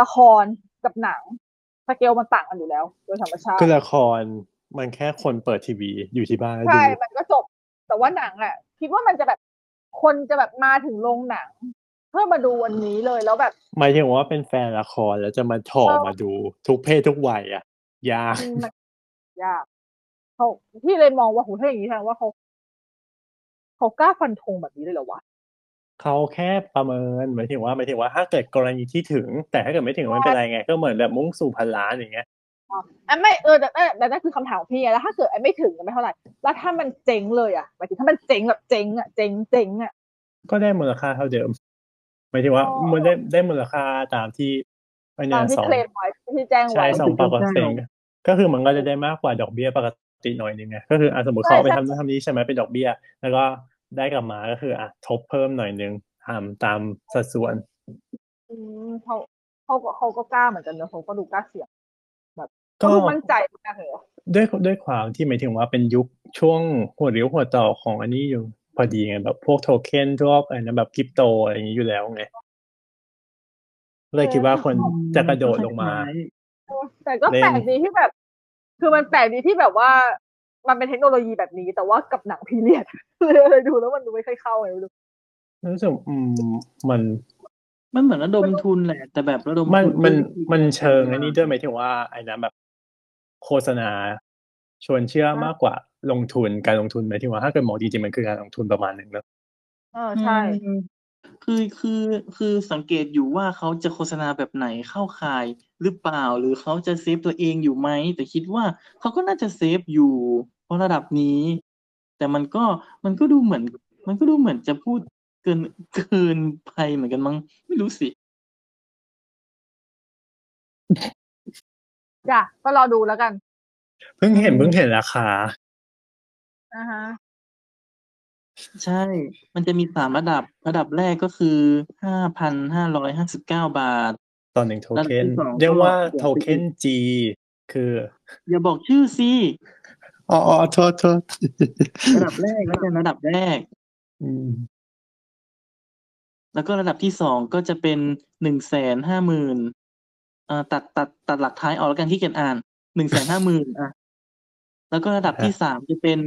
S4: ละครกับหนังสเกลมันต่างกันอยู่แล้ว โดยธรรมชาติ
S2: คือละครมันแค่คนเปิดทีวีอยู่ที่บ้านแล้วดู
S4: ใช่ มันก็จบ แต่ว่าหนังอ่ะ คิดว่ามันจะแบบ คนจะแบบมาถึงโรงหนัง เพื่อมาดูอันนี้เลยแล้วแบบ
S2: หมายถึงว่าเป็นแฟนละครแล้วจะมาถอ
S4: เออ
S2: มาดู ทุกเพศทุกวัยอ่ะ ยาก
S4: อืมมันยากเขาพี่เลยมองว่าโหถ้าอย่างนี้แสดงว่าเขาเขากล้าฟันธงแบบนี้เลยเหรอวะ
S2: เขาแค่ประเมินหมายถึงว่าหมายถึงว่าถ้าเกิดกรณีที่ถึง แต่ถ้าเกิดไม่ถึงมันเป็นไรไง ก็เหมือนแบบมุ่งสู่พันล้านอย่างเงี้ย
S4: อ่ะไม่เออแต่แต่แต่นั่นคือคำถามของพี่ไงแล้วถ้าเกิดไอ้ไม่ถึงก็ไม่เท่าไหร่แล้วถ้ามันเจ๊งเลยอ่ะหมายถึงถ้ามันเจ๊งแบบเจ๊งอ่ะเจ๊งเจ๊งอ่ะ
S2: ก็ได้มูลค่าเท่าเดิมหมายถึงว่า
S4: อ๋อ
S2: มันได้ได้มูลค่าตามที่ไอ้เนี่
S4: ตาย มที่
S2: สอง
S4: เคลมไว้ที่แจ้ง
S2: ใช่
S4: ไว้
S2: สองเปอร์เซ็นต์ก็คือมันก็จะได้มากกว่าดอกเบี้ยปกติหน่อยนึงไงก็คืออ่ะสมมติ
S4: ใช่
S2: เขาเอาไป
S4: ใช่
S2: ทำนู่นทำนี้ใช่ไหมเป็นดอกเบี้ย แล้วก็ได้กลับมาก็คืออ่ะทบเพิ่มหน่อยนึงทำตามสัดส่วน
S4: อืมเขาเขาก็เขาก็กล้าเหมือนกันเนอะเขาก็ดูกล้าเสี่ยง
S2: ก็
S4: เขาดูมั่นใจมากเลยอะ
S2: ด้วยด้วยความที่หมายถึงว่าเป็นยุคช่วงหัวเรียวหัวต่อของอันนี้อยู่พอดีไงแบบพวกโทเค็นพวกอะไรนะแบบคริปโตอะไรอย่างนี้อยู่แล้วไงเลยคิดว่าคนจะกระโดดลงมา
S4: เออแต่ก็แปลกดีที่แบบ คือมันแปลกดีที่แบบว่า มันเป็นเทคโนโลยีแบบนี้ แต่ว่ากับหนังพีเรียด เลยดูแล้วมันดูไม่ค่อยเข้าไงไม่รู้
S2: รู้สึกอืมมัน
S3: มันเหมือนระดมทุนแหละ แต่แบบระดม
S2: มัน
S3: ทุน
S2: มัน
S3: ด้วยวิธี
S2: มันเชิง
S3: การ
S2: อันนี้ด้วยหมายถึงว่าไอ้นะแบบโฆษณาชวนเชื่อมากกว่าลงทุนการลงทุนหมายถึงว่าถ้าเกิดมองจริงๆมันคือการลงทุนประมาณหนึ่งแล้ว
S4: เออใช่
S3: อืมคือคือคือสังเกตอยู่ว่าเขาจะโฆษณาแบบไหนเข้าข่ายหรือเปล่า หรือเขาจะเซฟตัวเองอยู่ไหม แต่คิดว่าเขาก็น่าจะเซฟอยู่ เพราะระดับนี้ แต่มันก็มันก็ดูเหมือน มันก็ดูเหมือนจะพูดเกิน เกินไปเหมือนกันมั้งไม่รู้สิ
S4: จ้ะก็รอดูแล้วกัน
S2: เพิ่งเห็นเพิ่งเห็นราคา
S4: นะฮะ
S3: ใช่ มันจะมีสามระดับ ระดับแรกก็คือห้าพันห้าร้อยห้าสิบเก้าบาท
S2: ตอนหนึ่งโทเค็น
S3: แล้วที่สอง
S2: เรียกว่า
S3: ก็
S2: โทเค็น G คือ
S3: อย่าบอกชื่อสิ
S2: อ๋ออ๋อโทษโทษ
S3: ระดับแรกแล้วกันระดับแรก
S2: อืม
S3: แล้วก็ระดับที่สองก็จะเป็นหนึ่งแสนห้าหมื่นอ่าตัดตัดตัดหลักท้ายออกแล้วกันที่เกียนอ่านหนึ่งแสนห้าหมื่นอ่ะ แล้วก็ระดับที่สามจะเป็น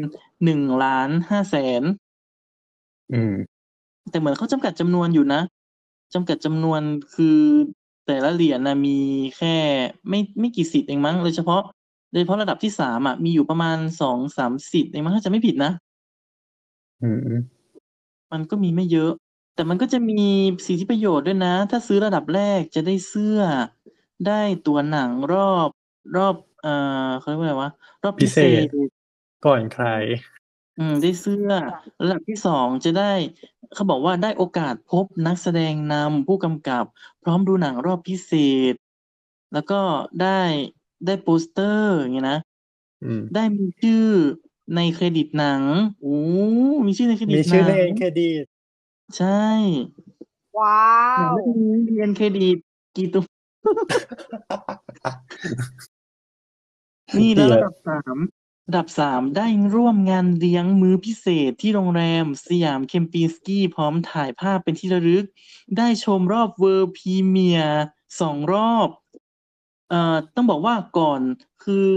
S3: หนึ่งล้านห้าแสน
S2: อืม
S3: แต่เหมือนเขาจำกัดจำนวนอยู่นะจำกัดจำนวนคือแต่ละเหรียญนะมีแค่ไม่ไม่กี่สิทธิ์เองมั้งโดยเฉพาะโดยเฉพาะระดับที่สามอ่ะมีอยู่ประมาณสองสามสิทธิ์เองมั้งถ้าจะไม่ผิดนะ
S2: อืม
S3: มันก็มีไม่เยอะ แต่มันก็จะมีสิทธิประโยชน์ด้วยนะ ถ้าซื้อระดับแรกจะได้เสื้อ ได้ตัวหนังรอบรอบ เอ่อเขาเรียกว่าอะไรวะ รอบพิเศษ
S2: พิเศษ ก่อนใคร
S3: อืม ได้เสื้อ
S4: ค่ะ
S3: ระดับที่สองจะได้ เขาบอกว่าได้โอกาสพบนักแสดงนำผู้กำกับ พร้อมดูหนังรอบพิเศษ แล้วก็ได้ได้โปสเตอร์อย่างเงี้ยนะ
S2: อืม
S3: ได้มีชื่อในเครดิตหนังโอ้มีชื่อในเครดิต
S2: มี
S3: ห
S2: ชื่อ
S3: นั
S2: ใน
S3: ง
S2: เอ็นเครดิต
S3: ใช่
S4: ว้า
S3: หนัง
S4: ว
S3: เรื่องนี้เรียนเครดิตกี่ตัว นี่แล้วระดับสามระดับสามได้ร่วมงานเลี้ยงมื้อพิเศษที่โรงแรมสยามเคมปินสกี้พร้อมถ่ายภาพเป็นที่ระลึก ได้ชมรอบเวอร์พรีเมียร์สองรอบ เอ่อต้องบอกว่าก่อนคือ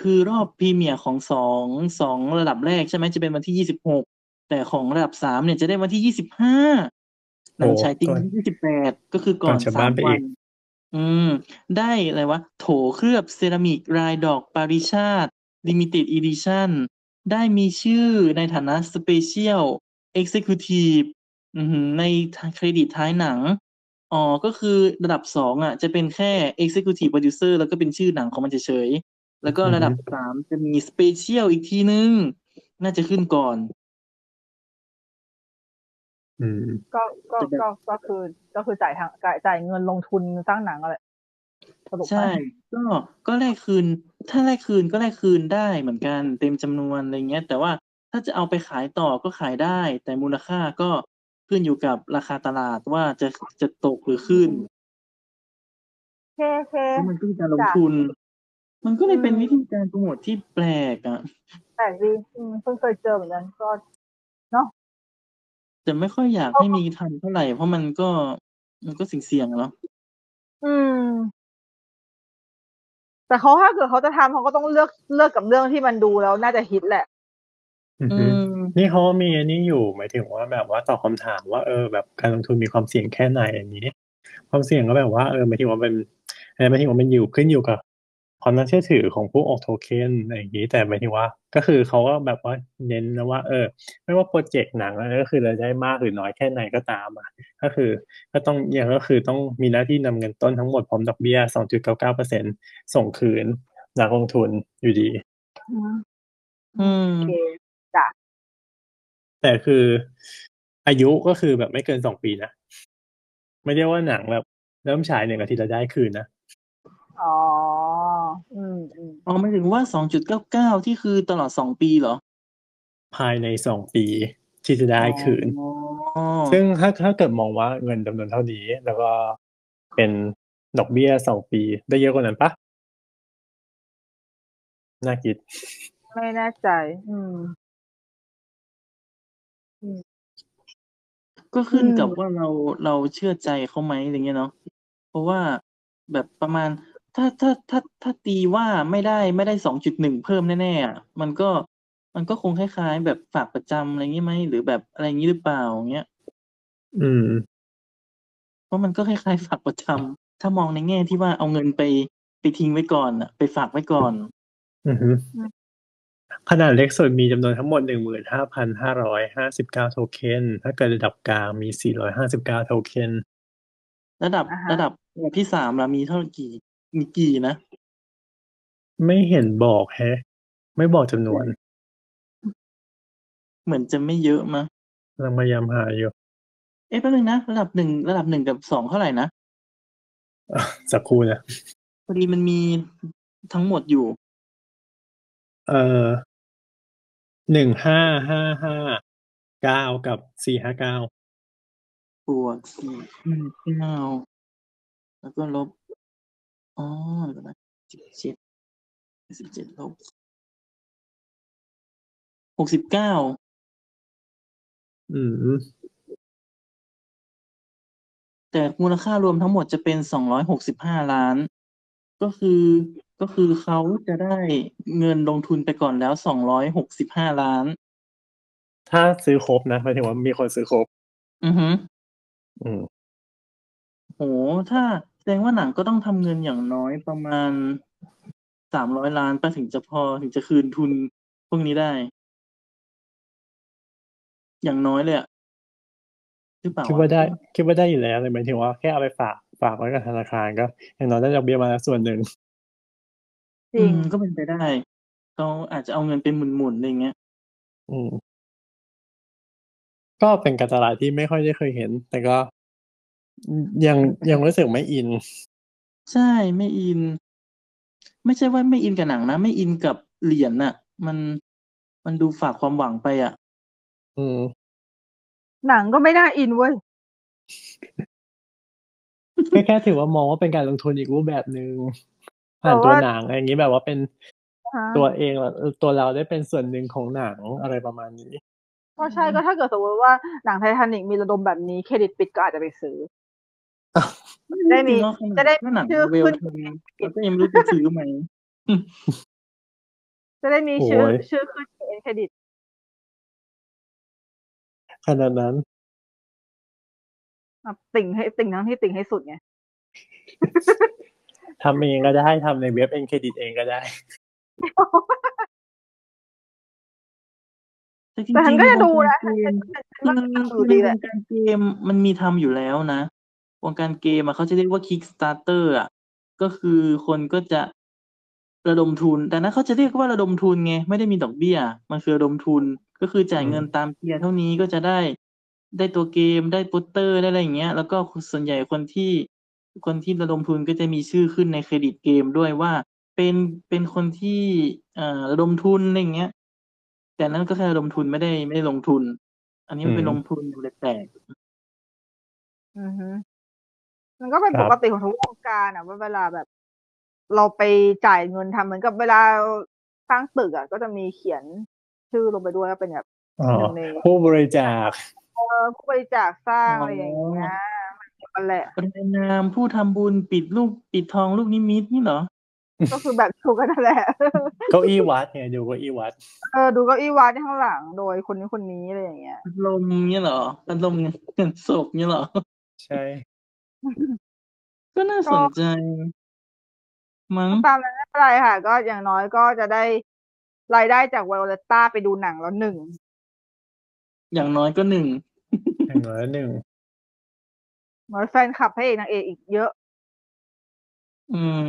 S3: คือรอบพรีเมียร์ของสองสองระดับแรกใช่ไหมจะเป็นวันที่ยี่สิบหกแต่ของระดับสามเนี่ยจะได้วันที่ยี่สิบห้าหนังฉายจริงวันที่ยี่สิบแปดก็คือก่อน
S2: ก่อนชาว
S3: สา
S2: บ้าน
S3: ม
S2: ไปอี
S3: วั
S2: ก
S3: น อืม ได้อะไรวะ โถเคลือบเซรามิกรายดอกปาริชาติลิมิเต็ดอีดิชั่นได้มีชื่อในฐานะสเปเชียลเอ็กซิคิวทีฟในเครดิตท้ายหนัง อ๋อ ก็คือระดับสองอ่ะ จะเป็นแค่ Executive Producer แล้วก็เป็นชื่อหนังของมันเฉยๆ แล้วก็ระดับสามจะมีสเปเชียลอีกทีนึง น่าจะขึ้นก่อน
S2: อืม
S4: ก็ก็ก็ก็คือก็คือจ่ายทางจ่ายจ่ายเงินลงทุนสร้างหนังอะไรสรุป
S3: ใช่
S4: ว่า
S3: ก็ก็แลกคืน ถ้าแลกคืนก็แลกคืนได้เหมือนกันเต็มจำนวนอะไรเงี้ย แต่ว่าถ้าจะเอาไปขายต่อก็ขายได้ แต่มูลค่าก็ขึ้นอยู่กับราคาตลาดว่าจะจะตกหรือขึ้น
S4: เคเค
S3: แล้วมันก็คือการลงทุน มันก็เลยเป็น
S4: อืม
S3: วิธีการโปรโมทที่แปลกอ่ะ
S4: แปลกดีอืมเพิ่งเคยเจอเหมือนกันก็
S3: แต่ไม่ค่อยอยากให้มีทำเท่าไหร่ เพราะมันก็มันก็เสี่ยงๆอะเนาะ
S4: อืม แต่เขาถ้าเกิดเขาจะทำเขาก็ต้องเลือกเลือกกับเรื่องที่มันดูแล้วน่าจะฮิตแหละ
S3: อืม
S2: นี่เขามีอันนี้อยู่หมายถึงว่าแบบว่าตอบคำถามว่าเออแบบการลงทุนมีความเสี่ยงแค่ไหนอันนี้ ความเสี่ยงก็แบบว่าเออหมายถึงว่าเป็นอันนี้หมายถึงว่ามันอยู่ขึ้นอยู่กับความน่าเชื่อถือของผู้ออกโทเค็นอะไรอย่างนี้แต่หมายถึงว่า ก็คือเขาก็แบบว่าเน้นนะว่า เออ ไม่ว่าโปรเจกต์หนังอะไรก็คือรายได้มากหรือน้อยแค่ไหนก็ตามอ่ะก็คือ ก็ต้องอย่างก็คือต้องมีหน้าที่นำเงินต้นทั้งหมดพร้อมดอกเบี้ย 2.99%ส่งคืนนักลงทุนอยู่ดี
S3: อืม
S4: โอเค
S2: แต่คืออายุก็คือแบบไม่เกินสองปีนะ ไม่ได้ว่าหนังแบบเริ่มฉายหนึ่งอาทิตย์แล้วได้คืนนะ
S4: อ๋อ อืมอืม
S3: อ๋อไม่ถึงว่าสองจุดเก้าเก้าที่คือตลอดสองปีเหรอ
S2: ภายในสองปีที่จะได้คืน
S3: อ๋อ
S2: ซึ่งถ้าถ้าเกิดมองว่าเงินจำนวนเท่านี้ แล้วก็เป็นดอกเบี้ยสองปี ได้เยอะกว่านั้นปะน่าคิด
S4: ไม่แน่ใจ อืม
S3: ก็ขึ้น
S4: อืม
S3: กับว่าเราเราเชื่อใจเขาไหมอะไรเงี้ยเนาะเพราะว่าแบบประมาณถ้าถ้าถ้าถ้าตีว่าไม่ได้ไม่ได้สองจุดหนึ่งเพิ่มแน่ๆอ่ะมันก็มันก็คงคล้ายๆ แบบฝากประจำอะไรเงี้ยไหมหรือแบบอะไรอย่างนี้หรือเปล่าเงี้ย
S2: อืม
S3: เพราะมันก็คล้ายๆ ฝากประจำถ้ามองในแง่ที่ว่าเอาเงินไปไปทิ้งไว้ก่อนอ่ะ ไปฝากไว้ก่อน
S2: อือฮึ ขนาดเล็กสุดมีจำนวนทั้งหมด 15,559 โทเค็น ถ้าเกิดระดับกลางมี 459 โทเค็น
S3: ระดับ
S4: อ่าฮะ
S3: ระดับที่สามละมีเท่ากี่มีกี่นะ
S2: ไม่เห็นบอกแฮะ ไม่บอกจำนวน
S3: เหมือนจะไม่เยอะมั้ง
S2: กำลังพยายามหาอยู่
S3: เอ๊ะแป๊บนึงนะ ระดับหนึ่งระดับหนึ่งกับสองเท่าไหร่นะ
S2: สักครู่นะ
S3: พอดีมันมีทั้งหมดอยู่
S2: เอ่อหนึ่งห้าห้าห้าเก้ากับสี่ห้าเก้า
S3: บวกสี่ห้าเก้าแล้วก็ลบ อ๋อเดี๋ยวนะสิบเจ็ดสิบเจ็ดลบหกสิบเก้า
S2: อืม
S3: แต่มูลค่ารวมทั้งหมดจะเป็นสองร้อยหกสิบห้าล้าน ก็คือก็คือเขาจะได้เงินลงทุนไปก่อนแล้วสองร้อยหกสิบห้าล้าน
S2: ถ้าซื้อครบนะหมายถึงว่ามีคนซื้อครบ
S3: อือหือ
S2: อืม
S3: โห ถ้าแสดงว่าหนังก็ต้องทำเงินอย่างน้อยประมาณสามร้อยล้านไปถึงจะพอถึงจะคืนทุนพวกนี้ได้ อย่างน้อยเลยอะหรือเปล่า
S2: คิด
S3: วะ
S2: ว่าได้ คิดว่าได้อยู่แล้วเลยหมายถึงว่าแค่เอาไปฝากฝากไว้กับธนาคารก็อย่างน้อยได้ดอกเบี้ยมาแล้วส่วนหนึ่ง
S4: จริง
S3: อืมก็เป็นไปได้เขาอาจจะเอาเงินเป็นหมุนๆอะไรเงี้ย
S2: อืม ก็เป็นการตลาดที่ไม่ค่อยได้เคยเห็น แต่ก็ยังยังรู้สึกไม่อิน
S3: ใช่ไม่อิน ไม่ใช่ว่าไม่อินกับหนังนะ ไม่อินกับเหรียญน่ะ มันมันดูฝากความหวังไปอ่ะ
S2: อืม
S4: หนังก็ไม่น่าอินเว้ย
S2: ก็แค่ถือว่ามองว่าเป็นการลงทุนอีกรูปแบบหนึ่งผ่าน
S4: แต่
S2: ตัว
S4: ว่า
S2: หนังอะไรอย่างนี้แบบว่าเป็น
S4: ฮะ
S2: ตัวเองอะเออตัวเราได้เป็นส่วนหนึ่งของหนังอะไรประมาณนี้
S4: ก็ใช่ก็ถ้าเกิดสมมติว่าหนังไททานิกมีระดมแบบนี้เครดิตปิดก็อาจจะไปซื้อ ได้มีจะได้
S3: หนัง
S4: ชื่อ
S3: เวล
S4: ขึ้น
S3: เทอมเราก็ยังไม่รู้จะซื้อไหม
S4: จะได้มีชื่อ
S2: โอ้ย
S4: ชื่อขึ้นเป็นเครดิต
S2: ขนาดนั้น
S4: แบบติ่งให้ติ่งทั้งที่ติ่งให้สุดไง
S2: ทำเองก็ได้ทำในเว็บเอ็นเครดิตเองก็ได้
S3: แต่จริง
S4: แต่ฉันก็จะดูนะ
S3: วงการเกม
S4: ฉัน
S3: คือ
S4: ก็จะดู
S3: ในว
S4: ดีแหละ
S3: งการเกมมันมีทำอยู่แล้วนะวงการเกมอะเขาจะเรียกว่า Kickstarter อ่ะ ก็คือคนก็จะระดมทุน แต่นั้นเขาจะเรียกว่าระดมทุนไงไม่ได้มีดอกเบี้ย มันคือระดมทุนก็คือจ่ายเงินตามเกียร์เท่านี้ก็จะได้ได้ตัวเกมได้โปสเตอร์ได้อะไรอย่างเงี้ย แล้วก็ส่วนใหญ่คนที่ คนที่ระดมทุนก็จะมีชื่อขึ้นในเครดิตเกมด้วยว่าเป็นเป็นคนที่เอ่อระดมทุนอะไรอย่างเงี้ย แต่นั้นก็แค่ระดมทุนไม่ได้ไม่ได้ลงทุน อันนี้มันเป็น
S2: อืม
S3: ลงทุนเลยแตก
S4: อือฮึมันก็เป็น
S2: ครับ
S4: ปกติของทุกวงการอ่ะว่าเวลาแบบ เราไปจ่ายเงินทำเหมือนกับเวลาสร้างตึกอ่ะก็จะมีเขียนชื่อลงไปด้วยว่าเป็นแบบ
S2: อ๋อ
S4: หนึ่งใน
S2: ผู้บริจาค
S4: เออผู้บริจาคสร้างอะไรอย่างเงี้ยมันเกี่ยวกันแหละ
S3: ประนามผู้ทำบุญปิดลูกปิดทองลูกนิมิตนี่เหรอ
S4: ก็คือแบบถูกกันนั่นแหละ
S2: เก้าอี้วัดไงดูเก้าอี้วัด
S4: เออดูเก็อีวานที่ข้างหลังโดยคนนี้คนนี้อะไรอย่างเงี้ย
S3: พัดลมเนี่ยเหรอพัดลมเงินศพเนี่ยเหรอ
S2: ใช่
S3: ก็น่าสนใจ มั้ง
S4: ตามนั้นไม่เป็นไรค่ะ ก็อย่างน้อยก็จะได้รายได้จากไวโอเลต้าไปดูหนังแล้วหนึ่ง
S3: อย่างน้อยก็หนึ่ง
S2: อย่างน้อยหนึ่ง
S4: เหมือนแฟนคลับพระเอกนางเอกอีกเยอะ
S3: อืม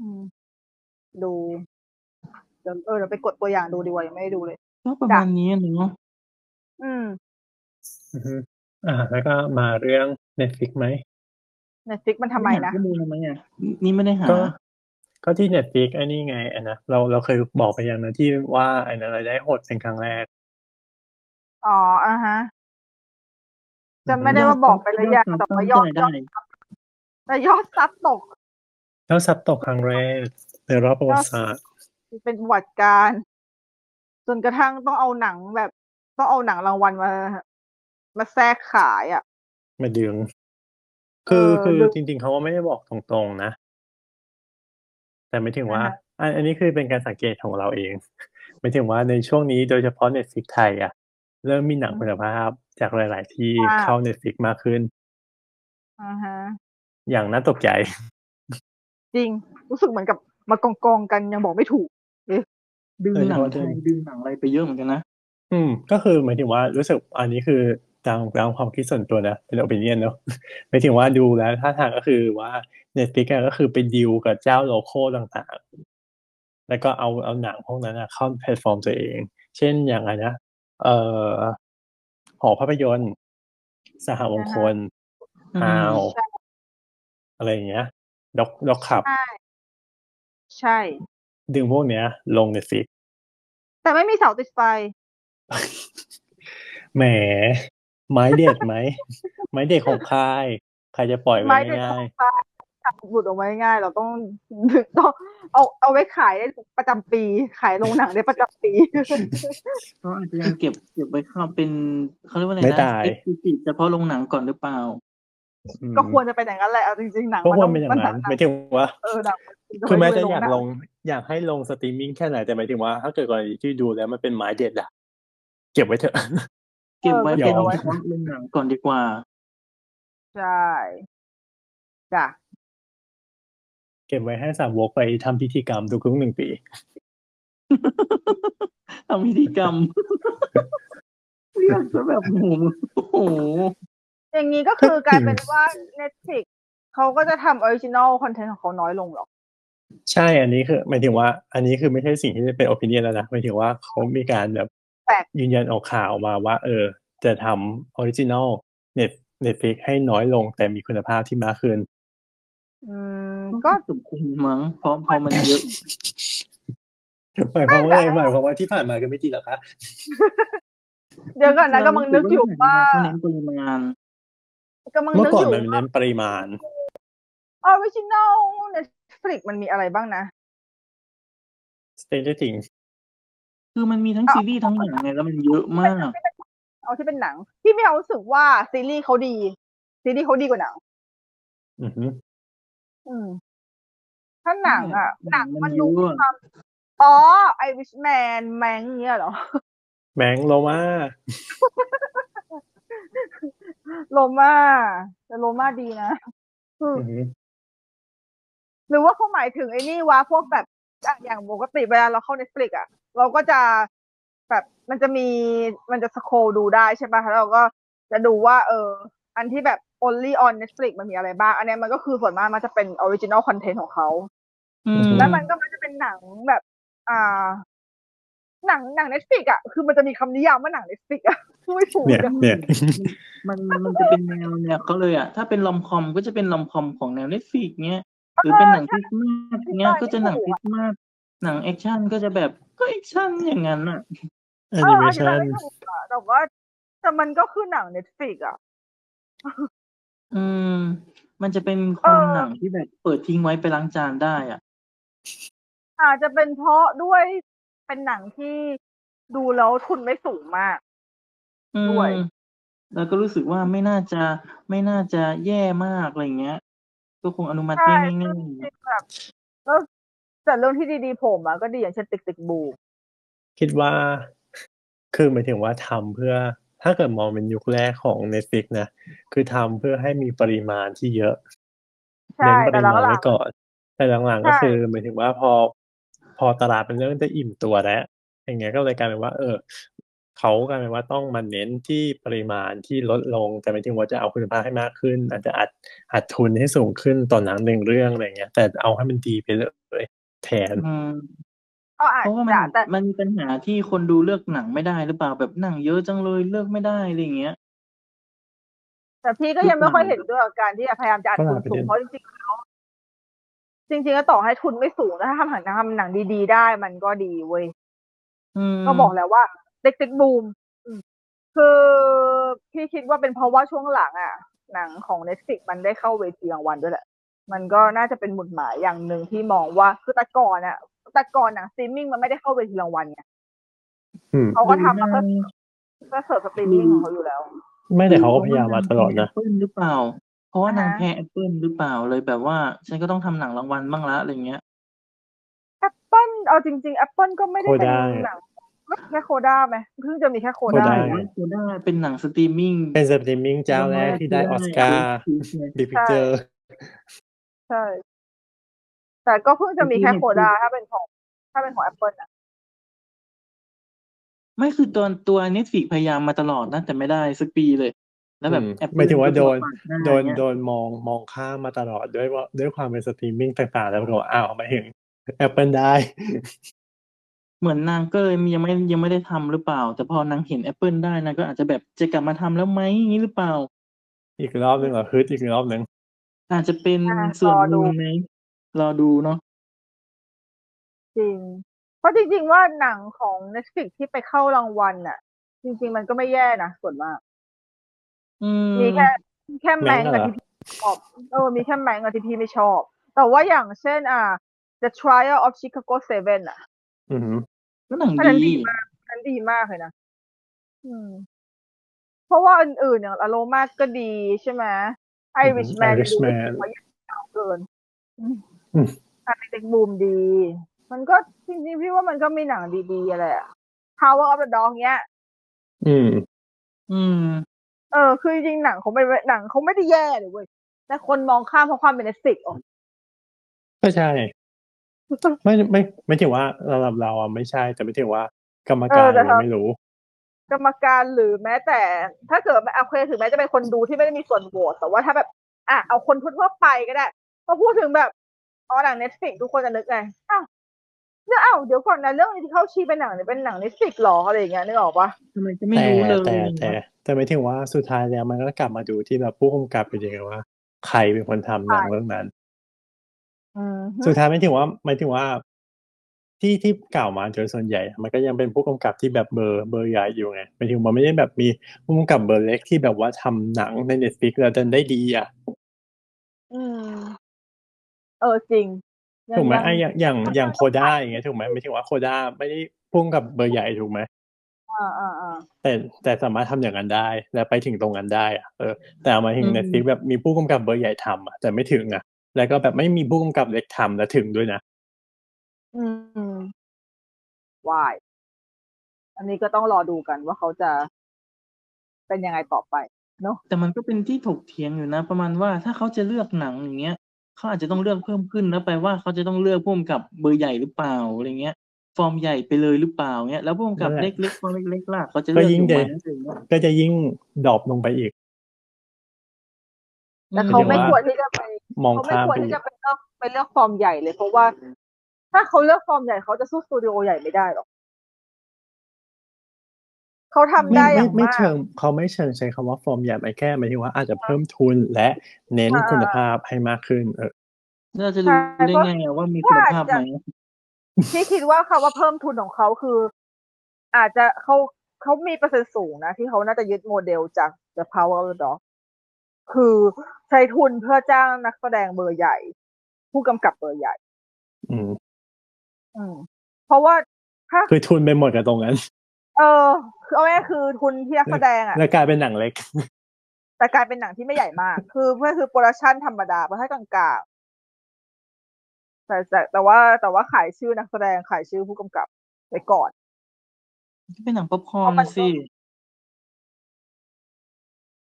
S4: อืม ดูเดี๋ยวเออเดี๋ยวไปกดตัวอย่างดูดีกว่ายังไม่ได้ดูเลย
S3: ก็ประมาณนี้อะเนาะ
S4: อืม
S2: อือฮึอ่า แล้วก็มาเรื่อง Netflix ไหม
S4: เน็ตฟิกมันทำไมนะ
S3: ด้หาข้อมูลไหมอ่ะนี่ไม่ได้หา
S2: ก็ ก็ที่ Netflix ไอันนี้ไงอันนะเราเราเคยบอกไปอย่างนะที่ว่าอันนั้นรายได้หดเป็นครั้งแรก
S4: อ๋ออ่ะฮะ จะไม่ได้
S2: อือฮึ
S4: ว่าบอกไปหรือยังแต่ว่ายอดย
S3: ได้
S4: อดแต่ยอดซับตก
S2: แล้วซับตกครั้งแรกในรอบประวัติศาสตร์
S4: เป็นประวัติการ จนกระทั่งต้องเอาหนังแบบ ต้องเอาหนังรางวัลมา มาแทรกขายอ่ะ
S2: มาดึง คือ
S4: เออ
S2: คือ
S4: ดู
S2: จริง ๆเขาว่าไม่ได้บอกตรงๆนะ แต่ไม่ถึงว่า
S4: อ่าฮะ
S2: อันอันนี้คือเป็นการสังเกตของเราเอง ไม่ถึงว่าในช่วงนี้โดยเฉพาะ Netflix ไทยอ่ะ เริ่มมีหนังคุณภาพจากหลาย ๆ ที่เข้า Netflix มากขึ้น
S4: อ่าฮะ
S2: อย่างน่าตกใจ
S4: จริง รู้สึกเหมือนกับมากองกองๆกันยังบอกไม่ถูก
S3: ดึงหนังไทยดึงหนังอะไรไปเยอะเหมือนกันนะ
S2: อืม ก็คือหมายถึงว่ารู้สึกอันนี้คือตามตามความคิดส่วนตัวนะเป็น opinion เนอะ หมายถึงว่าดูแล้วท่าทางก็คือว่า Netflix อะก็คือไปดีลกับเจ้าโลโก้ต่างๆ แล้วก็เอาเอาหนังพวกนั้นอะเข้าแพลตฟอร์มตัวเอง เช่นอย่างอะไรนะเอ่อหอภาพยนตร์ สหมงคล
S3: อ่า
S2: อาวอะไรอย่างเงี้ยด็อกด็อกขับ
S4: ใช่ใช่
S2: ดึงพวกเนี้ย ลง Netflix
S4: แต่ไม่มีเสาติดไฟ
S2: แหม ไม้เด็ดไหม ไม้เด็ดของใครใครจะปล่อยไว้
S4: ไม้เด็ดข
S2: ง่า
S4: อง
S2: ย
S4: ฟ้าจับบุดออกมาง่ายๆเราต้องต้องเอาเอาไว้ขายได้ประจำปี ขายโรงหนังได้ประจำปี
S3: ก็อาจจะยังเก็บเก็บไว้เข้าเป็นเขาเรียกว่าอะไร
S2: ไม่
S3: นะ
S2: ตาย
S3: เอ็กซ์คลูซีฟเฉพาะโรงหนังก่อนหรือเปล่า
S2: ๆอืม
S4: ก็ควรจะเป็นอย่างนั้นแหละเอาจริงๆหนัง
S2: ก็ควร
S4: ต้
S2: เป็นอย่างนั้น
S4: มัต้
S2: ไม่ถึงว่า
S4: เออหนังนต้ง
S2: คือแม้
S4: ไป
S2: จะ
S4: ดู
S2: อยาก
S4: ในโรหนั
S2: ลง อยากให้ลงสตรีมมิ่งแค่ไหนแต่หมายถึงว่า ถ้าเกิดกรณีที่ดูแล้วมันเป็นไม้เด็ดอะเก็บไว้เถอะ
S3: เก็บไว้
S2: เออเก็บ
S3: เป็น
S2: เอาไว้
S3: เฉพาะโรงหนังก่อนดีกว่า
S4: ใช่จ้ะ
S2: เก็บไว้ให้สาวกไปทำพิธีกรรมทุกครึ่งหนึ่งปี
S3: ทำพิธี กรรมเรียกซะแบบโอ้โหโอ้โห
S4: อย่างนี้ก็คือกลายเป็นว่า Netflix เขาก็จะทำออริจินอลคอนเทนต์ของเขาน้อยลงหรอก
S2: ใช่อันนี้คือหมายถึงว่า อันนี้คือไม่ใช่สิ่งที่เป็น opinion แล้วนะหมายถึงว่าเขามีการแบบ
S4: แปลก
S2: ยืนยันออกข่าวมาว่า เออ จะทำออริจินอลเน็ตเน็ตฟลิกให้น้อยลงแต่มีคุณภาพที่มากขึ้น
S4: อืมก็
S3: สมควรมั้งเพราะพอมันเยอะ
S2: หมายความว่าอะไรหมายความว่าที่ผ่านมาก็ไม่ดีเหรอคะ
S4: เดี๋ยวก่อนนะกำลังนึกอยู่ว่า
S3: เรเน้นปริมาณ
S4: กำลัง
S2: เมื่อ
S4: นึก
S2: ก่
S4: อ
S2: อ
S4: น ยู่
S2: มัน
S4: ว่า
S2: เน้นปริมาณ
S4: ออริจินอล Netflix มันมีอะไรบ้างนะ
S2: Stranger Things
S3: คือมันมีทั้งซีรีส์ทั้งหนังไงแล้วมันเยอะมาก
S4: เอาที่เป็นหนัง พี่ไม่เอารู้สึกว่าซีรีส์เขาดี ซีรีส์เขาดีกว่าหนัง
S2: อือหือ
S4: อืม ถ้าหนังอ่ะ
S3: ใช่
S4: หนัง
S3: มั
S4: มัน
S3: น
S4: ดู
S3: เยอะ
S4: ความอ๋อไอวิชแมนแมงเงี้ยเหรอ
S2: แมงโลมา
S4: โลมาแต่โลมาดีนะอืม
S2: อือหือ
S4: หรือว่าเขาหมายถึงไอ้นี่วะพวกแบบอ่ะอย่างปกติเวลาเราเข้า Netflix อ่ะ เราก็จะแบบมันจะมีมันจะสโคลดูได้ใช่ป่ะแล้วเราก็จะดูว่า เออ อันที่แบบ only on Netflix มันมีอะไรบ้าง อันเนี้ยมันก็คือส่วนมากมันจะเป็น original content ของเขา
S3: อืม
S4: แล้วมันก็มันจะเป็นหนังแบบ อ่า หนังหนังเน็ตฟิกอ่ะ คือมันจะมีคำนิยามว่าหนังเน็ตฟิกอ่ะคือไม่ถูก
S2: เนี่ย
S4: อะ
S2: เนี่ย
S3: มันมันจะเป็นแนวเนี่ยเขาเลยอ่ะ ถ้าเป็นลอมคอมก็จะเป็นลอมคอมของแนวเน็ตฟิกเงี้ย หรือเป็นหนังคริสต์มาสเงี้ย ก็จะหนังคริสต์มาสหนังแอคชั่นก็จะแบบก็แอคชั่นอย่างนั้นอ่ะ
S4: เอ
S2: a
S4: อ
S2: n i
S4: อ
S2: m a
S4: ธิ
S2: t i
S4: บา
S2: o
S4: ย
S2: n
S4: ไม่ถูกอะแต่ว่าแต่มันก็คือหนังเน็ตฟิกอ่ะ
S3: อืม มันจะเป็นความ
S4: เออ
S3: หนังที่แบบเปิดทิ้งไว้ไปล้างจานได้อ่ะ
S4: อาจจะเป็นเพราะด้วยเป็นหนังที่ดูแล้วทุนไม่สูงมาก
S3: อื
S4: ด้วย
S3: มแล้วก็รู้สึกว่าไม่น่าจะไม่น่าจะแย่มากอะไรเงี้ย ก็คงอนุมัติ
S4: ใช่
S3: ได้
S4: ก็
S3: ง่าย
S4: คือแบบแล้วแต่เรื่องที่ดีๆผมอ่ะก็ดีอย่างเช่นติกติกบู
S2: คิดว่า คือหมายถึงว่าทำเพื่อ ถ้าเกิดมองเป็นยุคแรกของ Netflix นะ คือทำเพื่อให้มีปริมาณที่เยอะ
S4: ใช่
S2: เน้นป
S4: แต่
S2: ริ
S4: หลังๆ
S2: มาณไว้ก่อน แต่หลังๆ
S4: ใช่
S2: ก็คือหมายถึงว่าพอ พอตลาดมันเริ่มจะอิ่มตัวแล้ว อย่างเงี้ยก็เลยกลายเป็นว่า เออ เขากลายเป็นว่าต้องมาเน้นที่ปริมาณที่ลดลง แต่หมายถึงว่าจะเอาคุณภาพให้มากขึ้น อาจจะอัดอัดทุนให้สูงขึ้นต่อหนังหนึ่งเรื่องอะไรเงี้ย แต่เอาให้มันดีไปเลยแทน
S3: ๆอืม
S4: ก็อาจ
S3: เพราะว่ามัน
S4: จะแต่
S3: มันมีปัญหาที่คนดูเลือกหนังไม่ได้หรือเปล่าแบบหนังเยอะจังเลยเลือกไม่ได้อะไรอย่างเงี้ย
S4: แต่พี่ก็ยังไม่ค่อยเห็นด้วยกับการที่จะพยายามจะอัดทุนสูงเพราะจริงๆแล้วจริงๆก็ต่อให้ทุนไม่สูงนะถ้าทำหนังทำหนังดี ๆ ได้มันก็ดีเว้ย
S3: อืม
S4: ก็บอกแล้วว่าเด็กติกบูมอืมคือพี่คิดว่าเป็นเพราะว่าช่วงหลังอ่ะ หนังของเน็ตฟิกมันได้เข้าเวทีรางวัลด้วยแหละ มันก็น่าจะเป็นหมุดหมายอย่างหนึ่งที่มองว่าคือแต่ก่อนอ่ะแต่ก่อนหนังสตรีมมิ่งมันไม่ได้เข้าเวทีรางวัลไง
S2: อืม
S4: เขาก็ทำมาเพื่อเพื่อเสิร์ฟสตรีมมิ่งของเขาอยู่แล้ว
S2: ไม่แต่เขาก็พยายามมาตลอดนะ
S3: เพราว่านางแพ้แปเปิ้ลหรือเปล่า เพราะว่า
S4: อ่าฮะ
S3: นางแพ้แอปเปิลหรือเปล่าเลยแบบว่า ฉันก็ต้องทำหนังรางวัลบ้างละอะไรเงี้ย
S4: แอปเปิลเอาจริงๆแอปเปิลก็ไม่ได้เป็น
S2: โคด้า
S4: หนังแค่โคด้าไหมเพิ่งจะมีแค่โคด้า
S2: ได้
S3: แต่ว่าโคด้าเป็นหนังสตรีมมิ่ง
S2: เป็นสตรีมมิ่งเจ้าแรกที่ได้ออสการ์บิ๊กพิกเจอร์
S4: ใช่ แต่ก็เพิ่งจะมีแค่โคด้าถ้าเป็นของ ถ้าเป็นของ Apple อ่ะ
S3: ไม่คือโดนตัวเน็ตฟิกพยายามมาตลอดนะแต่ไม่ได้สักปีเลย แล้วแบบ
S2: อืม
S3: แอป
S2: หมายถึงว่าโดน โดน
S3: เย
S2: โดนมองมองข้ามมาตลอดด้วยว่าด้วยความเป็นสตรีมมิ่งต่างๆ แล้วก็อ้าวมาถึง Apple ได้
S3: เหมือนนางก็เลยยังไม่ยังไม่ได้ทำหรือเปล่า แต่พอนางเห็น Apple ได้นางก็อาจจะแบบจะกลับมาทำแล้วไหมอย่างนี้หรือเปล่า
S2: อีกรอบหนึ่งเหรอฮึดอีกรอบหนึ่ง
S3: อาจจะเป็น
S4: อ่ะ
S3: ส่วน
S4: รอ
S3: ห
S4: ดู
S3: นึ่งไหมรอดูเนาะ
S4: จริง เพราะจริงๆว่าหนังของ Netflix ที่ไปเข้ารางวัลน่ะ จริง ๆ มันก็ไม่แย่นะส่วนมาก
S3: อืม
S4: มีแค่แค่แม
S2: แม่ง
S4: ง
S2: เห
S4: กับ
S2: รอ
S4: ที่พี่ชอบเออมีแค่แมงกับที่พี่ไม่ชอบ แต่ว่าอย่างเช่นอ่า The Trial of Chicago Seven อ่ะ
S2: อือหือ
S3: ก็หนัง
S4: อันนั้น
S3: ดี
S4: ดีมากอันนั้นดีมากเลยนะ อืม เพราะว่าอื่นๆอย่างอโรมาก็ดีใช่ไหมไอริชแมน
S2: Irishman
S4: เขายังเก่าเกิน
S2: อืม
S4: ไอเด็กบูมดี มันก็จริงๆพี่ว่ามันก็มีหนังดีๆอะไรอะ Power of the Dog เนี้ย
S2: อืม
S3: อืม
S4: เออคือจริงๆหนังเขาไม่หนังเขาไม่ได้แย่เลยเว้ยแต่คนมองข้ามเพราะความเป็นเนสิกออก
S2: ก็ใช่ ไม่ไม่ไม่ถือว่าสำหรับเราอ่ะไม่ใช่ แต่ไม่ถือว่ากรรมการ
S4: เออแต่
S2: เรา
S4: ถ้า
S2: ไม่รู้
S4: กรรมการหรือแม้แต่ ถ้าเกิดเอาเคถึงแม้จะเป็นคนดูที่ไม่ได้มีส่วนโหวตแต่ว่าถ้าแบบ อ่ะเอาคนทั่วๆไปก็ได้พอพูดถึงแบบอ๋อหนังเน็ตฟิกทุกคนจะนึกไงอ้าวเนี่ยอ้าวเดี๋ยวก่อนนะเรื่องที่เข้าชี้เป็นหนังเนี่ยเป็นหนังเน็ตฟิกหรออะไรอย่างเงี้ยนึกออกปะ
S3: ทำไมจะไม่
S2: แต่
S3: รู้เลย
S2: แต่แต่ แต่ไม่ถึงว่าสุดท้ายแล้วมันก็กลับมาดูที่แบบผู้กำกับเป็นยังไงว่า ใครเป็นคนทำหนังเรื่องนั้น
S4: อืม
S2: สุดท้ายไม่ถึงว่าไม่ถึงว่า ที่ที่กล่าวมาโดยส่วนใหญ่ มันก็ยังเป็นผู้กำกับที่แบบเบอร์เบอร์ใหญ่อยู่ไงไม่ถึงมันไม่ได้แบบมีผู้กำกับเบอร์เล็กที่แบบว่าทำหนังในเน็ตฟิกแล้วดันได้ดีอ่ะ
S4: อืมเออจริงยัง
S2: ถูกไหม
S4: ยัง
S2: ไอ้อย่างอย่างอย่างโคด้าอย่างเงี้ยถูกไหมไม่ถึงว่าโคด้าไม่ได้พุ่งกับเบอร์ใหญ่ถูกไหม
S4: อ่าอ่าอ่า
S2: แต่แต่สามารถทำอย่างนั้นได้ และไปถึงตรงนั้นได้อะเออ แต่เอามาถึง
S3: อืม
S2: เน็ตฟิกแบบมีผู้กำกับเบอร์ใหญ่ทำอะแต่ไม่ถึงอะแล้วก็แบบไม่มีผู้กำกับเล็กทำแล้วถึงด้วยนะ
S4: อืมวาย อันนี้ก็ต้องรอดูกันว่าเขาจะเป็นยังไงต่อไป
S3: แต่มันก็เป็นที่ถกเถียงอยู่นะ ประมาณว่าถ้าเขาจะเลือกหนังอย่างเงี้ยเขาอาจจะต้องเลือกเพิ่มขึ้นแล้วไปว่าเขาจะต้องเลือกพ่วงกับเบอร์ใหญ่หรือเปล่าอะไรเงี้ย ฟอร์มใหญ่ไปเลยหรือเปล่าเงี้ยแล้วพ่วงกับ
S2: นั่นแห
S3: เล็
S2: ละ
S3: กเล็กฟอร์มเล็กๆล่ะเขาจะเลือก
S2: ก็ยิ่ง
S3: ถูก
S2: เด่น
S3: ไหมอะไรเงี้ย
S2: ก็จะยิ่งดรอปลงไปอีก
S4: แต่เขาไม่
S2: หมาย
S4: คว
S2: ถึงว่า
S4: รที่จะไป
S2: มอง
S4: เขาไม่
S2: ข้าม
S4: ควร
S2: ไป
S4: ที่จะไปเลือกไปเลือกฟอร์มใหญ่เลย เพราะว่า ถ้าเขาเลือกฟอร์มใหญ่เขาจะสู้สตูดิโอใหญ่ไม่ได้หรอกเขาทำ
S2: ไม่
S4: ได้อ
S2: ไม่
S4: ย่าง
S2: ไม่
S4: มาก
S2: เชิงเขาไม่เชิงใช้คำว่าฟอร์มใหญ่ไม่แค่หมายถึงว่าอาจจะเพิ่มทุนและเน้น
S4: อ่า
S2: คุณภาพให้มากขึ้น เออ
S3: น่าจะรู้ได้ไงอะว่ามีคุณภาพไหม
S4: ที่คิดว่าคำว่าเพิ่มทุนของเขาคือ อาจจะเขาเขามีเปอร์เซ็นต์สูงนะ ที่เขาน่าจะยึดโมเดลจาก The Power of the Dog คือใช้ทุนเพื่อจ้างนักแสดงเบอร์ใหญ่ ผู้กำกับเบอร์ใหญ่
S2: อืม
S4: อืม เพราะว่าถ้า
S2: คือทุนไปหมดกับตรงนั้น
S4: เออคือเอาง่ายๆคือทุนที่นักแสดงอ่ะ
S2: แล้วกลายเป็นหนังเล็ก
S4: แต่กลายเป็นหนังที่ไม่ใหญ่มาก คือเพื่อคือโปรดักชันธรรมดาเพื่อให้กลางๆแต่แต่แต่ว่าแต่ว่าขายชื่อนักแสดงขายชื่อผู้กำกับไปก่อน
S3: ก็เป็นหนังป๊อปคอ
S4: เพ
S3: ร์
S4: ราะ
S3: น
S4: มันก็
S3: สิ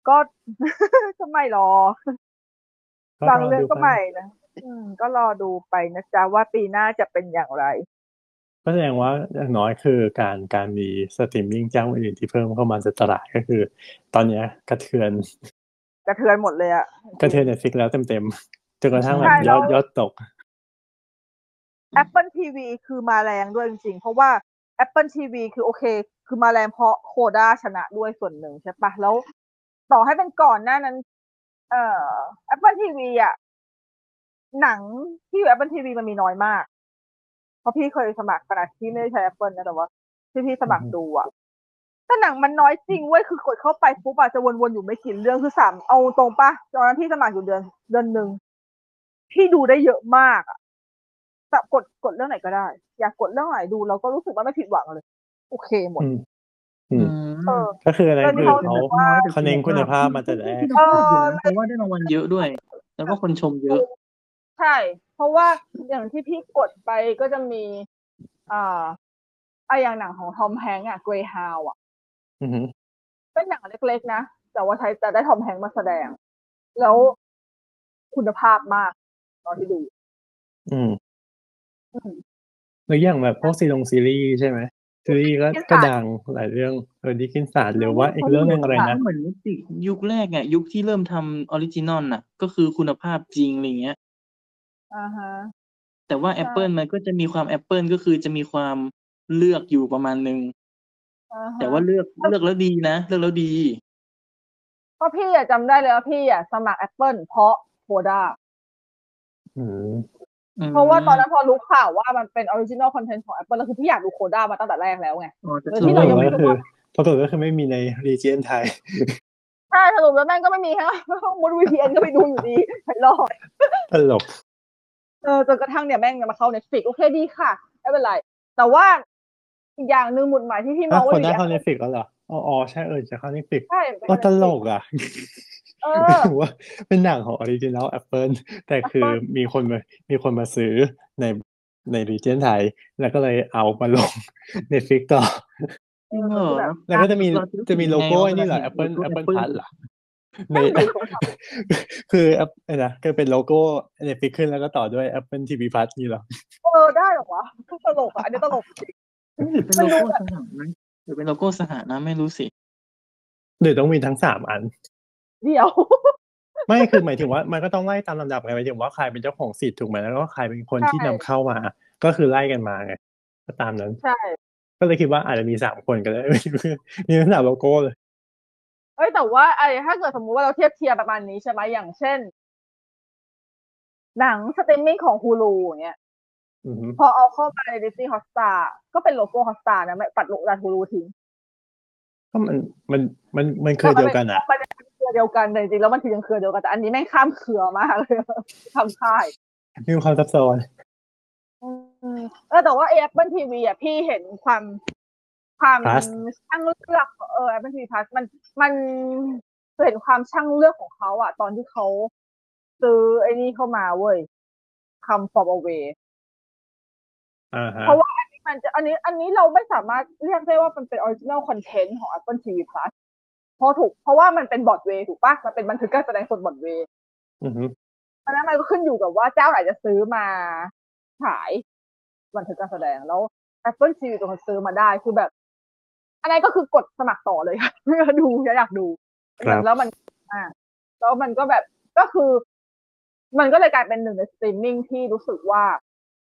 S4: ก็ ก็ไม่หรอ บางเรื่องก็ใหม่นะ อืม ก็รอดูไปนะจ๊ะว่าปีหน้าจะเป็นอย่างไร
S2: ก็แสดงว่าอย่างน้อยคือการการมีสตรีมมิ่งเจ้าอื่นที่เพิ่มเข้ามาในตลาดก็คือ ตอนเนี้ยกระเทือน
S4: กระเทือนหมดเลยอะ
S2: กระเทือนเน็ตฟิกแล้วเต็มๆจนกระทั่งแบ
S4: ใช่
S2: บย
S4: แล้
S2: อ
S4: ว
S2: ดยอดตก
S4: Apple TV คือมาแรงด้วยจริงๆ เพราะว่า Apple TV คือโอเค คือมาแรงเพราะโคด้าชนะด้วยส่วนหนึ่งใช่ปะแล้ว ต่อให้เป็นก่อนหน้านั้น เอ่อ Apple TV อ่ะ หนังที่อยู่ Apple TV มันมีน้อยมาก เพราะพี่เคยสมัครขนาดที่ไม่ได้ใช้ Apple นะแต่ว่าที่พี่สมัครดูอ่ะแต่หนังมันน้อยจริงเว้ยคือกดเข้าไปปุ๊บอาจจะวนๆอยู่ไม่กี่เรื่องคือสามเอาตรงปะตอนนั้นพี่สมัครอยู่เดือนเดือนหนึ่งพี่ดูได้เยอะมากอะแต่กดกดเรื่องไหนก็ได้ อยากกดเรื่องไหนดูเราก็รู้สึกว่าไม่ผิดหวังเลย โอเคหมด
S2: อืม อื
S3: อื
S2: ม
S3: ม
S4: เออ
S2: ก็คืออะไร
S4: เออนี่
S2: คื
S4: เขา
S2: อเขา
S4: ว่า
S2: เขาเน้นคุณภาพมาแต่แรก
S3: เออเพราะว่าได้รางวัลเยอะด้วย แล้วก็คนชมเยอะ
S4: ใช่ เพราะว่าอย่างที่พี่กดไปก็จะมี อ่าอะอย่างหนังของทอมแฮงก์อะเกรฮาวอะ
S2: อือหือ
S4: เป็นหนังเล็กๆนะ แต่ว่าใช้แต่ได้ทอมแฮงก์มาแสดง แล้วคุณภาพมากตอนที่ดู
S2: อืม
S4: อืม
S2: หรืออย่างแบบพวกซีรงซีรีส์ใช่ไหม ซีรีส์ก็ก็ดังหลายเรื่องเออดิกินสารหรือว่าอีกเรื่องหนึงอะไรนะ
S3: เหมือนมิติยุคแรกอ่ะ ยุคที่เริ่มทำออริจินอลน่ะ ก็คือคุณภาพจริงอะไรเงี้ย
S4: อ่าฮะ
S3: แต่ว่า
S4: ใช่
S3: Apple มันก็จะมีความ Apple ก็คือจะมีความเลือกอยู่ประมาณนึง
S4: อ่ฮะ
S3: แต่ว่าเลือก
S4: ครับ
S3: เลือกแล้วดีนะ เลือกแล้วดี
S4: ก็พี่อะจำได้เลยว่าพี่อะสมัคร Apple เพราะโคด้า
S2: อืม
S3: อืม
S4: เพราะว่าตอนนั้นพอรู้ข่าวว่ามันเป็นออริจินอลคอนเทนต์ของ Apple แล้วคือพี่อยากดูโคด้ามาตั้งแต่แรกแล้วไง
S3: อ๋อแต่
S4: เออ
S3: ถื
S4: ที่
S3: อ
S4: เรา
S3: ว่า
S4: ยังไม่
S2: ก็คือปรากฏก็คือไม่มีในรีเจนไทย
S4: ใช่สรุปแล้วแม่งก็ไม่มี ฮะมุดวีเอ็นก็ไปดูอยู่ดีไม่รอด
S2: ตลก
S4: เออจนกระทั่งเนี่ยแม่งมาเข้า Netflix โอเคดีค่ะไม่เป็นไร แต่ว่าอีกอย่างหนึ่งหมุดหมายที่พี่มอ
S2: อ่ะ
S4: ง
S2: ค
S4: ว่าน
S2: ได้
S4: ดี
S2: เข้าเน็ตฟิกแล้วเหรออ๋ออ๋อใช่เออจะเข้าเน็ตฟิก
S4: ใช่
S2: ก็ตลกอ่ะ
S4: เอ อ
S2: ถือว่าเป็นหนังของออริจิน l ลแอปเปิลแต่คือมีคนมามีคนมาซื้อในในรีเจนไทย แล้วก็เลยเอามาลง เน็ตฟิกต่อ
S3: จริงเหรอ
S2: แล้วก็จะมี
S3: เรารู้สึ
S2: จะมีโลโก้
S3: ยัง
S2: ไอ้
S3: ไง
S2: นี่เหรอ
S3: วลา
S2: Apple
S3: เห็น
S2: Apple
S3: Apple
S2: Plus เหรอใน คือแอปอะไรนะก็เป็นโลโก้เน็ตฟิกขึ้นแล้วก็ต่อด้วย Apple TV Plus นี่เหรอ
S4: เออได้เหรอวะตลกอ่ะอันนี้ตลกจริง
S3: หรือเป็น
S4: มั
S3: โล
S4: นดู
S3: โก้สหะไหมหรือเป็นโลโก้สหะนะไม่รู้สิ
S2: หรือต้องมีทั้งสามอัน
S4: เดี๋ยว
S2: ไม่คือหมายถึงว่ามันก็ต้องไล่ตามลำดับไงหมายถึงว่าใครเป็นเจ้าของสิทธิ์ถูกไหมแล้วก็ใครเป็นคน
S4: ใช่
S2: ที่นำเข้ามา ก็คือไล่กันมาไงก็ตามนั้น
S4: ใช่
S2: ก็เลยคิดว่าอาจจะมีสามคนก็ได้ มีทั้งสามโลโก้เลย
S4: เอ้ยแต่ว่าไอ้ถ้าเกิดสมมุติว่าเราเทียบเทียร์ประมาณนี้ใช่ไหมอย่างเช่น หนังสตรีมมิ่งของ Hulu อย่างเงี้ย
S2: อือฮึ
S4: พอเอาเข้ามาใน Disney Hotstar ก็เป็นโลโก้ Hotstar นะไม่ปัดโลโก้ Hulu ทิ้ง
S2: ก็มันมันมันมันเครือเดียวกันอ่ะ
S4: มันเป็นเครือเดียวกันแต่จริงๆแล้วมันคือยังเครือเดียวกันแต่อันนี้แม่งข้ามเครือมากเลย ทำค่าย
S2: มีความซับซ้อน
S4: อืมเออแต่ว่า Apple TV อ่ะพี่เห็นความความ
S2: Plus
S4: ช่างเลือกเออ Apple TV Plus มันมันเห็นความช่างเลือกของเขาอ่ะ ตอนที่เขาซื้อไอ้นี่เข้ามาเว้ยคำ from away
S2: อ่าฮะ
S4: เพราะว่าอันนี้มันจะอันนี้อันนี้เราไม่สามารถเรียกได้ว่ามันเป็น original content ของ Apple TV Plus เพราะถูกเพราะว่ามันเป็นบอดเวย์ถูกปะมันเป็นบันทึกการแสดงสดบอดเวย์
S2: อือฮึ
S4: เพราะฉะนั้นมันก็ขึ้นอยู่กับว่าเจ้าไหนจะซื้อมาขาย บันทึกการแสดงแล้ว Apple TV เป็นคนซื้อมาได้คือแบบ อันนั้นก็คือกดสมัครต่อเลยค่ะ เพื่อดูอยากดู
S2: ครับ
S4: แล้วมันอ่าแล้วมันก็แบบก็คือ มันก็เลยกลายเป็นหนึ่งในสตรีมมิ่งที่รู้สึกว่า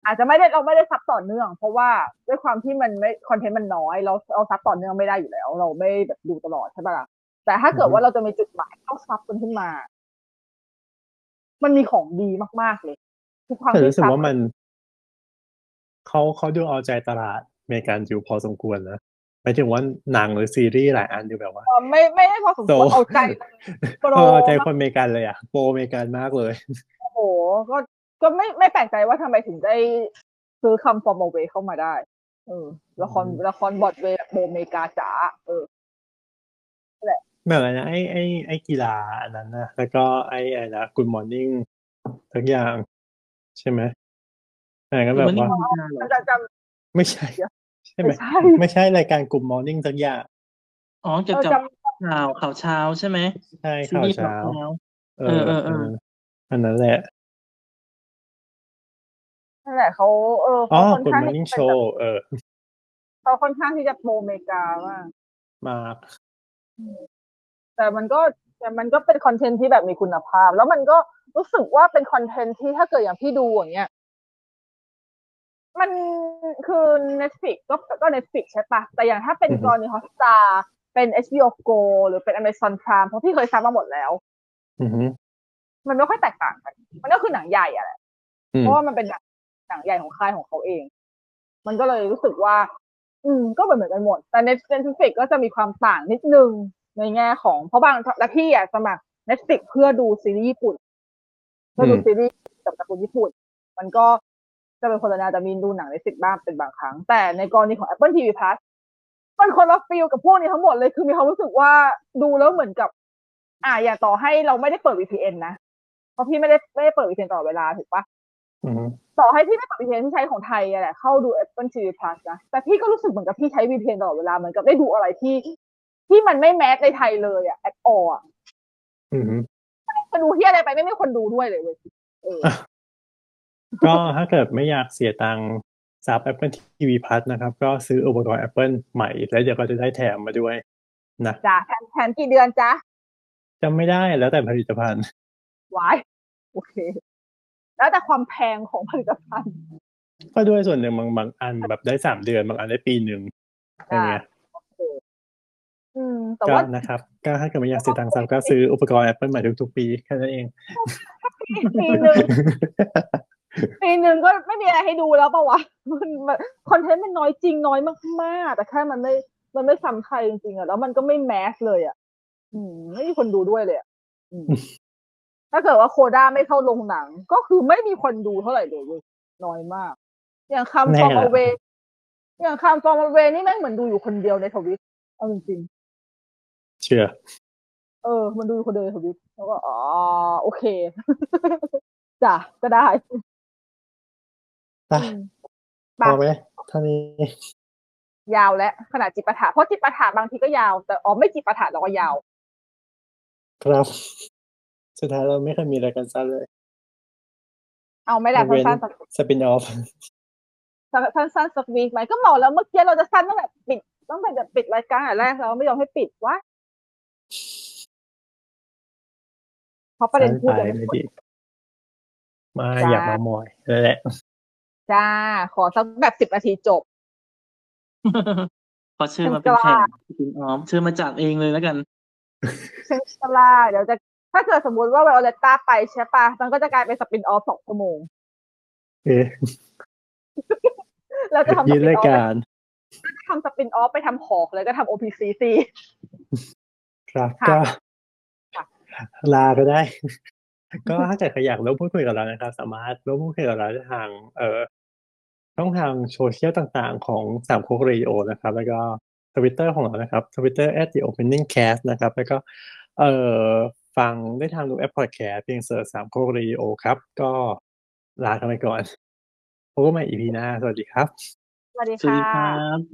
S4: อาจจะไม่ได้เราไม่ได้ซับต่อเนื่อง เพราะว่าด้วยความที่มันไม่คอนเทนต์มันน้อย เราเราซับต่อเนื่องไม่ได้อยู่แล้ว เราไม่แบบดูตลอดใช่ปะล่ะแต่ถ้าเกิดว่าเราจะมีจุดหมายต้องซับมันขึ้นมา มันมีของดีมากๆเลยทุกครั้ง
S2: แต่
S4: ที่
S2: รู้สึก
S4: ซับ
S2: ว่ามันเขาเขาดูเอาใจตลาดอเมริกันอยู่พอสมควรนะหมายถึงว่าหนังหรือซีรีส์หลายอันดูแบบว่า
S4: เออไม่ไม่ได้พอสมควร
S2: โซ
S4: เอาใจโปร
S2: พอใจ คนอเมริกันเลยอ่ะโปรอเมริกันมากเลย
S4: โอ้โห ก็ ก็ไม่ ไม่แปลกใจว่าทำไมถึงได้ซื้อคำฟอร์มเวเข้ามาได้ เออ ละคร
S2: อืม
S4: ละครบอดเวย์แบบโบเมกาจ๋า เออ
S2: เหมือนอะไรนะไอ้ไอ้ไอ้กีฬาอันนั้นนะแล้วก็ไอ้อะไรนะกู o มอร์นิ่งทุกอย่าง ใช่ไหมอะไรก็แบบ
S3: มันนี่
S2: ว่า
S3: มีกาเหรอ
S4: จำจ
S2: ไม่ ใช่ ใช่
S4: ำ
S2: ไหม
S4: ไม่ใช่
S2: ไม่ใช่รายการกลุ่มมอร์นิ่งทุกอย่าง
S3: อ๋อเกี่ยว
S4: เออ
S3: กับ
S4: จ
S3: ข่าวข่าวเช้าใช่ไหม
S2: ใช่
S3: ซี
S2: ข่าว
S3: รีส์ข่าว
S2: เช้าเอ
S3: เช้าเอ
S2: อเอ
S3: อ
S2: อ
S3: เออเออ
S2: อันนั้นแหละ
S4: ำนั่นแหละเขาเออ
S2: อ๋อ
S4: เขาค่อน
S2: ก
S4: ข้าง
S2: ลุ่มมอร์นิ่ง
S4: ที่
S2: โช
S4: จะ
S2: ว์เออ
S4: เขาค่อนข้างที่จะโบเมกามาก
S2: มาก
S4: แต่มันก็แต่มันก็เป็นคอนเทนต์ที่แบบมีคุณภาพ แล้วมันก็รู้สึกว่าเป็นคอนเทนต์ที่ถ้าเกิดอย่างพี่ดูอย่างเงี้ย มันคือ Netflix ก็ก็ Netflix ใช่ปะแต่อย่างถ้าเป็นกรณี Hotstar เป็น HBO Go หรือเป็น Amazon Prime เพราะพี่เคยซับมาหมดแล้ว
S2: อือฮึ
S4: มันไม่ค่อยแตกต่างกัน มันก็คือหนังใหญ่อะแหละ
S2: อืม
S4: เพราะว่ามันเป็นหนังหนังใหญ่ของค่ายของเขาเอง มันก็เลยรู้สึกว่า อืม ก็เหมือนเหมือนกันหมด แต่ Net- Netflix ก็จะมีความต่างนิดนึงในแง่ของเพราะบางและพี่อะสมัคร Netflix เพื่อดูซีรีส์ญี่ปุ่น เพื่อดู
S2: อืม
S4: ซีรีส์กับตระกูลญี่ปุ่น มันก็จะเป็นคนละแนวแต่มีดูหนัง Netflix บ้างเป็นบางครั้ง แต่ในกรณีของ Apple TV Plus มันคนละฟิลกับพวกนี้ทั้งหมดเลย คือมีความรู้สึกว่าดูแล้วเหมือนกับ อ่าอย่าต่อให้เราไม่ได้เปิด VPN นะ เพราะพี่ไม่ได้ไม่ได้เปิด VPN ตลอดเวลาถูกปะ
S2: อือฮึ
S4: ต่อให้พี่ไม่เปิด VPN ที่ใช้ของไทยอะแหละเข้าดู Apple TV Plus นะ แต่พี่ก็รู้สึกเหมือนกับพี่ใช้ VPN ตลอดเวลาเหมือนกับได้ดูอะไรที่ ที่มันไม่แมสในไทยเลยอะ at all อะ
S2: อือฮึ
S4: จะดูที่อะไรไปไม่มีคนดูด้วยเลยเว้ยเออ
S2: ก็ถ้าเกิดไม่อยากเสียตังค์ ซับ Apple TV Plus นะครับ ก็ซื้ออุปกรณ์ Apple ใหม่ แล้วเดี๋ยวก็จะได้แถมมาด้วยนะ
S4: จ้ะแถมแถมกี่เดือนจ้ะ
S2: จำไม่ได้แล้วแต่ผลิตภัณฑ์
S4: วายโอเค แล้วแต่ความแพงของผลิตภัณฑ์
S2: ก็ด้วยส่วนหนึ่งบางบางอันแบบได้สามเดือนบางอันได้ปีหนึ่งอะไรเงี้ย
S4: อืม แต่
S2: ก็
S4: ว่า
S2: นะครับก็ถ้าเกิดไม่อยากเสียตังค์ซับก็ซื้ออุปกรณ์ Apple ใหม่ทุกๆปีแค่นั้นเอง
S4: ปีหนึ่งปีหนึ่งก็ไม่มีอะไรให้ดูแล้วปะวะ มันมันคอนเทนต์มันน้อยจริงน้อยมากๆ แต่แค่มันไม่มันไม่ซ้ำใครจริงๆอะแล้วมันก็ไม่แมสเลยอะอืม ไม่มีคนดูด้วยเลยอะอื ม ถ้าเกิดว่าโคด้าไม่เข้าลงหนัง ก็คือไม่มีคนดูเท่าไหร่เลยเว้ยน้อยมาก อย่างคำฟอร์ม
S2: แน่
S4: เวอย่างคำฟอร์มเวนี่แม่งเหมือนดูอยู่คนเดียวในทวิตเอาจริงๆ
S2: เชื่อ
S4: เออ มันดูคนเดินทวิตแล้วก็อ๋อโอเค จ้ะก็ได้
S2: ไป
S4: อืม
S2: พอไหมเท่านี้
S4: ยาวแล้วขนาดจิปาถะเพราะจิปาถะบางทีก็ยาว แต่อ๋อไม่จิปาถะเราก็ยาว
S2: ครับ สุดท้ายเราไม่เคยมีรายการสั้นเลย
S4: เอาไหม่แหละ
S2: ยกเว้น
S4: สั้นๆสัก
S2: สปินออฟ
S4: สั้นๆสั้นๆสักวีคไหมก็บอกแล้วเมื่อกี้เราจะสั้นตั้งแต่ปิดตั้งแต่แบบปิดรายการอันแรกเราไม่ยอมให้ปิดวะเพราะประเด็นพูด
S2: สั้นไป
S4: ยังไม่
S2: ไม่
S4: หมด
S2: ดีมา
S4: จ้า
S2: อยากมามอยนั่ นแหละ
S4: จ้า ขอสักแบบสิบนาทีจบ
S3: ขอเชิญมา เป็นแขกคุณออมเชิญมาจัดเองเลยแล้วกัน
S4: เชิงชลาเดี๋ยวจะถ้าเกิดสมมติว่าไวโอเลตตาไปใช่ปะมันก็จะกลายเป็นสปินออฟสองชั่วโมง
S2: เอ๊ะ
S4: เราจะทำส
S2: ยื
S4: ปิ
S2: น
S4: นอ
S2: ราย
S4: อฟ
S2: การ
S4: ทำสปินออฟไปทำหอกเลยก็ทำ OPCC
S2: ครับ
S4: ค่ะ
S2: ก็
S4: ค่ะ
S2: ลาก็ได้ ก็ถ้าเกิดใครอยากร่วมพูดคุยกับเรานะครับ สามารถร่วมพูดคุยกับเราได้ทาง เอ่อช่องทางโซเชียลต่างๆ ของสามโคกเรดิโอนะครับ แล้วก็ทวิตเตอร์ของเรานะครับทวิตเตอร์ at the opening cast นะครับ แล้วก็เอ่อฟังได้ทางดูแอปพอดแคสเพียงเสิร์ชสามโคกเรดิโอครับ ก็ลากันไปก่อนพบกันใหม่ EP หน้าสวัสดีครับ
S4: สวัสดี
S3: สวัส
S4: ค่
S3: ดีครั
S4: ะ
S3: บ